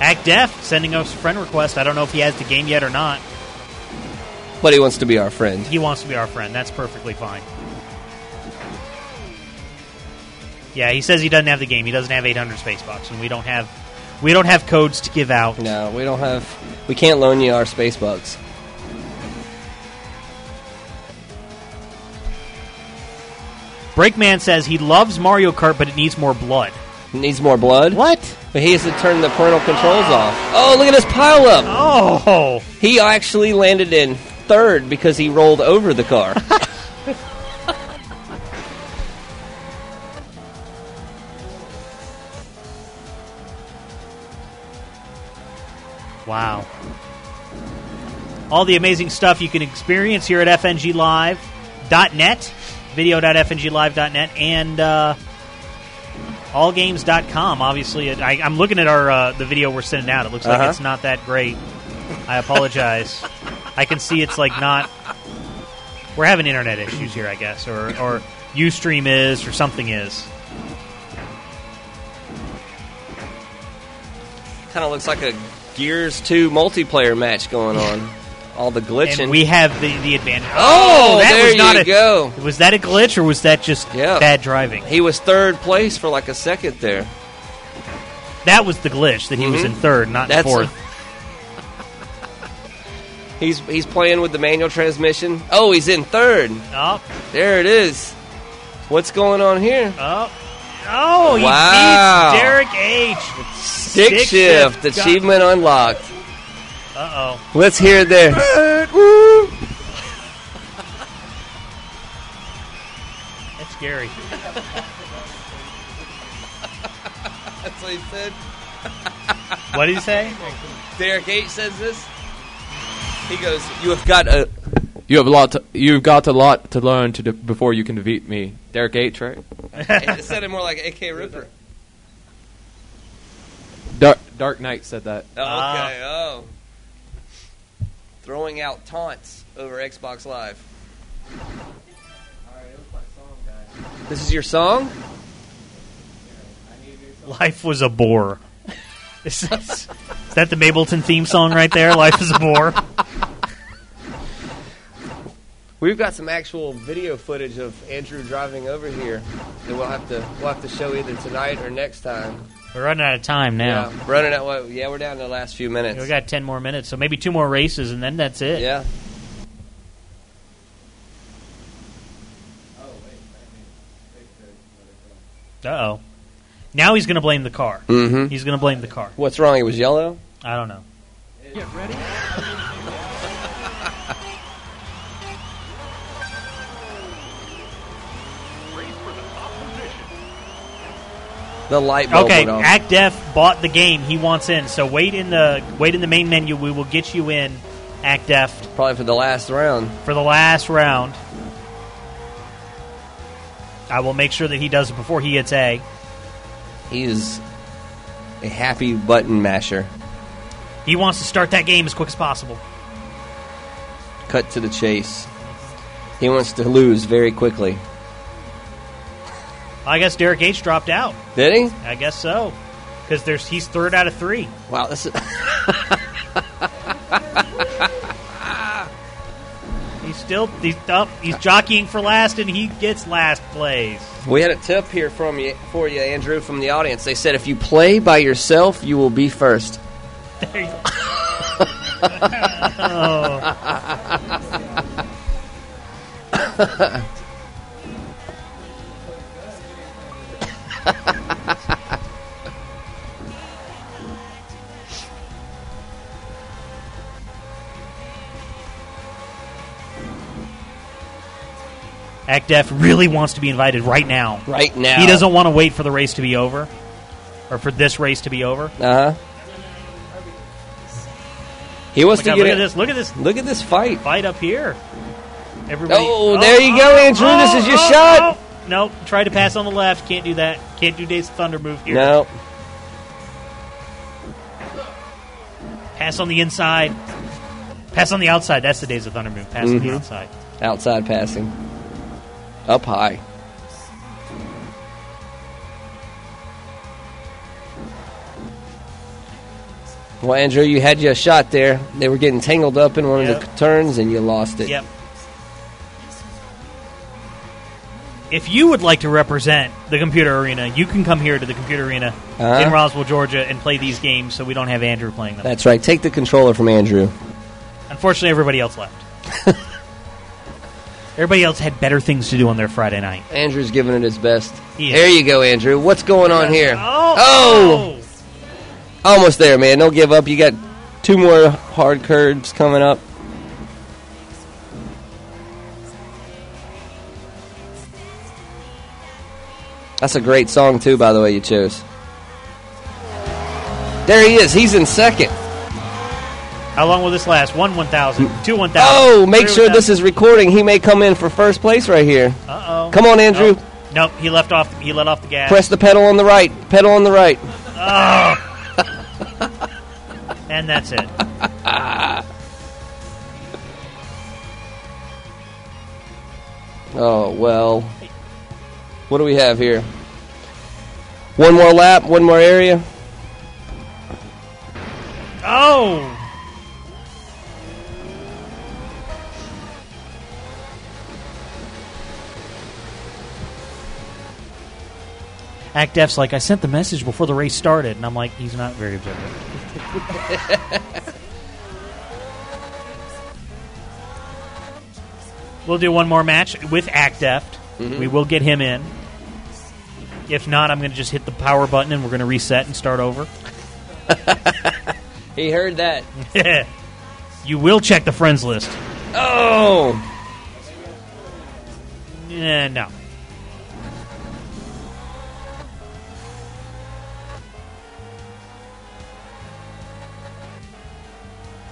[SPEAKER 1] Act Def sending us a friend request. I don't know if he has the game yet or not.
[SPEAKER 3] But he wants to be our friend.
[SPEAKER 1] He wants to be our friend. That's perfectly fine. Yeah, he says he doesn't have the game. He doesn't have 800 Spacebox, and we don't have we don't have codes to give out.
[SPEAKER 3] No, we don't have. We can't loan you our space bucks.
[SPEAKER 1] Breakman says he loves Mario Kart, but it needs more blood.
[SPEAKER 3] Needs more blood?
[SPEAKER 1] What?
[SPEAKER 3] But he has to turn the parental controls off. Oh, look at this pile up.
[SPEAKER 1] Oh.
[SPEAKER 3] He actually landed in third because he rolled over the car.
[SPEAKER 1] Wow. All the amazing stuff you can experience here at FNGLive.net, video.fnglive.net, and uh, allgames.com. Obviously, it, I, I'm looking at our uh, the video we're sending out. It looks
[SPEAKER 3] Uh-huh.
[SPEAKER 1] like it's not that great. I apologize. I can see it's like not. We're having internet issues here, I guess, or or UStream is, or something is.
[SPEAKER 3] kind of looks like a Gears 2 multiplayer match going on. All the glitching.
[SPEAKER 1] And we have the, the advantage.
[SPEAKER 3] Oh,
[SPEAKER 1] that
[SPEAKER 3] there
[SPEAKER 1] was not
[SPEAKER 3] you
[SPEAKER 1] a,
[SPEAKER 3] go.
[SPEAKER 1] Was that a glitch or was that just
[SPEAKER 3] Yeah.
[SPEAKER 1] bad driving?
[SPEAKER 3] He was third place for like a second there.
[SPEAKER 1] That was the glitch that he was
[SPEAKER 3] Mhm.
[SPEAKER 1] in third, not in
[SPEAKER 3] That's-
[SPEAKER 1] fourth.
[SPEAKER 3] He's he's playing with the manual transmission. Oh, he's in third.
[SPEAKER 1] Oh.
[SPEAKER 3] There it is. What's going on here?
[SPEAKER 1] Oh. Oh, he
[SPEAKER 3] Wow.
[SPEAKER 1] beats Derek H.
[SPEAKER 3] Stick, shift, achievement unlocked.
[SPEAKER 1] Uh oh.
[SPEAKER 3] Let's hear it there.
[SPEAKER 1] That's scary.
[SPEAKER 3] That's what he said.
[SPEAKER 1] What did he say?
[SPEAKER 3] Derek H says this. He goes, "You have got a
[SPEAKER 9] You have a lot. To, you've got a lot to learn to de- before you can defeat me, Derek H. Right?
[SPEAKER 3] it sounded more like AK Ripper.
[SPEAKER 9] Dark, Dark Knight said that.
[SPEAKER 3] Oh, okay. Oh. Throwing out taunts over Xbox Live. This is your song?
[SPEAKER 1] Life was a bore. Is, this- is that the Mableton theme song right there? Life is a bore.
[SPEAKER 3] We've got some actual video footage of Andrew driving over here that we'll have to we'll have to show either tonight or next time.
[SPEAKER 1] We're running out of time now.
[SPEAKER 3] Yeah, running out. Well, yeah, we're down to the last few minutes.
[SPEAKER 1] We got ten more minutes, so maybe two more races, and then that's it.
[SPEAKER 3] Yeah.
[SPEAKER 1] Uh oh. Now he's going to blame the car.
[SPEAKER 3] Mhm.
[SPEAKER 1] He's going to blame the car.
[SPEAKER 3] What's wrong? It was yellow.
[SPEAKER 1] I don't know.
[SPEAKER 21] Get ready.
[SPEAKER 3] The light bulb
[SPEAKER 1] Okay,
[SPEAKER 3] went off.
[SPEAKER 1] Act Def bought the game. He wants in. So wait in the wait in the main menu. We will get you in, Act Def,
[SPEAKER 3] Probably for the last round.
[SPEAKER 1] for the last round. I will make sure that he does it before he hits A.
[SPEAKER 3] He is a happy button masher.
[SPEAKER 1] He wants to start that game as quick as possible.
[SPEAKER 3] Cut to the chase. He wants to lose very quickly.
[SPEAKER 1] I guess Derek H dropped out.
[SPEAKER 3] Did he?
[SPEAKER 1] I guess so, because there's he's third out of three.
[SPEAKER 3] Wow, this is.
[SPEAKER 1] he's still he's up. He's jockeying for last, and he gets last place.
[SPEAKER 3] We had a tip here from you for you, Andrew, from the audience. They said if you play by yourself, you will be first.
[SPEAKER 1] There you go. Oh. Act Def really wants to be invited right now.
[SPEAKER 3] Right now.
[SPEAKER 1] He doesn't want to wait for the race to be over or for this race to be over.
[SPEAKER 3] Uh huh. He wants
[SPEAKER 1] Oh Look
[SPEAKER 3] to
[SPEAKER 1] out,
[SPEAKER 3] get
[SPEAKER 1] look
[SPEAKER 3] it.
[SPEAKER 1] at this. Look at this.
[SPEAKER 3] Look at this fight.
[SPEAKER 1] Fight up here. Everybody.
[SPEAKER 3] Oh, there you go, Andrew. This is your shot.
[SPEAKER 1] oh. Nope. Try to pass on the left. Can't do that. Can't do Days of Thunder move here.
[SPEAKER 3] No.
[SPEAKER 1] Pass on the inside. Pass on the outside. That's the Days of Thunder move. Pass on
[SPEAKER 3] Mhm.
[SPEAKER 1] the outside.
[SPEAKER 3] Outside passing. Up high. Well, Andrew, you had your shot there. They were getting tangled up in one of the
[SPEAKER 1] Yep.
[SPEAKER 3] turns, and you lost it.
[SPEAKER 1] Yep. If you would like to represent the computer arena, you can come here to the computer arena
[SPEAKER 3] Uh-huh.
[SPEAKER 1] in Roswell, Georgia, and play these games so we don't have Andrew playing them.
[SPEAKER 3] That's right. Take the controller from Andrew.
[SPEAKER 1] Unfortunately, everybody else left. everybody else had better things to do on their Friday night.
[SPEAKER 3] Andrew's giving it his best. There you go, Andrew. What's going on here?
[SPEAKER 1] Oh!
[SPEAKER 3] Almost there, man. Don't give up. You got two more hard curves coming up. That's a great song, too, by the way, you chose. There he is. He's in second.
[SPEAKER 1] How long will this last? One 1,000, two 1,000.
[SPEAKER 3] Oh, make
[SPEAKER 1] three
[SPEAKER 3] sure this
[SPEAKER 1] 1,000.
[SPEAKER 3] is recording. He may come in for first place right here.
[SPEAKER 1] Uh-oh. Oh.
[SPEAKER 3] Come on, Andrew.
[SPEAKER 1] Nope. Nope, he left off. He let off the gas.
[SPEAKER 3] Press the pedal on the right. Pedal on the right.
[SPEAKER 1] Oh. and that's it.
[SPEAKER 3] Oh, well. What do we have here? One more lap, one more area.
[SPEAKER 1] Oh, Act F's like I sent the message before the race started, and I'm like, he's not very observant. We'll do one more match with Act Deft.
[SPEAKER 3] Mm-hmm.
[SPEAKER 6] Mhm.
[SPEAKER 1] We will get him in. If not, I'm going to just hit the power button and we're going to reset and start over.
[SPEAKER 3] He heard that.
[SPEAKER 1] you will check the friends list.
[SPEAKER 3] Oh!
[SPEAKER 1] Eh, no.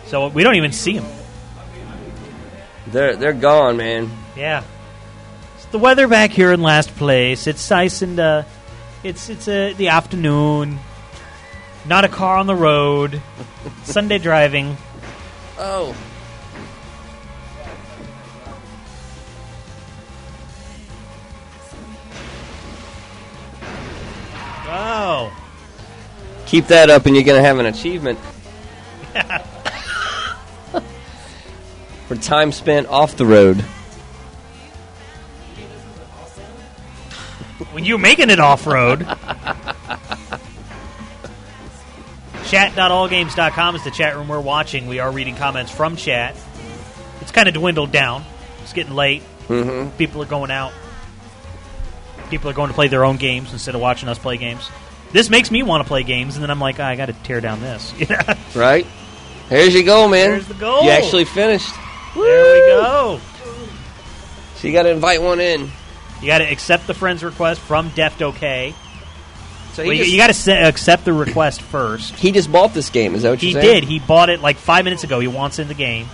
[SPEAKER 1] So we don't even see him.
[SPEAKER 3] They're, they're gone, man.
[SPEAKER 1] Yeah. It's the weather back here in last place. It's nice and uh, it's it's uh, the afternoon. Not a car on the road. Sunday driving.
[SPEAKER 3] Oh.
[SPEAKER 1] Wow.
[SPEAKER 3] Keep that up, and you're going to have an achievement for time spent off the road.
[SPEAKER 1] when you making it off road. Chat.allgames.com is the chat room we're watching. We are reading comments from chat. It's kind of dwindled down. It's getting late.
[SPEAKER 3] Mhm.
[SPEAKER 1] People are going out. People are going to play their own games instead of watching us play games. This makes me want to play games, and then I'm like, "Ah, I got to tear down this. Yeah.
[SPEAKER 3] Right? Here's your goal, man.
[SPEAKER 1] There's the goal.
[SPEAKER 3] You actually finished.
[SPEAKER 1] There we go.
[SPEAKER 3] So you got to invite one in.
[SPEAKER 1] You got to accept the friend's request from Deft OK.
[SPEAKER 3] So
[SPEAKER 1] Well, you- you uh, got to accept the request first.
[SPEAKER 3] He just bought this game. Is that what
[SPEAKER 1] He
[SPEAKER 3] you're saying?
[SPEAKER 1] did. He bought it like five minutes ago. He wants in the game.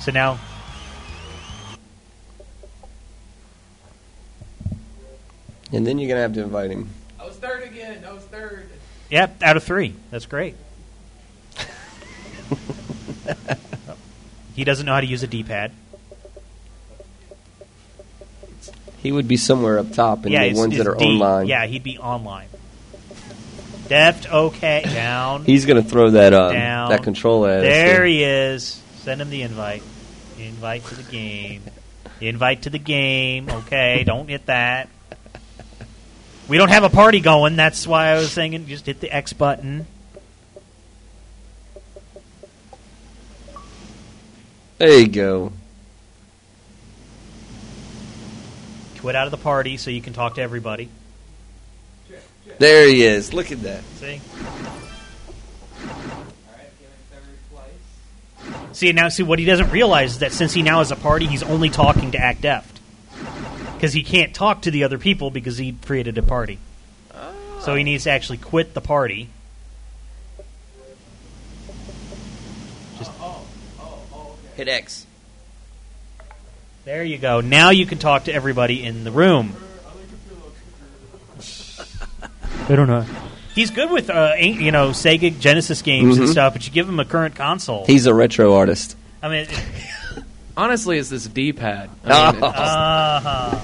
[SPEAKER 1] So now.
[SPEAKER 3] And then you're going to have to invite him.
[SPEAKER 16] I was third again. I was third.
[SPEAKER 1] Yep, out of three. That's great. he doesn't know how to use a D pad.
[SPEAKER 3] He would be somewhere up top in
[SPEAKER 1] Yeah,
[SPEAKER 3] the
[SPEAKER 1] it's-
[SPEAKER 3] ones
[SPEAKER 1] it's
[SPEAKER 3] that are
[SPEAKER 1] D.
[SPEAKER 3] online.
[SPEAKER 1] Yeah, he'd be online. Deft, okay, down.
[SPEAKER 3] He's going to throw that uh,
[SPEAKER 1] Down.
[SPEAKER 3] that controller at us.
[SPEAKER 1] There he is. Send him the invite. Invite to the game. invite to the game. Okay, don't hit that. We don't have a party going. That's why I was saying just hit the X button.
[SPEAKER 3] There you go.
[SPEAKER 1] Quit out of the party so you can talk to everybody.
[SPEAKER 3] There he is. Look at that.
[SPEAKER 1] See? See now, see what he doesn't realize is that since he now is a party, he's only talking to Act Deft because he can't talk to the other people because he created a party. So he needs to actually quit the party.
[SPEAKER 3] Oh, Hit X.
[SPEAKER 1] There you go. Now you can talk to everybody in the room. I don't know. He's good with uh, ain't- you know Sega Genesis games
[SPEAKER 3] Mhm.
[SPEAKER 1] Oh. and stuff, but you give him a current console.
[SPEAKER 3] He's a retro artist.
[SPEAKER 1] I mean, it-
[SPEAKER 9] Honestly, it's this D-pad. I mean, it
[SPEAKER 1] Ah.
[SPEAKER 3] Uh-huh.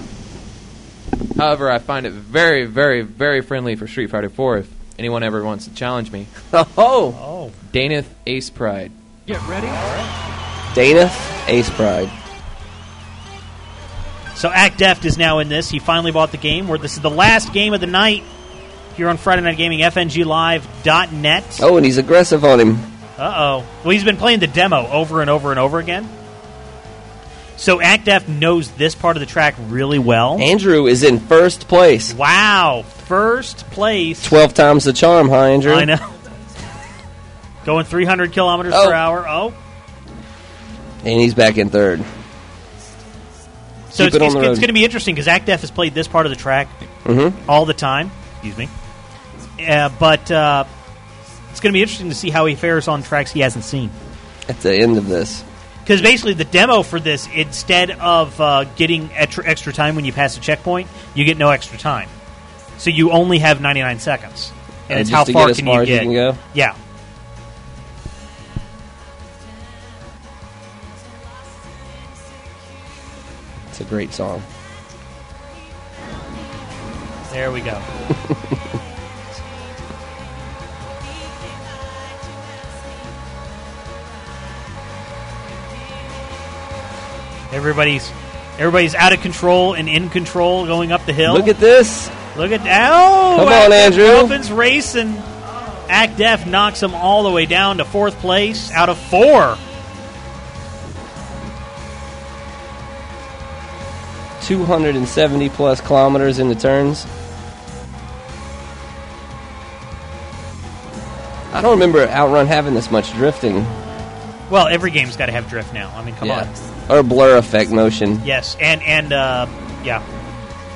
[SPEAKER 9] just- however, I find it very, very, very friendly for Street Fighter 4 if anyone ever wants to challenge me.
[SPEAKER 3] Oh!
[SPEAKER 9] Oh! Daneth Ace Pride.
[SPEAKER 21] Get ready.
[SPEAKER 3] Dana Ace Pride.
[SPEAKER 1] So Act Deft is now in this. He finally bought the game. Where this is the last game of the night here on Friday Night Gaming, FNGLive.net.
[SPEAKER 3] Oh, and he's aggressive on him.
[SPEAKER 1] Uh oh. Well, he's been playing the demo over and over and over again. So Act Deft knows this part of the track really well.
[SPEAKER 3] Andrew is in first place.
[SPEAKER 1] Wow, first place.
[SPEAKER 3] 12 times the charm, huh, Andrew?
[SPEAKER 1] I know. Going 300 kilometers
[SPEAKER 3] Oh.
[SPEAKER 1] per hour. Oh,
[SPEAKER 3] And he's back in third.
[SPEAKER 1] so
[SPEAKER 3] Keep
[SPEAKER 1] it's,
[SPEAKER 3] it on
[SPEAKER 1] it's,
[SPEAKER 3] the road.
[SPEAKER 1] it's going to be interesting because Act Def has played this part of the track
[SPEAKER 3] Mhm.
[SPEAKER 1] all the time. Excuse me. Uh, but uh, it's going to be interesting to see how he fares on tracks he hasn't seen.
[SPEAKER 3] At the end of this.
[SPEAKER 1] Because basically, the demo for this, instead of uh, getting extra, extra time when you pass a checkpoint, you get no extra time. So you only have 99 seconds. And
[SPEAKER 3] Uh,
[SPEAKER 1] it's
[SPEAKER 3] just
[SPEAKER 1] how
[SPEAKER 3] to
[SPEAKER 1] far
[SPEAKER 3] get as
[SPEAKER 1] can
[SPEAKER 3] far
[SPEAKER 1] you
[SPEAKER 3] as you
[SPEAKER 1] get?
[SPEAKER 3] can go?
[SPEAKER 1] Yeah.
[SPEAKER 3] It's a great song.
[SPEAKER 1] There we go. everybody's everybody's out of control and in control going up the hill.
[SPEAKER 3] Look at this.
[SPEAKER 1] Look at oh!
[SPEAKER 3] Come on,
[SPEAKER 1] Act Def
[SPEAKER 3] Andrew.
[SPEAKER 1] Dolphins racing. Act Def knocks him all the way down to fourth place out of four.
[SPEAKER 3] Two hundred and seventy plus kilometers in the turns. I don't remember Outrun having this much drifting
[SPEAKER 1] Well, every game's got to have drift now. I mean, come
[SPEAKER 3] Yeah. or blur effect motion.
[SPEAKER 1] on. Yes, and and uh, yeah,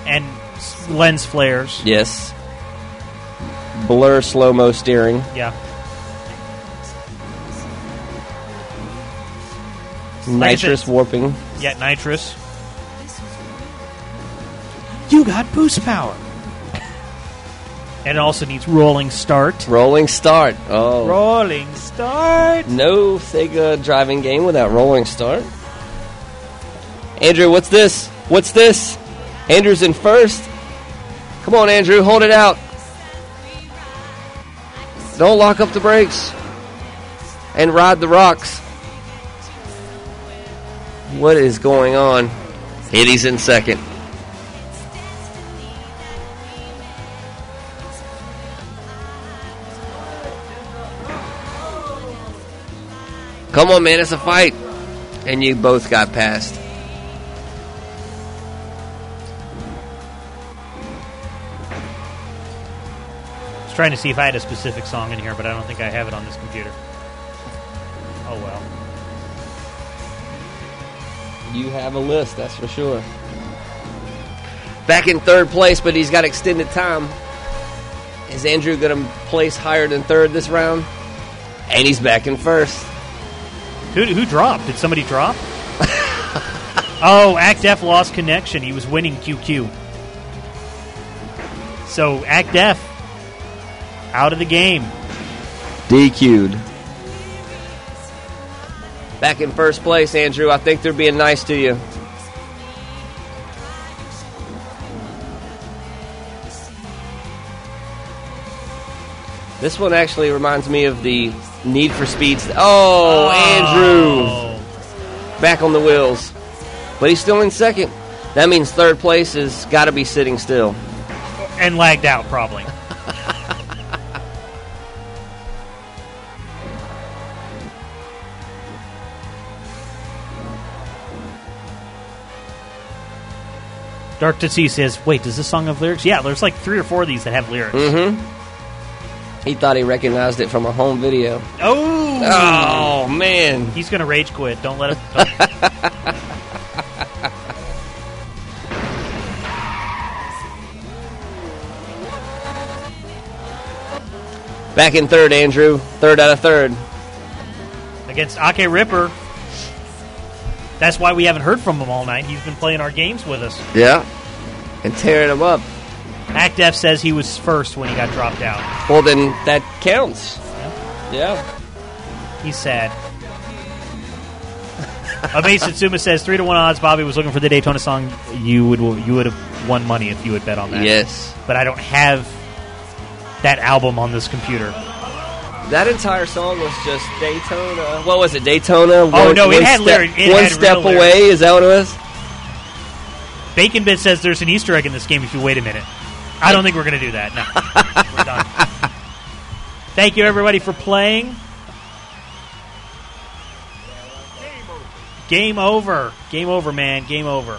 [SPEAKER 1] and s- lens flares.
[SPEAKER 3] Yes. Blur slow mo steering.
[SPEAKER 1] Yeah. Like I said-
[SPEAKER 3] Nitrous warping.
[SPEAKER 1] Yeah, nitrous. You got boost power. And it also needs rolling start.
[SPEAKER 3] Rolling start. Oh.
[SPEAKER 1] Rolling start.
[SPEAKER 3] No Sega driving game without rolling start. Andrew, what's this? What's this? Andrew's in first. Come on, Andrew, hold it out. Don't lock up the brakes and ride the rocks. What is going on? Hitty's in second. Come on, man, it's a fight. And you both got passed.
[SPEAKER 1] I was trying to see if I had a specific song in here, but I don't think I have it on this computer. Oh well.
[SPEAKER 3] You have a list, that's for sure. Back in third place, but he's got extended time. Is Andrew going to place higher than third this round? And he's back in first.
[SPEAKER 1] Who, who dropped? Did somebody drop? oh, Act F lost connection. He was winning QQ. So Act F out of the game.
[SPEAKER 3] DQ'd. Back in first place, Andrew. I think they're being nice to you. This one actually reminds me of the Need for Speeds. Oh, Andrew! Back on the wheels. But he's still in second. That means third place has got to be sitting still.
[SPEAKER 1] And lagged out, probably. Dark Titsy says, wait, does this song have lyrics? Yeah, there's like three or four of these that have lyrics.
[SPEAKER 3] Mm-hmm. He thought he recognized it from a home video.
[SPEAKER 1] Oh!
[SPEAKER 3] Oh, man.
[SPEAKER 1] He's going to rage quit. Don't let him. Don't.
[SPEAKER 3] Back in third, Andrew. Third out of third.
[SPEAKER 1] Against Ake Ripper. That's why we haven't heard from him all night. He's been playing our games with us.
[SPEAKER 3] Yeah. And tearing him up.
[SPEAKER 1] Act F says he was first when he got dropped out.
[SPEAKER 3] Well, then that counts. Yeah.
[SPEAKER 1] He's sad. Amaze Satsuma Uh, says three to one odds. Bobby was looking for the Daytona song. You would you would have won money if you had bet on that.
[SPEAKER 3] Yes.
[SPEAKER 1] but I don't have that album on this computer.
[SPEAKER 3] That entire song was just Daytona. What was it? Daytona.
[SPEAKER 1] Oh,
[SPEAKER 3] One-
[SPEAKER 1] no, it
[SPEAKER 3] one
[SPEAKER 1] had
[SPEAKER 3] step,
[SPEAKER 1] lyric- it
[SPEAKER 3] one
[SPEAKER 1] had
[SPEAKER 3] step
[SPEAKER 1] real lyrics.
[SPEAKER 3] away. Is that what it was?
[SPEAKER 1] Bacon Bit says there's an Easter egg in this game. If you wait a minute, I don't think we're going to do that. No, we're done. Thank you everybody for playing. Game over. Game over, man. Game over.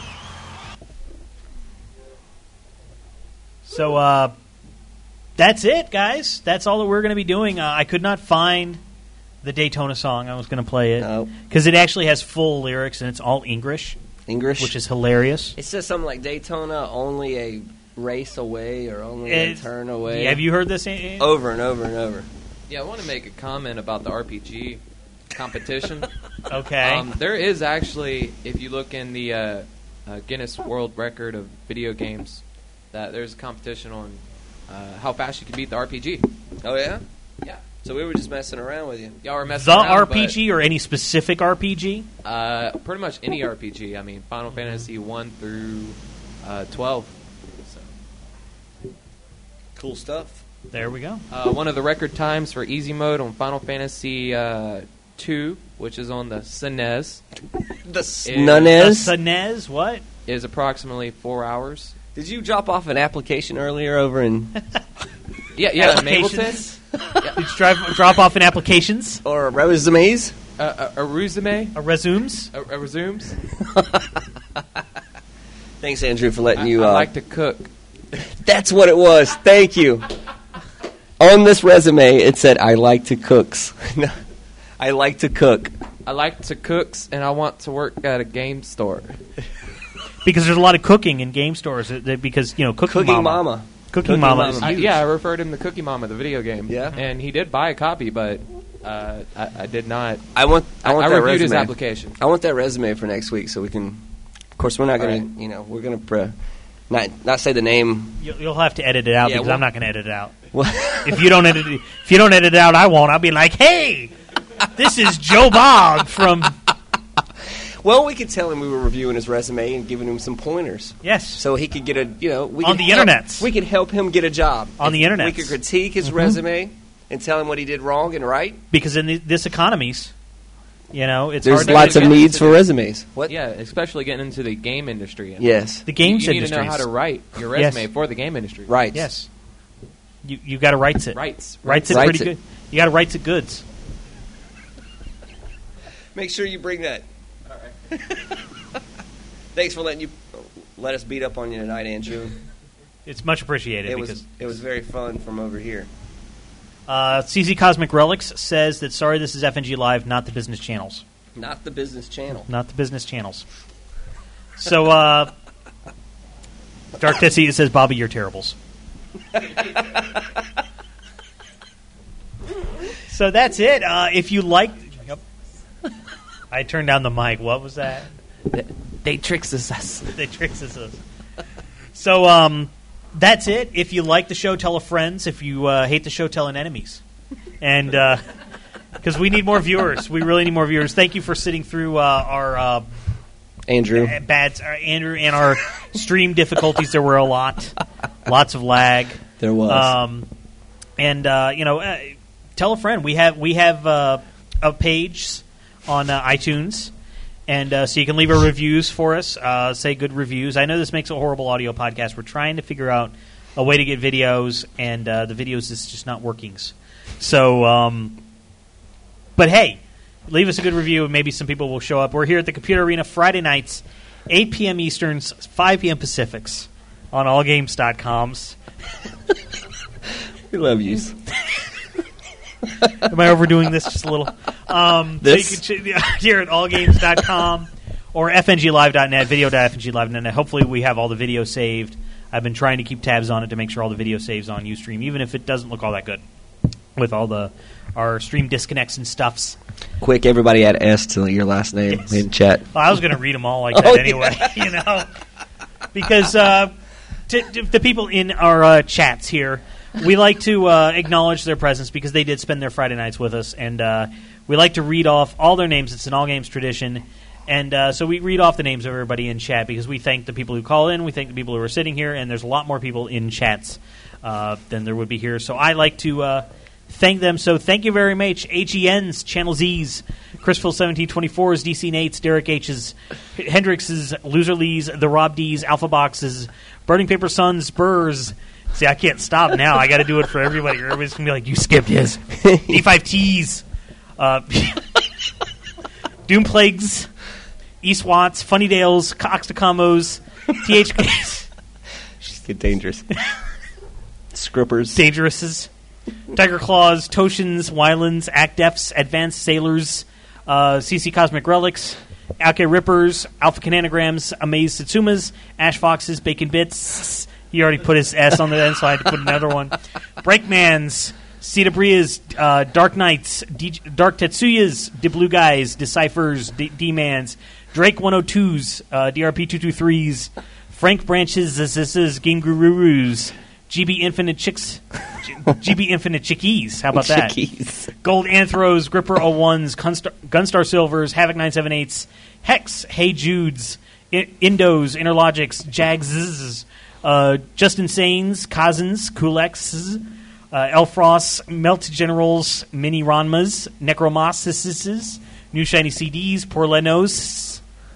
[SPEAKER 1] So uh, that's it, guys. That's all that we're going to be doing. Uh, I could not find the Daytona song. I was going to play it because it actually has full lyrics and it's all English.
[SPEAKER 3] English,
[SPEAKER 1] which is hilarious.
[SPEAKER 3] It says something like Daytona, only a race away or only
[SPEAKER 1] It's-
[SPEAKER 3] a turn away.
[SPEAKER 1] Have you heard this? Ian?
[SPEAKER 3] Over and over and over.
[SPEAKER 9] Yeah, I want to make a comment about the RPG competition.
[SPEAKER 1] Okay.
[SPEAKER 9] Um, there is actually, if you look in the uh, uh, Guinness World Record of video games, that there's a competition on uh, how fast you can beat the RPG.
[SPEAKER 3] Oh yeah.
[SPEAKER 9] Yeah.
[SPEAKER 3] So we were just messing around with you.
[SPEAKER 9] Y'all were
[SPEAKER 1] The
[SPEAKER 9] messing around, but,
[SPEAKER 1] RPG or any specific RPG?
[SPEAKER 9] uh, pretty much any RPG. I mean, Final
[SPEAKER 1] Mm-hmm.
[SPEAKER 9] Fantasy one through uh, twelve. So.
[SPEAKER 3] Cool stuff.
[SPEAKER 1] There we go.
[SPEAKER 9] Uh, one of the record times for easy mode on Final Fantasy uh, two, which is on the E SNES.
[SPEAKER 3] The E
[SPEAKER 1] The SNES, what?
[SPEAKER 9] E is approximately four hours.
[SPEAKER 3] Did you drop off an application earlier over in?
[SPEAKER 9] Yeah, yeah,
[SPEAKER 1] Applications? Did you drive, drop off in applications?
[SPEAKER 3] Or resumes?
[SPEAKER 9] Uh, a, a resume?
[SPEAKER 1] A resumes?
[SPEAKER 9] A, a resumes?
[SPEAKER 3] Thanks, Andrew, for letting you.
[SPEAKER 9] I
[SPEAKER 3] uh,
[SPEAKER 9] like to cook.
[SPEAKER 3] That's what it was. Thank you. On this resume, it said, "I like to cooks." No, I like to cook.
[SPEAKER 9] I like to cooks, and I want to work at a game store.
[SPEAKER 1] Because there's a lot of cooking in game stores. uh, that- Because you know, cooking, mama. Cooking, mama. is
[SPEAKER 9] I-
[SPEAKER 1] huge.
[SPEAKER 9] yeah, I referred him to Cookie Mama, the video game. Yeah, and he did buy a copy, but uh, I, I did not.
[SPEAKER 3] I want. I want that
[SPEAKER 9] reviewed his
[SPEAKER 3] resume.
[SPEAKER 9] application.
[SPEAKER 3] I want that resume for next week, so we can. Of course, we're not going to. You know, we're going to pre- not not say the name.
[SPEAKER 1] You'll, you'll have to edit it out
[SPEAKER 3] Yeah,
[SPEAKER 1] because
[SPEAKER 3] well-
[SPEAKER 1] I'm not going to edit it out. if you don't edit, it, if you don't edit it out, I won't. I'll be like, hey, this is Joe Bob from.
[SPEAKER 3] Well, we could tell him we were reviewing his resume and giving him some pointers.
[SPEAKER 1] Yes.
[SPEAKER 3] So he could get a. You know, we
[SPEAKER 1] On
[SPEAKER 3] could
[SPEAKER 1] the
[SPEAKER 3] help-
[SPEAKER 1] internets.
[SPEAKER 3] we could help him get a job
[SPEAKER 1] On the Mm-hmm.
[SPEAKER 3] internet. We
[SPEAKER 1] internets.
[SPEAKER 3] could critique his resume and tell him what he did wrong and right.
[SPEAKER 1] Because in the, this economies, you know, it's
[SPEAKER 3] There's
[SPEAKER 1] hard to-
[SPEAKER 3] lots of needs for resumes.
[SPEAKER 9] What? Yeah, especially getting into the game industry.
[SPEAKER 3] Yes. The
[SPEAKER 9] You-
[SPEAKER 1] games
[SPEAKER 9] you, need to know
[SPEAKER 1] industry
[SPEAKER 9] how
[SPEAKER 1] is-
[SPEAKER 9] to write your
[SPEAKER 1] Yes.
[SPEAKER 9] resume for the game industry.
[SPEAKER 3] Right.
[SPEAKER 1] Yes. You you got to rights it.
[SPEAKER 9] Rights.
[SPEAKER 1] Rights it
[SPEAKER 9] Rights
[SPEAKER 1] pretty
[SPEAKER 9] it.
[SPEAKER 1] good. You got to rights it goods.
[SPEAKER 3] Make sure you bring that. All right. Thanks for letting you let us beat up on you tonight, Andrew.
[SPEAKER 1] It's much appreciated.
[SPEAKER 3] It
[SPEAKER 1] because
[SPEAKER 3] was it was very fun from over here.
[SPEAKER 1] Uh, CZ Cosmic Relics says that sorry, this is FNG Live, not the business channels,
[SPEAKER 3] Not the business channel.
[SPEAKER 1] not the business channels. So, uh, Dark Tessie says, Bobby, you're terribles. so that's it. Uh, if you like, I turned down the mic. What was that?
[SPEAKER 9] They tricks us.
[SPEAKER 1] They tricks us. So, um, that's it. If you like the show, tell a friends. If you uh, hate the show, tell an enemies. And because we need more viewers, we really need more viewers. Thank you for sitting through uh, our uh,
[SPEAKER 3] Andrew.
[SPEAKER 1] ba- bad uh, Andrew and our stream difficulties. There were a lot, lots of lag.
[SPEAKER 3] There was.
[SPEAKER 1] Um, and uh, you know, uh, tell a friend. We have we have uh, a page on uh, iTunes. And uh, so you can leave our reviews for us. Uh, say good reviews. I know this makes a horrible audio podcast. We're trying to figure out a way to get videos, and uh, the videos is just not working. So, um, but hey, leave us a good review, and maybe some people will show up. We're here at the Computer Arena Friday nights, 8 p.m. Easterns, 5 p.m. Pacifics, on allgames.coms.
[SPEAKER 3] We love you.
[SPEAKER 1] Am I overdoing this just a little? Um,
[SPEAKER 3] This?
[SPEAKER 1] So you can ch- here at allgames.com or fnglive.net, video.fnglive.net. Hopefully, we have all the video saved. I've been trying to keep tabs on it to make sure all the video saves on Ustream, even if it doesn't look all that good with all the our stream disconnects and stuffs.
[SPEAKER 3] Quick, everybody add S to your last name in chat.
[SPEAKER 1] Well, I was going to read them all like that
[SPEAKER 3] Oh, yeah.
[SPEAKER 1] anyway, you know, because uh, to, to the people in our uh, chats here, we like to uh, acknowledge their presence because they did spend their Friday nights with us, and uh, we like to read off all their names. It's an all games tradition, And uh, so we read off the names of everybody in chat because we thank the people who call in, we thank the people who are sitting here, and there's a lot more people in chats uh, than there would be here. So I like to uh, thank them. So thank you very much, HEN's, Channel Z's, Chris Phil 1724's, DC Nate's, Derek H's, Hendrix's, Loser Lee's, The Rob D's, Alpha Box's, Burning Paper Sun's, Spurs. See, I can't stop now. I got to do it for everybody. or Everybody's going to be like, you skipped his. E D5T's. Uh, Doom Plagues, Eastwatts, Funny Dales, Cox to Combos, THKs,
[SPEAKER 3] Get dangerous. Scrippers.
[SPEAKER 1] Dangerouses, Tiger Claws, Toshins, Wylands, Actefs, Advanced Sailors, uh, CC Cosmic Relics, Alke Rippers, Alpha Cananagrams, Amaze Satsumas, Ash Foxes, Bacon Bits. He already put his S on the end, so I had to put another one. Breakmans, Cedar Bria's, uh, Dark Knights, D- Dark Tetsuya's, De Blue Guys, Deciphers, D- D-Mans, Drake 102's, uh, DRP 223's, Frank Branch's, this this is Game Guru's, GB Infinite Chicks, G- GB Infinite Chickies. How about that?
[SPEAKER 3] Chickies.
[SPEAKER 1] Gold Anthros, Gripper 01s, Gunstar, Gunstar Silvers, Havoc 978s, Hex, Hey Judes, I- Indos, Interlogics, Jags, uh, Just Insanes, Cousins, Kulex, uh, Elfrost, Melt Generals, Mini Ranmas, Necromosses, New Shiny CDs, Porlenos.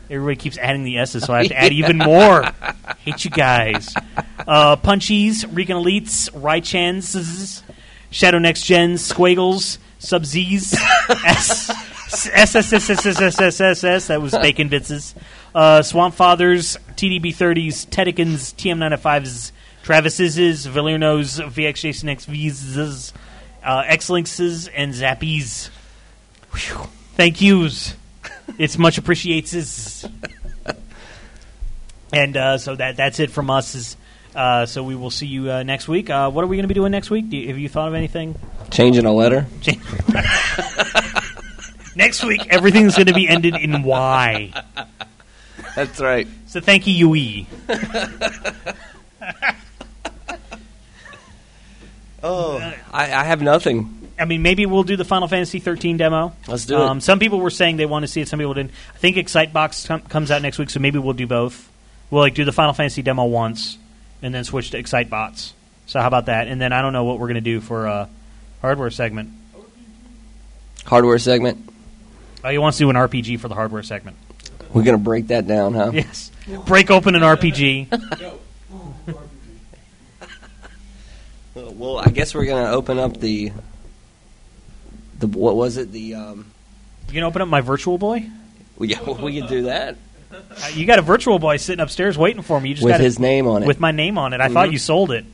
[SPEAKER 1] Everybody keeps adding the S's, so I have to add even more. Hate you guys. Uh, Punchies, Regan Elites, Rychans, Shadow Next Gens, Squiggles, Sub Z's, S. SSSSSSSSS, that was Bacon Vitz's. Uh, Swamp Fathers, TDB 30s, Tedekins, TM95s, oh Travis's, Valerno's, VXJSonXV's, uh, Xlinx's, and Zappies. Whew. Thank yous. it's much appreciates. and uh, so that that's it from us. Is, uh, so we will see you uh, next week. Uh, what are we going to be doing next week? Do you, have you thought of anything?
[SPEAKER 3] Changing a letter.
[SPEAKER 1] Next week, everything's going to be ended in Y.
[SPEAKER 3] That's right.
[SPEAKER 1] So thank you, UE.
[SPEAKER 3] Oh, I, I have nothing.
[SPEAKER 1] I mean, maybe we'll do the Final Fantasy 13 demo.
[SPEAKER 3] Let's do it.
[SPEAKER 1] Um, some people were saying they want to see it. Some people didn't. I think Excitebox com- comes out next week, so maybe we'll do both. We'll like do the Final Fantasy demo once, and then switch to Excitebots. So how about that? And then I don't know what we're going to do for uh, hardware segment.
[SPEAKER 3] Hardware segment.
[SPEAKER 1] Oh, you want to do an RPG for the hardware segment?
[SPEAKER 3] We're gonna break that down, huh?
[SPEAKER 1] Yes. Break open an
[SPEAKER 3] Uh,
[SPEAKER 1] RPG.
[SPEAKER 3] Well, I guess we're gonna open up the the what was it? The um,
[SPEAKER 1] you can open up my Virtual Boy.
[SPEAKER 3] well, yeah, well, we can do that.
[SPEAKER 1] Uh, You got a Virtual Boy sitting upstairs waiting for me. You just
[SPEAKER 3] With
[SPEAKER 1] gotta-
[SPEAKER 3] his name on it.
[SPEAKER 1] With my name on it. I
[SPEAKER 3] Mhm.
[SPEAKER 1] thought you sold it.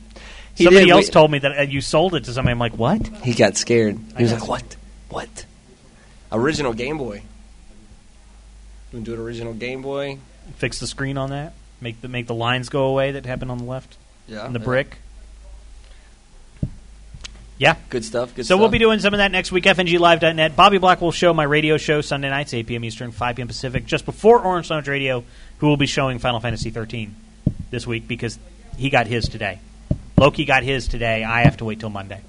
[SPEAKER 3] He
[SPEAKER 1] somebody
[SPEAKER 3] did.
[SPEAKER 1] else
[SPEAKER 3] We-
[SPEAKER 1] told me that uh, you sold it to somebody. I'm like, what?
[SPEAKER 3] He got scared. He was
[SPEAKER 1] got
[SPEAKER 3] like, "What? What?" Original Game Boy. We do an original Game Boy.
[SPEAKER 1] Fix the screen on that. Make the make the lines go away that happened on the left.
[SPEAKER 3] Yeah,
[SPEAKER 1] And the
[SPEAKER 3] yeah.
[SPEAKER 1] brick. Yeah.
[SPEAKER 3] Good stuff. Good
[SPEAKER 1] so
[SPEAKER 3] stuff.
[SPEAKER 1] we'll be doing some of that next week. FNGLive.net. Bobby Black will show my radio show Sunday nights, 8 p.m. Eastern, 5 p.m. Pacific, just before Orange Lounge Radio, who will be showing Final Fantasy 13 this week because he got his today. Loki got his today. I have to wait till Monday.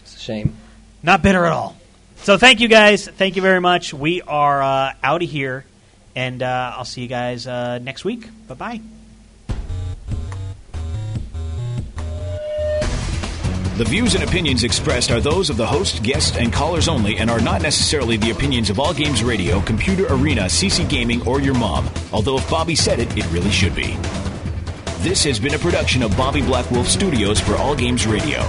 [SPEAKER 3] It's a shame.
[SPEAKER 1] Not bitter at all. So thank you guys. Thank you very much. We are uh, out of here, and uh, I'll see you guys uh, next week. Bye bye.
[SPEAKER 2] The views and opinions expressed are those of the host, guest, and callers only and are not necessarily the opinions of All Games Radio, Computer Arena, CC Gaming, or your mom. Although if Bobby said it, it really should be. This has been a production of Bobby Blackwolf Studios for All Games Radio.